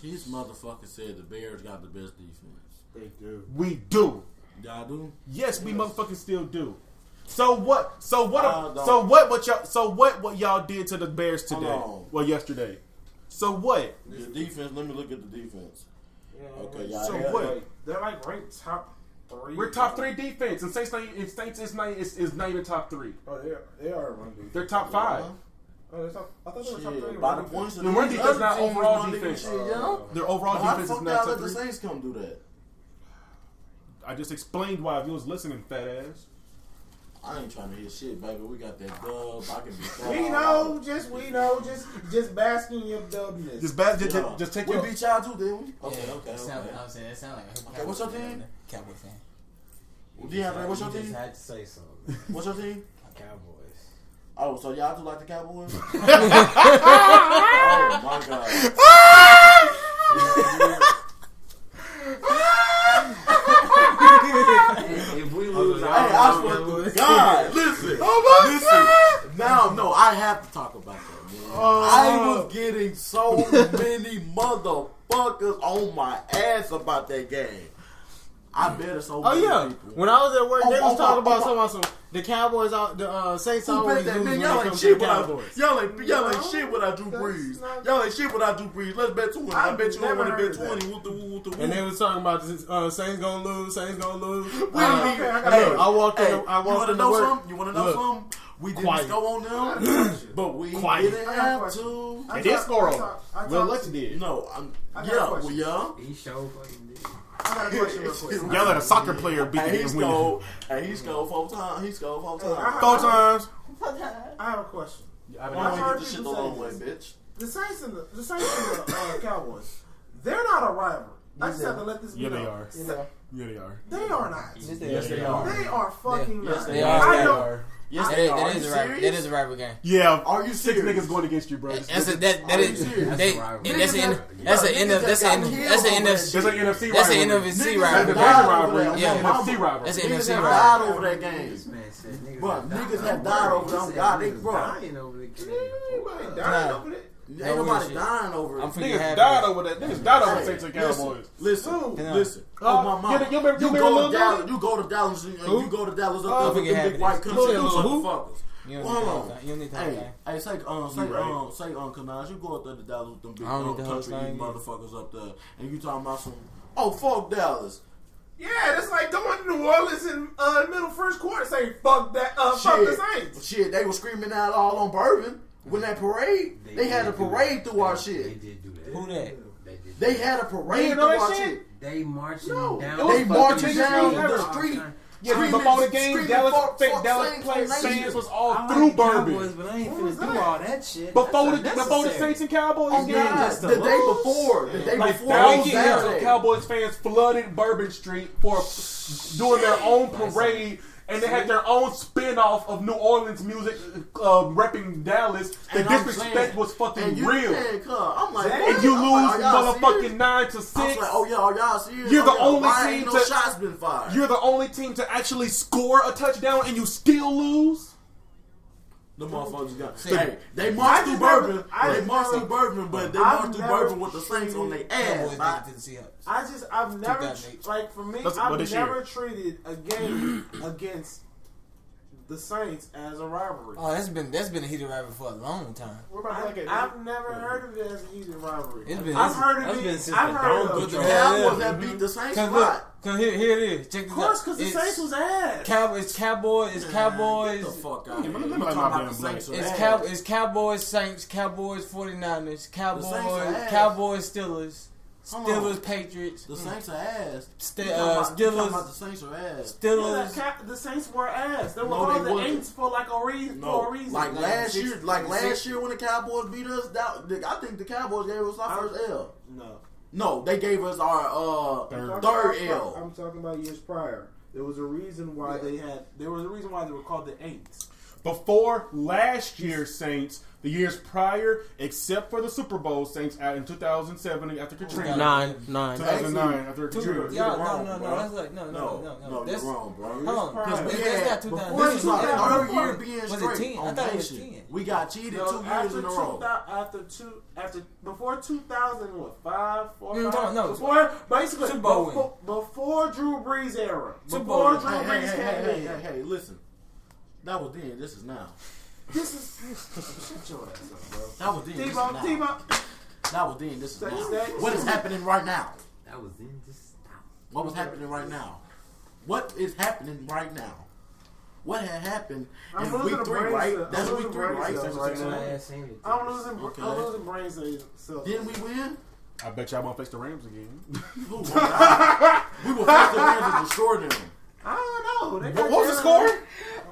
[SPEAKER 7] These motherfuckers said the Bears got the best defense.
[SPEAKER 6] They do.
[SPEAKER 3] we do?
[SPEAKER 7] Y'all do?
[SPEAKER 3] Yes, we motherfucking still do. So what? So what?
[SPEAKER 7] I don't-
[SPEAKER 3] So what? What y'all? So what? What y'all did to the Bears today?
[SPEAKER 7] Hold on.
[SPEAKER 3] Well, yesterday. So what?
[SPEAKER 7] The defense. Let me look at the defense. Okay, y'all.
[SPEAKER 3] So
[SPEAKER 7] had-
[SPEAKER 3] what?
[SPEAKER 6] They're like ranked top three.
[SPEAKER 3] We're top three defense, and Saints not, and Saints is not is, is not even top three.
[SPEAKER 6] Oh, they are, they are run defense.
[SPEAKER 3] They're top five.
[SPEAKER 6] Oh, they're top, I thought they were top three.
[SPEAKER 7] Shit, by the points of
[SPEAKER 3] The run
[SPEAKER 7] these
[SPEAKER 3] defense
[SPEAKER 7] other
[SPEAKER 3] not
[SPEAKER 7] teams
[SPEAKER 3] overall
[SPEAKER 7] run nigga
[SPEAKER 3] defense.
[SPEAKER 7] Shit, yo.
[SPEAKER 3] Their overall
[SPEAKER 7] How the
[SPEAKER 3] defense
[SPEAKER 7] fuck
[SPEAKER 3] is
[SPEAKER 7] y'all
[SPEAKER 3] not
[SPEAKER 7] let
[SPEAKER 3] top
[SPEAKER 7] the
[SPEAKER 3] three.
[SPEAKER 7] Saints come do that?
[SPEAKER 3] I just explained why if you was listening, fat ass.
[SPEAKER 7] I ain't trying to hear shit, baby. We got that dub. I can be.
[SPEAKER 6] We know, just we know, just just basking your dubness.
[SPEAKER 3] Just bad. Just,
[SPEAKER 7] Yeah.
[SPEAKER 3] just, just take
[SPEAKER 7] we
[SPEAKER 3] your
[SPEAKER 7] beat y'all too, didn't we?
[SPEAKER 2] Yeah,
[SPEAKER 7] Okay, okay,
[SPEAKER 2] that
[SPEAKER 7] okay.
[SPEAKER 2] sound- I was saying that sound like a Cowboy
[SPEAKER 7] what's your
[SPEAKER 2] fan,
[SPEAKER 7] team?
[SPEAKER 2] Cowboy fan.
[SPEAKER 7] DeAndre, what's your
[SPEAKER 10] You just
[SPEAKER 7] team?
[SPEAKER 10] had to say
[SPEAKER 2] [laughs]
[SPEAKER 10] something.
[SPEAKER 7] What's your team?
[SPEAKER 10] Cowboys.
[SPEAKER 7] Oh, so y'all do like the [laughs] Cowboys? oh my god.
[SPEAKER 10] if we lose,
[SPEAKER 7] Hey, I swear to God, listen. Oh my listen. God. Now, no, I have to talk about that, man. I was getting so many motherfuckers on my ass about that game. I better so
[SPEAKER 5] Oh
[SPEAKER 7] many
[SPEAKER 5] yeah,
[SPEAKER 7] people.
[SPEAKER 5] when I was at work,
[SPEAKER 7] Oh,
[SPEAKER 5] they
[SPEAKER 7] oh,
[SPEAKER 5] was
[SPEAKER 7] oh,
[SPEAKER 5] talking about
[SPEAKER 7] oh,
[SPEAKER 5] some about some the Cowboys out the uh, Saints
[SPEAKER 7] Who
[SPEAKER 5] always
[SPEAKER 7] bet that
[SPEAKER 5] lose when
[SPEAKER 7] man?
[SPEAKER 5] it
[SPEAKER 7] Y'all ain't
[SPEAKER 5] comes to
[SPEAKER 7] shit
[SPEAKER 5] the
[SPEAKER 7] without
[SPEAKER 5] Cowboys.
[SPEAKER 7] y'all ain't y'all ain't
[SPEAKER 6] No,
[SPEAKER 7] shit without Drew
[SPEAKER 6] that's
[SPEAKER 7] Brees.
[SPEAKER 6] not-
[SPEAKER 7] Y'all ain't shit without Drew Brees. Let's bet two hundred. I
[SPEAKER 6] I've
[SPEAKER 7] bet you don't
[SPEAKER 6] never
[SPEAKER 7] want to
[SPEAKER 6] heard
[SPEAKER 7] bet
[SPEAKER 6] of that.
[SPEAKER 7] twenty. Woot the woo, woot the
[SPEAKER 5] And they
[SPEAKER 7] woo.
[SPEAKER 5] was talking about this, uh, Saints gonna lose, Saints gonna lose.
[SPEAKER 7] We
[SPEAKER 5] Uh,
[SPEAKER 7] didn't even.
[SPEAKER 5] Hey,
[SPEAKER 7] Look,
[SPEAKER 5] I walked in.
[SPEAKER 7] hey,
[SPEAKER 5] the, I
[SPEAKER 7] you
[SPEAKER 5] walked
[SPEAKER 7] wanna
[SPEAKER 5] in the
[SPEAKER 7] know
[SPEAKER 5] work.
[SPEAKER 7] something? You want to know
[SPEAKER 5] Look,
[SPEAKER 7] something? We didn't
[SPEAKER 5] quiet.
[SPEAKER 7] go on them, but we
[SPEAKER 3] Quiet.
[SPEAKER 7] didn't
[SPEAKER 6] I got a
[SPEAKER 7] have
[SPEAKER 6] question.
[SPEAKER 7] to.
[SPEAKER 6] I
[SPEAKER 3] They did
[SPEAKER 6] talked-
[SPEAKER 3] score
[SPEAKER 6] I
[SPEAKER 3] on.
[SPEAKER 6] talked- I
[SPEAKER 3] Will
[SPEAKER 6] talked
[SPEAKER 3] Lutz
[SPEAKER 6] to-
[SPEAKER 3] did.
[SPEAKER 7] No, I'm.
[SPEAKER 6] I got a
[SPEAKER 7] Yeah, well,
[SPEAKER 6] question.
[SPEAKER 7] yeah.
[SPEAKER 10] he showed fucking did.
[SPEAKER 6] I got a question real
[SPEAKER 7] [laughs]
[SPEAKER 6] quick.
[SPEAKER 3] Y'all let a soccer player beat
[SPEAKER 7] And
[SPEAKER 3] you
[SPEAKER 7] he
[SPEAKER 3] and win.
[SPEAKER 5] [laughs]
[SPEAKER 7] scored. And he scored four times. He scored four
[SPEAKER 6] Hey, I-
[SPEAKER 7] times.
[SPEAKER 3] Four times.
[SPEAKER 6] I have a question.
[SPEAKER 3] I
[SPEAKER 7] Why
[SPEAKER 3] mean,
[SPEAKER 7] don't you get
[SPEAKER 6] heard
[SPEAKER 7] this shit the
[SPEAKER 6] people say
[SPEAKER 7] long way,
[SPEAKER 6] this.
[SPEAKER 7] bitch?
[SPEAKER 6] The Saints and the, the Saints and the uh, Cowboys, they're not a rivalry. I just have to let this be
[SPEAKER 3] Yeah, they
[SPEAKER 6] known.
[SPEAKER 3] are.
[SPEAKER 6] Sa-
[SPEAKER 3] yeah, they are.
[SPEAKER 6] They are not.
[SPEAKER 2] Yes, they
[SPEAKER 6] They are fucking
[SPEAKER 2] Yes,
[SPEAKER 6] not.
[SPEAKER 2] they
[SPEAKER 6] I
[SPEAKER 2] are.
[SPEAKER 6] know.
[SPEAKER 2] Yes,
[SPEAKER 7] Yes,
[SPEAKER 2] that
[SPEAKER 7] they
[SPEAKER 2] is,
[SPEAKER 7] are.
[SPEAKER 2] that
[SPEAKER 7] Are
[SPEAKER 2] is
[SPEAKER 7] you
[SPEAKER 2] a rival. That
[SPEAKER 7] serious?
[SPEAKER 2] is a rival game.
[SPEAKER 3] Yeah,
[SPEAKER 7] Are you
[SPEAKER 3] six
[SPEAKER 7] serious?
[SPEAKER 3] niggas going against you, bro?
[SPEAKER 2] That's a, that, that
[SPEAKER 7] Are
[SPEAKER 2] is
[SPEAKER 7] you serious?
[SPEAKER 2] they,
[SPEAKER 7] That's a rival.
[SPEAKER 2] that's the end.
[SPEAKER 7] Niggas
[SPEAKER 2] That's
[SPEAKER 7] that-
[SPEAKER 2] the end of
[SPEAKER 7] niggas
[SPEAKER 2] that's the
[SPEAKER 7] that
[SPEAKER 2] end.
[SPEAKER 7] got
[SPEAKER 2] That's the
[SPEAKER 7] killed
[SPEAKER 2] end
[SPEAKER 7] over
[SPEAKER 2] of
[SPEAKER 7] that shit. That's an
[SPEAKER 2] That's the
[SPEAKER 7] NFC
[SPEAKER 2] end of his
[SPEAKER 7] rivalry.
[SPEAKER 2] rivalry.
[SPEAKER 7] That's a rivalry.
[SPEAKER 2] Yeah,
[SPEAKER 7] That's a rivalry.
[SPEAKER 2] That's the
[SPEAKER 7] Niggas
[SPEAKER 2] NFC
[SPEAKER 7] have
[SPEAKER 2] rivalry.
[SPEAKER 7] died over that game.
[SPEAKER 10] This man said niggas
[SPEAKER 7] Bro,
[SPEAKER 10] have died.
[SPEAKER 7] niggas have
[SPEAKER 10] I'm
[SPEAKER 7] died
[SPEAKER 10] worried.
[SPEAKER 7] over
[SPEAKER 10] He
[SPEAKER 7] them.
[SPEAKER 10] said
[SPEAKER 7] God, they-
[SPEAKER 10] niggas
[SPEAKER 7] bro.
[SPEAKER 10] dying over the game.
[SPEAKER 6] Nobody dying
[SPEAKER 7] Nah.
[SPEAKER 6] over it.
[SPEAKER 7] Ain't
[SPEAKER 2] No
[SPEAKER 7] nobody
[SPEAKER 2] bullshit.
[SPEAKER 7] dying over it.
[SPEAKER 2] I'm freaking
[SPEAKER 3] Niggas
[SPEAKER 2] happy.
[SPEAKER 3] died over that. Niggas died over the
[SPEAKER 7] Hey,
[SPEAKER 3] Saints and
[SPEAKER 7] listen,
[SPEAKER 3] Cowboys.
[SPEAKER 7] Listen,
[SPEAKER 2] Yeah.
[SPEAKER 7] listen.
[SPEAKER 3] Uh,
[SPEAKER 7] Oh my mama.
[SPEAKER 3] you remember- you remember
[SPEAKER 7] you
[SPEAKER 3] Lil
[SPEAKER 7] go to
[SPEAKER 3] Dicky?
[SPEAKER 7] Dallas. You go to Dallas. You, uh, you go to Dallas up
[SPEAKER 2] Who?
[SPEAKER 7] there with
[SPEAKER 2] Forget
[SPEAKER 7] them
[SPEAKER 2] how it
[SPEAKER 7] big white
[SPEAKER 2] is.
[SPEAKER 7] country
[SPEAKER 18] Lil
[SPEAKER 7] dudes
[SPEAKER 18] who?
[SPEAKER 7] motherfuckers.
[SPEAKER 2] You don't need to
[SPEAKER 7] Hold
[SPEAKER 2] talk
[SPEAKER 7] on.
[SPEAKER 2] about- you don't need to talk
[SPEAKER 7] Hey,
[SPEAKER 2] about-
[SPEAKER 7] hey, say, um, say,
[SPEAKER 6] You right.
[SPEAKER 7] um, say, um, Kanaj, you go up there to Dallas with them big
[SPEAKER 2] I don't need
[SPEAKER 7] um,
[SPEAKER 2] the whole
[SPEAKER 7] country
[SPEAKER 2] thing,
[SPEAKER 7] eating
[SPEAKER 2] yeah.
[SPEAKER 7] motherfuckers up there, and you talking about some, oh fuck Dallas.
[SPEAKER 6] Yeah, that's like going to New Orleans in uh, the middle first quarter saying fuck that uh, fuck the Saints.
[SPEAKER 7] Shit, they were screaming out all on Bourbon when that parade. They, had a
[SPEAKER 10] did do
[SPEAKER 7] parade
[SPEAKER 10] that.
[SPEAKER 7] through our
[SPEAKER 10] They- They
[SPEAKER 7] shit.
[SPEAKER 10] did do that.
[SPEAKER 2] Who that?
[SPEAKER 10] They did.
[SPEAKER 7] They
[SPEAKER 10] do
[SPEAKER 7] had a parade
[SPEAKER 3] You
[SPEAKER 7] through
[SPEAKER 3] know that
[SPEAKER 7] our
[SPEAKER 3] shit?
[SPEAKER 7] shit.
[SPEAKER 10] that. They marching
[SPEAKER 7] No,
[SPEAKER 10] down.
[SPEAKER 7] they
[SPEAKER 3] fucking
[SPEAKER 7] marching
[SPEAKER 3] biggest
[SPEAKER 7] down
[SPEAKER 3] game
[SPEAKER 7] the
[SPEAKER 3] ever.
[SPEAKER 7] street.
[SPEAKER 3] Yeah,
[SPEAKER 7] screaming-
[SPEAKER 3] before the game,
[SPEAKER 7] screaming,
[SPEAKER 3] Dallas,
[SPEAKER 7] fuck,
[SPEAKER 3] fake
[SPEAKER 7] fuck
[SPEAKER 3] Dallas
[SPEAKER 7] Saints,
[SPEAKER 3] played
[SPEAKER 7] fuck
[SPEAKER 3] fans was
[SPEAKER 7] Saints.
[SPEAKER 3] all
[SPEAKER 10] I like
[SPEAKER 3] through
[SPEAKER 10] the
[SPEAKER 3] Bourbon.
[SPEAKER 10] Cowboys, but I ain't
[SPEAKER 6] What was
[SPEAKER 10] finna do
[SPEAKER 6] that?
[SPEAKER 10] all that shit.
[SPEAKER 3] Before the
[SPEAKER 10] That's
[SPEAKER 3] before the
[SPEAKER 10] unnecessary.
[SPEAKER 3] Saints and Cowboys
[SPEAKER 7] Oh,
[SPEAKER 3] game,
[SPEAKER 7] yeah,
[SPEAKER 10] just
[SPEAKER 7] the
[SPEAKER 10] a
[SPEAKER 7] day
[SPEAKER 10] lose.
[SPEAKER 7] before, the day
[SPEAKER 3] like
[SPEAKER 7] before, on
[SPEAKER 3] thousands of
[SPEAKER 7] Saturday.
[SPEAKER 3] Cowboys fans flooded Bourbon Street for doing their own parade. And they had their own spin-off of New Orleans music uh, repping Dallas. The
[SPEAKER 7] And I'm
[SPEAKER 3] disrespect
[SPEAKER 7] saying-
[SPEAKER 3] was fucking
[SPEAKER 7] and you,
[SPEAKER 3] real.
[SPEAKER 7] said, "Cuz," I'm like,
[SPEAKER 3] and you
[SPEAKER 7] I'm
[SPEAKER 3] lose
[SPEAKER 7] like, are y'all
[SPEAKER 3] motherfucking
[SPEAKER 7] serious?
[SPEAKER 3] nine to six.
[SPEAKER 7] I was like, oh yeah, are y'all serious?
[SPEAKER 3] You're
[SPEAKER 7] Oh,
[SPEAKER 3] the
[SPEAKER 7] yeah,
[SPEAKER 3] only
[SPEAKER 7] why ain't
[SPEAKER 3] team
[SPEAKER 7] no
[SPEAKER 3] to-
[SPEAKER 7] shots been fired.
[SPEAKER 3] You're the only team to actually score a touchdown and you still lose?
[SPEAKER 7] the motherfuckers got.
[SPEAKER 2] See,
[SPEAKER 7] Hey, they
[SPEAKER 6] I
[SPEAKER 7] marched through
[SPEAKER 6] just
[SPEAKER 7] bourbon.
[SPEAKER 6] never- I
[SPEAKER 7] They
[SPEAKER 6] just
[SPEAKER 7] marched through
[SPEAKER 6] never-
[SPEAKER 7] bourbon, but they
[SPEAKER 6] I've
[SPEAKER 7] marched through
[SPEAKER 6] never
[SPEAKER 7] bourbon with the Saints on their
[SPEAKER 2] Cowboys
[SPEAKER 7] ass.
[SPEAKER 2] did
[SPEAKER 7] Like,
[SPEAKER 2] it to the Seahawks.
[SPEAKER 6] I just I've never
[SPEAKER 2] 2008.
[SPEAKER 6] like for me
[SPEAKER 3] That's- well,
[SPEAKER 6] I've
[SPEAKER 3] this
[SPEAKER 6] never
[SPEAKER 3] year.
[SPEAKER 6] treated a game [clears throat] against the Saints as a rivalry.
[SPEAKER 2] Oh, that's been that's been a heated rival for a long time.
[SPEAKER 3] We're about
[SPEAKER 6] I,
[SPEAKER 3] to look at it.
[SPEAKER 6] I've never heard of it as a heated rivalry.
[SPEAKER 2] It's been-
[SPEAKER 6] I've heard of
[SPEAKER 2] that's
[SPEAKER 6] it.
[SPEAKER 2] been since
[SPEAKER 6] I've
[SPEAKER 2] the
[SPEAKER 6] heard
[SPEAKER 2] dawn
[SPEAKER 6] of
[SPEAKER 2] of
[SPEAKER 6] it.
[SPEAKER 2] the-
[SPEAKER 6] Of
[SPEAKER 7] Cowboys that beat the Saints a
[SPEAKER 2] Cause
[SPEAKER 7] lot.
[SPEAKER 2] look, cause here, here it is. Check this out.
[SPEAKER 6] course, because the
[SPEAKER 2] It's
[SPEAKER 6] Saints was ass.
[SPEAKER 2] Cow, it's Cowboys. It's Cowboys.
[SPEAKER 7] Get the fuck out.
[SPEAKER 3] Yeah,
[SPEAKER 7] of here.
[SPEAKER 3] let me
[SPEAKER 7] You
[SPEAKER 3] light
[SPEAKER 7] talking
[SPEAKER 3] my
[SPEAKER 7] about
[SPEAKER 3] damn
[SPEAKER 7] the
[SPEAKER 3] blunt.
[SPEAKER 7] Saints are
[SPEAKER 2] It's
[SPEAKER 7] ass.
[SPEAKER 2] Cow. It's Cowboys. Saints. Cowboys. 49ers. Cowboys.
[SPEAKER 7] ass.
[SPEAKER 2] Cowboys. Steelers.
[SPEAKER 7] Come
[SPEAKER 2] Steelers.
[SPEAKER 7] on.
[SPEAKER 2] Patriots.
[SPEAKER 7] The Saints are ass.
[SPEAKER 2] Ste-
[SPEAKER 7] You talking
[SPEAKER 2] uh,
[SPEAKER 7] about- you talking
[SPEAKER 2] Steelers-
[SPEAKER 7] about the Saints are ass.
[SPEAKER 6] Yeah, the,
[SPEAKER 2] Steelers.
[SPEAKER 6] Ca- the Saints were ass. They were
[SPEAKER 7] No,
[SPEAKER 6] called
[SPEAKER 7] they
[SPEAKER 6] the
[SPEAKER 7] wasn't.
[SPEAKER 6] Saints for like a reason. for a reason.
[SPEAKER 7] like last
[SPEAKER 2] six-
[SPEAKER 7] year, like
[SPEAKER 2] six-
[SPEAKER 7] last year when the Cowboys beat us, that, I think the Cowboys gave us our
[SPEAKER 6] I'm-
[SPEAKER 7] first L.
[SPEAKER 6] no.
[SPEAKER 7] No, they gave us our uh,
[SPEAKER 6] I'm
[SPEAKER 7] third,
[SPEAKER 6] talking about-
[SPEAKER 7] L.
[SPEAKER 6] I'm talking about years prior. There was a reason why they had. There was a reason why they were called the Aints.
[SPEAKER 3] Before last year's Saints, the years prior, except for the Super Bowl Saints out in 2007 after Katrina.
[SPEAKER 2] Nine.
[SPEAKER 18] Nine.
[SPEAKER 3] 2009 after
[SPEAKER 2] Two,
[SPEAKER 3] Katrina.
[SPEAKER 2] yeah, no,
[SPEAKER 7] wrong,
[SPEAKER 2] no, no.
[SPEAKER 7] bro.
[SPEAKER 2] That's like no, no, no, no.
[SPEAKER 7] you're
[SPEAKER 2] That's
[SPEAKER 7] wrong, bro.
[SPEAKER 2] hold on.
[SPEAKER 6] Because
[SPEAKER 2] Cause
[SPEAKER 7] We
[SPEAKER 2] that's
[SPEAKER 7] had,
[SPEAKER 2] not two
[SPEAKER 7] before
[SPEAKER 2] thousand.
[SPEAKER 7] this is our third
[SPEAKER 6] 2000.
[SPEAKER 7] year being
[SPEAKER 2] Was it
[SPEAKER 7] straight
[SPEAKER 2] 10? I
[SPEAKER 7] on
[SPEAKER 2] thought it
[SPEAKER 7] that
[SPEAKER 2] was
[SPEAKER 7] shit.
[SPEAKER 2] 10.
[SPEAKER 7] We got cheated
[SPEAKER 6] No,
[SPEAKER 7] two years
[SPEAKER 6] after
[SPEAKER 7] in a
[SPEAKER 6] two
[SPEAKER 7] row.
[SPEAKER 6] thou- after two after before two thousand what five four
[SPEAKER 2] Mm,
[SPEAKER 6] five?
[SPEAKER 2] no, no.
[SPEAKER 6] before basically
[SPEAKER 2] Super Bowl win.
[SPEAKER 6] before, before Drew Brees era
[SPEAKER 2] Super
[SPEAKER 6] before
[SPEAKER 2] Bowl
[SPEAKER 6] Drew
[SPEAKER 7] Hey, hey, hey,
[SPEAKER 6] Brees came
[SPEAKER 7] hey, hey,
[SPEAKER 6] in
[SPEAKER 7] hey, hey, listen. That was then. This is now.
[SPEAKER 6] this is shut your ass up bro
[SPEAKER 7] That was then. This is now.
[SPEAKER 6] T-Bone T-Bone
[SPEAKER 7] That was then. This is now.
[SPEAKER 6] Stay- stay-
[SPEAKER 7] What is happening right now?
[SPEAKER 10] That was in this.
[SPEAKER 7] What was happening right now? What is happening right now? What had happened
[SPEAKER 6] I'm
[SPEAKER 7] in
[SPEAKER 6] losing
[SPEAKER 7] week
[SPEAKER 6] the
[SPEAKER 7] three,
[SPEAKER 6] brain
[SPEAKER 7] right?
[SPEAKER 6] cells.
[SPEAKER 7] That's
[SPEAKER 6] I'm
[SPEAKER 7] week
[SPEAKER 6] losing
[SPEAKER 7] three,
[SPEAKER 6] brain
[SPEAKER 7] right?
[SPEAKER 6] cells
[SPEAKER 7] That's what
[SPEAKER 6] right now.
[SPEAKER 7] you're saying.
[SPEAKER 10] Last ain't it?
[SPEAKER 6] I'm losing
[SPEAKER 7] Okay.
[SPEAKER 6] I'm losing brain cells so
[SPEAKER 7] Didn't we win?
[SPEAKER 6] [laughs]
[SPEAKER 3] I bet y'all won't face the Rams again.
[SPEAKER 7] Who won? we were forced to win to destroy
[SPEAKER 6] [laughs]
[SPEAKER 7] them.
[SPEAKER 6] I don't know They
[SPEAKER 3] what
[SPEAKER 6] got
[SPEAKER 3] was the
[SPEAKER 6] Jalen-
[SPEAKER 3] score?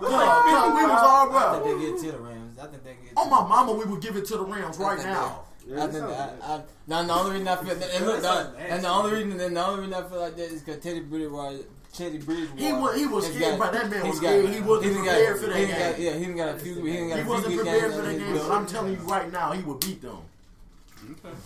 [SPEAKER 7] No, no, we was
[SPEAKER 2] I
[SPEAKER 7] all right.
[SPEAKER 2] think they get to the Rams. I think they get.
[SPEAKER 7] On Oh my mama, we would give it to the Rams right
[SPEAKER 2] Okay.
[SPEAKER 7] now.
[SPEAKER 6] Yeah,
[SPEAKER 2] I
[SPEAKER 6] that
[SPEAKER 2] think
[SPEAKER 6] sounds
[SPEAKER 2] that,
[SPEAKER 6] good.
[SPEAKER 2] I, I, now the only reason I feel that, and look,
[SPEAKER 6] That sounds
[SPEAKER 2] dog,
[SPEAKER 6] nasty.
[SPEAKER 2] and the only reason, and the only reason I feel like that is because Teddy Bridgewater, Teddy Bridgewater,
[SPEAKER 7] He was- he was
[SPEAKER 2] has
[SPEAKER 7] scared,
[SPEAKER 2] got-
[SPEAKER 7] bro. That man
[SPEAKER 2] he's
[SPEAKER 7] was scared.
[SPEAKER 2] got-
[SPEAKER 7] He wasn't
[SPEAKER 2] he's
[SPEAKER 7] prepared for that
[SPEAKER 2] he done Got,
[SPEAKER 7] game.
[SPEAKER 2] yeah, he didn't got a few. He didn't got
[SPEAKER 7] He
[SPEAKER 2] a few
[SPEAKER 7] wasn't
[SPEAKER 2] good
[SPEAKER 7] prepared
[SPEAKER 2] games.
[SPEAKER 7] for
[SPEAKER 2] under
[SPEAKER 7] that
[SPEAKER 2] his
[SPEAKER 7] game,
[SPEAKER 2] belt.
[SPEAKER 7] but I'm telling you right now, he would beat them.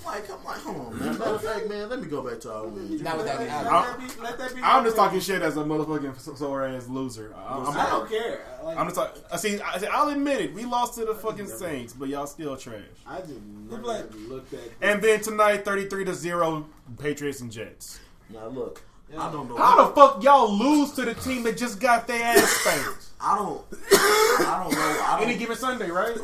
[SPEAKER 7] Like, come on, come on, man. Matter of fact, man, let me go back to our wins.
[SPEAKER 2] Not with that.
[SPEAKER 6] Let
[SPEAKER 2] I,
[SPEAKER 6] that be- let that be
[SPEAKER 3] I'm just
[SPEAKER 6] my
[SPEAKER 3] talking shit as a motherfucking sore ass loser. I, I'm,
[SPEAKER 6] opinion. I don't care Like,
[SPEAKER 3] I'm just talking. I see. I see, I'll admit it. We lost to the fucking Saints, but y'all still trash.
[SPEAKER 6] I just never
[SPEAKER 4] like-
[SPEAKER 6] looked at
[SPEAKER 3] And then tonight, 33 to zero, Patriots and Jets.
[SPEAKER 7] Now look, I don't know.
[SPEAKER 3] How the fuck y'all lose to the team that just got their ass spanked?
[SPEAKER 7] I don't. I don't know. I don't.
[SPEAKER 3] Any
[SPEAKER 7] [laughs]
[SPEAKER 3] given Sunday, right?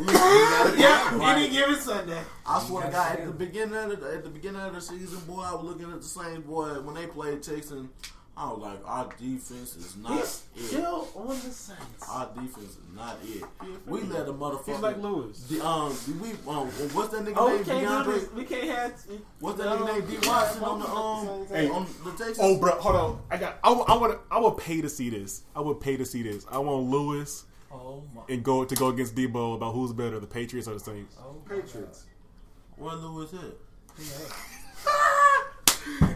[SPEAKER 6] Yeah, any given Sunday.
[SPEAKER 7] I swear to God, at the beginning of the, at the beginning of the season, boy, I was looking at the same boy when they played Texan. I was like, our defense is not
[SPEAKER 6] He's
[SPEAKER 7] it.
[SPEAKER 6] still on the Saints.
[SPEAKER 7] Our defense is not it. We let a motherfucker.
[SPEAKER 3] He's like Lewis.
[SPEAKER 7] The, um, the- we um, what's that nigga
[SPEAKER 6] Oh, we
[SPEAKER 7] name?
[SPEAKER 6] can't do
[SPEAKER 7] DeAndre.
[SPEAKER 6] this. We can't have.
[SPEAKER 7] What's that nigga name? D Watson on the um,
[SPEAKER 3] Hey.
[SPEAKER 7] on the Texans.
[SPEAKER 3] Oh, bro, hold on. I got. I, w- I would. I would pay to see this. I would pay to see this. I want Lewis
[SPEAKER 2] oh my.
[SPEAKER 3] and go to go against Debo about who's better, the Patriots or the Saints.
[SPEAKER 6] Oh. Patriots.
[SPEAKER 7] Where Lewis at?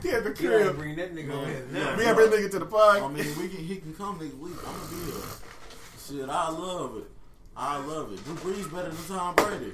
[SPEAKER 3] Yeah, the
[SPEAKER 10] You ain't
[SPEAKER 3] crib.
[SPEAKER 10] bring that nigga over here.
[SPEAKER 7] Oh,
[SPEAKER 3] We have everything to the pod.
[SPEAKER 7] I mean, we can he can come next week. I'm gonna be here. Shit, I love it. I love it. Drew Brees better than Tom Brady.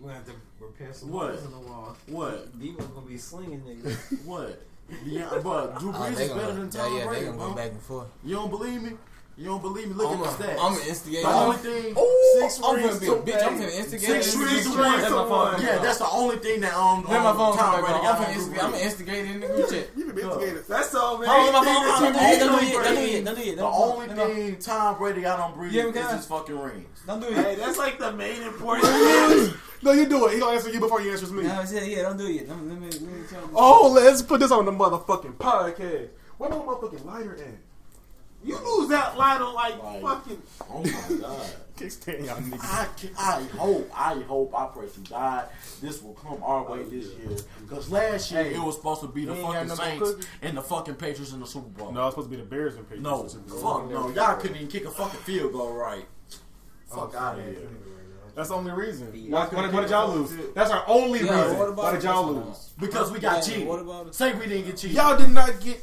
[SPEAKER 10] We have to repair some
[SPEAKER 7] What?
[SPEAKER 10] holes in the wall.
[SPEAKER 7] What?
[SPEAKER 10] Devo's gonna be slinging
[SPEAKER 7] [laughs]
[SPEAKER 10] niggas.
[SPEAKER 7] What? Yeah, but Drew
[SPEAKER 2] Oh,
[SPEAKER 7] Brees
[SPEAKER 2] they
[SPEAKER 7] is
[SPEAKER 2] gonna-
[SPEAKER 7] better than
[SPEAKER 2] yeah,
[SPEAKER 7] Tom
[SPEAKER 2] yeah, they
[SPEAKER 7] Brady,
[SPEAKER 2] gonna go
[SPEAKER 7] bro.
[SPEAKER 2] back and forth.
[SPEAKER 7] You don't believe me? You don't believe me? Look
[SPEAKER 2] I'm
[SPEAKER 7] at
[SPEAKER 2] a-
[SPEAKER 7] the stats.
[SPEAKER 2] I'm an instigator.
[SPEAKER 7] The only thing,
[SPEAKER 3] Oh,
[SPEAKER 2] Ooh,
[SPEAKER 7] six
[SPEAKER 2] I'm
[SPEAKER 7] rings
[SPEAKER 2] finna be a
[SPEAKER 7] to
[SPEAKER 2] bitch. I'm
[SPEAKER 7] one.
[SPEAKER 2] finna instigate
[SPEAKER 7] Six
[SPEAKER 2] and
[SPEAKER 7] rings
[SPEAKER 2] get
[SPEAKER 7] to
[SPEAKER 2] you.
[SPEAKER 7] one.
[SPEAKER 2] That's my phone.
[SPEAKER 7] Yeah, that's the only thing that on,
[SPEAKER 2] Let my
[SPEAKER 7] on
[SPEAKER 2] phone
[SPEAKER 7] Tom
[SPEAKER 2] come
[SPEAKER 7] Brady.
[SPEAKER 2] back
[SPEAKER 7] got
[SPEAKER 2] on. I'm finna
[SPEAKER 7] on Drew
[SPEAKER 2] instigate. I'm
[SPEAKER 7] Brees.
[SPEAKER 2] an instigator in the group chat.
[SPEAKER 7] You been instigated.
[SPEAKER 6] That's all, man.
[SPEAKER 2] Hold on, my
[SPEAKER 6] Anything
[SPEAKER 2] phone.
[SPEAKER 6] that you
[SPEAKER 2] Hey,
[SPEAKER 6] need
[SPEAKER 2] don't do
[SPEAKER 6] from
[SPEAKER 2] it. Don't do
[SPEAKER 6] Brady.
[SPEAKER 2] it. Don't do it.
[SPEAKER 7] The only thing Tom Brady got on Brees
[SPEAKER 2] Yeah, we
[SPEAKER 7] is
[SPEAKER 2] can.
[SPEAKER 7] his fucking rings.
[SPEAKER 2] Don't do it.
[SPEAKER 6] Hey, that's like the main important.
[SPEAKER 3] No, you do it. He gonna answer you before he answers me.
[SPEAKER 2] No, I said, yeah, don't do it. Let me, let me, let me tell you.
[SPEAKER 3] Oh, let's put this on the motherfucking podcast. Where my motherfucking lighter at?
[SPEAKER 6] You lose that line on like,
[SPEAKER 7] Like-
[SPEAKER 6] fucking.
[SPEAKER 7] Oh my god.
[SPEAKER 3] Can't stand y'all niggas.
[SPEAKER 7] I, can- I hope, I hope, I pray to God this will come our way this year. Because last year Oh, it was supposed to be the
[SPEAKER 3] we ain't got
[SPEAKER 7] fucking
[SPEAKER 3] no more
[SPEAKER 7] Saints
[SPEAKER 3] cookies?
[SPEAKER 7] and the fucking Patriots in the Super Bowl.
[SPEAKER 3] No, it's supposed to be the Bears and Patriots.
[SPEAKER 7] No, fuck no. Y'all couldn't even kick a fucking field goal right. Fuck out of here.
[SPEAKER 3] That's the only reason. Why, why, why did y'all lose? That's our only
[SPEAKER 2] Yeah, what
[SPEAKER 3] reason.
[SPEAKER 2] about
[SPEAKER 3] Why did y'all
[SPEAKER 2] this one?
[SPEAKER 3] lose?
[SPEAKER 7] Because we got
[SPEAKER 2] Yeah, what about
[SPEAKER 7] cheated.
[SPEAKER 2] it?
[SPEAKER 7] Say we didn't get cheated.
[SPEAKER 3] Y'all did not get.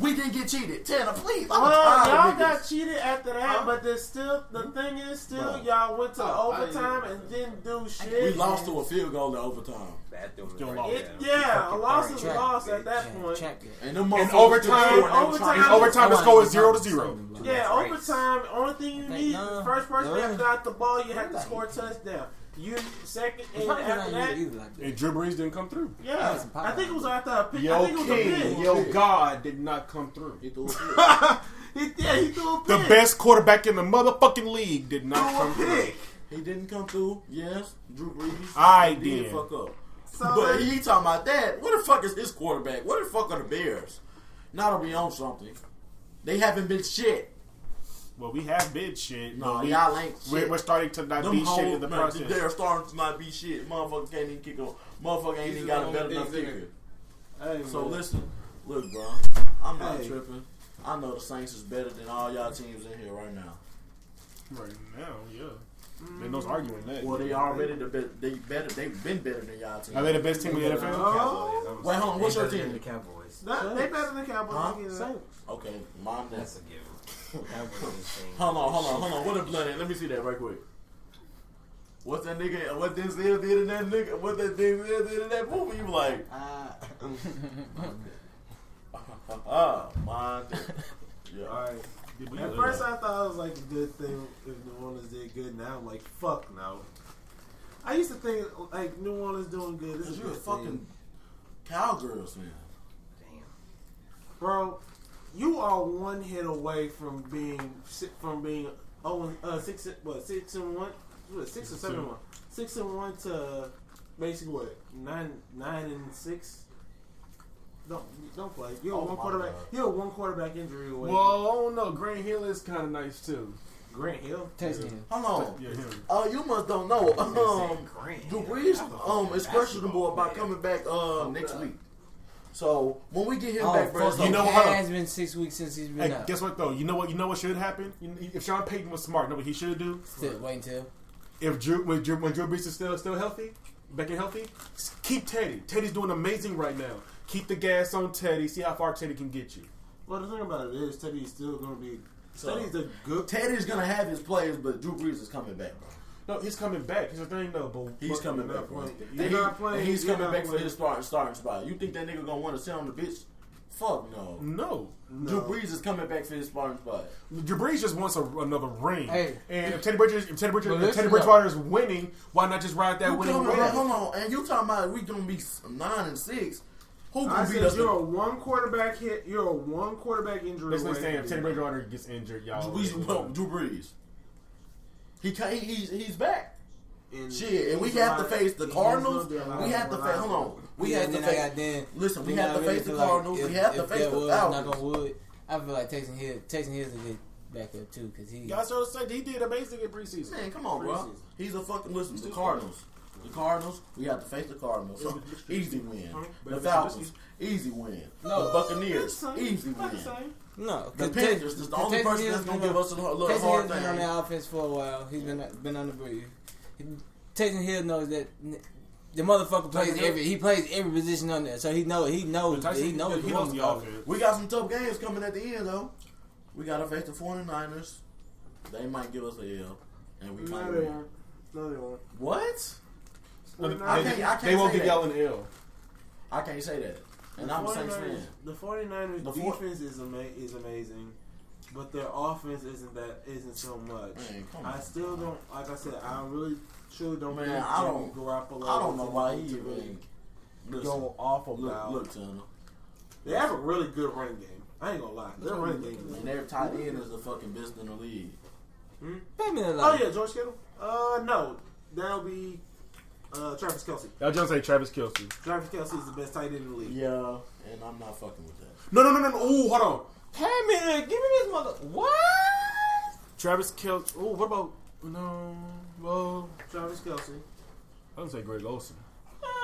[SPEAKER 7] we didn't get cheated. Tanner, please. I'm
[SPEAKER 6] Well,
[SPEAKER 7] tired
[SPEAKER 6] y'all
[SPEAKER 7] of
[SPEAKER 6] got
[SPEAKER 7] niggas.
[SPEAKER 6] cheated after that, but there's still the thing is still
[SPEAKER 7] Bruh.
[SPEAKER 6] y'all went to
[SPEAKER 19] Oh, I
[SPEAKER 6] overtime and didn't do shit.
[SPEAKER 7] We lost to a field goal in overtime.
[SPEAKER 10] Bathroom.
[SPEAKER 3] Still
[SPEAKER 10] right
[SPEAKER 3] lost.
[SPEAKER 10] there.
[SPEAKER 6] It, yeah, a loss is a
[SPEAKER 2] Track,
[SPEAKER 6] loss
[SPEAKER 2] bitch.
[SPEAKER 6] at that
[SPEAKER 2] Yeah,
[SPEAKER 6] point.
[SPEAKER 2] track it.
[SPEAKER 7] And them motherfuckers
[SPEAKER 3] In overtime-
[SPEAKER 7] took four and they was
[SPEAKER 6] overtime-
[SPEAKER 7] trying to-
[SPEAKER 3] Overtime, the score is zero to zero.
[SPEAKER 6] Yeah, oh,
[SPEAKER 10] Right.
[SPEAKER 6] overtime. Only thing you
[SPEAKER 2] Like,
[SPEAKER 6] need
[SPEAKER 2] nah,
[SPEAKER 6] is first person
[SPEAKER 2] nah.
[SPEAKER 6] that got the ball, you have to
[SPEAKER 2] Like-
[SPEAKER 6] score a touchdown. You second
[SPEAKER 2] It's
[SPEAKER 6] and
[SPEAKER 2] probably
[SPEAKER 6] after
[SPEAKER 2] not
[SPEAKER 6] that,
[SPEAKER 2] you either like that.
[SPEAKER 3] And Drew Brees didn't come through.
[SPEAKER 6] yeah,
[SPEAKER 2] That's a power
[SPEAKER 6] I think it was after a pick. I
[SPEAKER 3] Yo,
[SPEAKER 6] think it was a
[SPEAKER 3] King,
[SPEAKER 6] pick.
[SPEAKER 3] yo, God did not come through.
[SPEAKER 7] He threw a field
[SPEAKER 6] [laughs] He, yeah, he threw a pick.
[SPEAKER 3] The best quarterback in the motherfucking league did
[SPEAKER 6] He
[SPEAKER 3] not
[SPEAKER 6] threw a
[SPEAKER 3] come through.
[SPEAKER 6] pick.
[SPEAKER 7] He didn't come through. Yes, Drew Brees.
[SPEAKER 3] I
[SPEAKER 7] He did
[SPEAKER 3] did.
[SPEAKER 7] fuck up.
[SPEAKER 6] So
[SPEAKER 7] but
[SPEAKER 6] like,
[SPEAKER 7] he talking about that. What the fuck is his quarterback? What the fuck are the Bears? Now that we own something, they haven't been shit.
[SPEAKER 3] Well, we have been shit.
[SPEAKER 7] No,
[SPEAKER 3] but we,
[SPEAKER 7] y'all ain't shit.
[SPEAKER 3] We're, we're starting to not
[SPEAKER 7] Them
[SPEAKER 3] be shit
[SPEAKER 7] hoes,
[SPEAKER 3] in the
[SPEAKER 7] man,
[SPEAKER 3] process.
[SPEAKER 7] They're starting to not be shit. Motherfucker can't even kick a. Motherfucker ain't even got a better enough kicker.
[SPEAKER 6] hey,
[SPEAKER 7] So
[SPEAKER 6] man.
[SPEAKER 7] listen, look, bro. I'm not
[SPEAKER 6] Hey.
[SPEAKER 7] tripping. I know the Saints is better than all y'all teams in here right now.
[SPEAKER 3] Right now, yeah. They no arguing that.
[SPEAKER 7] Well, they already the best. They better. They've been better than y'all team.
[SPEAKER 3] Are they the best team in the NFL?
[SPEAKER 6] Oh.
[SPEAKER 7] Wait, hold on. What's
[SPEAKER 10] They
[SPEAKER 7] your
[SPEAKER 10] better than The
[SPEAKER 7] team?
[SPEAKER 10] Cowboys.
[SPEAKER 6] That- they better than Cowboys.
[SPEAKER 7] Huh?
[SPEAKER 6] I get it.
[SPEAKER 7] Okay, mom.
[SPEAKER 10] That's
[SPEAKER 7] That's
[SPEAKER 10] a
[SPEAKER 7] [laughs]
[SPEAKER 10] given. Cowboys is saying-
[SPEAKER 7] hold on, hold on, hold on. What a bloody. Let me see that right quick. What's that nigga? What Denzel did in that nigga? What that Denzel did in that movie? You like? Ah, [laughs] ah, mom. [laughs] Yeah.
[SPEAKER 6] All right. At first, I thought it was like a good thing if New Orleans did good. Now I'm like, fuck no. I used to think like New Orleans doing good. This
[SPEAKER 7] Cause
[SPEAKER 6] is a
[SPEAKER 7] you're a
[SPEAKER 6] good
[SPEAKER 7] fucking
[SPEAKER 6] thing.
[SPEAKER 7] cowgirls, man.
[SPEAKER 10] Damn.
[SPEAKER 6] bro. You are one hit away from being from being oh uh, six what six and one what, six or seven and one six and one to basically what nine nine and six. Don't don't play. You're
[SPEAKER 7] Oh
[SPEAKER 6] one
[SPEAKER 7] my
[SPEAKER 6] quarterback.
[SPEAKER 7] God.
[SPEAKER 6] You're one quarterback injury away.
[SPEAKER 3] Well, I don't know. Grant Hill is kind of nice too.
[SPEAKER 6] Grant Hill.
[SPEAKER 2] Text me.
[SPEAKER 7] Hold on.
[SPEAKER 3] Yeah, him.
[SPEAKER 7] Oh, you must don't know. Um,
[SPEAKER 10] Saying Grant.
[SPEAKER 7] Drew Brees
[SPEAKER 10] Oh,
[SPEAKER 7] um, is questionable about coming back uh, next week. So when we get him
[SPEAKER 2] Oh,
[SPEAKER 7] back, bro,
[SPEAKER 2] first
[SPEAKER 7] so
[SPEAKER 2] you
[SPEAKER 3] know
[SPEAKER 2] know
[SPEAKER 3] what?
[SPEAKER 2] what? It has been six weeks since he's been
[SPEAKER 3] Hey,
[SPEAKER 2] out.
[SPEAKER 3] guess what though? You know what? You know what should happen? You- If Sean Payton was smart, you know what he should do?
[SPEAKER 2] Still, wait until.
[SPEAKER 3] If Drew, when Drew, when Drew Brees is still still healthy, back and healthy, s- keep Teddy. Teddy's doing amazing right now. Keep the gas on Teddy. See how far Teddy can get you.
[SPEAKER 6] Well, the thing about it is Teddy's still going to be.
[SPEAKER 7] So-
[SPEAKER 6] Teddy's a good.
[SPEAKER 7] Teddy's gonna have his plays, but Drew Brees is coming back, bro.
[SPEAKER 3] No, he's coming back. He's the thing though, but
[SPEAKER 7] He's
[SPEAKER 3] but-
[SPEAKER 7] coming back, bro.
[SPEAKER 6] playing.
[SPEAKER 7] And
[SPEAKER 6] They're
[SPEAKER 7] he-
[SPEAKER 6] not playing.
[SPEAKER 7] and he's
[SPEAKER 6] They're
[SPEAKER 7] coming
[SPEAKER 6] not
[SPEAKER 7] back for
[SPEAKER 6] playing.
[SPEAKER 7] his start, starting spot. You think that nigga gonna want to sell him the bitch? Fuck no.
[SPEAKER 3] No,
[SPEAKER 7] Drew Brees is coming back for his starting spot.
[SPEAKER 3] Drew Brees just wants a, another ring.
[SPEAKER 2] Hey.
[SPEAKER 3] And if Teddy Bridges, if Teddy Bridges,
[SPEAKER 2] But
[SPEAKER 3] if Teddy
[SPEAKER 2] listen,
[SPEAKER 3] Bridgewater is winning, why not just ride that
[SPEAKER 7] You
[SPEAKER 3] winning
[SPEAKER 7] coming, bro,
[SPEAKER 3] wave?
[SPEAKER 7] hold on, and you talking about we gonna be s- nine and six? Who
[SPEAKER 6] I
[SPEAKER 7] gonna beat
[SPEAKER 6] said
[SPEAKER 7] us?
[SPEAKER 6] you're a one quarterback hit. You're a one quarterback injury.
[SPEAKER 3] Basically
[SPEAKER 6] away
[SPEAKER 3] saying
[SPEAKER 6] from
[SPEAKER 3] if Teddy
[SPEAKER 6] being-
[SPEAKER 3] Bridgewater gets injured, y'all.
[SPEAKER 7] We, well, Drew Brees. He can't, he's he's back.
[SPEAKER 6] and
[SPEAKER 7] Shit, and we
[SPEAKER 6] he's
[SPEAKER 7] have to
[SPEAKER 6] reliable.
[SPEAKER 7] face the
[SPEAKER 6] He's
[SPEAKER 7] Cardinals.
[SPEAKER 6] gonna be reliable.
[SPEAKER 7] We have to face. Hold on, we
[SPEAKER 2] yeah,
[SPEAKER 7] have to
[SPEAKER 2] then I
[SPEAKER 7] face.
[SPEAKER 2] got then.
[SPEAKER 7] Listen, we
[SPEAKER 2] then
[SPEAKER 7] have
[SPEAKER 2] I
[SPEAKER 7] to
[SPEAKER 2] really
[SPEAKER 7] face the
[SPEAKER 2] feel like
[SPEAKER 7] Cardinals.
[SPEAKER 2] If,
[SPEAKER 7] We have to
[SPEAKER 2] if
[SPEAKER 7] face
[SPEAKER 2] that
[SPEAKER 7] the
[SPEAKER 2] was, knock
[SPEAKER 7] Falcons.
[SPEAKER 2] on wood, I feel like Texan Hill. Texan Hill's a good backup too, because he.
[SPEAKER 3] Y'all sort of said he did amazing in preseason.
[SPEAKER 7] Man, come on, bro. He's a fucking listen. The Cardinals, the Cardinals. We have to face the Cardinals. Easy win. The Falcons, easy win. The Buccaneers, easy win.
[SPEAKER 2] No, 'cause
[SPEAKER 7] The
[SPEAKER 2] Tex-
[SPEAKER 7] Panthers is the
[SPEAKER 2] 'cause
[SPEAKER 7] only
[SPEAKER 2] Texan
[SPEAKER 7] person that's
[SPEAKER 2] Hill's
[SPEAKER 7] gonna
[SPEAKER 2] been
[SPEAKER 7] give
[SPEAKER 2] on-
[SPEAKER 7] us a little- little
[SPEAKER 2] Texan
[SPEAKER 7] hard
[SPEAKER 2] Hill's been on
[SPEAKER 7] thing.
[SPEAKER 2] the offense for a while. He's been been on the breeze. Texan Hill knows that n- the motherfucker plays
[SPEAKER 3] Hill-
[SPEAKER 2] every. He plays every position on there, so he know he knows
[SPEAKER 3] But Tyson,
[SPEAKER 2] he knows
[SPEAKER 3] he
[SPEAKER 2] the
[SPEAKER 3] knows the
[SPEAKER 2] motherfucker.
[SPEAKER 3] offense.
[SPEAKER 7] We got some tough games coming at the end though. We gotta face the 49ers. They might give us a L, and we might
[SPEAKER 6] No, they
[SPEAKER 7] win.
[SPEAKER 6] won't. No, they won't.
[SPEAKER 7] What?
[SPEAKER 6] No,
[SPEAKER 7] I
[SPEAKER 6] they-
[SPEAKER 7] can't, I can't
[SPEAKER 3] they won't
[SPEAKER 7] say
[SPEAKER 3] give
[SPEAKER 7] that.
[SPEAKER 3] y'all an L.
[SPEAKER 7] I can't say that. And I'm a Saints fan.
[SPEAKER 6] The 49ers
[SPEAKER 7] The four-
[SPEAKER 6] defense is ama- is amazing, but their offense isn't that isn't so much.
[SPEAKER 7] Man, come
[SPEAKER 6] I
[SPEAKER 7] on.
[SPEAKER 6] still don't like I said. I really truly don't.
[SPEAKER 7] Man,
[SPEAKER 6] think
[SPEAKER 7] I
[SPEAKER 6] Jimmy
[SPEAKER 7] don't-
[SPEAKER 6] Garoppolo
[SPEAKER 7] I don't
[SPEAKER 6] is
[SPEAKER 7] know
[SPEAKER 6] enough
[SPEAKER 7] why he
[SPEAKER 6] to
[SPEAKER 7] even-
[SPEAKER 6] really
[SPEAKER 7] Listen.
[SPEAKER 6] go off
[SPEAKER 7] Look,
[SPEAKER 6] about.
[SPEAKER 7] look, Tanner.
[SPEAKER 6] They have a really good running game. I ain't gonna lie. Their running game is
[SPEAKER 7] And their tight end is the fucking best in the league.
[SPEAKER 6] Hmm?
[SPEAKER 14] Pay me a
[SPEAKER 6] Oh
[SPEAKER 14] lot.
[SPEAKER 6] yeah, George Kittle. Uh, no, that'll be uh Travis Kelsey.
[SPEAKER 3] Y'all just say Travis Kelsey.
[SPEAKER 6] Travis Kelsey is the best tight end in the league.
[SPEAKER 7] Yeah, and I'm not fucking with that.
[SPEAKER 3] No, no, no, no. no. Ooh, hold on.
[SPEAKER 2] Pay me, give me this mother. What?
[SPEAKER 3] Travis Kelsey. Ooh, what about no? Well,
[SPEAKER 6] Travis Kelsey.
[SPEAKER 3] I would say Greg Olson.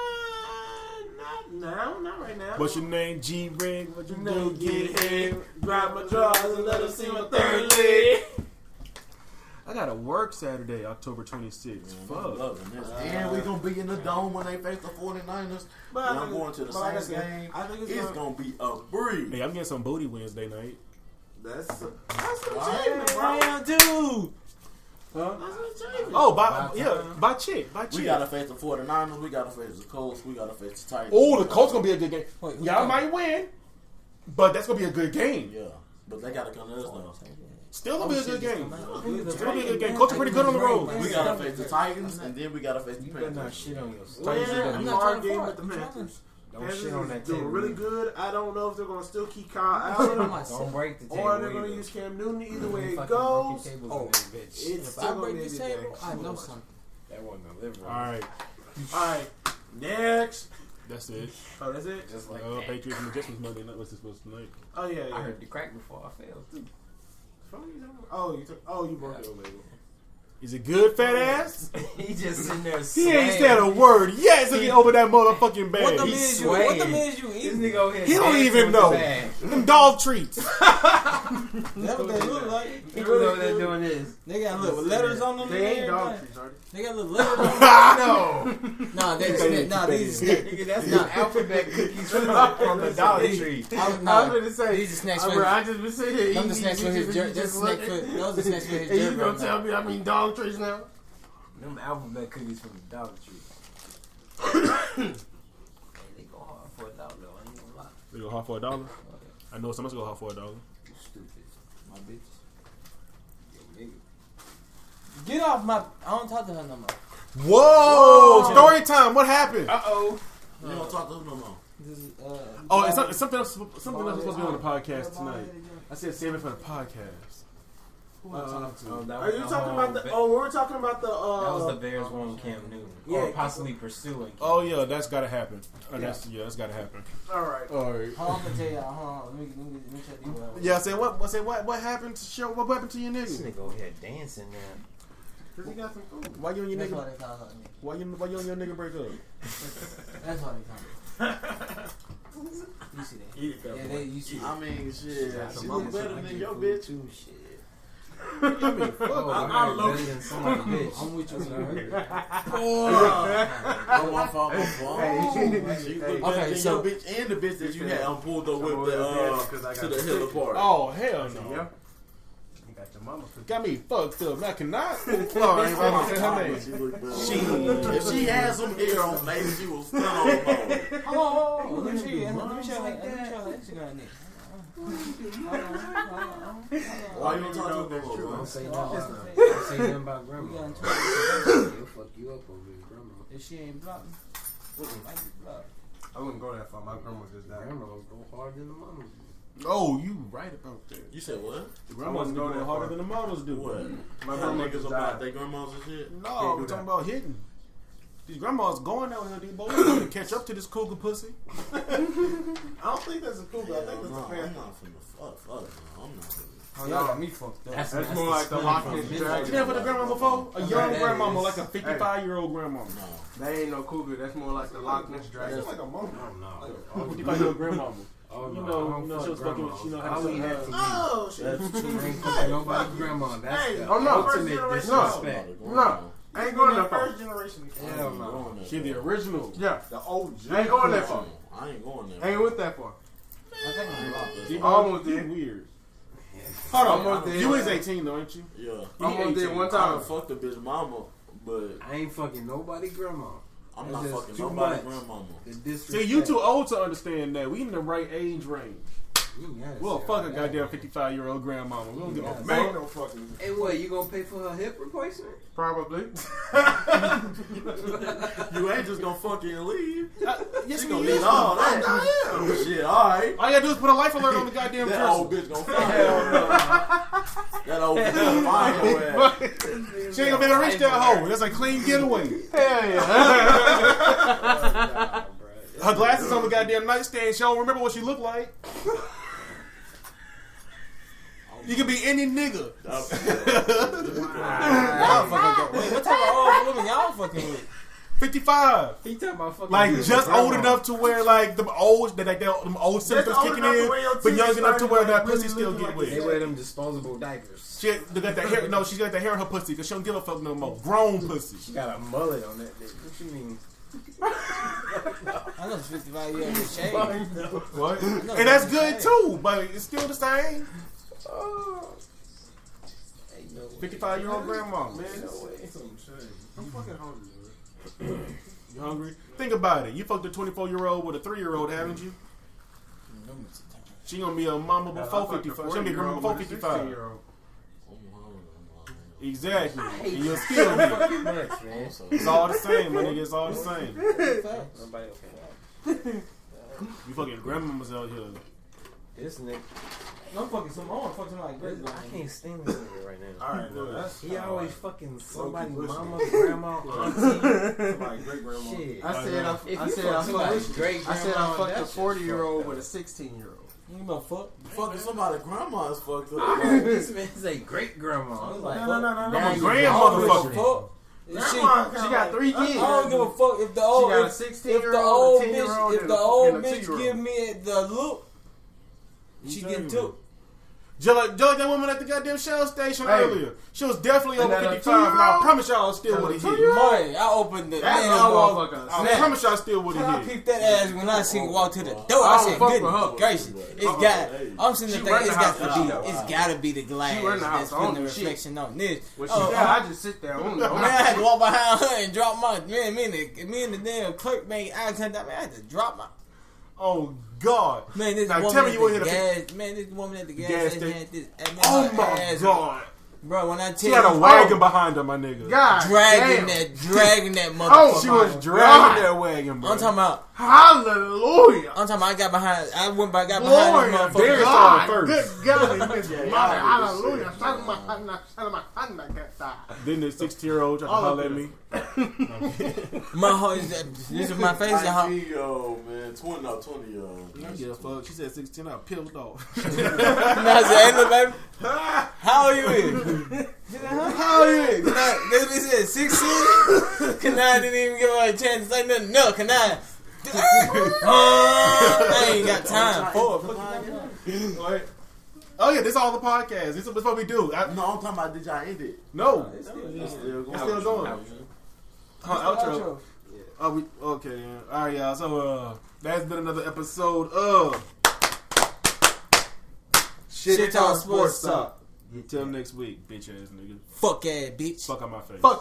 [SPEAKER 6] Uh, Not now, not right now.
[SPEAKER 3] What's your name? G Rig. What you
[SPEAKER 6] No
[SPEAKER 3] do? Get hit.
[SPEAKER 6] Grab my drawers and let them see my third leg.
[SPEAKER 3] leg. I gotta work Saturday, October 26th.
[SPEAKER 7] I'm
[SPEAKER 3] Fuck.
[SPEAKER 7] loving
[SPEAKER 6] Uh,
[SPEAKER 7] this. and we're going to be in the dome when they face the 49ers.
[SPEAKER 6] But I
[SPEAKER 7] And I'm
[SPEAKER 6] think-
[SPEAKER 7] going to the
[SPEAKER 6] but like I
[SPEAKER 7] Saints
[SPEAKER 6] said,
[SPEAKER 7] game.
[SPEAKER 6] I think it's
[SPEAKER 7] It's
[SPEAKER 6] gonna-
[SPEAKER 7] going to be a breeze.
[SPEAKER 3] Hey, I'm getting some booty Wednesday night.
[SPEAKER 6] That's that's an
[SPEAKER 7] Why?
[SPEAKER 6] achievement, bro.
[SPEAKER 3] I do.
[SPEAKER 6] That's an achievement.
[SPEAKER 3] Oh, by, yeah, by chick, by
[SPEAKER 7] We
[SPEAKER 3] chick.
[SPEAKER 7] got to face the 49ers. We got to face the Colts. We got to face the Titans.
[SPEAKER 3] Oh, the Colts gonna be a good game.
[SPEAKER 14] Wait, who
[SPEAKER 3] Y'all
[SPEAKER 14] got-
[SPEAKER 3] might win, but that's gonna be a good game.
[SPEAKER 7] Yeah, but they got to come to us though.
[SPEAKER 3] Still gonna be a good game.
[SPEAKER 14] Who's
[SPEAKER 3] Still gonna be a good game. Colts are pretty good on the road.
[SPEAKER 7] We got to face the Titans, and then we got to face the
[SPEAKER 10] better not
[SPEAKER 7] Panthers.
[SPEAKER 10] shit on yourself.
[SPEAKER 6] Well,
[SPEAKER 14] I'm
[SPEAKER 6] you
[SPEAKER 14] not
[SPEAKER 6] are
[SPEAKER 14] trying to
[SPEAKER 6] game
[SPEAKER 14] fart.
[SPEAKER 6] with the
[SPEAKER 14] I'm
[SPEAKER 6] Panthers.
[SPEAKER 10] Don't
[SPEAKER 6] Panthers
[SPEAKER 10] shit on that
[SPEAKER 6] is doing
[SPEAKER 10] table.
[SPEAKER 6] really good. I don't know if they're gonna still keep Kyle Allen
[SPEAKER 10] Don't break the table.
[SPEAKER 6] or they're gonna
[SPEAKER 10] either.
[SPEAKER 6] use Cam Newton. Either
[SPEAKER 10] Don't
[SPEAKER 6] way it
[SPEAKER 10] fucking break
[SPEAKER 6] goes,
[SPEAKER 10] your tables
[SPEAKER 2] Oh,
[SPEAKER 10] in this bitch.
[SPEAKER 6] it's
[SPEAKER 14] If I
[SPEAKER 6] still gonna be
[SPEAKER 14] break
[SPEAKER 6] a
[SPEAKER 14] this
[SPEAKER 6] good
[SPEAKER 14] table, I know
[SPEAKER 6] game.
[SPEAKER 14] something.
[SPEAKER 2] That wasn't gonna live
[SPEAKER 3] All right,
[SPEAKER 6] All right, next.
[SPEAKER 3] that's it.
[SPEAKER 6] Oh, that's it.
[SPEAKER 10] Just like
[SPEAKER 3] Uh,
[SPEAKER 10] that.
[SPEAKER 3] Patriots and the Jets was Monday night. What's this supposed to tonight?
[SPEAKER 6] Oh yeah,
[SPEAKER 10] I
[SPEAKER 6] yeah.
[SPEAKER 10] heard the crack before I fell too.
[SPEAKER 6] Oh, you took. Oh, you broke your label.
[SPEAKER 3] Is it good, fat ass?
[SPEAKER 10] [laughs] he just sitting there.
[SPEAKER 3] He ain't
[SPEAKER 10] swaying.
[SPEAKER 3] said a word. Yes, if he opened that motherfucking
[SPEAKER 2] What the
[SPEAKER 3] bag. He
[SPEAKER 2] is you? What the
[SPEAKER 10] swaying.
[SPEAKER 2] is you
[SPEAKER 10] This
[SPEAKER 2] eating?
[SPEAKER 10] nigga over here.
[SPEAKER 3] He don't
[SPEAKER 10] dancing
[SPEAKER 3] even
[SPEAKER 10] with the
[SPEAKER 3] know.
[SPEAKER 10] bag.
[SPEAKER 3] Them dog treats.
[SPEAKER 2] That's what they look like.
[SPEAKER 10] He was over there doing this.
[SPEAKER 2] They got little letters on them.
[SPEAKER 6] They
[SPEAKER 2] and
[SPEAKER 6] ain't dog
[SPEAKER 2] everything.
[SPEAKER 6] treats, are they?
[SPEAKER 14] They got a little letter.
[SPEAKER 3] no.
[SPEAKER 14] Nah, they just nah, they just snacks.
[SPEAKER 10] Nigga, that's not alphabet cookies from the, from the Dollar Tree.
[SPEAKER 14] I'm
[SPEAKER 5] I'm
[SPEAKER 14] nah,
[SPEAKER 5] gonna say
[SPEAKER 14] these are snacks
[SPEAKER 5] I,
[SPEAKER 14] for
[SPEAKER 5] bro,
[SPEAKER 14] his.
[SPEAKER 5] I just been sitting
[SPEAKER 14] Them
[SPEAKER 5] here.
[SPEAKER 14] the
[SPEAKER 5] eating
[SPEAKER 14] snacks for his
[SPEAKER 5] these bitches
[SPEAKER 14] jerk.
[SPEAKER 5] and
[SPEAKER 14] That's
[SPEAKER 5] just
[SPEAKER 14] snack
[SPEAKER 5] looking.
[SPEAKER 14] for those are snacks for his
[SPEAKER 5] And you
[SPEAKER 14] jerk.
[SPEAKER 5] gonna
[SPEAKER 14] right
[SPEAKER 5] tell
[SPEAKER 14] now.
[SPEAKER 5] me I mean dog trees now?
[SPEAKER 10] Them alphabet cookies from the Dollar Tree. Hey, they go hard for a dollar though. I ain't gonna lie.
[SPEAKER 3] They go hard for a dollar. I know someone's gonna go hard for a dollar.
[SPEAKER 10] You stupid.
[SPEAKER 7] My bitch.
[SPEAKER 10] Yo, nigga.
[SPEAKER 14] Get off my. I don't talk to her no more.
[SPEAKER 3] Whoa! Story time. What happened?
[SPEAKER 6] Uh,
[SPEAKER 10] Uh-oh.
[SPEAKER 7] You don't talk to them no more.
[SPEAKER 14] This is, uh,
[SPEAKER 3] Oh, it's, some- it's something else. Something else was supposed to be on the podcast tonight. I said save it for the podcast. Uh,
[SPEAKER 10] Oh, that
[SPEAKER 6] Are
[SPEAKER 10] was
[SPEAKER 6] you
[SPEAKER 10] the
[SPEAKER 6] talking
[SPEAKER 10] whole
[SPEAKER 6] about the?
[SPEAKER 10] Be-
[SPEAKER 6] Oh, we were talking about the. Uh,
[SPEAKER 10] That was the Bears one Cam Newton.
[SPEAKER 6] Yeah.
[SPEAKER 10] Or possibly pursuing.
[SPEAKER 3] Oh yeah, that's gotta happen. Oh, that's, yeah, that's gotta happen.
[SPEAKER 6] All right.
[SPEAKER 3] All right.
[SPEAKER 14] Hold on, I'm gonna tell y'all. Hold on, let me let me, let me check you out.
[SPEAKER 3] Yeah, I said what? I said what? What happened to show? What happened to your
[SPEAKER 10] This
[SPEAKER 3] nigga?
[SPEAKER 10] nigga over here dancing now.
[SPEAKER 6] Cause he got some food.
[SPEAKER 3] Why you on your
[SPEAKER 14] That's
[SPEAKER 3] nigga?
[SPEAKER 14] why they call her nigga.
[SPEAKER 3] Why you why you on your nigga break up?
[SPEAKER 14] That's why they call her. You see that?
[SPEAKER 6] Eat it though.
[SPEAKER 14] Yeah, they, you see that.
[SPEAKER 7] I mean, shit.
[SPEAKER 10] Got
[SPEAKER 7] She
[SPEAKER 10] some
[SPEAKER 7] look
[SPEAKER 10] mama's
[SPEAKER 7] better
[SPEAKER 10] trying to
[SPEAKER 7] than
[SPEAKER 10] get
[SPEAKER 7] your
[SPEAKER 10] food,
[SPEAKER 7] bitch.
[SPEAKER 10] Too, shit. Oh, I, I love you. I'm with you.
[SPEAKER 7] Oh, my fault, my fault. She look better
[SPEAKER 14] Okay,
[SPEAKER 7] than
[SPEAKER 14] so-
[SPEAKER 7] your bitch and the bitch that you had on pulled up with the, uh, to the hill party.
[SPEAKER 3] Oh hell no!
[SPEAKER 6] Yeah. You got your mama food.
[SPEAKER 3] Got me fucked up. I cannot. [laughs] Sorry, I don't say her name.
[SPEAKER 7] She look better. if she had some hair on, baby, she was still on the
[SPEAKER 14] Hold on, hold on, hold on. Let me show you. Let me show you. Let me show you Instagram nigga.
[SPEAKER 7] Why you don't talk to her no more, bro?
[SPEAKER 10] Don't say nothing. Don't say nothing about
[SPEAKER 14] We
[SPEAKER 10] grandma.
[SPEAKER 14] got in
[SPEAKER 10] They'll
[SPEAKER 14] trouble.
[SPEAKER 10] fuck you up over your grandma.
[SPEAKER 14] If she ain't blocking, I can block.
[SPEAKER 6] I wouldn't go that far. My grandma just died.
[SPEAKER 10] Grandma go harder than mama.
[SPEAKER 3] Oh, you right about that.
[SPEAKER 7] You said what?
[SPEAKER 3] Grandma's
[SPEAKER 6] going
[SPEAKER 3] going
[SPEAKER 6] that
[SPEAKER 3] harder
[SPEAKER 6] far.
[SPEAKER 3] than the models do.
[SPEAKER 7] What? How
[SPEAKER 6] My grandma
[SPEAKER 7] niggas
[SPEAKER 6] just
[SPEAKER 7] about
[SPEAKER 6] died.
[SPEAKER 7] their grandmas and shit?
[SPEAKER 3] No,
[SPEAKER 6] do
[SPEAKER 3] we're
[SPEAKER 6] that.
[SPEAKER 3] talking about hitting. These grandmas going out here. These boys going to catch up to this cougar pussy.
[SPEAKER 6] I don't think that's a cool. I think that's
[SPEAKER 7] no,
[SPEAKER 6] a
[SPEAKER 7] I'm
[SPEAKER 6] fan.
[SPEAKER 7] not finna fuck, fuck, no, I'm not finna.
[SPEAKER 14] Oh, y'all got me fucked up.
[SPEAKER 10] That's,
[SPEAKER 6] That's more like the
[SPEAKER 10] splinter
[SPEAKER 6] Loch
[SPEAKER 10] from
[SPEAKER 6] Ness
[SPEAKER 10] the
[SPEAKER 3] You
[SPEAKER 6] Dragon.
[SPEAKER 3] never the grandma before? A young
[SPEAKER 6] that
[SPEAKER 3] grandmama,
[SPEAKER 6] is-
[SPEAKER 3] like a 55 year old grandmama.
[SPEAKER 6] That ain't no cougar. That's more like the Loch Ness Dragon.
[SPEAKER 7] That's-
[SPEAKER 6] like a monkey.
[SPEAKER 10] no.
[SPEAKER 3] 55 year old grandmama.
[SPEAKER 10] Oh,
[SPEAKER 3] You
[SPEAKER 10] no, I
[SPEAKER 3] know,
[SPEAKER 10] don't
[SPEAKER 3] you know
[SPEAKER 10] fuck
[SPEAKER 3] she was fucking with,
[SPEAKER 10] grandmas.
[SPEAKER 3] you know,
[SPEAKER 10] I
[SPEAKER 3] how
[SPEAKER 10] would
[SPEAKER 3] she
[SPEAKER 10] have
[SPEAKER 3] had.
[SPEAKER 10] to
[SPEAKER 6] Oh shit!
[SPEAKER 7] That's true.
[SPEAKER 10] I ain't fucking nobody's grandma. That's
[SPEAKER 6] Hey,
[SPEAKER 10] the
[SPEAKER 6] I'm not-
[SPEAKER 10] ultimate
[SPEAKER 6] first
[SPEAKER 10] disrespect.
[SPEAKER 7] I'm not a
[SPEAKER 6] No. I ain't going that far.
[SPEAKER 7] First
[SPEAKER 6] generation.
[SPEAKER 7] grandma.
[SPEAKER 10] Hell
[SPEAKER 7] I'm
[SPEAKER 10] no.
[SPEAKER 7] not going that
[SPEAKER 3] She the
[SPEAKER 7] far.
[SPEAKER 3] original.
[SPEAKER 6] Yeah, the old. I ain't going that far.
[SPEAKER 7] I ain't going there.
[SPEAKER 6] I ain't went that far.
[SPEAKER 7] I think I'm
[SPEAKER 3] She
[SPEAKER 6] Almost did.
[SPEAKER 3] weird. Hold
[SPEAKER 5] Almost
[SPEAKER 3] on,
[SPEAKER 5] there.
[SPEAKER 3] you is eighteen though, ain't you?
[SPEAKER 7] Yeah.
[SPEAKER 3] You
[SPEAKER 5] Almost did
[SPEAKER 3] 18.
[SPEAKER 5] one
[SPEAKER 7] I
[SPEAKER 5] time.
[SPEAKER 7] done fucked a bitch mama, but
[SPEAKER 10] I ain't fucking nobody grandma.
[SPEAKER 7] I'm
[SPEAKER 10] That's
[SPEAKER 7] not
[SPEAKER 10] just
[SPEAKER 7] fucking
[SPEAKER 10] too
[SPEAKER 7] nobody
[SPEAKER 10] much.
[SPEAKER 7] grandmama.
[SPEAKER 10] The
[SPEAKER 3] See,
[SPEAKER 10] disrespect.
[SPEAKER 3] you too old to understand that. We in the right age range.
[SPEAKER 10] You gotta
[SPEAKER 3] We'll
[SPEAKER 10] say
[SPEAKER 3] fuck
[SPEAKER 10] all
[SPEAKER 3] a
[SPEAKER 10] that.
[SPEAKER 3] goddamn fifty-five year old grandmama. We'll get
[SPEAKER 10] Yeah.
[SPEAKER 3] off.
[SPEAKER 5] Man, no fucking.
[SPEAKER 10] Hey, what? You gonna pay for her hip replacement?
[SPEAKER 5] Probably.
[SPEAKER 7] You ain't just gonna fucking leave.
[SPEAKER 3] Yes,
[SPEAKER 7] She
[SPEAKER 3] we
[SPEAKER 7] gonna
[SPEAKER 3] is.
[SPEAKER 7] need all that. Shit, alright.
[SPEAKER 3] All you gotta do is put a life alert on the goddamn
[SPEAKER 7] That old
[SPEAKER 3] dress.
[SPEAKER 7] bitch gonna find That old bitch gonna [laughs] find your ass.
[SPEAKER 3] She ain't gonna be able to reach that hole. That's a clean getaway. Hell Her glasses on the goddamn nightstand. She don't remember what she looked like. You could be any nigga.
[SPEAKER 2] Y'all fucking go. Wait, what type of old woman y'all fucking with?
[SPEAKER 3] 55.
[SPEAKER 10] He talking about fucking
[SPEAKER 3] Like
[SPEAKER 10] his
[SPEAKER 3] just
[SPEAKER 10] grandma.
[SPEAKER 3] old enough to where like the old that like them old symptoms
[SPEAKER 5] old
[SPEAKER 3] kicking
[SPEAKER 5] enough to
[SPEAKER 3] in,
[SPEAKER 5] wear your
[SPEAKER 3] but young
[SPEAKER 5] titties
[SPEAKER 3] enough to where
[SPEAKER 5] starting,
[SPEAKER 3] that
[SPEAKER 5] like,
[SPEAKER 3] pussy
[SPEAKER 5] really
[SPEAKER 3] still
[SPEAKER 5] looking
[SPEAKER 3] get
[SPEAKER 5] like
[SPEAKER 10] They
[SPEAKER 3] wet.
[SPEAKER 10] wear them disposable diapers.
[SPEAKER 3] She they got that hair. No, she got that hair in her pussy because she don't give a fuck no more. Grown pussy.
[SPEAKER 10] She got a mullet on that bitch. What you mean?
[SPEAKER 2] I know it's 55 years old shame.
[SPEAKER 3] What? And that's good too, but it's still the same.
[SPEAKER 10] Ain't no way.
[SPEAKER 3] Fifty-five year old grandma, man.
[SPEAKER 10] No way.
[SPEAKER 5] I'm fucking hungry. man.
[SPEAKER 3] You hungry? Think about it. You fucked a twenty-four year old with a three-year-old, haven't you? She gonna be a mama
[SPEAKER 5] I
[SPEAKER 3] before
[SPEAKER 5] fucked a
[SPEAKER 3] fifty-five. She gonna be a grandma
[SPEAKER 5] 40-year-old
[SPEAKER 3] before
[SPEAKER 5] with a 16
[SPEAKER 3] fifty-five.
[SPEAKER 5] year old.
[SPEAKER 3] Exactly.
[SPEAKER 10] hate
[SPEAKER 3] And you'll still be.
[SPEAKER 10] [laughs] Fucking much, man.
[SPEAKER 3] It's all the same, my nigga. It's all the same.
[SPEAKER 10] Nobody else. can.
[SPEAKER 3] You fucking grandmamas out here.
[SPEAKER 10] This nigga,
[SPEAKER 4] I'm fucking some. I'm fucking like
[SPEAKER 10] this, I can't stand this nigga right now.
[SPEAKER 5] All right, no, that's
[SPEAKER 10] He always fucking somebody,
[SPEAKER 5] Low-key listening.
[SPEAKER 10] mama, grandma, auntie.
[SPEAKER 5] somebody great grandma.
[SPEAKER 10] Shit.
[SPEAKER 4] I said I,
[SPEAKER 10] If
[SPEAKER 4] I
[SPEAKER 10] you
[SPEAKER 4] said
[SPEAKER 10] fuck
[SPEAKER 4] I
[SPEAKER 10] somebody's
[SPEAKER 4] fucked.
[SPEAKER 10] great
[SPEAKER 4] I said I
[SPEAKER 10] grandma,
[SPEAKER 4] fucked a
[SPEAKER 10] that's just
[SPEAKER 4] forty year old
[SPEAKER 10] fucked
[SPEAKER 4] with a
[SPEAKER 10] up.
[SPEAKER 4] sixteen year old.
[SPEAKER 2] You gonna fuck?
[SPEAKER 7] Fucking somebody grandma's fucked up.
[SPEAKER 10] This man's a great grandma. I was like,
[SPEAKER 5] No, no, no, no, no.
[SPEAKER 10] now
[SPEAKER 3] I'm a
[SPEAKER 10] you
[SPEAKER 3] grandmotherfucker.
[SPEAKER 10] grown.
[SPEAKER 2] Fuck. If She, I
[SPEAKER 5] Grandma,
[SPEAKER 4] She got three kids.
[SPEAKER 2] don't give a fuck if the old
[SPEAKER 4] got a
[SPEAKER 2] if,
[SPEAKER 4] 16
[SPEAKER 2] if
[SPEAKER 4] year
[SPEAKER 2] the
[SPEAKER 4] old,
[SPEAKER 2] old
[SPEAKER 4] a 10 year
[SPEAKER 2] bitch
[SPEAKER 4] old,
[SPEAKER 2] if
[SPEAKER 4] and a-
[SPEAKER 2] the old
[SPEAKER 5] and a
[SPEAKER 2] bitch
[SPEAKER 5] 2-year-old.
[SPEAKER 2] give me the look, she
[SPEAKER 3] tell you.
[SPEAKER 2] get took.
[SPEAKER 3] Just like, just like that woman at the goddamn Shell station earlier. She was definitely
[SPEAKER 4] And
[SPEAKER 3] over
[SPEAKER 4] that a
[SPEAKER 3] 55, and I
[SPEAKER 4] two-year-old?
[SPEAKER 3] promise y'all I still would have hit. it.
[SPEAKER 2] Boy, I opened the
[SPEAKER 4] That's
[SPEAKER 2] man,
[SPEAKER 4] a
[SPEAKER 2] I walked-
[SPEAKER 4] motherfucker.
[SPEAKER 3] I promise y'all I still would
[SPEAKER 2] I
[SPEAKER 3] have hit. it.
[SPEAKER 2] peeped that ass when I seen walk to the door. I,
[SPEAKER 4] I don't
[SPEAKER 2] said,
[SPEAKER 4] fuck with
[SPEAKER 2] "Goodness
[SPEAKER 4] her."
[SPEAKER 2] gracious, it's got." I'm sitting
[SPEAKER 5] She
[SPEAKER 2] there
[SPEAKER 5] run
[SPEAKER 2] thinking,
[SPEAKER 5] the
[SPEAKER 2] "It's
[SPEAKER 5] house,
[SPEAKER 2] got to
[SPEAKER 5] she
[SPEAKER 2] be,
[SPEAKER 5] got
[SPEAKER 2] it's got to be the glass
[SPEAKER 5] run the house,
[SPEAKER 2] that's
[SPEAKER 5] I don't
[SPEAKER 2] putting the
[SPEAKER 5] give a shit.
[SPEAKER 2] reflection on this."
[SPEAKER 5] When she
[SPEAKER 2] Oh,
[SPEAKER 5] died,
[SPEAKER 2] I-
[SPEAKER 5] I just sit there. I don't
[SPEAKER 2] Man,
[SPEAKER 5] know.
[SPEAKER 2] I had to walk behind her and drop my man. Me and the, me and the damn clerk made eye contact. Man, I had to drop my
[SPEAKER 3] [laughs] Oh God,
[SPEAKER 2] man. This
[SPEAKER 3] Now,
[SPEAKER 2] woman
[SPEAKER 3] tell me
[SPEAKER 2] at
[SPEAKER 3] you
[SPEAKER 2] the
[SPEAKER 3] ain't hit
[SPEAKER 2] gas, man. This woman at the gas,
[SPEAKER 3] Gas
[SPEAKER 2] station
[SPEAKER 3] station.
[SPEAKER 2] had this. and Man, Oh.
[SPEAKER 3] Oh
[SPEAKER 2] her
[SPEAKER 3] my
[SPEAKER 2] ass-
[SPEAKER 3] God,
[SPEAKER 2] bro! When I tell
[SPEAKER 3] she had a
[SPEAKER 2] you, oh,
[SPEAKER 3] wagon behind her, my nigga.
[SPEAKER 4] God
[SPEAKER 2] dragging
[SPEAKER 4] damn.
[SPEAKER 2] that, dragging that mother.
[SPEAKER 4] Oh,
[SPEAKER 3] she
[SPEAKER 4] my
[SPEAKER 3] was dragging that wagon, bro.
[SPEAKER 2] I'm talking about.
[SPEAKER 4] Hallelujah.
[SPEAKER 2] I'm talking about. I got behind. I went by. Got
[SPEAKER 4] Glory
[SPEAKER 2] behind
[SPEAKER 4] to
[SPEAKER 2] that motherfucker.
[SPEAKER 4] God.
[SPEAKER 3] Darius saw it first.
[SPEAKER 4] Good God. this mother. Hallelujah. Son of my son of my son of my God.
[SPEAKER 3] Then the 16 year old tried to holler at me.
[SPEAKER 2] My heart is. This is my face. and her-
[SPEAKER 7] 19 year old, man. 20, no, 20 year old.
[SPEAKER 3] I give a fuck. She said 16. I peeled off.
[SPEAKER 2] And I said, hey, look, baby, how old you is? She said, huh? How old you is? Can I, this bitch said, 16? Can I didn't even give her a chance to say nothing? No, can I? [laughs] I ain't got time for it.
[SPEAKER 3] oh yeah, this all the podcast. This is what we do. I,
[SPEAKER 7] No, I'm talking about did y'all end it?
[SPEAKER 3] no,
[SPEAKER 7] It's still going.
[SPEAKER 3] it's still going. Huh, outro. Oh, we okay. yeah. All right, y'all. So uh, that's been another episode of
[SPEAKER 2] Shit Talk Sports Talk.
[SPEAKER 3] Until next week, bitch ass nigga.
[SPEAKER 2] Fuck ass bitch.
[SPEAKER 3] Fuck on my face.
[SPEAKER 4] Fuck